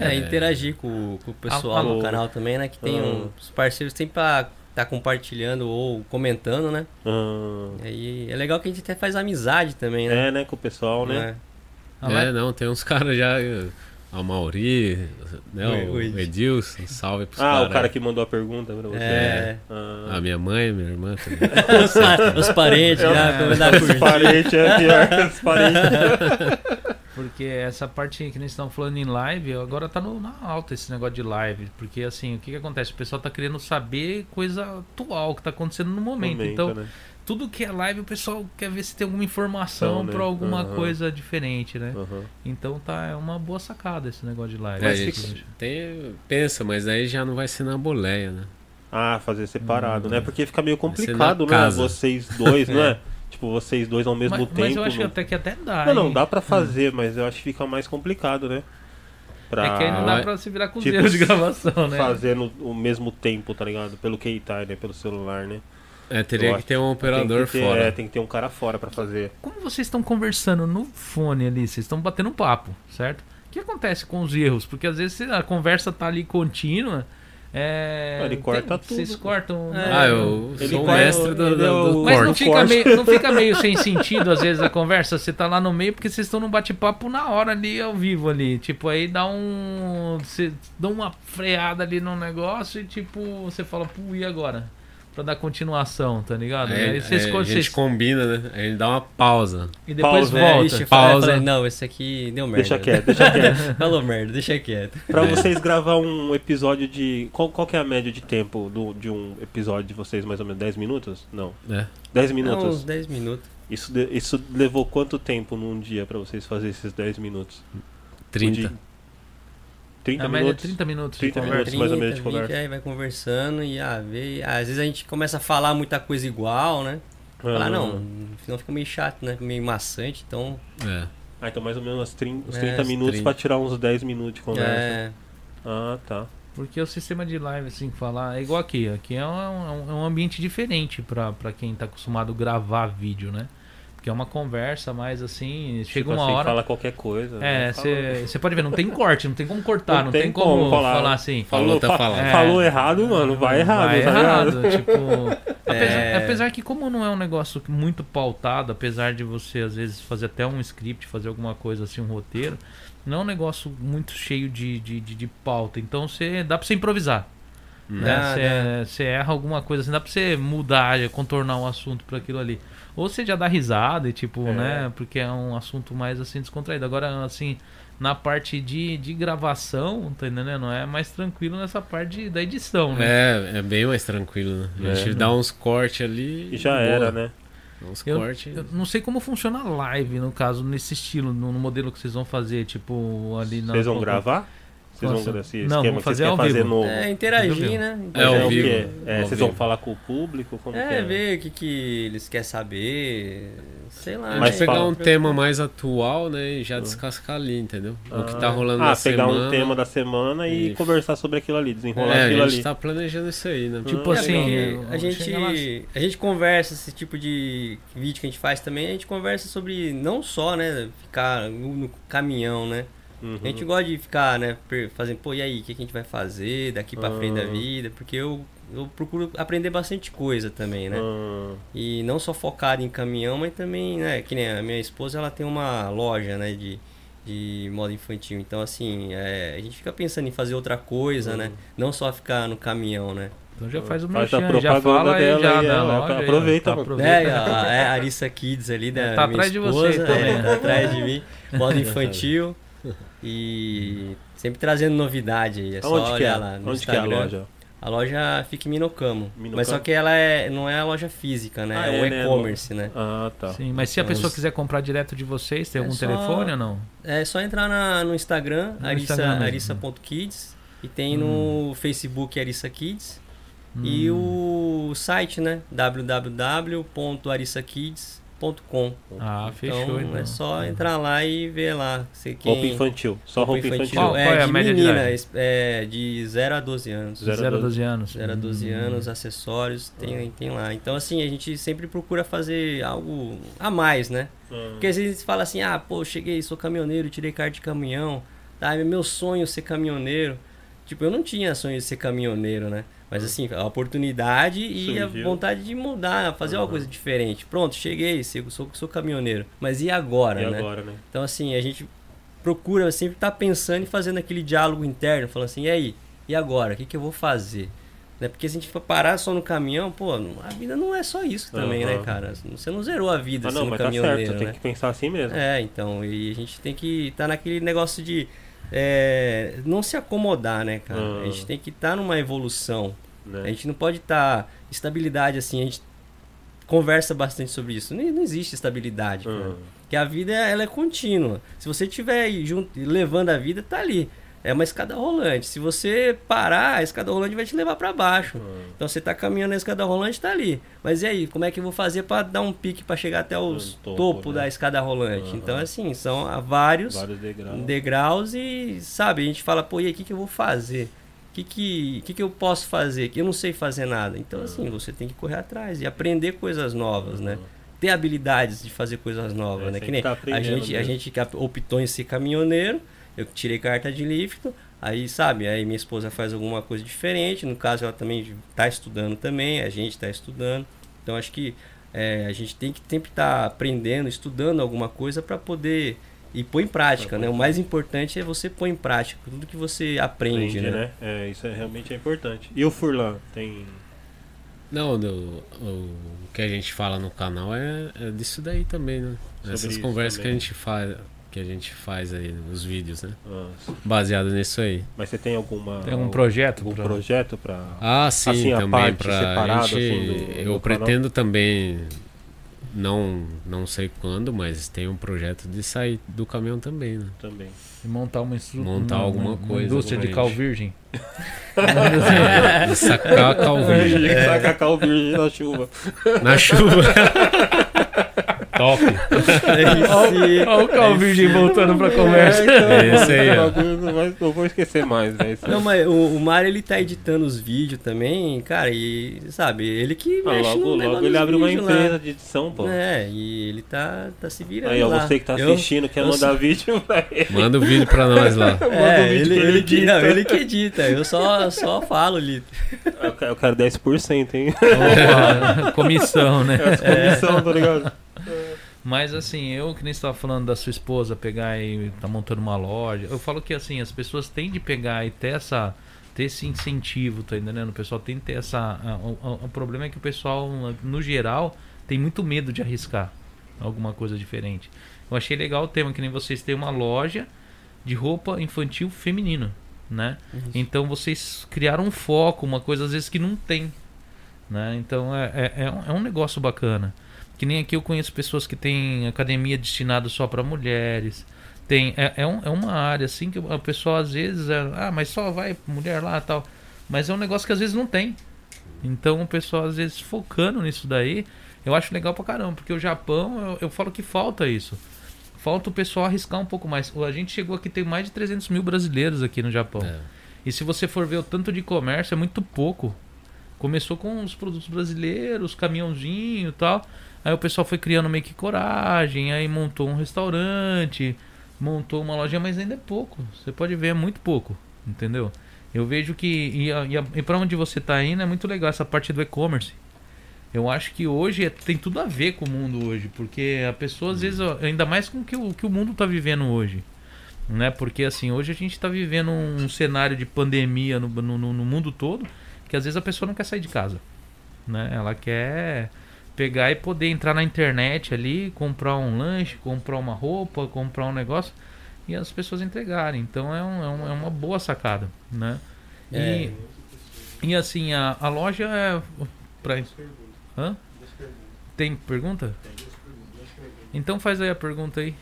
[SPEAKER 4] É, interagir com, com o pessoal
[SPEAKER 2] Ah,
[SPEAKER 4] no
[SPEAKER 1] ah,
[SPEAKER 4] canal também, né? Que tem
[SPEAKER 1] ah.
[SPEAKER 4] uns parceiros sempre pra tá compartilhando ou comentando, né?
[SPEAKER 1] Ah.
[SPEAKER 4] E aí é legal que a gente até faz amizade também, né?
[SPEAKER 1] É, né, com o pessoal, né?
[SPEAKER 4] Né?
[SPEAKER 2] A
[SPEAKER 3] É, não, tem uns caras já. eh, A Mauri, né,
[SPEAKER 4] Oi,
[SPEAKER 3] o
[SPEAKER 4] oi.
[SPEAKER 3] Edilson, salve pros
[SPEAKER 1] Ah,
[SPEAKER 3] caras.
[SPEAKER 1] o cara que mandou a pergunta pra você.
[SPEAKER 4] É.
[SPEAKER 1] Ah.
[SPEAKER 3] A minha mãe, minha irmã também. É,
[SPEAKER 4] Os, pa- os parentes, já, como dá
[SPEAKER 1] É, né?
[SPEAKER 2] Ah.
[SPEAKER 1] Os parentes é pior, os parentes.
[SPEAKER 2] Porque essa parte que nós estamos falando em live, agora tá no, na alta esse negócio de live. Porque assim, o que, que acontece? O pessoal tá querendo saber coisa atual que tá acontecendo no momento.
[SPEAKER 1] Comenta,
[SPEAKER 2] então,
[SPEAKER 1] né?
[SPEAKER 2] tudo que é live, o pessoal quer ver se tem alguma informação
[SPEAKER 1] Então, né?
[SPEAKER 2] pra alguma
[SPEAKER 1] Aham.
[SPEAKER 2] coisa diferente, né?
[SPEAKER 1] Aham.
[SPEAKER 2] Então tá, é uma boa sacada esse negócio de live.
[SPEAKER 3] É, a
[SPEAKER 2] Mas
[SPEAKER 3] gente
[SPEAKER 2] fica-
[SPEAKER 3] tem, pensa, mas aí já não vai ser na boleia, né?
[SPEAKER 1] Ah, fazer
[SPEAKER 3] Hum.
[SPEAKER 1] separado, né? Porque fica meio
[SPEAKER 3] ser na
[SPEAKER 1] complicado, né?
[SPEAKER 3] é casa.
[SPEAKER 1] Vocês dois, não é? Tipo, vocês dois ao mesmo
[SPEAKER 2] mas,
[SPEAKER 1] tempo.
[SPEAKER 2] mas eu Hum. acho que
[SPEAKER 1] não-
[SPEAKER 2] até que até dá.
[SPEAKER 1] Não, não,
[SPEAKER 2] hein?
[SPEAKER 1] dá pra fazer, mas eu acho que fica mais complicado, né? Pra
[SPEAKER 2] É que aí não dá
[SPEAKER 3] Vai-
[SPEAKER 2] pra se virar com os
[SPEAKER 1] Tipo,
[SPEAKER 2] dedos de gravação, né?
[SPEAKER 1] fazer no o mesmo tempo, tá ligado? Pelo Keitai, né? Pelo celular, né?
[SPEAKER 3] É,
[SPEAKER 1] Eu
[SPEAKER 3] teria que
[SPEAKER 1] acho
[SPEAKER 3] ter um operador
[SPEAKER 1] tem que ter,
[SPEAKER 3] fora.
[SPEAKER 1] É, tem que ter um cara fora pra fazer.
[SPEAKER 2] Como vocês estão conversando no fone ali, vocês estão batendo um papo, certo? O que acontece com os erros? Porque às vezes a conversa tá ali contínua. É...
[SPEAKER 1] Ele corta tudo,
[SPEAKER 2] Vocês
[SPEAKER 1] pô.
[SPEAKER 2] cortam. né?
[SPEAKER 3] Ah, eu
[SPEAKER 1] Ele
[SPEAKER 3] sou o
[SPEAKER 1] corta-
[SPEAKER 3] mestre do,
[SPEAKER 1] ele é
[SPEAKER 3] do,
[SPEAKER 1] o-
[SPEAKER 3] do
[SPEAKER 2] Mas não
[SPEAKER 3] corte.
[SPEAKER 2] fica,
[SPEAKER 1] corte.
[SPEAKER 2] meio, não fica meio sem sentido, às vezes, a conversa? Você tá lá no meio porque vocês estão num bate-papo na hora ali, ao vivo ali. Tipo, aí dá um. Você dá uma freada ali no negócio e, tipo, você fala, pô, e agora? Pra dar continuação, tá ligado?
[SPEAKER 3] Aí,
[SPEAKER 2] aí vocês,
[SPEAKER 3] é, a
[SPEAKER 2] quando
[SPEAKER 3] gente
[SPEAKER 2] vocês-
[SPEAKER 3] combina, né? A gente dá uma pausa.
[SPEAKER 2] E depois
[SPEAKER 1] pausa,
[SPEAKER 4] É,
[SPEAKER 2] volta. né?
[SPEAKER 4] ixi, eu falei-
[SPEAKER 3] Pausa.
[SPEAKER 4] falei, não, esse aqui deu merda.
[SPEAKER 1] Deixa quieto, deixa quieto.
[SPEAKER 4] Falou merda, deixa quieto.
[SPEAKER 1] pra
[SPEAKER 3] É.
[SPEAKER 1] vocês gravar um episódio de. Qual, qual que é a média de tempo do, de um episódio de vocês, mais ou menos? 10 minutos? Não.
[SPEAKER 3] né?
[SPEAKER 1] 10
[SPEAKER 4] É
[SPEAKER 1] minutos.
[SPEAKER 4] uns 10 minutos.
[SPEAKER 1] Isso, de- isso levou quanto tempo num dia pra vocês fazerem esses 10 minutos?
[SPEAKER 3] 30.
[SPEAKER 1] De- 30
[SPEAKER 2] A média é
[SPEAKER 1] minutos?
[SPEAKER 2] 30 minutos
[SPEAKER 1] 30
[SPEAKER 2] de
[SPEAKER 1] minutos.
[SPEAKER 2] conversa.
[SPEAKER 1] mais ou menos de
[SPEAKER 4] 20,
[SPEAKER 1] conversa.
[SPEAKER 4] Aí vai conversando e ah, vê, ah, às vezes a gente começa a falar muita coisa igual, né?
[SPEAKER 1] Ah,
[SPEAKER 4] Falar, não, senão fica meio chato, né? Meio maçante, então.
[SPEAKER 3] É.
[SPEAKER 1] Ah, então mais ou menos uns 30, uns
[SPEAKER 4] É,
[SPEAKER 1] 30
[SPEAKER 4] uns
[SPEAKER 1] minutos
[SPEAKER 3] 30.
[SPEAKER 1] pra tirar uns 10 minutos de conversa.
[SPEAKER 4] É,
[SPEAKER 1] Ah, tá.
[SPEAKER 2] Porque o sistema de live, assim, que falar, é igual aqui. Aqui é um, é um- é um ambiente diferente pra pra quem tá acostumado a gravar vídeo, né? Porque é uma conversa mais assim. Chega
[SPEAKER 1] Tipo
[SPEAKER 2] uma
[SPEAKER 1] assim,
[SPEAKER 2] hora.
[SPEAKER 1] fala qualquer coisa.
[SPEAKER 2] É,
[SPEAKER 1] né?
[SPEAKER 2] você pode ver, não tem corte, não tem como cortar, não, tem, como, falar, assim.
[SPEAKER 1] Falou,
[SPEAKER 3] Falou, tá
[SPEAKER 1] fa-
[SPEAKER 3] falando.
[SPEAKER 2] É.
[SPEAKER 1] falou errado, mano, vai errado.
[SPEAKER 2] Vai
[SPEAKER 1] tá
[SPEAKER 2] errado,
[SPEAKER 1] ligado?
[SPEAKER 2] tipo. Apesar,
[SPEAKER 4] É.
[SPEAKER 2] apesar que como não é um negócio muito pautado, apesar de você às vezes fazer até um script, fazer alguma coisa assim, um roteiro, não é um negócio muito cheio de, de, de, de pauta. Então você dá pra você improvisar.
[SPEAKER 4] Dá,
[SPEAKER 2] Né? Você- Você erra alguma coisa assim, dá pra você mudar, contornar um assunto pra aquilo ali. Ou você já dá risada e tipo,
[SPEAKER 1] É.
[SPEAKER 2] né? Porque é um assunto mais assim descontraído. Agora, assim, na parte de, de gravação, tá entendendo? Não é mais tranquilo nessa parte de- da edição, né?
[SPEAKER 3] É, é bem mais tranquilo, né? A gente
[SPEAKER 1] É.
[SPEAKER 3] dá uns cortes ali.
[SPEAKER 1] E já
[SPEAKER 3] boa.
[SPEAKER 1] era, né?
[SPEAKER 3] Dá Uns
[SPEAKER 2] Eu-
[SPEAKER 3] cortes.
[SPEAKER 2] Eu não sei como funciona a live, no caso, nesse estilo, no, no modelo que vocês vão fazer, tipo, ali na.
[SPEAKER 1] Vocês vão gravar? Vocês vão
[SPEAKER 2] Nossa.
[SPEAKER 1] esse
[SPEAKER 2] Não,
[SPEAKER 1] esquema
[SPEAKER 2] vamos
[SPEAKER 1] que vocês
[SPEAKER 2] fazer
[SPEAKER 1] querem
[SPEAKER 2] ao
[SPEAKER 1] fazer
[SPEAKER 2] vivo.
[SPEAKER 1] no.
[SPEAKER 4] É,
[SPEAKER 2] Tudo
[SPEAKER 4] interagir,
[SPEAKER 2] vivo.
[SPEAKER 4] né?
[SPEAKER 3] É, ao
[SPEAKER 1] o
[SPEAKER 3] vivo.
[SPEAKER 1] quê? É,
[SPEAKER 3] Ao
[SPEAKER 1] vocês
[SPEAKER 3] vivo.
[SPEAKER 1] vão falar com o público? Como que
[SPEAKER 4] É,
[SPEAKER 1] é?
[SPEAKER 4] ver o que, que eles querem saber. Sei lá. né?
[SPEAKER 1] Mas
[SPEAKER 3] Mas pegar
[SPEAKER 1] fala.
[SPEAKER 3] um tema mais atual, né? E já descascar ali, entendeu? O que tá rolando
[SPEAKER 1] Ah,
[SPEAKER 3] na
[SPEAKER 1] pegar
[SPEAKER 3] semana.
[SPEAKER 1] um tema da semana e
[SPEAKER 3] Isso.
[SPEAKER 1] conversar sobre aquilo ali, desenrolar
[SPEAKER 3] É,
[SPEAKER 1] aquilo
[SPEAKER 3] a gente
[SPEAKER 1] ali.
[SPEAKER 3] tá planejando isso aí, né?
[SPEAKER 1] Tipo
[SPEAKER 4] É,
[SPEAKER 2] assim,
[SPEAKER 4] porque a
[SPEAKER 2] eu- chega lá.
[SPEAKER 4] gente, a gente conversa esse tipo de vídeo que a gente faz também, a gente conversa sobre não só, né, ficar no, no caminhão, né?
[SPEAKER 1] Uhum.
[SPEAKER 4] A gente gosta de ficar, né, per- fazendo, pô, e aí, o que, que a gente vai fazer daqui pra frente da vida? Porque eu, eu procuro aprender bastante coisa também, né?
[SPEAKER 1] Ah,
[SPEAKER 4] E não só focado em caminhão, mas também, né, que nem a minha esposa, ela tem uma loja, né, de, de moda infantil. Então, assim, é, a gente fica pensando em fazer outra coisa, né? Não só ficar no caminhão, né?
[SPEAKER 2] Então já faz o
[SPEAKER 1] Faz
[SPEAKER 2] merchan,
[SPEAKER 1] a
[SPEAKER 2] já
[SPEAKER 1] propaganda
[SPEAKER 2] fala aí
[SPEAKER 1] dela
[SPEAKER 2] já
[SPEAKER 1] aí,
[SPEAKER 2] da
[SPEAKER 1] ó,
[SPEAKER 2] loja. aí, ó.
[SPEAKER 1] aproveita, mano.
[SPEAKER 4] É,
[SPEAKER 2] aproveita.
[SPEAKER 4] a, é a Arissa Kids ali, da
[SPEAKER 2] Tá
[SPEAKER 4] minha
[SPEAKER 2] atrás de
[SPEAKER 4] esposa,
[SPEAKER 2] vocês também,
[SPEAKER 4] é,
[SPEAKER 2] né?
[SPEAKER 4] tá atrás de mim, moda infantil e sempre trazendo novidade aí, é só
[SPEAKER 1] Onde que é?
[SPEAKER 4] olhar lá no
[SPEAKER 1] Onde que é a
[SPEAKER 4] Instagram.
[SPEAKER 1] loja?
[SPEAKER 4] A loja fica em Minocamo,
[SPEAKER 1] Minocamo?
[SPEAKER 4] mas só que ela é, não é a loja física, né?
[SPEAKER 1] Ah,
[SPEAKER 4] é,
[SPEAKER 1] é,
[SPEAKER 4] o
[SPEAKER 1] né?
[SPEAKER 4] e-commerce, né?
[SPEAKER 1] Ah, tá.
[SPEAKER 2] Sim, mas se a
[SPEAKER 4] Então,
[SPEAKER 2] pessoa
[SPEAKER 4] os-
[SPEAKER 2] quiser comprar direto de vocês, tem
[SPEAKER 4] É
[SPEAKER 2] algum
[SPEAKER 4] só-
[SPEAKER 2] telefone ou não?
[SPEAKER 4] É só entrar na- no Instagram,
[SPEAKER 2] No
[SPEAKER 4] Arissa-
[SPEAKER 2] Instagram mesmo. né. Hum.
[SPEAKER 4] arissa.kids, e tem no Facebook Arissa Kids, e
[SPEAKER 2] Hum.
[SPEAKER 4] o site, né? www.arissakids.com.
[SPEAKER 2] Ah, fechou.
[SPEAKER 4] então,
[SPEAKER 2] então.
[SPEAKER 4] é só entrar lá e ver lá. Sei quem...
[SPEAKER 1] Roupa infantil. Só roupa,
[SPEAKER 4] roupa
[SPEAKER 1] infantil.
[SPEAKER 2] Qual-
[SPEAKER 4] É,
[SPEAKER 2] qual é a
[SPEAKER 4] de
[SPEAKER 2] média de
[SPEAKER 4] menina,
[SPEAKER 2] idade?
[SPEAKER 4] es- é, de 0 a 12 anos.
[SPEAKER 1] Zero-
[SPEAKER 4] 0
[SPEAKER 2] 0 a 12 anos.
[SPEAKER 4] a 12
[SPEAKER 2] Hum. Ah.
[SPEAKER 4] anos, acessórios, tem, tem lá. Então, assim, a gente sempre procura fazer algo a mais, né?
[SPEAKER 1] Ah,
[SPEAKER 4] Porque às vezes fala assim, ah, pô, cheguei, sou caminhoneiro, tirei carta de caminhão, tá? É meu sonho ser caminhoneiro. Tipo, eu não tinha sonho de ser caminhoneiro, né? Mas
[SPEAKER 2] Hum.
[SPEAKER 4] assim, a oportunidade e a
[SPEAKER 1] Surgiu.
[SPEAKER 4] vontade de mudar, fazer
[SPEAKER 1] Uhum.
[SPEAKER 4] alguma coisa diferente. Pronto, cheguei, sou, sou, sou caminhoneiro. Mas e agora,
[SPEAKER 1] e
[SPEAKER 4] né?
[SPEAKER 1] agora, né?
[SPEAKER 4] Então, assim, a gente procura sempre estar pensando e fazendo aquele diálogo interno, falando assim, e aí, e agora? O que, que eu vou fazer? Né? Porque se a gente for parar só no caminhão, pô, não- a vida não é só isso também,
[SPEAKER 1] Aham.
[SPEAKER 4] né, cara? Você não zerou a vida
[SPEAKER 1] Ah, não,
[SPEAKER 4] sendo
[SPEAKER 1] mas tá
[SPEAKER 4] caminhoneiro,
[SPEAKER 1] certo. Tem
[SPEAKER 4] né?
[SPEAKER 1] que pensar assim mesmo.
[SPEAKER 4] É, então, e a gente tem que estar naquele negócio de é, não se acomodar, né, cara?
[SPEAKER 1] Ah.
[SPEAKER 4] A gente tem que estar numa evolução.
[SPEAKER 1] né?
[SPEAKER 4] A gente não pode estar estabilidade assim, a gente conversa bastante sobre isso. Não, não existe estabilidade, cara.
[SPEAKER 1] Ah,
[SPEAKER 4] Porque a vida ela é contínua. Se você estiver aí junto, levando a vida, tá ali. É uma escada rolante. Se você parar, a escada rolante vai te levar para baixo.
[SPEAKER 1] ah.
[SPEAKER 4] Então você tá caminhando na escada rolante, tá ali. Mas e aí, como é que eu vou fazer para dar um pique para chegar até o
[SPEAKER 1] No topo,
[SPEAKER 4] topo,
[SPEAKER 1] né?
[SPEAKER 4] da escada rolante?
[SPEAKER 1] Aham.
[SPEAKER 4] Então, assim, são há vários,
[SPEAKER 1] Vários degraus.
[SPEAKER 4] degraus e, sabe, a gente fala, pô, e aí, o que, que eu vou fazer? O que, que, que, que eu posso fazer? Que eu não sei fazer nada. Então, assim, você tem que correr atrás e aprender coisas novas, né? Ter habilidades de fazer coisas novas,
[SPEAKER 1] É,
[SPEAKER 4] né? Que
[SPEAKER 1] sempre
[SPEAKER 4] nem
[SPEAKER 1] tá
[SPEAKER 4] a
[SPEAKER 1] aprendendo
[SPEAKER 4] gente, a
[SPEAKER 1] mesmo.
[SPEAKER 4] gente que optou em ser caminhoneiro, eu tirei carta de lifto, aí, sabe, aí minha esposa faz alguma coisa diferente, no caso ela também tá estudando também, a gente tá estudando. Então, acho que é, a gente tem que sempre estar aprendendo, estudando alguma coisa para poder e pôr em prática, né? O mais importante é você pôr em prática tudo que você aprende,
[SPEAKER 1] Aprende,
[SPEAKER 4] né?
[SPEAKER 1] né? É, isso é, realmente é importante. E o Furlan? Tem.
[SPEAKER 3] Não, do- o, o que a gente fala no canal é, é disso daí também, né?
[SPEAKER 1] Sobre
[SPEAKER 3] Essas
[SPEAKER 1] isso
[SPEAKER 3] conversas que a
[SPEAKER 1] também.
[SPEAKER 3] gente faz, que a gente faz aí nos vídeos, né?
[SPEAKER 1] ah,
[SPEAKER 3] Baseado nisso aí.
[SPEAKER 1] mas você tem alguma.
[SPEAKER 2] Tem algum projeto?
[SPEAKER 1] algum
[SPEAKER 2] pra-
[SPEAKER 1] projeto pra.
[SPEAKER 3] Ah, sim,
[SPEAKER 1] Assim, a
[SPEAKER 3] também
[SPEAKER 1] parte
[SPEAKER 3] pra
[SPEAKER 1] separada,
[SPEAKER 3] gente,
[SPEAKER 1] assim, do- do
[SPEAKER 3] eu
[SPEAKER 1] canal.
[SPEAKER 3] pretendo também não não sei quando, mas tem um projeto de sair do caminhão também,
[SPEAKER 4] Ah.
[SPEAKER 3] né?
[SPEAKER 1] Também.
[SPEAKER 2] E montar uma estrutura.
[SPEAKER 3] Montar alguma coisa,
[SPEAKER 2] Indústria de
[SPEAKER 3] gente.
[SPEAKER 2] cal virgem.
[SPEAKER 3] De sacar a
[SPEAKER 4] É,
[SPEAKER 3] calvície
[SPEAKER 1] Virgem que saca cal virgem na chuva.
[SPEAKER 3] na chuva. Top.
[SPEAKER 4] É
[SPEAKER 2] Olha o cal virgem voltando pra conversa.
[SPEAKER 3] É isso aí, ó.
[SPEAKER 1] então, bagulho não, vai- não vou esquecer mais, né? é- velho.
[SPEAKER 4] Não, mas o, o Mário, ele tá editando os vídeos também, cara, e, sabe, ele que
[SPEAKER 1] Ah,
[SPEAKER 4] mexe
[SPEAKER 1] logo,
[SPEAKER 4] no
[SPEAKER 1] logo
[SPEAKER 4] negócio
[SPEAKER 1] ele
[SPEAKER 4] dos
[SPEAKER 1] abre uma
[SPEAKER 4] vídeos
[SPEAKER 1] empresa
[SPEAKER 4] lá. né?
[SPEAKER 1] de edição, pô.
[SPEAKER 4] É, e ele tá, tá se virando
[SPEAKER 1] Aí, ó,
[SPEAKER 4] lá.
[SPEAKER 1] você que tá
[SPEAKER 4] Eu-
[SPEAKER 1] assistindo, quer
[SPEAKER 4] eu
[SPEAKER 1] mandar vídeo, velho.
[SPEAKER 3] Manda o vídeo pra nós lá.
[SPEAKER 1] Manda um
[SPEAKER 4] É,
[SPEAKER 1] vídeo
[SPEAKER 4] ele,
[SPEAKER 1] pra ele
[SPEAKER 4] ele, que-
[SPEAKER 1] editar.
[SPEAKER 4] não, ele que edita, eu só, só falo ali.
[SPEAKER 1] Eu quero- Eu quero 10%, hein?
[SPEAKER 2] Opa, comissão, né?
[SPEAKER 1] As comissão, tá ligado?
[SPEAKER 2] Mas assim, eu que nem estava falando da sua esposa pegar e tá montando uma loja. Eu falo que assim, as pessoas têm de pegar e ter essa ter esse incentivo, tá entendendo? O pessoal tem que ter essa a- o, o- o problema é que o pessoal no geral tem muito medo de arriscar alguma coisa diferente. Eu achei legal o tema que nem vocês têm uma loja de roupa infantil feminino, né? Então vocês criaram um foco, uma coisa às vezes que não tem, né? Então é- é, é, um, é um negócio bacana. Que nem aqui eu conheço pessoas que têm academia destinada só para mulheres. Tem, é, é, um- é uma área assim que o pessoal às vezes, é, ah, mas só vai mulher lá tal. Mas é um negócio que às vezes não tem. Então o pessoal às vezes focando nisso daí, eu acho legal pra caramba, porque o Japão, eu, eu falo que falta isso. Falta o pessoal arriscar um pouco mais. A gente chegou aqui, tem mais de 300 mil brasileiros aqui no Japão.
[SPEAKER 3] É.
[SPEAKER 2] E se você for ver o tanto de comércio, é muito pouco. Começou com os produtos brasileiros, caminhãozinho e tal. Aí o pessoal foi criando meio que coragem, aí montou um restaurante, montou uma loja, mas ainda é pouco. Você pode ver, é muito pouco, entendeu? Eu vejo que. E, a- e, a- e para onde você tá indo é muito legal essa parte do e-commerce. Eu acho que hoje é- tem tudo a ver com o mundo hoje, porque a pessoa às vezes, ó, ainda mais com o que o, que o mundo tá vivendo hoje né? Porque assim, hoje a gente tá vivendo um, um cenário de pandemia no, no, no- no mundo todo, que às vezes a pessoa não quer sair de casa, né? Ela quer pegar e poder entrar na internet ali, comprar um lanche, comprar uma roupa, comprar um negócio e as pessoas entregarem. Então é, um- é um- é uma boa sacada, né? E,
[SPEAKER 4] É.
[SPEAKER 2] e assim, a, a loja é pra... Hã? Tem pergunta? Então faz aí a pergunta aí.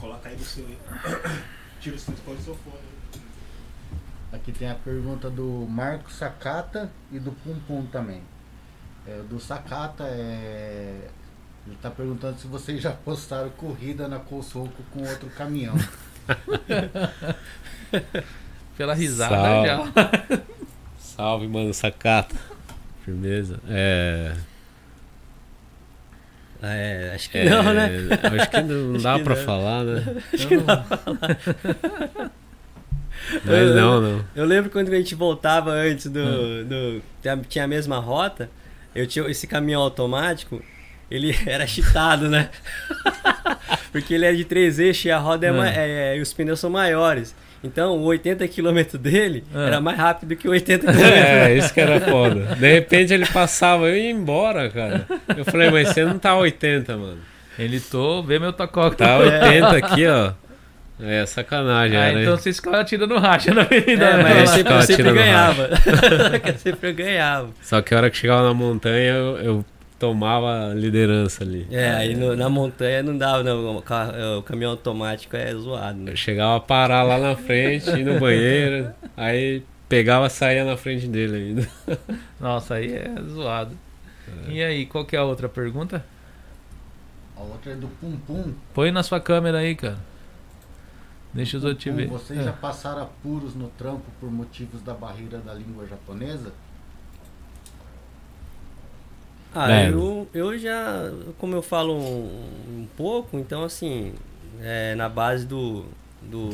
[SPEAKER 7] Coloca aí no seu. Tira o seu sofone.
[SPEAKER 6] Aqui tem a pergunta do Marco Sakata e do Pum Pum também. É, o do Sakata é. Ele tá perguntando se vocês já postaram corrida na Kousouko com outro caminhão.
[SPEAKER 2] Pela risada
[SPEAKER 3] Salve.
[SPEAKER 2] já.
[SPEAKER 3] Salve, mano, sacata. Firmeza. É.
[SPEAKER 4] Ah, é, acho que
[SPEAKER 3] é,
[SPEAKER 4] não, né?
[SPEAKER 3] Acho que não
[SPEAKER 4] Acho
[SPEAKER 3] dá
[SPEAKER 4] que
[SPEAKER 3] pra
[SPEAKER 4] não.
[SPEAKER 3] falar, né?
[SPEAKER 4] Acho que não.
[SPEAKER 3] Mas não, não.
[SPEAKER 4] Eu lembro quando a gente voltava antes do. do- tinha- tinha a mesma rota, eu tinha esse caminhão automático, ele era cheatado, né? Porque ele é de três eixos e a roda é,
[SPEAKER 2] Ah.
[SPEAKER 4] ma- é- é- e os pneus são maiores. Então o 80 km dele
[SPEAKER 2] Ah.
[SPEAKER 4] era mais rápido que o 80 km.
[SPEAKER 3] É, isso que era foda. De repente ele passava, eu ia embora, cara. Eu falei, mas você não tá 80, mano.
[SPEAKER 2] Ele tô, vê meu tocoque.
[SPEAKER 3] Tá 80 aqui, ó. É sacanagem,
[SPEAKER 2] Ah,
[SPEAKER 3] era.
[SPEAKER 2] então vocês ficaram atirando racha na avenida.
[SPEAKER 4] É, mas
[SPEAKER 2] né?
[SPEAKER 4] eu
[SPEAKER 3] esse
[SPEAKER 4] sempre,
[SPEAKER 3] cara
[SPEAKER 4] eu sempre
[SPEAKER 3] tirando
[SPEAKER 4] ganhava. eu sempre ganhava.
[SPEAKER 3] Só que a hora que chegava na montanha, eu, eu tomava a liderança ali.
[SPEAKER 4] É, aí no- na montanha não dava, não. O, ca- é, o caminhão automático é zoado, né?
[SPEAKER 3] Eu chegava a parar lá na frente, ir no banheiro, aí pegava e saía na frente dele ainda.
[SPEAKER 2] Nossa, aí é zoado. E aí, qual que é a outra pergunta?
[SPEAKER 6] A outra é do Pum Pum.
[SPEAKER 2] Põe na sua câmera aí, cara. Deixa os outros te
[SPEAKER 6] Pum,
[SPEAKER 2] ver. É.
[SPEAKER 6] vocês já passaram apuros no trampo por motivos da barreira da língua japonesa?
[SPEAKER 4] Ah,
[SPEAKER 3] É.
[SPEAKER 4] eu, eu já, como eu falo um, um pouco, então assim, é, na base do, do,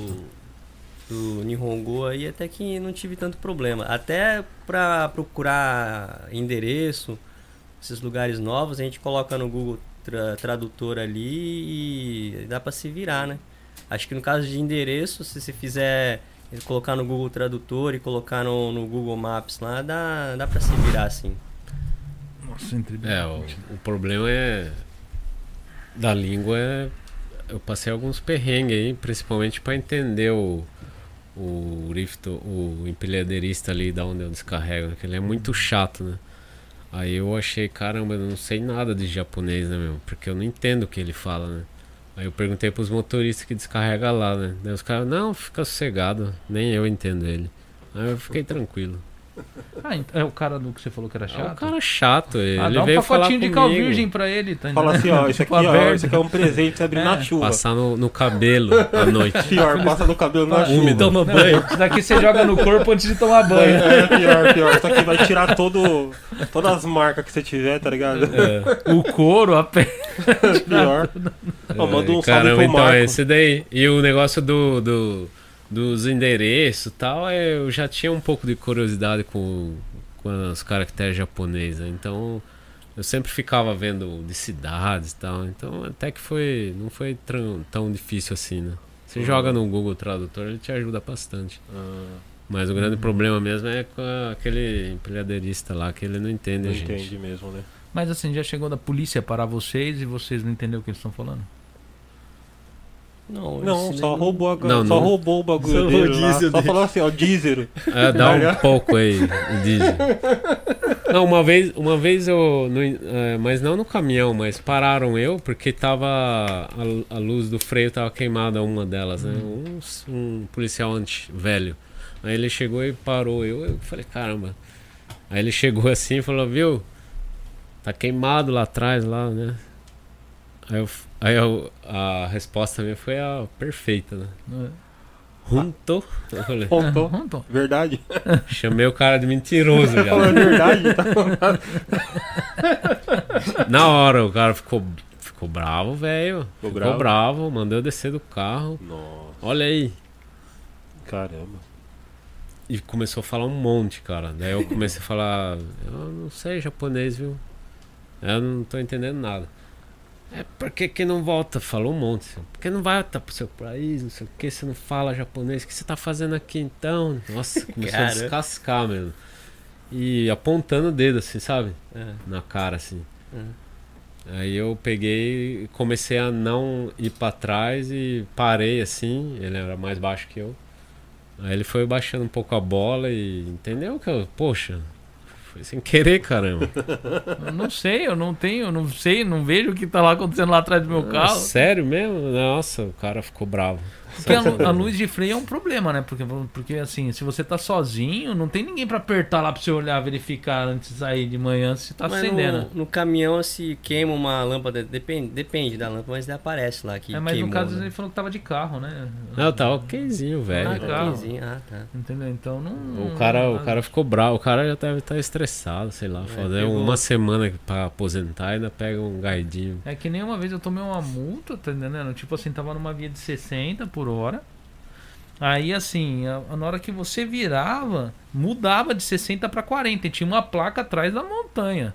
[SPEAKER 4] do Nihongo aí até que não tive tanto problema. Até pra procurar endereço, esses lugares novos, a gente coloca no Google tra- Tradutor ali e dá pra se virar, né? Acho que no caso de endereço, se você fizer colocar no Google Tradutor e colocar no, no Google Maps lá, dá, dá pra se virar assim.
[SPEAKER 2] Nossa, entre...
[SPEAKER 3] É, o, o problema é. Da língua é. Eu passei alguns perrengues aí, principalmente para entender o. O rift, o empilhadeirista ali da onde eu descarrego, né, que ele é muito chato, né? Aí eu achei, caramba, eu não sei nada de japonês, né, meu? Porque eu não entendo o que ele fala, né? Aí eu perguntei pros motoristas que descarrega lá, né? Daí os caras, não, fica sossegado, nem eu entendo ele. Aí eu fiquei tranquilo.
[SPEAKER 2] Ah, então, é o cara do que você falou que era
[SPEAKER 3] É um
[SPEAKER 2] chato?
[SPEAKER 3] cara chato, ele
[SPEAKER 2] ah, dá um
[SPEAKER 3] veio falar
[SPEAKER 2] pacotinho
[SPEAKER 3] comigo.
[SPEAKER 2] de cal virgem pra ele, tá
[SPEAKER 1] Fala assim, ó, isso aqui,
[SPEAKER 2] Tipo
[SPEAKER 1] ó,
[SPEAKER 2] aberto.
[SPEAKER 1] isso aqui é um presente, que você abre
[SPEAKER 2] É.
[SPEAKER 1] na chuva.
[SPEAKER 3] Passar no, no cabelo à noite.
[SPEAKER 1] Pior, passa no cabelo na chuva.
[SPEAKER 3] Úmido.
[SPEAKER 4] Toma banho.
[SPEAKER 2] Isso daqui você joga no corpo antes de tomar banho.
[SPEAKER 1] É, pior, pior. Isso aqui vai tirar todo, todas as marcas que você tiver, tá ligado?
[SPEAKER 3] É.
[SPEAKER 2] O couro, a pele.
[SPEAKER 1] Pior. Ó, manda um salve
[SPEAKER 3] Caramba,
[SPEAKER 1] pro
[SPEAKER 3] então é
[SPEAKER 1] Marco.
[SPEAKER 3] esse daí. E o negócio do, do- dos endereços e tal, é, eu já tinha um pouco de curiosidade com, com os caracteres japoneses. né? Então eu sempre ficava vendo de cidades e tal. Então até que foi não foi tran- tão difícil assim, né?
[SPEAKER 1] Uhum.
[SPEAKER 3] Você joga no Google Tradutor, ele te ajuda bastante.
[SPEAKER 1] Ah.
[SPEAKER 3] Mas o grande
[SPEAKER 1] Uhum.
[SPEAKER 3] problema mesmo é com a- aquele empilhadeirista lá que ele não entende
[SPEAKER 1] Não
[SPEAKER 3] a gente.
[SPEAKER 1] entende mesmo, né?
[SPEAKER 2] Mas assim, já chegou da polícia parar vocês e vocês não entenderam o que eles estão falando?
[SPEAKER 4] Não,
[SPEAKER 1] Não,
[SPEAKER 4] esse
[SPEAKER 1] só
[SPEAKER 4] daí-
[SPEAKER 1] roubou agora.
[SPEAKER 3] Não,
[SPEAKER 1] né? só
[SPEAKER 3] não.
[SPEAKER 1] roubou o
[SPEAKER 4] Só
[SPEAKER 1] bagulho
[SPEAKER 4] roubou o
[SPEAKER 1] dele lá.
[SPEAKER 4] diesel
[SPEAKER 1] Só
[SPEAKER 4] dele.
[SPEAKER 3] um
[SPEAKER 1] falou assim, ó, diesel.
[SPEAKER 3] É, dá um pouco aí, diz. Não, uma vez, uma vez eu. no in- é, mas não no caminhão, mas pararam eu, porque tava. A, a luz do freio tava queimada, uma delas, né? Um, s- um policial anti, velho. Aí ele chegou e parou eu. Eu falei, caramba. Aí ele chegou assim e falou, viu? Tá queimado lá atrás, lá, né? Aí, eu, f- aí eu- a resposta minha foi a perfeita, né? Junto. Eu falei,
[SPEAKER 1] Pontou.
[SPEAKER 2] Pronto.
[SPEAKER 1] Verdade.
[SPEAKER 3] chamei o cara de mentiroso já.
[SPEAKER 1] Falou verdade. Tá?
[SPEAKER 3] Na hora o cara ficou, ficou bravo, velho. Ficou bravo.
[SPEAKER 1] bravo.
[SPEAKER 3] mandou eu descer do carro.
[SPEAKER 1] Nossa,
[SPEAKER 3] Olha aí.
[SPEAKER 1] caramba.
[SPEAKER 3] E começou a falar um monte, cara. Daí eu comecei a falar, eu não sei japonês, viu? Eu não tô entendendo nada. É por que que não volta? Falou um monte. assim. Por que não vai tá pro seu país, não sei o que, você não fala japonês, o que você tá fazendo aqui então? Nossa, começou a
[SPEAKER 4] Cara.
[SPEAKER 3] descascar mesmo. E apontando o dedo, assim, sabe?
[SPEAKER 2] É.
[SPEAKER 3] na cara, assim.
[SPEAKER 2] Uhum.
[SPEAKER 4] Hum.
[SPEAKER 3] Aí eu peguei e comecei a não ir pra trás e parei, assim. Ele era mais baixo que eu. Aí ele foi baixando um pouco a bola e entendeu que eu, poxa, foi sem querer, caramba.
[SPEAKER 2] Eu Não sei, eu não tenho, não sei, não vejo o que tá lá acontecendo lá atrás do meu carro.
[SPEAKER 3] Sério mesmo? Nossa, o cara ficou bravo.
[SPEAKER 2] Porque a, lu- a luz de freio é um problema, né? Porque, porque assim, se você tá sozinho, não tem ninguém pra apertar lá pra você olhar, verificar antes de sair de manhã se tá
[SPEAKER 4] Mas
[SPEAKER 2] acendendo.
[SPEAKER 4] no, no caminhão, se queima uma lâmpada, depende, depende da lâmpada, mas aparece lá que
[SPEAKER 2] É, mas
[SPEAKER 4] queimou,
[SPEAKER 2] no caso
[SPEAKER 4] né?
[SPEAKER 2] ele falou que tava de carro, né?
[SPEAKER 3] Não, tá okzinho,
[SPEAKER 2] Ah,
[SPEAKER 3] velho.
[SPEAKER 2] cara. carro.
[SPEAKER 4] Coisinha, Ah, tá.
[SPEAKER 2] Entendeu? Então não.
[SPEAKER 3] O cara, o cara ficou bravo, o cara já deve estar estressado, sei lá.
[SPEAKER 2] É,
[SPEAKER 3] fazer
[SPEAKER 2] pegou.
[SPEAKER 3] uma semana pra aposentar e ainda pega um gaidinho.
[SPEAKER 2] É que nem uma vez eu tomei uma multa, tá entendendo? Tipo assim, tava numa via de 60 por hora. Aí assim, a- na hora que você virava, mudava de 60 pra 40 e tinha uma placa atrás da montanha.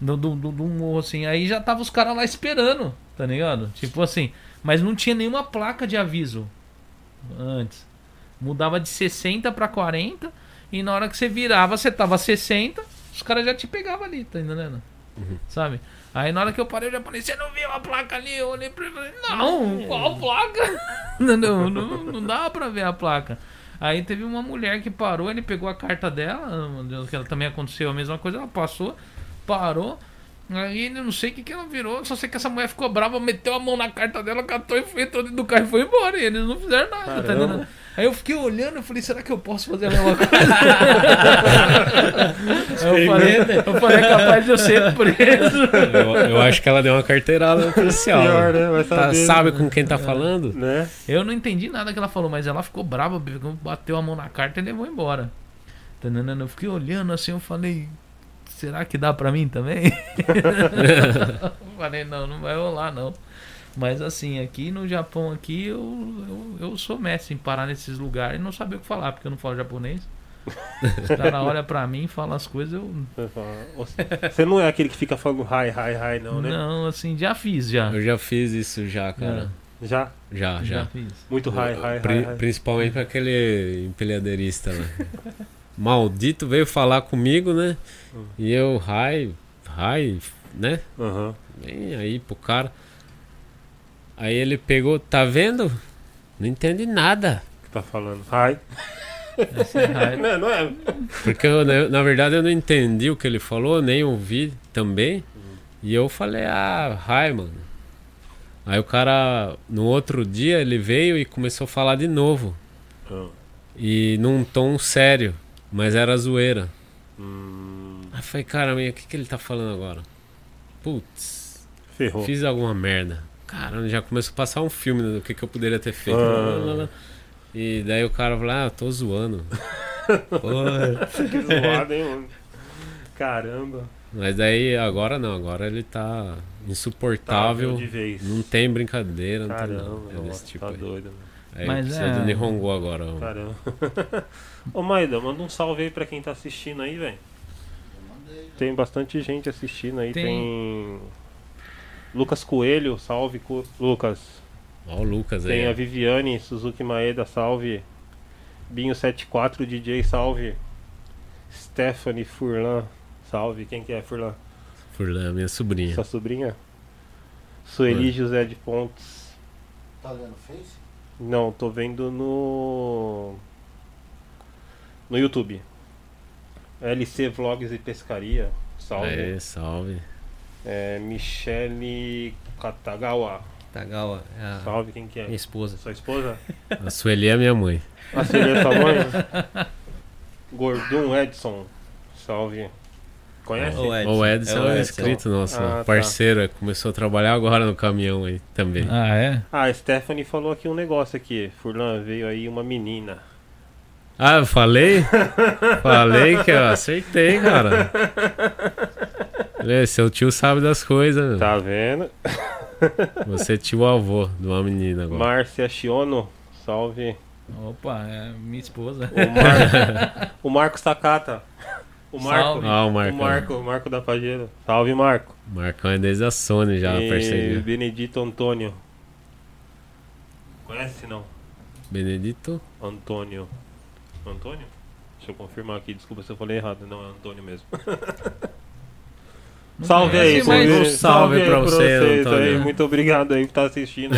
[SPEAKER 2] Do, do, do, do morro, assim. Aí já tava os caras lá esperando, tá ligado? Tipo assim, mas não tinha nenhuma placa de aviso antes. Mudava de 60 pra 40 e na hora que você virava, você tava 60, os caras já te pegavam ali, tá entendendo? Sabe? Aí na hora que eu parei, eu já falei, você não viu a placa ali? Eu olhei pra ele e falei, não, qual placa? não, não, não, não dá pra ver a placa. Aí teve uma mulher que parou, ele pegou a carta dela, que ela também aconteceu a mesma coisa, ela passou, parou, aí ele não sei o que, que ela virou, só sei que essa mulher ficou brava, meteu a mão na carta dela, catou e foi, entrou dentro do carro e foi embora. E eles não fizeram nada, tá entendendo? Aí eu fiquei olhando, eu falei, será que eu posso fazer a mesma coisa? Aí eu falei, eu falei, é capaz de eu ser preso.
[SPEAKER 3] Eu, eu acho que ela deu uma carteirada no policial.
[SPEAKER 1] Pior, né? Vai
[SPEAKER 3] Tá-
[SPEAKER 1] saber,
[SPEAKER 3] sabe com quem tá falando?
[SPEAKER 1] Né?
[SPEAKER 2] Eu não entendi nada que ela falou, mas ela ficou brava, pegou, bateu a mão na carta e levou embora. Tananana, Eu fiquei olhando assim, eu falei, será que dá pra mim também? Eu falei, não, não vai rolar não. Mas assim, aqui no Japão aqui eu, eu, eu sou mestre em parar nesses lugares e não saber o que falar, porque eu não falo japonês. Os caras olham pra mim, falam as coisas, eu.
[SPEAKER 1] Vai falar, "Nossa, Você não é aquele que fica falando hi, hi, hi, não, né?
[SPEAKER 2] Não, assim, já fiz já.
[SPEAKER 3] Eu já fiz isso Ah. já, cara.
[SPEAKER 1] Já?
[SPEAKER 3] Já,
[SPEAKER 2] já
[SPEAKER 3] É, já.
[SPEAKER 2] fiz.
[SPEAKER 1] Muito hi, hi,
[SPEAKER 3] Pri-
[SPEAKER 1] hi, hi.
[SPEAKER 3] principalmente pra aquele empilhadeirista lá. Maldito veio falar comigo, né?
[SPEAKER 1] Hum.
[SPEAKER 3] E eu, hi, hi, né?
[SPEAKER 1] Aham.
[SPEAKER 3] Bem aí pro cara. Aí ele pegou, tá vendo? Não entende nada.
[SPEAKER 1] Que tá falando. Hi. Não, não é?
[SPEAKER 3] Porque eu, né, na, na verdade eu não entendi o que ele falou, nem ouvi também. E eu falei, ah, hi, mano. Aí o cara, no outro dia, ele veio e começou a falar de novo.
[SPEAKER 1] Ah.
[SPEAKER 3] E num tom sério, mas era zoeira.
[SPEAKER 1] Hum.
[SPEAKER 3] Aí eu falei, cara, o que, que ele tá falando agora? Putz,
[SPEAKER 1] Ferrou.
[SPEAKER 3] fiz alguma merda. Caramba, já começou a passar um filme né, do que, que eu poderia ter feito.
[SPEAKER 1] Ah.
[SPEAKER 3] E daí o cara falou, ah, eu tô zoando.
[SPEAKER 1] Que
[SPEAKER 3] É.
[SPEAKER 1] zoado, hein, mano? Caramba.
[SPEAKER 3] Mas daí agora não, agora ele tá insuportável.
[SPEAKER 1] Tável de vez.
[SPEAKER 3] Tá, não tem brincadeira, não tem
[SPEAKER 1] Tá, Caramba,
[SPEAKER 3] nada. É desse
[SPEAKER 1] nossa,
[SPEAKER 3] tipo
[SPEAKER 1] tá
[SPEAKER 3] aí.
[SPEAKER 1] doido, né?
[SPEAKER 3] aí
[SPEAKER 2] Mas
[SPEAKER 3] precisa
[SPEAKER 2] é-
[SPEAKER 3] do Nihongo agora. ó.
[SPEAKER 1] Caramba. Ô, Maida, manda um salve aí pra quem tá assistindo aí, velho. Tem bastante gente assistindo aí. Tem.
[SPEAKER 2] Tem.
[SPEAKER 1] Lucas Coelho, salve, Cu- Lucas.
[SPEAKER 3] Ó o Lucas aí.
[SPEAKER 1] Tem a
[SPEAKER 3] ó.
[SPEAKER 1] Viviane, Suzuki Maeda, salve. Binho74 DJ, salve. Stephanie Furlan, salve. Quem que é Furlan?
[SPEAKER 3] Furlan, minha sobrinha.
[SPEAKER 1] Sua sobrinha? Sueli
[SPEAKER 3] Oi.
[SPEAKER 1] José de Pontes.
[SPEAKER 6] Tá olhando o Face?
[SPEAKER 1] Não, tô vendo no. No YouTube. LC Vlogs e Pescaria. Salve.
[SPEAKER 3] Aê, salve.
[SPEAKER 1] É, Michele Katagawa.
[SPEAKER 4] Tagawa, é
[SPEAKER 3] Ah.
[SPEAKER 4] a
[SPEAKER 1] Salve, quem que é?
[SPEAKER 4] minha esposa.
[SPEAKER 1] Sua esposa?
[SPEAKER 3] A Sueli é minha mãe.
[SPEAKER 1] A Silvia sua mãe? Gordon Edson. Salve. Conhece?
[SPEAKER 4] Ou Edson.
[SPEAKER 3] O Edson é um
[SPEAKER 4] Edson.
[SPEAKER 3] inscrito nosso,
[SPEAKER 1] Ah, tá.
[SPEAKER 3] parceiro. Começou a trabalhar agora no caminhão aí também.
[SPEAKER 2] Ah, é?
[SPEAKER 1] Ah, a Stephanie falou aqui um negócio aqui. Furlan, veio aí uma menina.
[SPEAKER 3] Ah, eu falei? falei que eu acertei, cara. Lê, seu tio sabe das coisas, meu.
[SPEAKER 1] Tá vendo?
[SPEAKER 3] Você é tio avô de uma menina agora.
[SPEAKER 1] Márcia Chiono. Salve.
[SPEAKER 2] Opa, é minha esposa.
[SPEAKER 1] O, Mar... o Marco Sakata. O Marco.
[SPEAKER 2] Salve.
[SPEAKER 3] Ah, o
[SPEAKER 1] O
[SPEAKER 3] Marco.
[SPEAKER 1] Marco, o Marco da Pajero. Salve, Marco.
[SPEAKER 3] Marcão é desde a Sony já,
[SPEAKER 1] e
[SPEAKER 3] percebi.
[SPEAKER 1] Benedito Antônio. Conhece não?
[SPEAKER 3] Benedito?
[SPEAKER 1] Antônio. Antônio? Deixa eu confirmar aqui, desculpa se eu falei errado. Não, é Antônio mesmo. salve aí,
[SPEAKER 2] conhece, mas-
[SPEAKER 1] salve,
[SPEAKER 3] Um salve
[SPEAKER 1] aí
[SPEAKER 3] pra
[SPEAKER 1] pra
[SPEAKER 3] você,
[SPEAKER 1] vocês
[SPEAKER 3] Antônio.
[SPEAKER 1] aí. Muito obrigado aí por estar assistindo.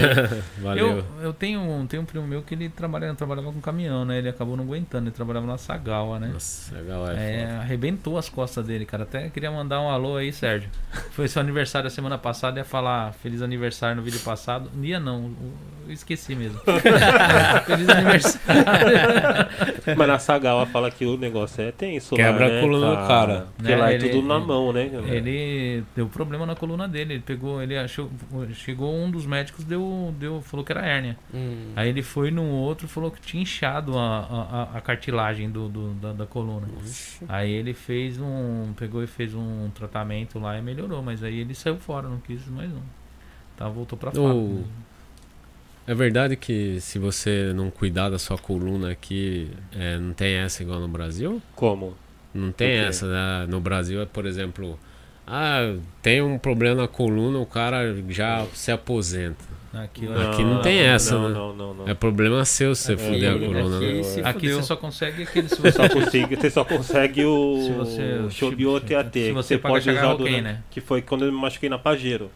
[SPEAKER 3] Valeu.
[SPEAKER 2] Eu, eu tenho, um- tenho um primo meu que ele trabalhava, trabalhava com caminhão, né? Ele acabou não aguentando, ele trabalhava na Sagawa, né?
[SPEAKER 3] Nossa, a galera.
[SPEAKER 2] É, arrebentou as costas dele, cara. Até queria mandar um alô aí, Sérgio. Foi seu aniversário a semana passada, ia falar feliz aniversário no vídeo passado. Ia não, eu esqueci mesmo. feliz
[SPEAKER 3] É.
[SPEAKER 2] aniversário.
[SPEAKER 1] Mas na Sagawa fala que o negócio é tenso. lá,
[SPEAKER 3] Quebra a
[SPEAKER 1] né,
[SPEAKER 3] coluna do cara.
[SPEAKER 1] Porque
[SPEAKER 2] É,
[SPEAKER 1] lá é
[SPEAKER 2] ele-
[SPEAKER 1] tudo na mão, né? cara?
[SPEAKER 2] Ele deu problema na coluna dele, ele pegou, ele achou, chegou um dos médicos, deu, deu, falou que era hérnia.
[SPEAKER 4] Hum.
[SPEAKER 2] Aí ele foi num outro e falou que tinha inchado a, a- a- a cartilagem do, do- da, da coluna. Aí ele fez um. pegou e fez um tratamento lá e melhorou, mas aí ele saiu fora, não quis mais não. Tá, voltou pra fábrica.
[SPEAKER 3] Oh. É verdade que se você não cuidar da sua coluna aqui, é, não tem essa igual no Brasil?
[SPEAKER 1] Como?
[SPEAKER 3] Não tem
[SPEAKER 1] Por quê?
[SPEAKER 3] essa, né? No Brasil é, por exemplo, ah, tem um problema na coluna, o cara já se aposenta.
[SPEAKER 2] Aqui, ó.
[SPEAKER 3] Aqui não tem essa,
[SPEAKER 1] Ah, não,
[SPEAKER 3] né?
[SPEAKER 1] Não, não, não.
[SPEAKER 3] É problema seu se você
[SPEAKER 1] É,
[SPEAKER 3] fuder a
[SPEAKER 1] aqui-
[SPEAKER 3] coluna, né?
[SPEAKER 4] aqui se
[SPEAKER 2] Aqui
[SPEAKER 4] fudeu.
[SPEAKER 2] você só consegue aquele se
[SPEAKER 1] Você
[SPEAKER 2] você.
[SPEAKER 1] só consegue, você só consegue o
[SPEAKER 2] Se você- tipo
[SPEAKER 1] Shobio TAT,
[SPEAKER 2] né? se
[SPEAKER 1] que
[SPEAKER 2] você
[SPEAKER 1] você
[SPEAKER 2] pagar
[SPEAKER 1] pode
[SPEAKER 2] chegar
[SPEAKER 1] usar
[SPEAKER 2] alguém,
[SPEAKER 1] durante-
[SPEAKER 2] né?
[SPEAKER 1] que foi quando eu me machuquei na Pajero.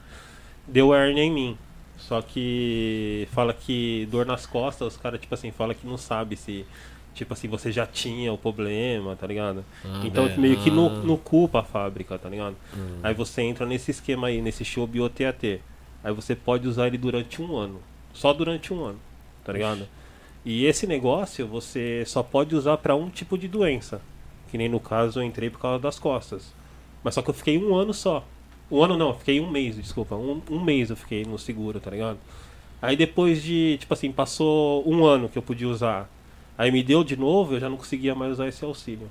[SPEAKER 1] Deu hernia em mim. Só que fala que dor nas costas, os caras tipo assim, fala que não sabe se tipo assim, você já tinha o problema, tá ligado?
[SPEAKER 3] Ah,
[SPEAKER 1] então
[SPEAKER 3] né?
[SPEAKER 1] meio que
[SPEAKER 3] Ah, Hum.
[SPEAKER 1] não, não culpa a fábrica, tá ligado? Aí você entra nesse esquema aí, nesse Shobio TAT. Aí você pode usar ele durante um ano. Só durante um ano, tá ligado? E esse negócio você só pode usar pra um tipo de doença. Que nem no caso eu entrei por causa das costas. Mas só que eu fiquei um ano só. Um ano não, eu fiquei um mês, desculpa. Um, um mês eu fiquei no seguro, tá ligado? Aí depois de, tipo assim, passou um ano que eu podia usar. Aí me deu de novo, eu já não conseguia mais usar esse auxílio.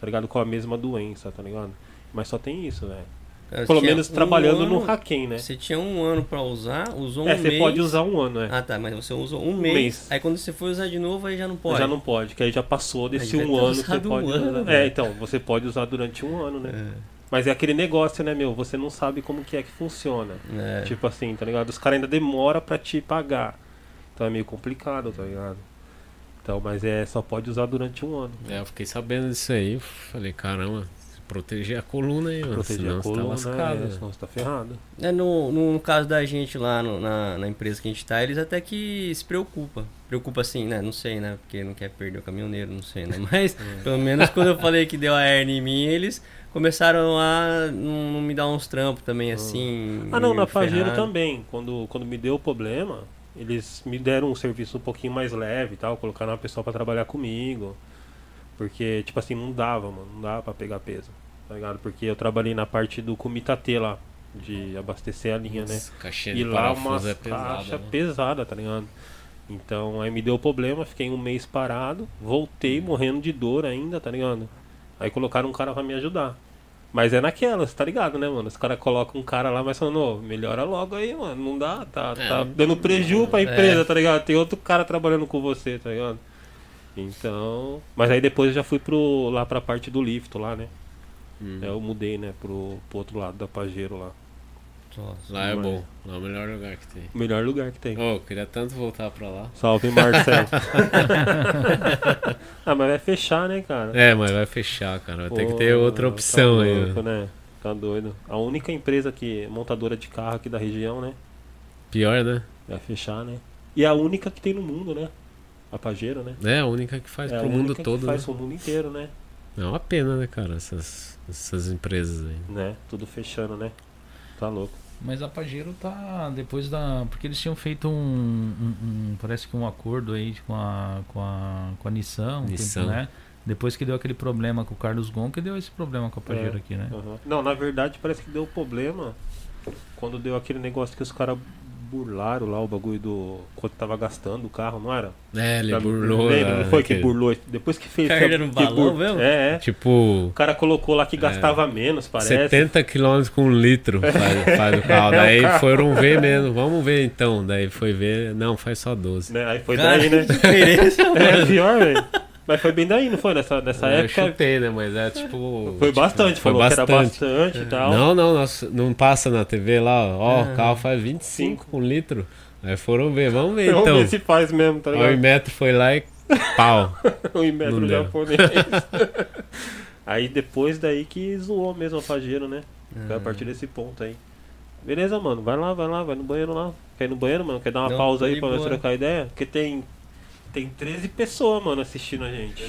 [SPEAKER 1] Tá ligado? Com a mesma doença, tá ligado? Mas só tem isso, velho.
[SPEAKER 4] Cara,
[SPEAKER 1] Pelo
[SPEAKER 4] tinha
[SPEAKER 1] menos
[SPEAKER 4] um
[SPEAKER 1] trabalhando no
[SPEAKER 4] ano-
[SPEAKER 1] Haken, né?
[SPEAKER 4] Você tinha um ano pra usar, usou um
[SPEAKER 1] é,
[SPEAKER 4] mês.
[SPEAKER 1] você pode usar um ano, é.
[SPEAKER 4] Ah tá, mas você usou um, mês,
[SPEAKER 1] mês.
[SPEAKER 4] Aí quando você for usar de novo, aí já não pode. É.
[SPEAKER 1] Já não pode, que aí já passou desse
[SPEAKER 4] Aí já
[SPEAKER 1] um
[SPEAKER 4] tá
[SPEAKER 1] ano que você
[SPEAKER 4] usado um
[SPEAKER 1] pode
[SPEAKER 4] ano,
[SPEAKER 1] usar. É,
[SPEAKER 4] velho.
[SPEAKER 1] então, você pode usar durante um ano, né? Mas é aquele negócio, né, meu? Você não sabe como que é que funciona.
[SPEAKER 4] É.
[SPEAKER 1] Tipo assim, tá ligado? Os caras ainda demoram pra te pagar. Então é meio complicado, tá ligado? Então, mas é, só pode usar durante um ano.
[SPEAKER 3] É, eu fiquei sabendo disso aí, falei, caramba, se proteger a coluna aí, mano,
[SPEAKER 1] Proteger
[SPEAKER 3] senão
[SPEAKER 1] a
[SPEAKER 3] você tá
[SPEAKER 1] coluna,
[SPEAKER 3] lascado.
[SPEAKER 1] é,
[SPEAKER 3] né?
[SPEAKER 1] senão você tá ferrado.
[SPEAKER 4] É, no, no caso da gente lá no- na, na empresa que a gente tá, eles até que se preocupa. Preocupa assim, né? Não sei, né? Porque não quer perder o caminhoneiro, não sei, né? Mas pelo menos quando eu falei que deu a hernia em mim, eles começaram a não, não me dar uns trampos também assim.
[SPEAKER 1] Ah, não,
[SPEAKER 4] meio
[SPEAKER 1] na Pajero
[SPEAKER 4] ferrado.
[SPEAKER 1] também. Quando, quando me deu o problema, eles me deram um serviço um pouquinho mais leve e tal, colocaram uma pessoa pra trabalhar comigo. Porque, tipo assim, não dava, mano, não dava pra pegar peso, tá ligado? Porque eu trabalhei na parte do Comitatê lá, de abastecer a linha, né?
[SPEAKER 3] Esse cachê de
[SPEAKER 1] E lá uma
[SPEAKER 3] parafuso é pesado,
[SPEAKER 1] caixa
[SPEAKER 3] né?
[SPEAKER 1] pesada, tá ligado? Então, aí me deu problema, fiquei um mês parado, voltei
[SPEAKER 3] Hum.
[SPEAKER 1] morrendo de dor ainda, tá ligado? Aí colocaram um cara pra me ajudar. Mas é naquelas, tá ligado, né, mano? Os caras colocam um cara lá, mas falando, "Ô, melhora logo aí, mano. Não dá, tá,
[SPEAKER 3] É.
[SPEAKER 1] tá dando preju pra empresa, tá ligado? Tem outro cara trabalhando com você, tá ligado? Então. Mas aí depois eu já fui pro, lá pra parte do lifto lá, né?
[SPEAKER 3] Uhum.
[SPEAKER 1] Aí Eu mudei, né, pro, pro outro lado da Pajero lá.
[SPEAKER 4] Nossa.
[SPEAKER 3] Lá é
[SPEAKER 1] Mas-
[SPEAKER 3] bom, lá é o melhor lugar que tem.
[SPEAKER 1] O melhor lugar que tem.
[SPEAKER 3] Ô, eu queria tanto voltar pra lá.
[SPEAKER 1] Salve, Marcelo. ah, mas vai fechar, né, cara?
[SPEAKER 3] É, mas vai fechar, cara, vai ter É, que ter
[SPEAKER 1] Pô,
[SPEAKER 3] outra opção
[SPEAKER 1] tá
[SPEAKER 3] aí.
[SPEAKER 1] louco,
[SPEAKER 3] né?
[SPEAKER 1] né? Tá doido. A única empresa que montadora de carro aqui da região, né?
[SPEAKER 3] Pior, né?
[SPEAKER 1] Vai fechar, né? E a única que tem no mundo, né? A Pajero, né?
[SPEAKER 3] É a única que faz
[SPEAKER 1] É a
[SPEAKER 3] pro
[SPEAKER 1] única
[SPEAKER 3] mundo
[SPEAKER 1] que
[SPEAKER 3] todo,
[SPEAKER 1] faz
[SPEAKER 3] né?
[SPEAKER 1] pro mundo inteiro, né?
[SPEAKER 3] É uma pena, né, cara, essas, essas empresas aí.
[SPEAKER 1] né? Tudo fechando, né? Tá louco.
[SPEAKER 2] Mas a Pajero tá depois da. Porque eles tinham feito um. um- um- parece que um acordo aí de- com a, com a, com a Nissan, um
[SPEAKER 3] Nissan.
[SPEAKER 2] Tempo, né? Depois que deu aquele problema com o Carlos Gon, que deu esse problema com a Pajero
[SPEAKER 1] É.
[SPEAKER 2] aqui, né?
[SPEAKER 1] Aham. Não, na verdade parece que deu problema quando deu aquele negócio que os caras burlaram lá o bagulho do. quanto tava gastando o carro, não era?
[SPEAKER 3] É, ele
[SPEAKER 1] Sabe?
[SPEAKER 3] burlou.
[SPEAKER 1] Lembra?
[SPEAKER 3] a-
[SPEAKER 1] Tá Não foi que
[SPEAKER 3] aquele-
[SPEAKER 1] burlou. Depois que fez.
[SPEAKER 4] Carga no
[SPEAKER 1] que
[SPEAKER 4] um balão
[SPEAKER 1] bur-
[SPEAKER 4] mesmo?
[SPEAKER 1] É, é.
[SPEAKER 3] Tipo,
[SPEAKER 1] O cara colocou lá que gastava menos, parece. É
[SPEAKER 3] 70 km com um litro faz, faz o carro. Daí foram ver mesmo. Vamos ver então. Daí foi ver. Não, faz só 12.
[SPEAKER 1] Né? Aí foi
[SPEAKER 4] Cara,
[SPEAKER 1] daí, né?
[SPEAKER 4] que diferença,
[SPEAKER 1] É
[SPEAKER 4] mano.
[SPEAKER 1] pior, velho. Mas foi bem daí, não foi? Nessa, nessa
[SPEAKER 3] É, eu
[SPEAKER 1] época.
[SPEAKER 3] chutei, né? Mas é tipo.
[SPEAKER 1] Foi bastante,
[SPEAKER 3] foi
[SPEAKER 1] falou que era
[SPEAKER 3] bastante.
[SPEAKER 1] bastante e tal. É.
[SPEAKER 3] Não, não, nós- não passa na TV lá, ó, ó, o carro faz 25
[SPEAKER 1] Cinco.
[SPEAKER 3] com litro. Aí foram ver, vamos ver
[SPEAKER 1] Vamos
[SPEAKER 3] então.
[SPEAKER 1] ver se faz mesmo, tá
[SPEAKER 3] Aí o
[SPEAKER 1] ligado?
[SPEAKER 3] metro foi lá e pau.
[SPEAKER 1] O um metro
[SPEAKER 3] Não deu.
[SPEAKER 1] japonês. aí depois daí que zoou mesmo a Pajero, né?
[SPEAKER 4] É.
[SPEAKER 1] Foi a partir desse ponto aí. Beleza, mano, vai lá, vai lá, vai no banheiro lá. Quer ir no banheiro, mano? Quer dar uma
[SPEAKER 4] Não, tô
[SPEAKER 1] pausa aí
[SPEAKER 4] de
[SPEAKER 1] pra nós
[SPEAKER 4] boa.
[SPEAKER 1] trocar ideia? Porque tem. Tem 13 pessoas, mano, assistindo a gente.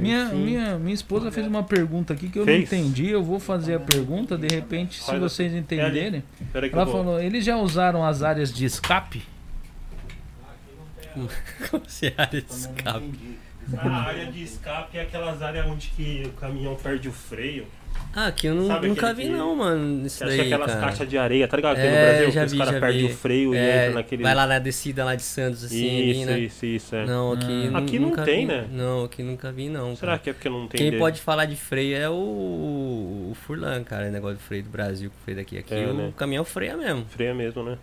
[SPEAKER 2] Minha, minha, minha esposa fez uma pergunta aqui que eu
[SPEAKER 1] Fez? é
[SPEAKER 2] não entendi. Eu vou fazer a pergunta, de repente, se
[SPEAKER 1] Faz a-
[SPEAKER 2] vocês entenderem.
[SPEAKER 1] Pera aí que
[SPEAKER 2] Ela
[SPEAKER 1] eu vou.
[SPEAKER 2] falou: eles já usaram as áreas de escape?
[SPEAKER 4] Esse área de escape.
[SPEAKER 1] A área de escape é aquelas áreas onde que o caminhão perde o freio.
[SPEAKER 4] Ah, aqui eu não-
[SPEAKER 1] Sabe
[SPEAKER 4] nunca
[SPEAKER 1] aquele
[SPEAKER 4] vi
[SPEAKER 1] que-
[SPEAKER 4] não, mano. Isso
[SPEAKER 1] Você acha
[SPEAKER 4] daí,
[SPEAKER 1] aquelas
[SPEAKER 4] cara.
[SPEAKER 1] caixas de areia, tá ligado? Aqui
[SPEAKER 4] É,
[SPEAKER 1] no Brasil,
[SPEAKER 4] já
[SPEAKER 1] que os
[SPEAKER 4] vi, já
[SPEAKER 1] caras perdem
[SPEAKER 4] vi.
[SPEAKER 1] o freio e
[SPEAKER 4] É,
[SPEAKER 1] entram naquele.
[SPEAKER 4] Vai lá na descida lá de Santos, assim, ali,
[SPEAKER 1] isso,
[SPEAKER 4] né?
[SPEAKER 1] isso, isso, é.
[SPEAKER 4] Não, aqui,
[SPEAKER 1] Aqui
[SPEAKER 4] nu-
[SPEAKER 1] não
[SPEAKER 4] nunca
[SPEAKER 1] tem,
[SPEAKER 4] vi,
[SPEAKER 1] né?
[SPEAKER 4] Não, aqui nunca vi, não.
[SPEAKER 1] Será
[SPEAKER 4] cara.
[SPEAKER 1] que é porque não tem
[SPEAKER 4] Quem
[SPEAKER 1] dele?
[SPEAKER 4] pode falar de freio é o, o Furlan, cara. O negócio do freio do Brasil, que freio daqui. Aqui
[SPEAKER 1] É,
[SPEAKER 4] o
[SPEAKER 1] né?
[SPEAKER 4] caminhão freia mesmo.
[SPEAKER 1] freio mesmo, né?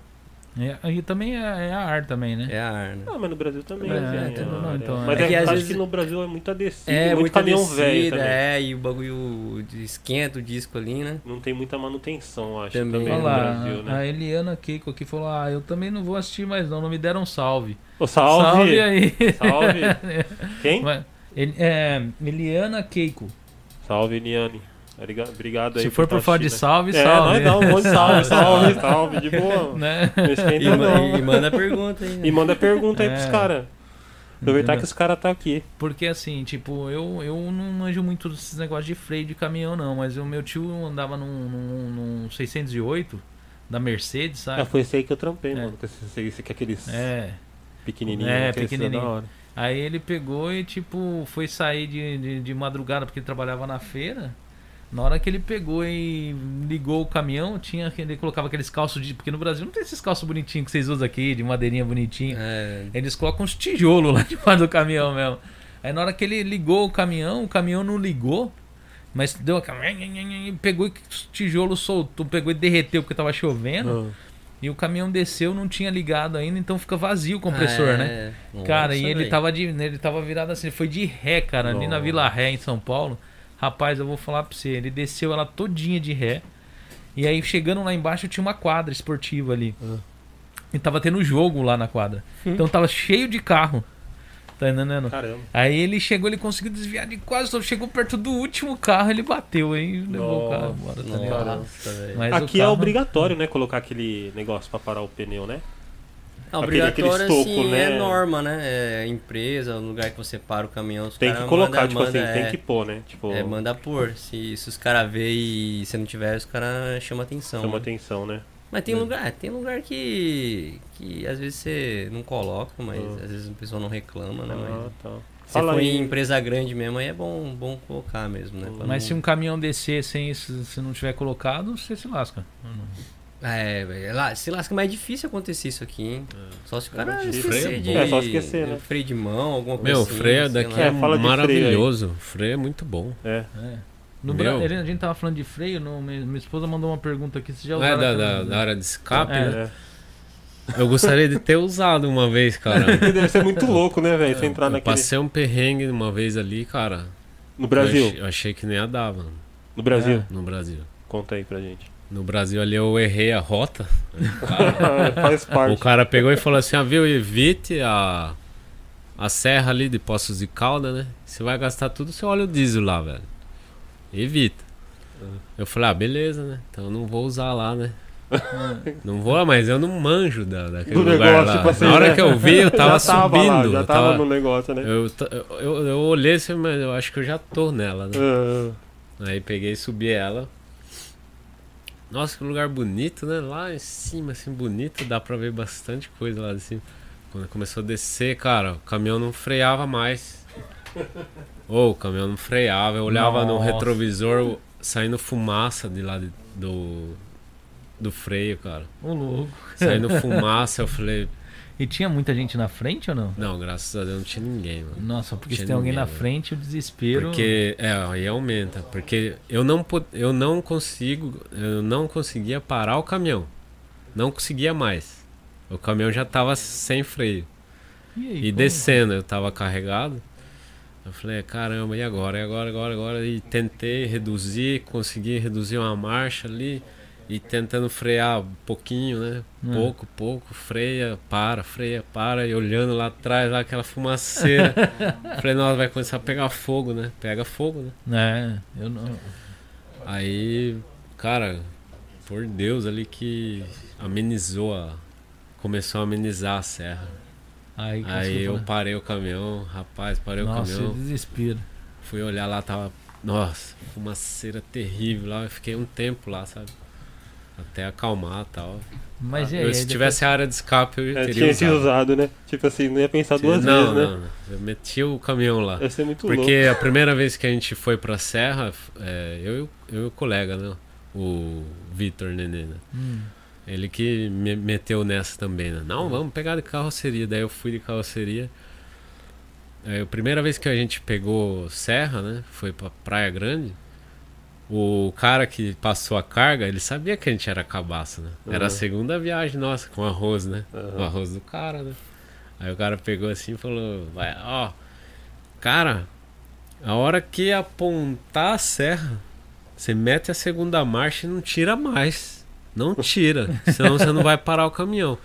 [SPEAKER 2] É, e também é, é a ar também, né?
[SPEAKER 4] É a ar, né?
[SPEAKER 1] Ah, mas no Brasil também.
[SPEAKER 2] É,
[SPEAKER 1] né?
[SPEAKER 2] tem- não,
[SPEAKER 1] área.
[SPEAKER 2] então, é.
[SPEAKER 1] mas
[SPEAKER 4] É
[SPEAKER 1] é,
[SPEAKER 4] que às
[SPEAKER 1] acho
[SPEAKER 4] vezes-
[SPEAKER 1] que no Brasil é muita descida,
[SPEAKER 4] É,
[SPEAKER 1] muito
[SPEAKER 4] muita
[SPEAKER 1] caminhão
[SPEAKER 4] descida,
[SPEAKER 1] velho também.
[SPEAKER 4] é, e o bagulho de esquenta o disco ali, né?
[SPEAKER 1] Não tem muita manutenção, acho,
[SPEAKER 4] Também.
[SPEAKER 1] também,
[SPEAKER 2] Olha
[SPEAKER 1] no
[SPEAKER 2] lá,
[SPEAKER 1] Brasil, né?
[SPEAKER 2] a Eliana Keiko aqui falou: Ah, eu também não vou assistir mais, não. Não me deram um salve.
[SPEAKER 1] Ô, salve!
[SPEAKER 2] salve aí.
[SPEAKER 1] Salve! Quem?
[SPEAKER 2] Mas, ele- é, Eliana Keiko.
[SPEAKER 1] Salve, Niane. Obriga- Obrigado aí.
[SPEAKER 2] Se for por falar de
[SPEAKER 1] estar
[SPEAKER 2] salve,
[SPEAKER 1] assistindo, né?
[SPEAKER 2] salve.
[SPEAKER 1] É, nós dá um monte de salve, salve, salve, de boa.
[SPEAKER 2] Né?
[SPEAKER 1] Não
[SPEAKER 4] E,
[SPEAKER 1] esquenta
[SPEAKER 4] ma-
[SPEAKER 1] não.
[SPEAKER 4] e manda pergunta aí. né?
[SPEAKER 1] E manda pergunta aí pros
[SPEAKER 2] É.
[SPEAKER 1] caras. Aproveitar
[SPEAKER 2] Entendeu?
[SPEAKER 1] que os caras tá aqui.
[SPEAKER 2] Porque assim, tipo, eu, eu não manjo muito desses negócios de freio de caminhão, não. Mas o meu tio andava num, num, num 608 da Mercedes,
[SPEAKER 1] Ah,
[SPEAKER 2] sabe?
[SPEAKER 1] foi esse aí que eu trampei,
[SPEAKER 2] Tá É.
[SPEAKER 1] mano. Com esse, esse, esse, aqueles
[SPEAKER 2] É.
[SPEAKER 1] pequenininhos.
[SPEAKER 2] É,
[SPEAKER 1] né, que esse
[SPEAKER 2] pequenininho.
[SPEAKER 1] da hora.
[SPEAKER 2] Aí ele pegou e, tipo, foi sair de, de, de madrugada porque ele trabalhava na feira. Na hora que ele pegou e ligou o caminhão, tinha que- ele colocava aqueles calços de. Porque no Brasil não tem esses calços bonitinhos que vocês usam aqui, de madeirinha bonitinha.
[SPEAKER 4] É,
[SPEAKER 2] Eles colocam uns tijolos lá debaixo do caminhão mesmo. Aí na hora que ele ligou o caminhão, o caminhão não ligou, mas deu aquela. Pegou e o tijolo soltou, pegou e derreteu porque tava chovendo.
[SPEAKER 1] Ah.
[SPEAKER 2] E o caminhão desceu, não tinha ligado ainda, então fica vazio o compressor,
[SPEAKER 4] é,
[SPEAKER 2] né?
[SPEAKER 4] nossa,
[SPEAKER 2] Cara, e ele tá
[SPEAKER 4] velho.
[SPEAKER 2] tava, de, ele tava virado assim, ele foi de ré, cara, ali na
[SPEAKER 1] Nossa.
[SPEAKER 2] Vila Ré, em São Paulo. Rapaz, eu vou falar pra você, ele desceu ela todinha de ré. E aí, chegando lá embaixo, tinha uma quadra esportiva ali.
[SPEAKER 1] Ah.
[SPEAKER 2] E tava tendo jogo lá na quadra.
[SPEAKER 1] Hum.
[SPEAKER 2] Então tava cheio de carro. Tá entendendo?
[SPEAKER 1] Caramba.
[SPEAKER 2] Aí ele chegou, ele conseguiu desviar de quase todo. Chegou perto do último carro, ele bateu aí e levou o carro embora, tá ligado?
[SPEAKER 4] Nossa, velho.
[SPEAKER 2] Mas o
[SPEAKER 1] Aqui é
[SPEAKER 2] carro-
[SPEAKER 1] obrigatório, né? Colocar aquele negócio pra parar o pneu, né?
[SPEAKER 4] Ah,
[SPEAKER 1] Aquele- aquele
[SPEAKER 4] Obrigatório,
[SPEAKER 1] estoco,
[SPEAKER 4] assim,
[SPEAKER 1] né?
[SPEAKER 4] é norma, né? É empresa, o lugar que você para o caminhão, os
[SPEAKER 1] Tem
[SPEAKER 4] cara
[SPEAKER 1] que colocar,
[SPEAKER 4] manda-
[SPEAKER 1] tipo
[SPEAKER 4] manda,
[SPEAKER 1] assim,
[SPEAKER 4] é,
[SPEAKER 1] tem que pôr, né? Tipo,
[SPEAKER 4] É, manda pôr. Se, se os caras vê e se não tiver, os caras chamam atenção.
[SPEAKER 1] chama
[SPEAKER 4] né?
[SPEAKER 1] atenção, né?
[SPEAKER 4] Mas tem lugar, tem lugar que. que às vezes você não coloca, mas
[SPEAKER 1] Ah.
[SPEAKER 4] às vezes o pessoal não reclama,
[SPEAKER 3] é
[SPEAKER 4] né?
[SPEAKER 1] Ah,
[SPEAKER 4] Mas
[SPEAKER 1] tá.
[SPEAKER 4] se
[SPEAKER 1] Fala
[SPEAKER 4] for
[SPEAKER 1] aí. Hum.
[SPEAKER 4] em empresa grande mesmo, aí é bom, bom colocar mesmo, né? Pra
[SPEAKER 2] Mas se
[SPEAKER 4] não...
[SPEAKER 2] um caminhão descer sem isso, se não tiver colocado, você se lasca.
[SPEAKER 4] É, velho, lá- se lasca, mas é difícil acontecer isso aqui, hein? Só se o cara
[SPEAKER 1] de
[SPEAKER 4] esquecer
[SPEAKER 3] freio é
[SPEAKER 4] de.
[SPEAKER 1] bom. É, só esquecer, né?
[SPEAKER 4] Freio de mão, alguma coisa
[SPEAKER 3] Meu, o
[SPEAKER 4] assim,
[SPEAKER 3] freio
[SPEAKER 4] sei
[SPEAKER 3] daqui
[SPEAKER 4] lá.
[SPEAKER 3] é,
[SPEAKER 1] É, fala de freio aí.
[SPEAKER 3] maravilhoso. O freio é muito bom.
[SPEAKER 1] É.
[SPEAKER 2] É. No
[SPEAKER 3] Meu.
[SPEAKER 2] Bra... ele- A gente tava falando de freio, no... minha minha esposa mandou uma pergunta aqui, você já
[SPEAKER 3] Não é
[SPEAKER 2] usaram
[SPEAKER 3] da,
[SPEAKER 2] aquela-
[SPEAKER 3] da, da área de escape,
[SPEAKER 2] É.
[SPEAKER 3] né?
[SPEAKER 1] é.
[SPEAKER 3] Eu gostaria de ter usado uma vez, cara.
[SPEAKER 1] Porque Deve ser muito louco, né, velho? Você entrar
[SPEAKER 3] Eu
[SPEAKER 1] Tá naquele.
[SPEAKER 3] passei um perrengue uma vez ali, cara.
[SPEAKER 1] No
[SPEAKER 3] Eu ach-
[SPEAKER 1] Brasil.
[SPEAKER 3] Eu achei que nem ia dar, mano.
[SPEAKER 1] No Brasil.
[SPEAKER 3] No Brasil.
[SPEAKER 1] Conta aí pra gente.
[SPEAKER 3] No Brasil ali eu errei a rota.
[SPEAKER 1] Faz
[SPEAKER 3] O
[SPEAKER 1] parte.
[SPEAKER 3] cara pegou e falou assim: ah, viu, evite a, a serra ali de Poços de Calda, né? Você vai gastar tudo seu óleo diesel lá, velho. Evita. Eu falei: ah, beleza, né? Então eu não vou usar lá, né? Não vou, mas eu não manjo da, daquele
[SPEAKER 1] Do
[SPEAKER 3] lugar
[SPEAKER 1] negócio,
[SPEAKER 3] lá.
[SPEAKER 1] tipo assim,
[SPEAKER 3] Na hora
[SPEAKER 1] né?
[SPEAKER 3] que eu vi, eu tava,
[SPEAKER 1] já tava
[SPEAKER 3] subindo.
[SPEAKER 1] lá, já tava
[SPEAKER 3] eu tava-
[SPEAKER 1] no negócio, né?
[SPEAKER 3] eu, ta- eu, eu olhei assim, mas eu acho que eu já tô nela, né?
[SPEAKER 1] Ah,
[SPEAKER 3] Aí peguei e subi ela. Nossa, que lugar bonito, né? Lá em cima, assim, bonito, dá pra ver bastante coisa lá de cima. Quando começou a descer, cara, o caminhão não freava mais. Ou o caminhão não freava, eu olhava no
[SPEAKER 2] Nossa.
[SPEAKER 3] retrovisor o- saindo fumaça de lá de- do, do freio, cara.
[SPEAKER 2] Ô, louco.
[SPEAKER 3] Saindo fumaça, eu falei,
[SPEAKER 2] E tinha muita gente na frente ou não?
[SPEAKER 3] não, graças a Deus não tinha ninguém, mano.
[SPEAKER 2] Nossa, porque se
[SPEAKER 3] Tinha
[SPEAKER 2] tem alguém
[SPEAKER 3] ninguém,
[SPEAKER 2] na
[SPEAKER 3] né?
[SPEAKER 2] frente, o desespero.
[SPEAKER 3] Porque é, aí aumenta, porque eu não po- eu não consigo, eu não conseguia parar o caminhão. Não conseguia mais. O caminhão já tava sem freio.
[SPEAKER 2] E, aí,
[SPEAKER 3] E
[SPEAKER 2] como-
[SPEAKER 3] descendo, eu tava carregado. Eu falei, caramba, e agora? E agora, agora, agora? E tentei reduzir, consegui reduzir uma marcha ali. E tentando frear um pouquinho, né?
[SPEAKER 2] Hum.
[SPEAKER 3] Pouco, pouco, freia, para, freia, para. E olhando lá atrás, lá aquela fumaceira. falei, nossa, vai começar a pegar fogo, né? Pega fogo, né?
[SPEAKER 2] É, eu não.
[SPEAKER 3] Aí, cara, por Deus ali que amenizou a. Começou a amenizar a serra.
[SPEAKER 2] Aí, que
[SPEAKER 3] Aí
[SPEAKER 2] você
[SPEAKER 3] eu
[SPEAKER 2] fala,
[SPEAKER 3] parei o caminhão, rapaz, parei
[SPEAKER 2] Nossa,
[SPEAKER 3] o
[SPEAKER 2] eu
[SPEAKER 3] caminhão.
[SPEAKER 2] desespero.
[SPEAKER 3] Fui olhar lá, tava. Nossa, fumaceira terrível lá. Eu fiquei um tempo lá, sabe? Até acalmar e tal.
[SPEAKER 2] Mas e aí?
[SPEAKER 3] Ah, eu,
[SPEAKER 2] aí
[SPEAKER 3] se
[SPEAKER 2] depois-
[SPEAKER 3] tivesse a área de escape, eu
[SPEAKER 1] é,
[SPEAKER 3] teria
[SPEAKER 1] tinha sido
[SPEAKER 3] usado.
[SPEAKER 1] usado, né? Tipo assim, não ia pensar duas
[SPEAKER 3] não,
[SPEAKER 1] vezes, né?
[SPEAKER 3] não, não. Eu meti o caminhão lá.
[SPEAKER 1] Ia ser muito louco.
[SPEAKER 3] Porque a primeira vez que a gente foi pra serra, f- é, eu, e o- eu e o colega, né? O Vitor Nenê, né?
[SPEAKER 2] Hum.
[SPEAKER 3] Ele que me meteu nessa também, né? Não, vamos pegar de carroceria. Daí eu fui de carroceria. Aí a primeira vez que a gente pegou serra, né? Foi pra Praia Grande. O cara que passou a carga, ele sabia que a gente era cabaço, né? Era a
[SPEAKER 1] Uhum.
[SPEAKER 3] segunda viagem nossa com arroz, né?
[SPEAKER 1] Aham.
[SPEAKER 3] O arroz do cara, né? Aí o cara pegou assim e falou: vai, ó, cara, a hora que apontar a serra, você mete a segunda marcha e não tira mais. Não tira, senão você não vai parar o caminhão.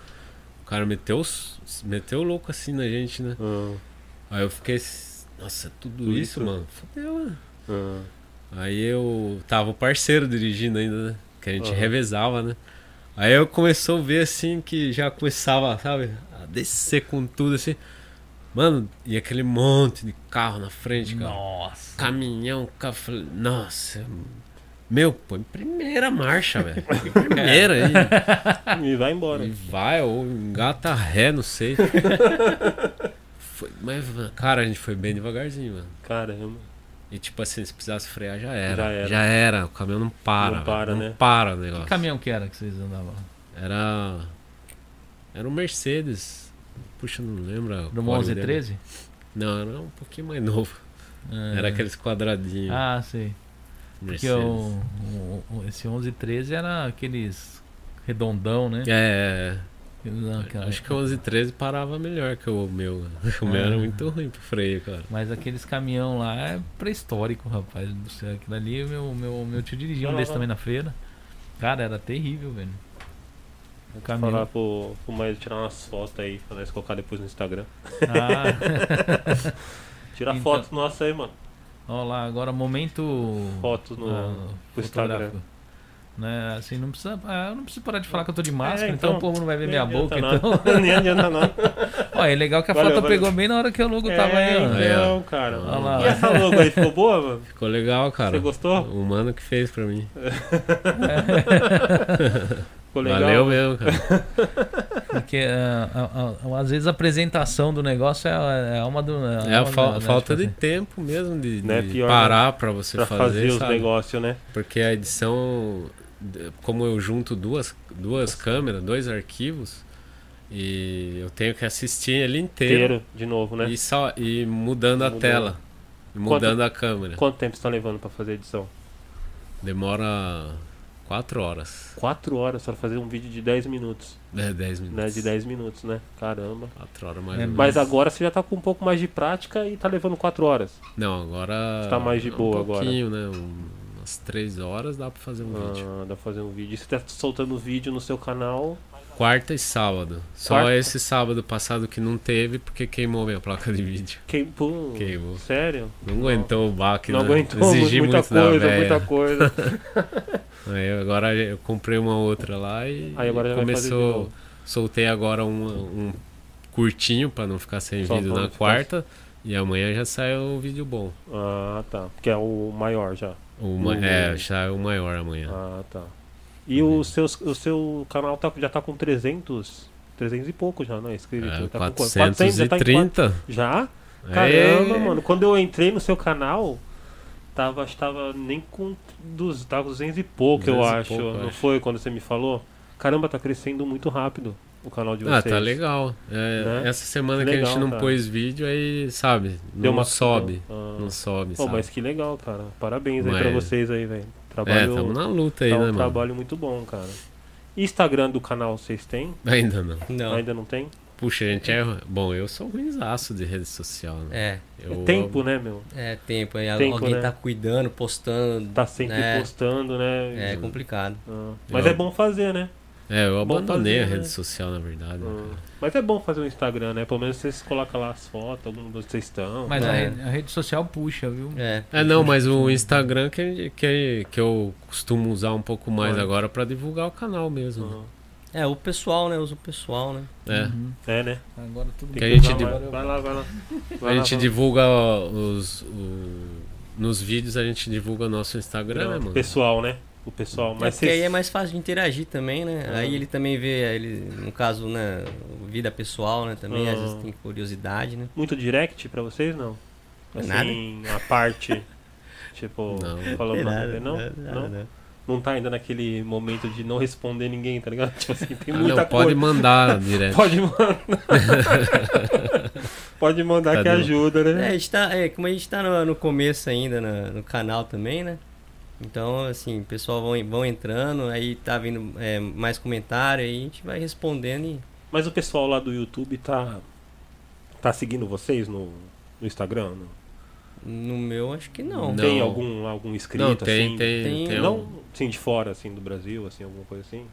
[SPEAKER 3] O cara meteu, os- meteu o louco assim na gente, né?
[SPEAKER 1] Ah,
[SPEAKER 3] Aí eu fiquei, s- nossa, tudo
[SPEAKER 1] Tudo
[SPEAKER 3] isso,
[SPEAKER 1] isso?
[SPEAKER 3] mano? Fudeu, né?
[SPEAKER 1] ah.
[SPEAKER 3] Aí eu tava o parceiro dirigindo ainda, né? Que a gente
[SPEAKER 1] Aham.
[SPEAKER 3] revezava, né? Aí eu começou a ver assim que já começava, sabe, a descer com tudo assim. Mano, e aquele monte de carro na frente, cara.
[SPEAKER 2] Nossa.
[SPEAKER 3] Caminhão, cara. falei, Nossa. Meu, põe primeira marcha, velho. Põe Primeira aí.
[SPEAKER 1] ah. E vai embora.
[SPEAKER 3] E vai, ou engata ré, não sei. Foi- mas, cara, a gente foi bem devagarzinho, mano.
[SPEAKER 1] Caramba.
[SPEAKER 3] E tipo assim, se precisasse frear, já era.
[SPEAKER 1] Já era.
[SPEAKER 3] era, O caminhão não para.
[SPEAKER 1] Não
[SPEAKER 3] Não
[SPEAKER 1] para,
[SPEAKER 3] para,
[SPEAKER 1] né?
[SPEAKER 3] Não para o
[SPEAKER 2] Que
[SPEAKER 3] negócio.
[SPEAKER 2] caminhão que era que vocês andavam?
[SPEAKER 3] Era. Era um Mercedes. Puxa, não lembro. a
[SPEAKER 2] Do
[SPEAKER 3] cor
[SPEAKER 2] 11
[SPEAKER 3] dele.
[SPEAKER 2] 13?
[SPEAKER 3] Não, era um pouquinho mais novo.
[SPEAKER 2] Ah,
[SPEAKER 3] Era aqueles quadradinhos.
[SPEAKER 2] Ah, sei. Porque
[SPEAKER 3] Mercedes.
[SPEAKER 2] o, o- o- esse 11 13 era aqueles redondão, né?
[SPEAKER 3] É, é,
[SPEAKER 2] Não,
[SPEAKER 3] é.
[SPEAKER 2] aquela-
[SPEAKER 3] acho que o 11 13 parava melhor que o meu. O
[SPEAKER 2] É.
[SPEAKER 3] meu era muito ruim pro freio, cara.
[SPEAKER 2] Mas aqueles caminhão lá é pré-histórico, rapaz do céu. Aquilo ali, meu, meu, meu tio dirigia um
[SPEAKER 1] Não,
[SPEAKER 2] desse
[SPEAKER 1] não.
[SPEAKER 2] também na feira. Cara, era terrível, velho. O
[SPEAKER 3] Tá
[SPEAKER 2] caminhão.
[SPEAKER 1] Falar pro, pro Maíra tirar umas fotos aí, pra nós colocar depois no Instagram.
[SPEAKER 2] Ah,
[SPEAKER 1] Tira
[SPEAKER 2] Então-
[SPEAKER 1] fotos nossa aí, mano.
[SPEAKER 2] olha lá, agora momento.
[SPEAKER 1] Fotos no.
[SPEAKER 2] ah,
[SPEAKER 1] pro Instagram.
[SPEAKER 2] fotográfico. Né, assim, não precisa, ah, eu não preciso parar de falar que eu tô de máscara,
[SPEAKER 1] É,
[SPEAKER 2] então,
[SPEAKER 1] então,
[SPEAKER 2] o povo não vai ver
[SPEAKER 1] Nem
[SPEAKER 2] minha
[SPEAKER 1] adianta
[SPEAKER 2] boca.
[SPEAKER 1] nada.
[SPEAKER 2] Então,
[SPEAKER 1] Nem adianta nada.
[SPEAKER 2] ó, é legal que a
[SPEAKER 1] Valeu,
[SPEAKER 2] foto
[SPEAKER 1] valeu.
[SPEAKER 2] pegou bem na hora que o logo tava aí, ó.
[SPEAKER 1] é, então, cara.
[SPEAKER 2] Olha lá.
[SPEAKER 1] E essa logo aí, ficou boa, mano?
[SPEAKER 3] Ficou legal, cara.
[SPEAKER 1] Você gostou?
[SPEAKER 3] O mano que fez pra mim.
[SPEAKER 1] Ficou legal?
[SPEAKER 3] Valeu mesmo, cara.
[SPEAKER 2] Porque ah, ah, ah, às vezes a apresentação do negócio é, é uma do.
[SPEAKER 3] É a
[SPEAKER 2] uma
[SPEAKER 3] fal-
[SPEAKER 2] da- né, tipo
[SPEAKER 3] falta de
[SPEAKER 2] assim.
[SPEAKER 3] tempo mesmo de,
[SPEAKER 1] Né,
[SPEAKER 3] de
[SPEAKER 1] pior,
[SPEAKER 3] parar pra você
[SPEAKER 1] Pra
[SPEAKER 3] fazer,
[SPEAKER 1] fazer os
[SPEAKER 3] sabe?
[SPEAKER 1] negócios, né?
[SPEAKER 3] Porque a edição, de- como eu junto duas, duas câmeras, dois arquivos, e eu tenho que assistir ele inteiro.
[SPEAKER 1] Inteiro, de novo, né?
[SPEAKER 3] E, só, e mudando a
[SPEAKER 1] Mudando.
[SPEAKER 3] tela, e mudando a câmera.
[SPEAKER 1] Quanto tempo você tá levando pra fazer a edição?
[SPEAKER 3] Demora quatro horas.
[SPEAKER 1] Quatro horas pra fazer um vídeo de 10 minutos.
[SPEAKER 3] É, dez
[SPEAKER 1] Né?
[SPEAKER 3] minutos.
[SPEAKER 1] De 10 minutos, né? Caramba.
[SPEAKER 3] Quatro horas mais
[SPEAKER 2] É,
[SPEAKER 3] ou menos.
[SPEAKER 1] Mas agora você já tá com um pouco mais de prática e tá levando quatro horas.
[SPEAKER 3] Não, agora.
[SPEAKER 1] Tá mais de
[SPEAKER 3] um
[SPEAKER 1] boa agora.
[SPEAKER 3] pouquinho, né? Um- umas três horas dá pra fazer um vídeo.
[SPEAKER 1] Ah, dá pra fazer um vídeo. E Você tá soltando vídeo no seu canal.
[SPEAKER 3] Quarta e sábado. Só
[SPEAKER 1] Quarta?
[SPEAKER 3] esse sábado passado que não teve porque queimou minha placa de vídeo.
[SPEAKER 1] Que... Pum.
[SPEAKER 3] Queimou.
[SPEAKER 1] Sério?
[SPEAKER 3] Não aguentou o baque,
[SPEAKER 1] não
[SPEAKER 3] né?
[SPEAKER 1] aguentou
[SPEAKER 3] Exigi
[SPEAKER 1] muita
[SPEAKER 3] muito da
[SPEAKER 1] coisa,
[SPEAKER 3] véia.
[SPEAKER 1] muita coisa.
[SPEAKER 3] Aí eu- agora eu comprei uma outra lá e
[SPEAKER 1] Aí agora já vai fazer de
[SPEAKER 3] começou.
[SPEAKER 1] novo.
[SPEAKER 3] Soltei agora um, um curtinho pra não ficar sem
[SPEAKER 1] Só
[SPEAKER 3] vídeo
[SPEAKER 1] pra
[SPEAKER 3] na
[SPEAKER 1] não ficar-
[SPEAKER 3] quarta. E amanhã já sai o vídeo bom.
[SPEAKER 1] Ah, tá. Porque é o maior já.
[SPEAKER 3] O ma-
[SPEAKER 1] O-
[SPEAKER 3] É, sai o maior amanhã.
[SPEAKER 1] Ah, tá. E o, seus, o seu canal tá, já tá com 300? 300 e pouco já, não é inscrito? tá
[SPEAKER 3] É,
[SPEAKER 1] com quanto? 400, já tá em
[SPEAKER 3] 430?
[SPEAKER 1] quatro- Já?
[SPEAKER 3] É.
[SPEAKER 1] Caramba, mano. Quando eu entrei no seu canal, tava, acho que tava nem com dos, tava com 200 e pouco, eu
[SPEAKER 3] 200 e
[SPEAKER 1] acho.
[SPEAKER 3] pouco, eu
[SPEAKER 1] não
[SPEAKER 3] acho.
[SPEAKER 1] foi quando você me falou? Caramba, tá crescendo muito rápido o canal de vocês.
[SPEAKER 3] Ah, tá legal. É,
[SPEAKER 1] Né?
[SPEAKER 3] Essa semana que a
[SPEAKER 1] Legal,
[SPEAKER 3] gente não
[SPEAKER 1] cara.
[SPEAKER 3] pôs vídeo, aí, sabe, não
[SPEAKER 1] Deu uma
[SPEAKER 3] sobe.
[SPEAKER 1] Ah.
[SPEAKER 3] Não sobe,
[SPEAKER 1] Pô,
[SPEAKER 3] sabe?
[SPEAKER 1] mas que legal, cara. Parabéns aí
[SPEAKER 3] Mas-
[SPEAKER 1] pra vocês aí, velho.
[SPEAKER 3] É,
[SPEAKER 1] Trabalho,
[SPEAKER 3] tamo na luta aí,
[SPEAKER 1] tá um
[SPEAKER 3] né, mano?
[SPEAKER 1] trabalho muito bom, cara. Instagram do canal vocês têm?
[SPEAKER 3] Ainda não.
[SPEAKER 4] Não.
[SPEAKER 1] Ainda não tem?
[SPEAKER 3] Puxa, a gente é. Bom, eu sou ruimzaço de rede social, né?
[SPEAKER 4] É,
[SPEAKER 3] Eu,
[SPEAKER 1] é tempo, né, meu?
[SPEAKER 4] é tempo. Aí
[SPEAKER 1] Tempo,
[SPEAKER 4] alguém
[SPEAKER 1] né?
[SPEAKER 4] tá cuidando, postando.
[SPEAKER 1] Tá sempre
[SPEAKER 4] É.
[SPEAKER 1] postando,
[SPEAKER 4] É
[SPEAKER 1] né?
[SPEAKER 4] complicado.
[SPEAKER 1] Ah, Mas
[SPEAKER 3] Eu-
[SPEAKER 1] é bom fazer, né?
[SPEAKER 3] É, eu
[SPEAKER 1] Bom
[SPEAKER 3] abandonei
[SPEAKER 1] fazer,
[SPEAKER 3] a
[SPEAKER 1] né?
[SPEAKER 3] rede social, na verdade. né,
[SPEAKER 1] Ah,
[SPEAKER 3] cara?
[SPEAKER 1] Mas é bom fazer o Instagram, né? Pelo menos vocês colocam lá as fotos, algum onde vocês estão.
[SPEAKER 2] Mas a,
[SPEAKER 4] É.
[SPEAKER 2] rede, a rede social puxa, viu?
[SPEAKER 4] É.
[SPEAKER 3] É, não, mas o Instagram que, que, que eu costumo usar um pouco mais
[SPEAKER 1] Olha.
[SPEAKER 3] agora pra divulgar o canal mesmo. né?
[SPEAKER 1] Ah,
[SPEAKER 4] É, o pessoal, né? Usa o pessoal, né?
[SPEAKER 3] É.
[SPEAKER 2] Uhum.
[SPEAKER 1] É, né?
[SPEAKER 2] Agora tudo
[SPEAKER 3] Que a gente
[SPEAKER 1] usar
[SPEAKER 3] de-
[SPEAKER 1] mais. Vai lá, vai lá. Vai
[SPEAKER 3] A
[SPEAKER 1] lá,
[SPEAKER 3] gente
[SPEAKER 1] vai lá.
[SPEAKER 3] divulga os. o- Nos vídeos a gente divulga o nosso Instagram, né, mano?
[SPEAKER 1] Pessoal, né? O pessoal.
[SPEAKER 4] Mas
[SPEAKER 1] Mas
[SPEAKER 4] porque aí
[SPEAKER 1] vocês...
[SPEAKER 4] é mais fácil de interagir também, né?
[SPEAKER 1] Ah.
[SPEAKER 4] Aí ele também vê, ele, no caso, né, vida pessoal, né? Também, às
[SPEAKER 1] Ah.
[SPEAKER 4] vezes tem curiosidade, né?
[SPEAKER 1] muito direct pra vocês, não? Assim,
[SPEAKER 4] Nada.
[SPEAKER 1] a parte. Tipo,
[SPEAKER 3] Não.
[SPEAKER 1] falando
[SPEAKER 4] Tem
[SPEAKER 1] nada, não,
[SPEAKER 4] nada,
[SPEAKER 1] não,
[SPEAKER 4] nada,
[SPEAKER 1] não,
[SPEAKER 4] né?
[SPEAKER 1] tá ainda naquele momento de não responder ninguém, tá ligado? Tipo assim, tem
[SPEAKER 3] Ah,
[SPEAKER 1] muita
[SPEAKER 3] não, pode
[SPEAKER 1] coisa.
[SPEAKER 3] mandar direto.
[SPEAKER 1] Pode mandar. pode mandar que
[SPEAKER 3] Cadê o-
[SPEAKER 1] ajuda,
[SPEAKER 4] É, a
[SPEAKER 1] né?
[SPEAKER 4] gente tá, é, como a gente tá no, no começo ainda na- no canal também, né? Então, assim, o pessoal vão, vão entrando, aí tá vindo é, mais comentário, aí a gente vai respondendo e.
[SPEAKER 1] Mas o pessoal lá do YouTube tá tá seguindo vocês no, no Instagram? Não?
[SPEAKER 4] No meu, acho que não.
[SPEAKER 3] Não.
[SPEAKER 1] Tem algum algum inscrito
[SPEAKER 3] Não, tem,
[SPEAKER 1] assim?
[SPEAKER 3] tem,
[SPEAKER 4] Tem-
[SPEAKER 3] tem,
[SPEAKER 1] Não,
[SPEAKER 3] um-
[SPEAKER 1] assim, de fora assim do Brasil, assim, alguma coisa assim?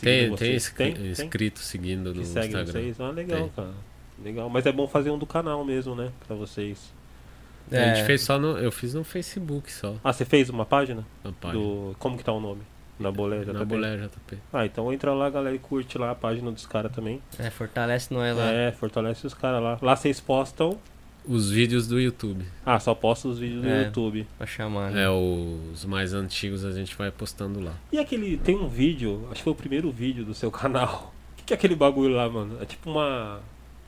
[SPEAKER 3] tem,
[SPEAKER 1] Seguindo
[SPEAKER 3] tem,
[SPEAKER 1] vocês?
[SPEAKER 3] inscri- inscrito seguindo no
[SPEAKER 1] que segue
[SPEAKER 3] Instagram.
[SPEAKER 1] vocês. Ah, legal,
[SPEAKER 3] Tem.
[SPEAKER 1] cara. Legal. Mas é bom fazer um do canal mesmo, né? Pra vocês.
[SPEAKER 3] A
[SPEAKER 4] É.
[SPEAKER 3] gente fez só no. Eu fiz no Facebook só.
[SPEAKER 1] Ah, você fez uma página?
[SPEAKER 3] Na página. É
[SPEAKER 1] Do. Como que tá o nome? Na Bolé, já
[SPEAKER 3] na
[SPEAKER 1] tá bem?
[SPEAKER 3] Bolé JP.
[SPEAKER 1] Ah, então entra lá, galera, e curte lá a página dos caras também.
[SPEAKER 4] É, fortalece não é lá.
[SPEAKER 1] É, fortalece os caras lá. Lá vocês postam.
[SPEAKER 3] Os vídeos do YouTube.
[SPEAKER 1] Ah, só posta os vídeos
[SPEAKER 4] É.
[SPEAKER 1] do YouTube.
[SPEAKER 4] Pra chamar, né?
[SPEAKER 3] É, os mais antigos a gente vai postando lá.
[SPEAKER 1] E aquele. Tem um vídeo, acho que foi o primeiro vídeo do seu canal. O que, que é aquele bagulho lá, mano? É tipo uma.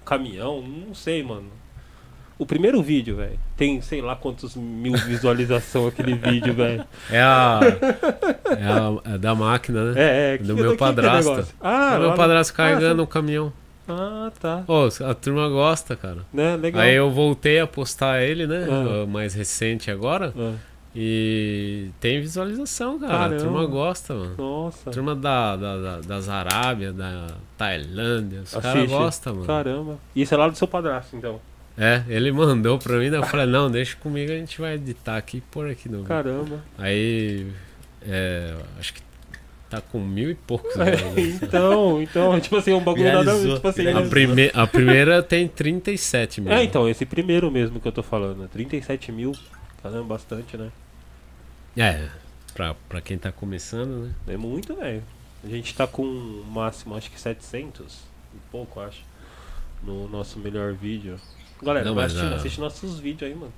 [SPEAKER 1] caminhão? Não sei, mano. O primeiro vídeo, velho. Tem sei lá quantos mil visualizações aquele vídeo, velho.
[SPEAKER 3] É a. é a é da máquina, né?
[SPEAKER 1] É, é.
[SPEAKER 3] Do meu
[SPEAKER 1] que- que
[SPEAKER 3] padrasto.
[SPEAKER 1] negócio? Ah,
[SPEAKER 3] o meu
[SPEAKER 1] lá-
[SPEAKER 3] padrasto
[SPEAKER 1] Ah,
[SPEAKER 3] carregando
[SPEAKER 1] sim.
[SPEAKER 3] o caminhão.
[SPEAKER 1] Ah, tá.
[SPEAKER 3] Ô, a turma gosta, cara.
[SPEAKER 1] Né, legal.
[SPEAKER 3] Aí eu voltei a postar ele, né?
[SPEAKER 1] Ah.
[SPEAKER 3] O Mais recente agora.
[SPEAKER 1] Ah,
[SPEAKER 3] E tem visualização, cara.
[SPEAKER 1] Caramba.
[SPEAKER 3] A turma gosta, mano.
[SPEAKER 1] nossa.
[SPEAKER 3] A turma da, da, da, das Arábia, da Tailândia, os caras
[SPEAKER 1] Assiste.
[SPEAKER 3] gostam, mano.
[SPEAKER 1] Caramba. Isso é lá do seu padrasto, então.
[SPEAKER 3] É, ele mandou pra mim, daí eu falei, não, deixa comigo, a gente vai editar aqui e pôr aqui no.
[SPEAKER 1] Caramba.
[SPEAKER 3] Aí. É, acho que tá com mil e poucos.
[SPEAKER 1] É,
[SPEAKER 3] agora.
[SPEAKER 1] então, então, tipo assim, é um bagulho nada.
[SPEAKER 4] Viralizou,
[SPEAKER 1] Tipo assim,
[SPEAKER 3] A,
[SPEAKER 1] eles-
[SPEAKER 3] prime a primeira tem 37 mil.
[SPEAKER 1] É, então, esse primeiro mesmo que eu tô falando. né? 37 mil. Caramba, bastante, né? então.
[SPEAKER 3] É, pra, pra quem tá começando, né?
[SPEAKER 1] É muito, velho. A gente tá com um máximo, acho que 700 e pouco, acho. No nosso melhor vídeo. Galera,
[SPEAKER 3] Não,
[SPEAKER 1] vai
[SPEAKER 3] mas
[SPEAKER 1] assistindo,
[SPEAKER 3] a-
[SPEAKER 1] assiste nossos vídeos aí, mano.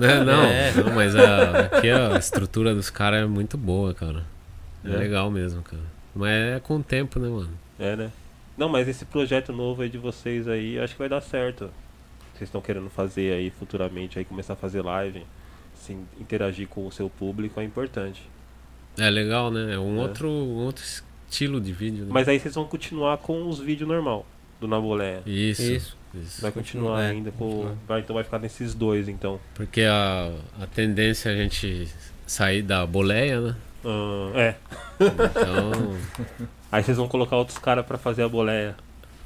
[SPEAKER 3] Né, Não,
[SPEAKER 4] É.
[SPEAKER 3] não, mas a, aqui a estrutura dos caras é muito boa, cara. É,
[SPEAKER 1] É.
[SPEAKER 3] legal mesmo, cara. Mas é com o tempo, né, mano?
[SPEAKER 1] É, né? Não, mas esse projeto novo aí de vocês aí, eu acho que vai dar certo. Vocês estão querendo fazer aí futuramente, aí começar a fazer live, se in- interagir com o seu público é importante.
[SPEAKER 3] É legal, né? É um,
[SPEAKER 1] É.
[SPEAKER 3] Outro, um outro estilo de vídeo, né?
[SPEAKER 1] Mas aí vocês vão continuar com os vídeos normal do Nabolé.
[SPEAKER 3] Isso, isso.
[SPEAKER 4] Isso.
[SPEAKER 1] Vai continuar
[SPEAKER 4] Continua, é,
[SPEAKER 1] ainda com.
[SPEAKER 4] continuar.
[SPEAKER 1] Vai, então vai ficar nesses dois, então.
[SPEAKER 3] Porque a, a tendência é a gente sair da boleia, né?
[SPEAKER 1] Ahn, é.
[SPEAKER 3] Então,
[SPEAKER 1] Aí vocês vão colocar outros caras pra fazer a boleia.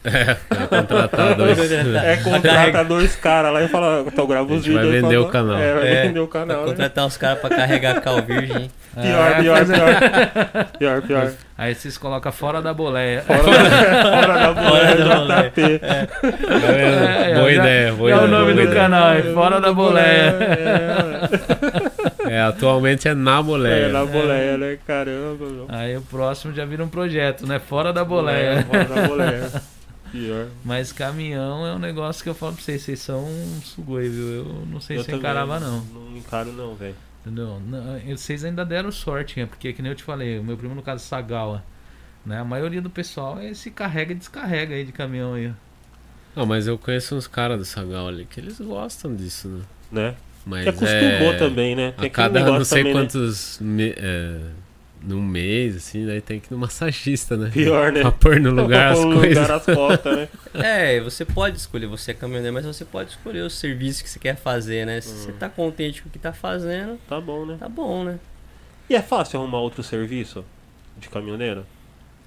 [SPEAKER 3] vai é, contratar dois.
[SPEAKER 1] É, contrata dois caras lá e fala, então grava
[SPEAKER 3] A
[SPEAKER 1] os
[SPEAKER 3] gente vai
[SPEAKER 1] vídeos. aí
[SPEAKER 3] vender
[SPEAKER 1] fala,
[SPEAKER 3] o canal.
[SPEAKER 1] É, vai
[SPEAKER 4] É,
[SPEAKER 1] vender o
[SPEAKER 4] Pra
[SPEAKER 1] canal. Né?
[SPEAKER 4] contratar os caras pra carregar cal virgem. hein?
[SPEAKER 1] Pior, pior, pior. Pior, pior.
[SPEAKER 2] É. Aí vocês colocam fora da boleia.
[SPEAKER 1] Fora da boleia, né?
[SPEAKER 4] da boleia.
[SPEAKER 1] JP.
[SPEAKER 3] Tá vendo?
[SPEAKER 2] É,
[SPEAKER 3] boa
[SPEAKER 2] já-
[SPEAKER 3] ideia, boa
[SPEAKER 2] já é o
[SPEAKER 3] ideia.
[SPEAKER 2] nome
[SPEAKER 3] boa
[SPEAKER 2] do
[SPEAKER 3] ideia.
[SPEAKER 2] canal, é Fora da Boleia.
[SPEAKER 1] É.
[SPEAKER 3] É, É, atualmente é na
[SPEAKER 1] É, na
[SPEAKER 3] boleia.
[SPEAKER 1] boleia, né? Caramba, meu.
[SPEAKER 2] Aí o próximo já vira um projeto, né? Fora da boleia.
[SPEAKER 1] É, fora da boleia. Pior.
[SPEAKER 2] Mas caminhão é um negócio que eu falo pra vocês, vocês são um sugoi, viu? Eu não sei
[SPEAKER 1] Eu
[SPEAKER 2] se
[SPEAKER 1] também
[SPEAKER 2] encarava não.
[SPEAKER 1] Não encaro não, velho.
[SPEAKER 2] Entendeu? Não, e vocês ainda deram sorte, né? Porque que nem eu te falei, o meu primo no caso Sagawa, né? A maioria do pessoal é, se carrega e descarrega aí de caminhão aí.
[SPEAKER 3] Ah, mas eu conheço uns caras do Sagal ali que eles gostam disso, né?
[SPEAKER 1] Né?
[SPEAKER 3] Mas
[SPEAKER 1] Que acostumou
[SPEAKER 3] é-
[SPEAKER 1] também, né?
[SPEAKER 3] A
[SPEAKER 1] aquele
[SPEAKER 3] cada não
[SPEAKER 1] negócio
[SPEAKER 3] sei
[SPEAKER 1] também, né?
[SPEAKER 3] quantos. me- é, num mês, assim, daí tem que ir no massagista, né?
[SPEAKER 1] Pior, né?
[SPEAKER 3] Pra pôr no lugar as
[SPEAKER 1] Pôr no
[SPEAKER 3] coisas.
[SPEAKER 1] lugar as costas, né?
[SPEAKER 4] É, você pode escolher, você é caminhoneiro, mas você pode escolher o serviço que você quer fazer, né? Se
[SPEAKER 1] Hum.
[SPEAKER 4] você tá contente com o que tá fazendo,
[SPEAKER 1] Tá bom, né?
[SPEAKER 4] tá bom, né?
[SPEAKER 1] E é fácil arrumar outro serviço de caminhoneiro?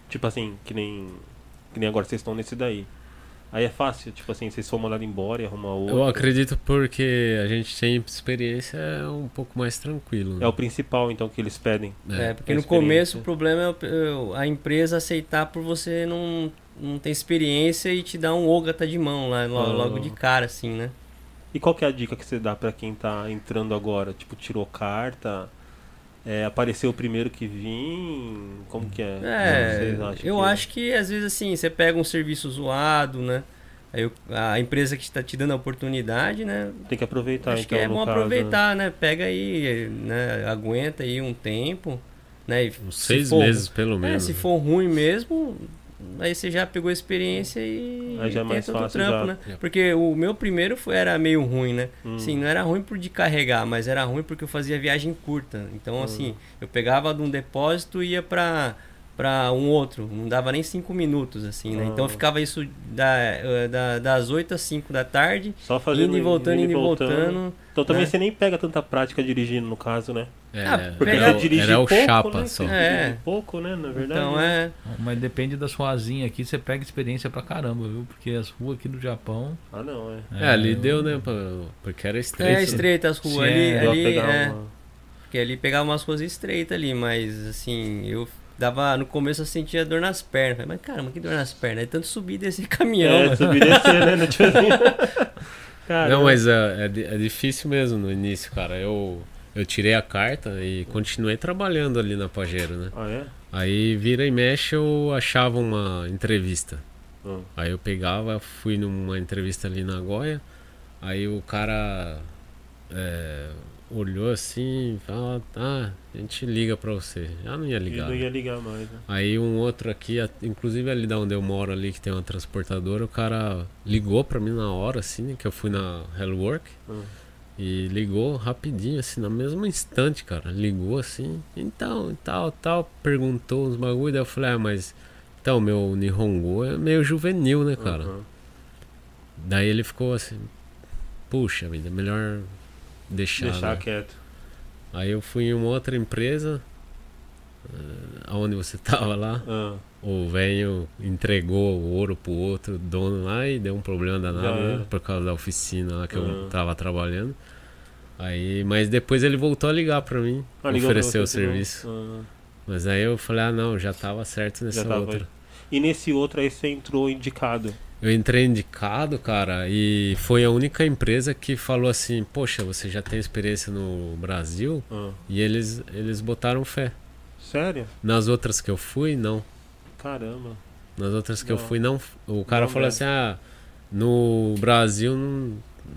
[SPEAKER 1] Tipo assim, que nem. Que nem agora vocês estão nesse daí. Aí é fácil, tipo assim, vocês foram mandados embora e arrumar outro.
[SPEAKER 3] Eu acredito porque a gente tem experiência é um pouco mais tranquilo.
[SPEAKER 1] É
[SPEAKER 3] Né?
[SPEAKER 1] o principal, então, que eles pedem.
[SPEAKER 4] É,
[SPEAKER 3] É.
[SPEAKER 4] porque
[SPEAKER 1] a
[SPEAKER 4] no
[SPEAKER 1] experiência.
[SPEAKER 4] começo o problema é o- eu- a empresa aceitar por você não, não ter experiência e te dar um ogata de mão lá, lo-
[SPEAKER 1] Ah.
[SPEAKER 4] logo, de cara, assim, né?
[SPEAKER 1] E qual que é a dica que você dá pra quem tá entrando agora? Tipo, tirou carta? É, apareceu o primeiro que vim? Como que é?
[SPEAKER 4] É,
[SPEAKER 1] Vocês acham
[SPEAKER 4] eu
[SPEAKER 1] que-
[SPEAKER 4] acho que às vezes assim, você pega um serviço zoado, né? Aí o- a empresa que está te dando a oportunidade, né?
[SPEAKER 1] Tem que aproveitar,
[SPEAKER 4] acho
[SPEAKER 1] então,
[SPEAKER 4] que é
[SPEAKER 1] no
[SPEAKER 4] bom
[SPEAKER 1] caso, né?
[SPEAKER 4] aproveitar, né? Pega aí, né? Aguenta aí um tempo, né? E
[SPEAKER 3] Uns
[SPEAKER 4] se
[SPEAKER 3] seis
[SPEAKER 4] for-
[SPEAKER 3] meses, pelo
[SPEAKER 4] É,
[SPEAKER 3] menos.
[SPEAKER 4] se
[SPEAKER 3] né?
[SPEAKER 4] for ruim mesmo, aí você já pegou a experiência e
[SPEAKER 1] Aí já é mais
[SPEAKER 4] tenta outro
[SPEAKER 1] fácil,
[SPEAKER 4] trampo,
[SPEAKER 1] já.
[SPEAKER 4] né? Porque o meu primeiro foi- era meio ruim, né?
[SPEAKER 1] Hum.
[SPEAKER 4] Sim, não era ruim por de carregar, mas era ruim porque eu fazia viagem curta. Então,
[SPEAKER 1] Hum.
[SPEAKER 4] assim, eu pegava de um depósito e ia pra, pra um outro. Não dava nem cinco minutos, assim, né? Então, eu
[SPEAKER 1] Ah.
[SPEAKER 4] ficava isso da, eh, da- das 8 às 5 da tarde,
[SPEAKER 1] Só fazendo
[SPEAKER 4] indo e voltando, indo e voltando.
[SPEAKER 1] Então também
[SPEAKER 4] né?
[SPEAKER 1] você nem pega tanta prática dirigindo, no caso, né?
[SPEAKER 3] É,
[SPEAKER 4] Ah,
[SPEAKER 3] era
[SPEAKER 1] Porque
[SPEAKER 4] Pegar-
[SPEAKER 1] você
[SPEAKER 3] o-
[SPEAKER 1] dirige
[SPEAKER 3] era o
[SPEAKER 1] pouco,
[SPEAKER 3] chapa
[SPEAKER 1] né?
[SPEAKER 3] só.
[SPEAKER 1] Você
[SPEAKER 4] É.
[SPEAKER 1] dirige pouco, né? Na verdade.
[SPEAKER 4] Então,
[SPEAKER 1] né?
[SPEAKER 4] é...
[SPEAKER 2] Mas depende das ruazinhas aqui, você pega experiência pra caramba, viu? Porque as ruas aqui do Japão.
[SPEAKER 1] Ah, não, é.
[SPEAKER 3] É, ali
[SPEAKER 2] eu-
[SPEAKER 3] deu, né? pra- Porque era
[SPEAKER 4] É,
[SPEAKER 3] estreito. né?
[SPEAKER 4] estreita as ruas
[SPEAKER 2] Sim,
[SPEAKER 4] ali,
[SPEAKER 2] é.
[SPEAKER 1] Dá pra
[SPEAKER 4] ali,
[SPEAKER 1] pegar
[SPEAKER 4] é.
[SPEAKER 1] uma-
[SPEAKER 4] Porque ali pegava umas coisas estreitas ali, mas assim, eu dava. No começo eu sentia dor nas pernas. Falei, mas caramba, que dor nas pernas. É tanto subir desse caminhão.
[SPEAKER 1] É,
[SPEAKER 4] mano.
[SPEAKER 1] subir e descer, né? Não tinha assim. Cara,
[SPEAKER 3] Não, mas é, é di- é difícil mesmo no início, cara. Eu, eu tirei a carta e continuei trabalhando ali na Pajero, né?
[SPEAKER 1] Ah, é?
[SPEAKER 3] Aí vira e mexe eu achava uma entrevista.
[SPEAKER 1] Hum.
[SPEAKER 3] Aí eu pegava, fui numa entrevista ali na Goia, aí o cara é, olhou assim e falou, ah, a gente liga pra você. Já não ia
[SPEAKER 1] E
[SPEAKER 3] ligar.
[SPEAKER 1] não
[SPEAKER 3] né?
[SPEAKER 1] ia ligar mais, né?
[SPEAKER 3] Aí um outro aqui, a- inclusive ali da onde eu moro ali, que tem uma transportadora, o cara ligou pra mim na hora, assim, né, que eu fui na Hello Work.
[SPEAKER 1] Hum.
[SPEAKER 3] E ligou rapidinho, assim, no mesmo instante, cara. Ligou assim, então, e tal, tal, perguntou uns bagulho, daí eu falei, ah, mas então, meu Nihongo é meio juvenil, né, cara?
[SPEAKER 1] Uhum.
[SPEAKER 3] Daí ele ficou assim, puxa vida, é melhor deixar.
[SPEAKER 1] Deixar
[SPEAKER 3] né?
[SPEAKER 1] quieto.
[SPEAKER 3] Aí eu fui em uma outra empresa, eh, aonde você tava lá.
[SPEAKER 1] Ah,
[SPEAKER 3] O velho entregou o ouro pro outro dono lá e deu um problema danado
[SPEAKER 1] Já
[SPEAKER 3] né,
[SPEAKER 1] era.
[SPEAKER 3] por causa da oficina lá que
[SPEAKER 1] Uhum.
[SPEAKER 3] eu tava trabalhando. Aí, mas depois ele voltou a ligar pra mim,
[SPEAKER 1] Ah, ligou pra
[SPEAKER 3] ofereceu o
[SPEAKER 1] você de novo.
[SPEAKER 3] serviço.
[SPEAKER 1] Ah.
[SPEAKER 3] Mas aí eu falei, ah não, já tava certo nessa
[SPEAKER 1] tava.
[SPEAKER 3] outra.
[SPEAKER 1] E nesse outro aí você entrou indicado.
[SPEAKER 3] Eu entrei indicado, cara, e foi a única empresa que falou assim, poxa, você já tem experiência no Brasil?
[SPEAKER 1] Ah.
[SPEAKER 3] E eles, eles botaram fé.
[SPEAKER 1] Sério?
[SPEAKER 3] Nas outras que eu fui, não.
[SPEAKER 1] Caramba.
[SPEAKER 3] Nas outras que eu
[SPEAKER 1] Não.
[SPEAKER 3] fui, não. O cara
[SPEAKER 1] Não
[SPEAKER 3] falou
[SPEAKER 1] deve.
[SPEAKER 3] assim: ah, no Brasil não,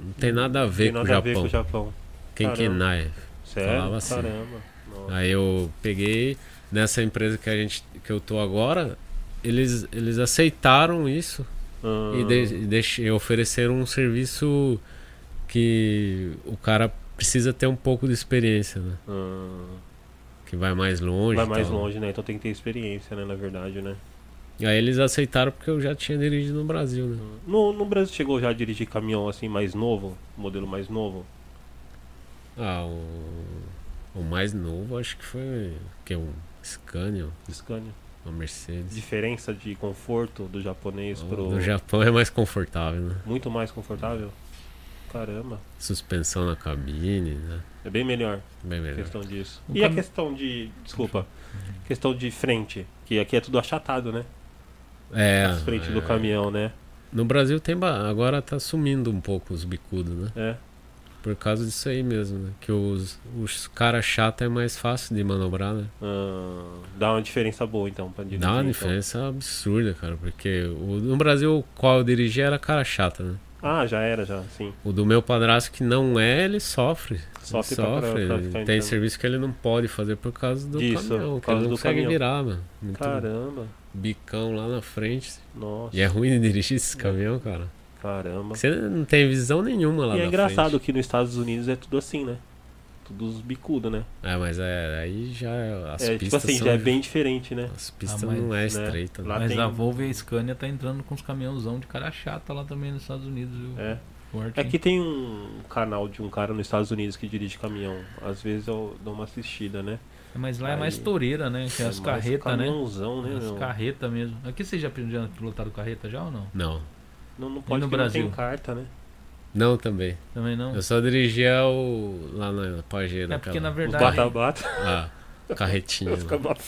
[SPEAKER 3] não tem nada a ver
[SPEAKER 1] Tem
[SPEAKER 3] com o
[SPEAKER 1] nada a ver com
[SPEAKER 3] Japão.
[SPEAKER 1] o Japão.
[SPEAKER 3] Kenkenai.
[SPEAKER 1] Sério?
[SPEAKER 3] Falava assim.
[SPEAKER 1] Caramba. Nossa.
[SPEAKER 3] Aí eu peguei nessa empresa que a gente que eu tô agora, eles, eles aceitaram isso
[SPEAKER 1] Ah.
[SPEAKER 3] e, de, e deix- e ofereceram um serviço que o cara precisa ter um pouco de experiência, né?
[SPEAKER 1] Ah.
[SPEAKER 3] Que vai mais longe.
[SPEAKER 1] Vai
[SPEAKER 3] e
[SPEAKER 1] mais
[SPEAKER 3] tal.
[SPEAKER 1] longe, né? Então tem que ter experiência, né? Na verdade, né?
[SPEAKER 3] E aí eles aceitaram porque eu já tinha dirigido no Brasil, né?
[SPEAKER 1] No, no Brasil chegou já a dirigir caminhão assim mais novo, modelo mais novo.
[SPEAKER 3] Ah, o, o mais novo acho que foi que é um Scania,
[SPEAKER 1] Scania.
[SPEAKER 3] uma Mercedes.
[SPEAKER 1] Diferença de conforto do japonês
[SPEAKER 3] O
[SPEAKER 1] pro.
[SPEAKER 3] do Japão é mais confortável, né?
[SPEAKER 1] Muito mais confortável? Caramba.
[SPEAKER 3] Suspensão na cabine, né?
[SPEAKER 1] É bem melhor
[SPEAKER 3] Bem
[SPEAKER 1] a
[SPEAKER 3] melhor.
[SPEAKER 1] questão disso.
[SPEAKER 2] O
[SPEAKER 3] Um
[SPEAKER 1] E a
[SPEAKER 2] cam-
[SPEAKER 1] questão de. Desculpa. Questão de frente. Que aqui é tudo achatado, né?
[SPEAKER 3] É,
[SPEAKER 1] As frente do
[SPEAKER 3] é.
[SPEAKER 1] caminhão, né?
[SPEAKER 3] No Brasil tem ba- agora tá sumindo um pouco os bicudos, né?
[SPEAKER 1] É.
[SPEAKER 3] Por causa disso aí mesmo, né? Que os, os caras chatos é mais fácil de manobrar, né?
[SPEAKER 1] Ah, dá uma diferença boa então pra dirigir.
[SPEAKER 3] Dá uma
[SPEAKER 1] então.
[SPEAKER 3] diferença absurda, cara. Porque o, no Brasil, o qual eu dirigi era cara chata, né?
[SPEAKER 1] Ah, já era, já, sim.
[SPEAKER 3] O do meu padrasto que não é, ele sofre.
[SPEAKER 1] Sofre
[SPEAKER 3] Sofre,
[SPEAKER 1] tá pra caramba,
[SPEAKER 3] sofre.
[SPEAKER 1] pra ficar
[SPEAKER 3] tem
[SPEAKER 1] entrando.
[SPEAKER 3] serviço que ele não pode fazer por causa do
[SPEAKER 1] Disso, por
[SPEAKER 3] caminhão, que ele
[SPEAKER 1] causa
[SPEAKER 3] não
[SPEAKER 1] do
[SPEAKER 3] consegue
[SPEAKER 1] caminhão.
[SPEAKER 3] virar, mano. Muito
[SPEAKER 1] Caramba,
[SPEAKER 3] bicão lá na frente.
[SPEAKER 1] nossa,
[SPEAKER 3] E é ruim de dirigir esse caminhão, cara.
[SPEAKER 1] caramba.
[SPEAKER 3] Você não tem visão nenhuma lá
[SPEAKER 1] E
[SPEAKER 3] na
[SPEAKER 1] é engraçado
[SPEAKER 3] frente.
[SPEAKER 1] que nos Estados Unidos é tudo assim, né? Tudo os bicudos, né?
[SPEAKER 3] É, mas é, aí já as
[SPEAKER 1] é,
[SPEAKER 3] pistas
[SPEAKER 1] tipo assim,
[SPEAKER 3] são-
[SPEAKER 1] já é bem diferente, né?
[SPEAKER 3] As pistas
[SPEAKER 2] Ah, mas,
[SPEAKER 3] não é
[SPEAKER 1] né,
[SPEAKER 3] estreita. né?
[SPEAKER 1] lá
[SPEAKER 2] Mas
[SPEAKER 1] tem-
[SPEAKER 2] a Volvo e a Scania tá entrando com os caminhãozão de cara chata lá também nos Estados Unidos, viu?
[SPEAKER 1] É.
[SPEAKER 3] Uhum.
[SPEAKER 2] Forte,
[SPEAKER 1] É
[SPEAKER 2] hein?
[SPEAKER 1] que tem um canal de um cara nos Estados Unidos que dirige caminhão. Às vezes eu dou uma assistida, né?
[SPEAKER 2] Mas lá é mais
[SPEAKER 1] Aí-
[SPEAKER 2] toureira, né? Que é
[SPEAKER 1] mais
[SPEAKER 2] as carretas, né?
[SPEAKER 1] caminhãozão, né?
[SPEAKER 2] As
[SPEAKER 1] meu?
[SPEAKER 2] carretas mesmo. Aqui vocês já já pilotaram carreta já ou não?
[SPEAKER 3] Não.
[SPEAKER 1] Não, não pode
[SPEAKER 2] no
[SPEAKER 1] porque não
[SPEAKER 2] Brasil?
[SPEAKER 1] tem carta, né?
[SPEAKER 3] Não também.
[SPEAKER 2] Também não?
[SPEAKER 3] Eu só dirigia o. lá na Pajera.
[SPEAKER 2] É porque na
[SPEAKER 1] Os
[SPEAKER 2] verdade,
[SPEAKER 1] bata-bata.
[SPEAKER 3] A carretinha. lá.
[SPEAKER 1] Os bata-bata.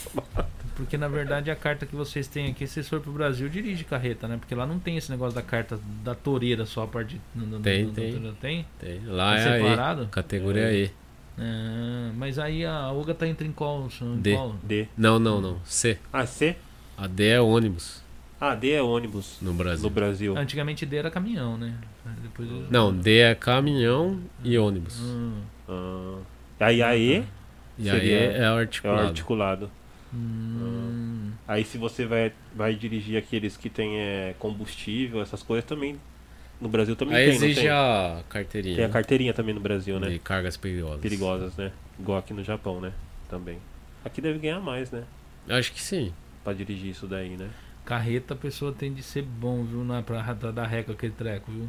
[SPEAKER 2] porque na verdade a carta que vocês têm aqui, se vocês forem pro Brasil, dirige carreta, né? Porque lá não tem esse negócio da carta da toureira só a parte no- no-
[SPEAKER 3] Tem,
[SPEAKER 2] no-
[SPEAKER 3] tem.
[SPEAKER 2] no- tem?
[SPEAKER 3] Tem. Lá
[SPEAKER 2] É
[SPEAKER 3] é a
[SPEAKER 2] separado?
[SPEAKER 3] E. Categoria E.
[SPEAKER 2] Ah, mas aí a Olga tá entra em qual? Em
[SPEAKER 3] D.
[SPEAKER 2] qual?
[SPEAKER 1] D.
[SPEAKER 3] Não, não, não. C.
[SPEAKER 1] Ah, C?
[SPEAKER 3] A D é ônibus
[SPEAKER 1] Ah, D é ônibus
[SPEAKER 3] no Brasil.
[SPEAKER 1] no Brasil.
[SPEAKER 2] Antigamente D era caminhão, né? Depois eu-
[SPEAKER 3] Não, D é caminhão e ônibus.
[SPEAKER 2] Hum,
[SPEAKER 1] Ah, aí a E
[SPEAKER 3] E aí
[SPEAKER 1] Seria-
[SPEAKER 3] é
[SPEAKER 1] é
[SPEAKER 3] articulado.
[SPEAKER 1] articulado.
[SPEAKER 2] hum.
[SPEAKER 1] Aí se você vai, vai dirigir aqueles que tem é, combustível, essas coisas também. No Brasil também
[SPEAKER 3] Aí
[SPEAKER 1] tem, não
[SPEAKER 3] exige
[SPEAKER 1] tem?
[SPEAKER 3] a carteirinha né?
[SPEAKER 1] Tem a carteirinha também no Brasil, né?
[SPEAKER 3] de cargas perigosas.
[SPEAKER 1] Perigosas, né? Igual aqui no Japão, né? Também. Aqui deve ganhar mais, né?
[SPEAKER 3] Acho que sim.
[SPEAKER 1] Pra dirigir isso daí, né?
[SPEAKER 2] Carreta a pessoa tem de ser bom, viu? Na, pra, pra dar ré com aquele treco, viu?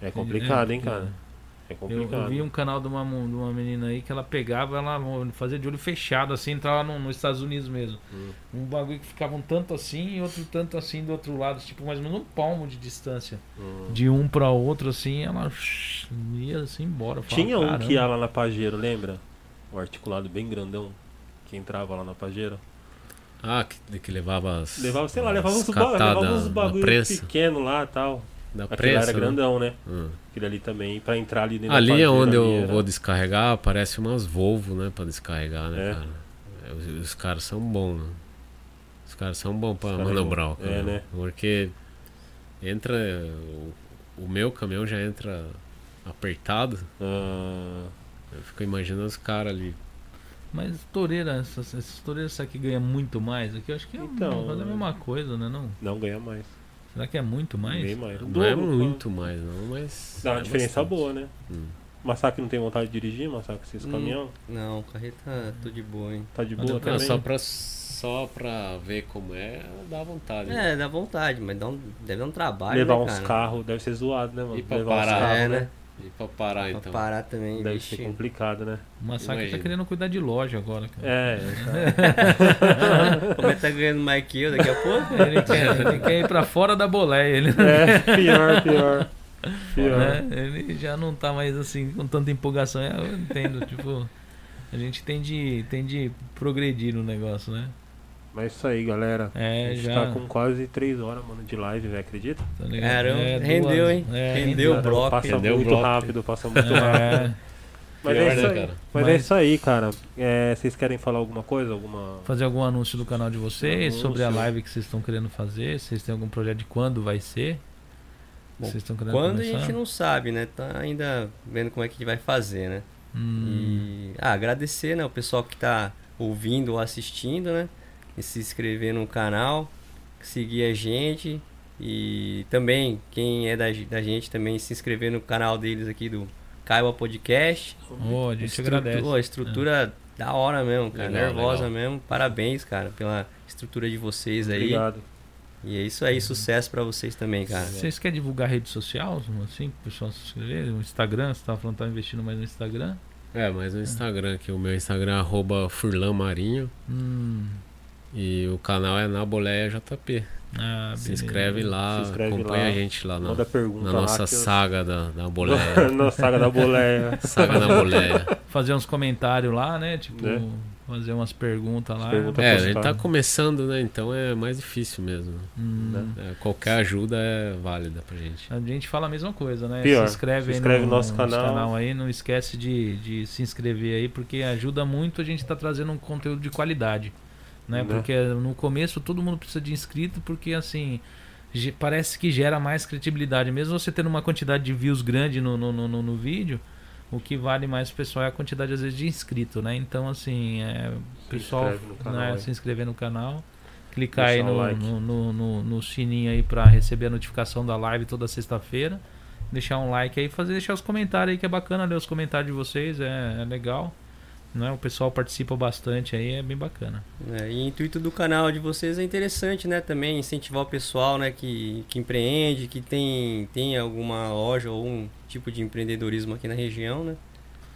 [SPEAKER 1] É complicado, hein,
[SPEAKER 2] porque-
[SPEAKER 1] cara? É
[SPEAKER 2] Eu, eu
[SPEAKER 1] complicado.
[SPEAKER 2] vi um canal de uma, mu- de uma menina aí que ela pegava, ela fazia de olho fechado, assim, entrava no, nos Estados Unidos mesmo.
[SPEAKER 1] Hum.
[SPEAKER 2] Um bagulho que ficava um tanto assim e outro tanto assim do outro lado, tipo mais ou menos um palmo de distância.
[SPEAKER 1] Hum.
[SPEAKER 2] De um pra outro, assim, ela shh, ia assim embora. eu falava,
[SPEAKER 1] Tinha um que
[SPEAKER 2] "Caramba".
[SPEAKER 1] ia lá na Pajero, lembra? O articulado bem grandão que entrava lá na Pajero.
[SPEAKER 3] Ah, que, que levava as.
[SPEAKER 1] Levava, sei lá, levava
[SPEAKER 3] as
[SPEAKER 1] uns, ba levava
[SPEAKER 3] catada
[SPEAKER 1] uns
[SPEAKER 3] na
[SPEAKER 1] bagulho
[SPEAKER 3] prensa.
[SPEAKER 1] pequeno lá e tal.
[SPEAKER 3] Da
[SPEAKER 1] Aquele lá
[SPEAKER 3] prensa.
[SPEAKER 1] era
[SPEAKER 3] né?
[SPEAKER 1] grandão, né?
[SPEAKER 3] Hum.
[SPEAKER 1] Aquele ali também, pra entrar ali dentro da
[SPEAKER 3] Ali é
[SPEAKER 1] Pajero, ali
[SPEAKER 3] onde eu
[SPEAKER 1] era-
[SPEAKER 3] vou descarregar, aparece umas Volvo, né? Pra descarregar, né,
[SPEAKER 1] É.
[SPEAKER 3] cara? É, Os, os caras são bons, né? Os caras são bons pra
[SPEAKER 1] caras
[SPEAKER 3] manobrar
[SPEAKER 1] são-
[SPEAKER 3] o caminhão.
[SPEAKER 1] é, né?
[SPEAKER 3] Porque entra. O, o meu caminhão já entra apertado.
[SPEAKER 1] Ah,
[SPEAKER 3] Eu fico imaginando os caras ali.
[SPEAKER 2] Mas toureira, essas, essas toureiras, será que ganha muito mais? Aqui eu acho que é
[SPEAKER 1] Então,
[SPEAKER 2] então, a mesma coisa, né? Não?
[SPEAKER 1] não ganha mais.
[SPEAKER 2] Será que é muito mais?
[SPEAKER 1] Bem mais.
[SPEAKER 3] Não
[SPEAKER 1] Dobro,
[SPEAKER 3] é
[SPEAKER 1] um pô.
[SPEAKER 3] muito mais, não, mas.
[SPEAKER 1] Dá uma
[SPEAKER 3] é
[SPEAKER 1] diferença
[SPEAKER 3] bastante.
[SPEAKER 1] boa, né?
[SPEAKER 3] Hum.
[SPEAKER 1] Massacre não tem vontade de dirigir, Massacre, esses
[SPEAKER 4] Hum.
[SPEAKER 1] caminhão?
[SPEAKER 4] Não, carreta tô de boa, hein?
[SPEAKER 1] Tá de
[SPEAKER 2] Mas
[SPEAKER 1] boa
[SPEAKER 2] eu-
[SPEAKER 3] Não,
[SPEAKER 1] também?
[SPEAKER 3] só, pra, só pra ver como é, dá vontade. né?
[SPEAKER 4] É, dá vontade, mas dá um, deve dar um trabalho.
[SPEAKER 1] Levar
[SPEAKER 4] né,
[SPEAKER 1] uns
[SPEAKER 4] cara?
[SPEAKER 1] carros, deve ser zoado, né, mano?
[SPEAKER 3] E pra
[SPEAKER 1] Levar uns
[SPEAKER 3] parar,
[SPEAKER 1] carros, né?
[SPEAKER 4] É, né?
[SPEAKER 3] E pra parar,
[SPEAKER 4] Pra
[SPEAKER 3] então.
[SPEAKER 4] parar também,
[SPEAKER 1] Ah, Deve
[SPEAKER 4] vixe.
[SPEAKER 1] ser complicado, né?
[SPEAKER 2] O Massacre
[SPEAKER 3] Imagina.
[SPEAKER 2] tá querendo cuidar de loja agora, cara.
[SPEAKER 1] É,
[SPEAKER 4] Como é que tá ganhando mais que eu daqui a pouco? né,
[SPEAKER 2] Ele quer, ele quer ir pra fora da boleia, ele,
[SPEAKER 1] é pior, pior. Pior.
[SPEAKER 2] né? ele já não tá mais assim com tanta empolgação. É, Eu entendo, tipo, a gente tem de, tem de progredir no negócio, né?
[SPEAKER 1] Mas é isso aí, galera. a
[SPEAKER 2] É,
[SPEAKER 1] gente
[SPEAKER 2] já.
[SPEAKER 1] tá com quase 3 horas, mano, de live, velho, acredita?
[SPEAKER 2] tá ligado?
[SPEAKER 4] Caramba,
[SPEAKER 2] É, duas-
[SPEAKER 4] rendeu, hein?
[SPEAKER 2] é,
[SPEAKER 4] rendeu o bloco.
[SPEAKER 1] Passa
[SPEAKER 3] Entendeu?
[SPEAKER 1] muito
[SPEAKER 3] Bloco.
[SPEAKER 1] rápido, passa muito rápido.
[SPEAKER 2] É,
[SPEAKER 1] Mas,
[SPEAKER 3] Pior,
[SPEAKER 1] é isso
[SPEAKER 3] né,
[SPEAKER 1] aí.
[SPEAKER 3] cara?
[SPEAKER 1] Mas, é
[SPEAKER 2] Mas-
[SPEAKER 1] isso aí, cara. É, vocês querem falar alguma coisa? Alguma.
[SPEAKER 2] fazer algum anúncio do canal de vocês,
[SPEAKER 1] Anúncio.
[SPEAKER 2] sobre a live que vocês estão querendo fazer, vocês têm algum projeto de quando vai ser?
[SPEAKER 4] Bom,
[SPEAKER 2] vocês estão querendo
[SPEAKER 4] Quando a
[SPEAKER 2] começar?
[SPEAKER 4] gente não sabe, né? Tá ainda vendo como é que a gente vai fazer, né?
[SPEAKER 2] Hum,
[SPEAKER 4] E ah, agradecer, né, o pessoal que tá ouvindo ou assistindo, né? E se inscrever no canal, seguir a gente e também quem é da, ge- da gente também se inscrever no canal deles aqui do Caiba Podcast.
[SPEAKER 2] ó, a gente
[SPEAKER 4] Estrutu-
[SPEAKER 2] agradece. É.
[SPEAKER 4] ó, estrutura da hora mesmo, cara,
[SPEAKER 3] Legal,
[SPEAKER 4] nervosa
[SPEAKER 3] legal.
[SPEAKER 4] mesmo. Parabéns, cara, pela estrutura de vocês aí.
[SPEAKER 1] Obrigado.
[SPEAKER 4] E é isso aí, sucesso pra vocês também, cara.
[SPEAKER 2] Vocês querem divulgar rede social, assim, pro pessoal se inscrever? O Instagram, você tava falando que tava investindo mais no Instagram?
[SPEAKER 3] É, mas o Instagram aqui, o meu Instagram é arroba furlanmarinho
[SPEAKER 2] Hum.
[SPEAKER 3] e o canal é na Boleia JP.
[SPEAKER 2] Ah,
[SPEAKER 3] Se
[SPEAKER 2] beleza.
[SPEAKER 3] inscreve lá,
[SPEAKER 1] Se inscreve
[SPEAKER 3] acompanha
[SPEAKER 1] lá.
[SPEAKER 3] a gente lá na,
[SPEAKER 1] Manda pergunta
[SPEAKER 3] na
[SPEAKER 1] lá
[SPEAKER 3] nossa
[SPEAKER 1] que eu-
[SPEAKER 3] saga da, da Boleia.
[SPEAKER 1] na saga da boleia.
[SPEAKER 3] saga na Boleia.
[SPEAKER 2] fazer uns comentários lá, né? Tipo,
[SPEAKER 1] É.
[SPEAKER 2] fazer umas perguntas lá.
[SPEAKER 1] perguntas. Tá
[SPEAKER 3] É,
[SPEAKER 1] postado.
[SPEAKER 3] ele tá começando, né? Então é mais difícil mesmo.
[SPEAKER 1] Né?
[SPEAKER 2] Hum,
[SPEAKER 3] É, qualquer ajuda é válida pra gente.
[SPEAKER 2] a gente fala a mesma coisa, né?
[SPEAKER 1] Pior,
[SPEAKER 2] se inscreve,
[SPEAKER 1] se
[SPEAKER 2] aí
[SPEAKER 1] inscreve
[SPEAKER 2] no,
[SPEAKER 1] no nosso canal.
[SPEAKER 2] aí, não esquece de, de se inscrever aí, porque ajuda muito a gente tá trazendo um conteúdo de qualidade. Né?
[SPEAKER 1] Né?
[SPEAKER 2] Porque no começo todo mundo precisa de inscrito, porque assim. ge- Parece que gera mais credibilidade. Mesmo você tendo uma quantidade de views grande no, no, no, no- no vídeo, o que vale mais pro pessoal é a quantidade, às vezes, de inscrito, né? Então, assim, é,
[SPEAKER 1] Se
[SPEAKER 2] pessoal
[SPEAKER 1] inscreve no canal é.
[SPEAKER 2] né,
[SPEAKER 1] aí.
[SPEAKER 2] se inscrever no canal, clicar
[SPEAKER 1] Deixar
[SPEAKER 2] aí no,
[SPEAKER 1] o like.
[SPEAKER 2] no, no, no- no sininho aí para receber a notificação da live toda sexta-feira, deixar um like aí, e fazer deixar os comentários aí que é bacana ler os comentários de vocês, é, é legal. Né? O pessoal participa bastante aí, é bem bacana.
[SPEAKER 4] É, e o intuito do canal de vocês é interessante, né? Também incentivar o pessoal, né? Que, que empreende, que tem, tem alguma loja ou um tipo de empreendedorismo aqui na região, né?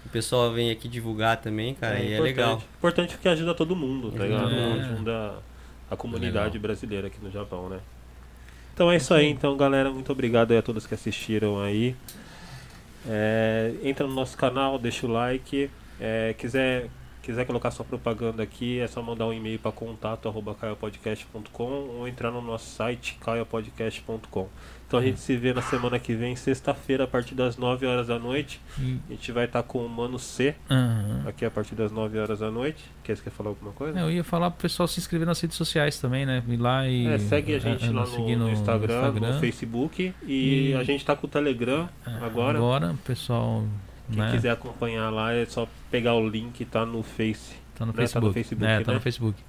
[SPEAKER 4] O pessoal vem aqui divulgar também, cara, e é
[SPEAKER 1] importante.
[SPEAKER 4] legal.
[SPEAKER 1] Importante porque ajuda todo mundo, tá ligado?
[SPEAKER 2] É.
[SPEAKER 1] Ajuda a comunidade brasileira aqui no Japão, né? Então é isso aí, então, galera. Muito obrigado aí a todos que assistiram aí. É, entra no nosso canal, deixa o like. É, quiser, quiser colocar sua propaganda aqui, é só mandar um e-mail para contato arroba caiopodcast.com ou entrar no nosso site caiopodcast.com. Então a gente se vê na semana que vem, sexta-feira, a partir das 9 horas da noite.
[SPEAKER 2] E-
[SPEAKER 1] A gente vai estar com o Mano C
[SPEAKER 2] Aham.
[SPEAKER 1] aqui é a partir das 9 horas da noite. Quer, quer falar alguma coisa?
[SPEAKER 2] é, Eu ia falar pro pessoal se inscrever nas redes sociais também, né? Ir lá e.
[SPEAKER 1] É, segue a gente
[SPEAKER 2] é, é,
[SPEAKER 1] lá
[SPEAKER 2] seguir
[SPEAKER 1] no, no Instagram, no Facebook e,
[SPEAKER 2] E-
[SPEAKER 1] a gente tá com o Telegram agora.
[SPEAKER 2] É, Agora, o pessoal.
[SPEAKER 1] Quem
[SPEAKER 2] né?
[SPEAKER 1] quiser acompanhar lá é só pegar o link, tá no Face.
[SPEAKER 2] Tá
[SPEAKER 1] Né,
[SPEAKER 2] no
[SPEAKER 1] tá
[SPEAKER 2] Facebook.
[SPEAKER 1] no Facebook,
[SPEAKER 2] É, tá
[SPEAKER 1] né?
[SPEAKER 2] no Facebook.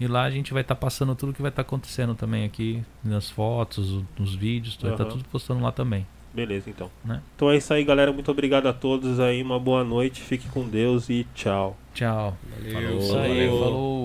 [SPEAKER 2] E lá a gente vai estar passando tudo que vai estar acontecendo também aqui, nas fotos, o- nos vídeos, vai estar
[SPEAKER 1] Aham.
[SPEAKER 2] tudo postando lá também.
[SPEAKER 1] Beleza, então.
[SPEAKER 2] Né?
[SPEAKER 1] Então é isso aí, galera. Muito obrigado a todos aí. Uma boa noite. Fique com Deus e tchau.
[SPEAKER 2] Tchau.
[SPEAKER 3] Valeu.
[SPEAKER 1] Isso aí,
[SPEAKER 2] Valeu, falou.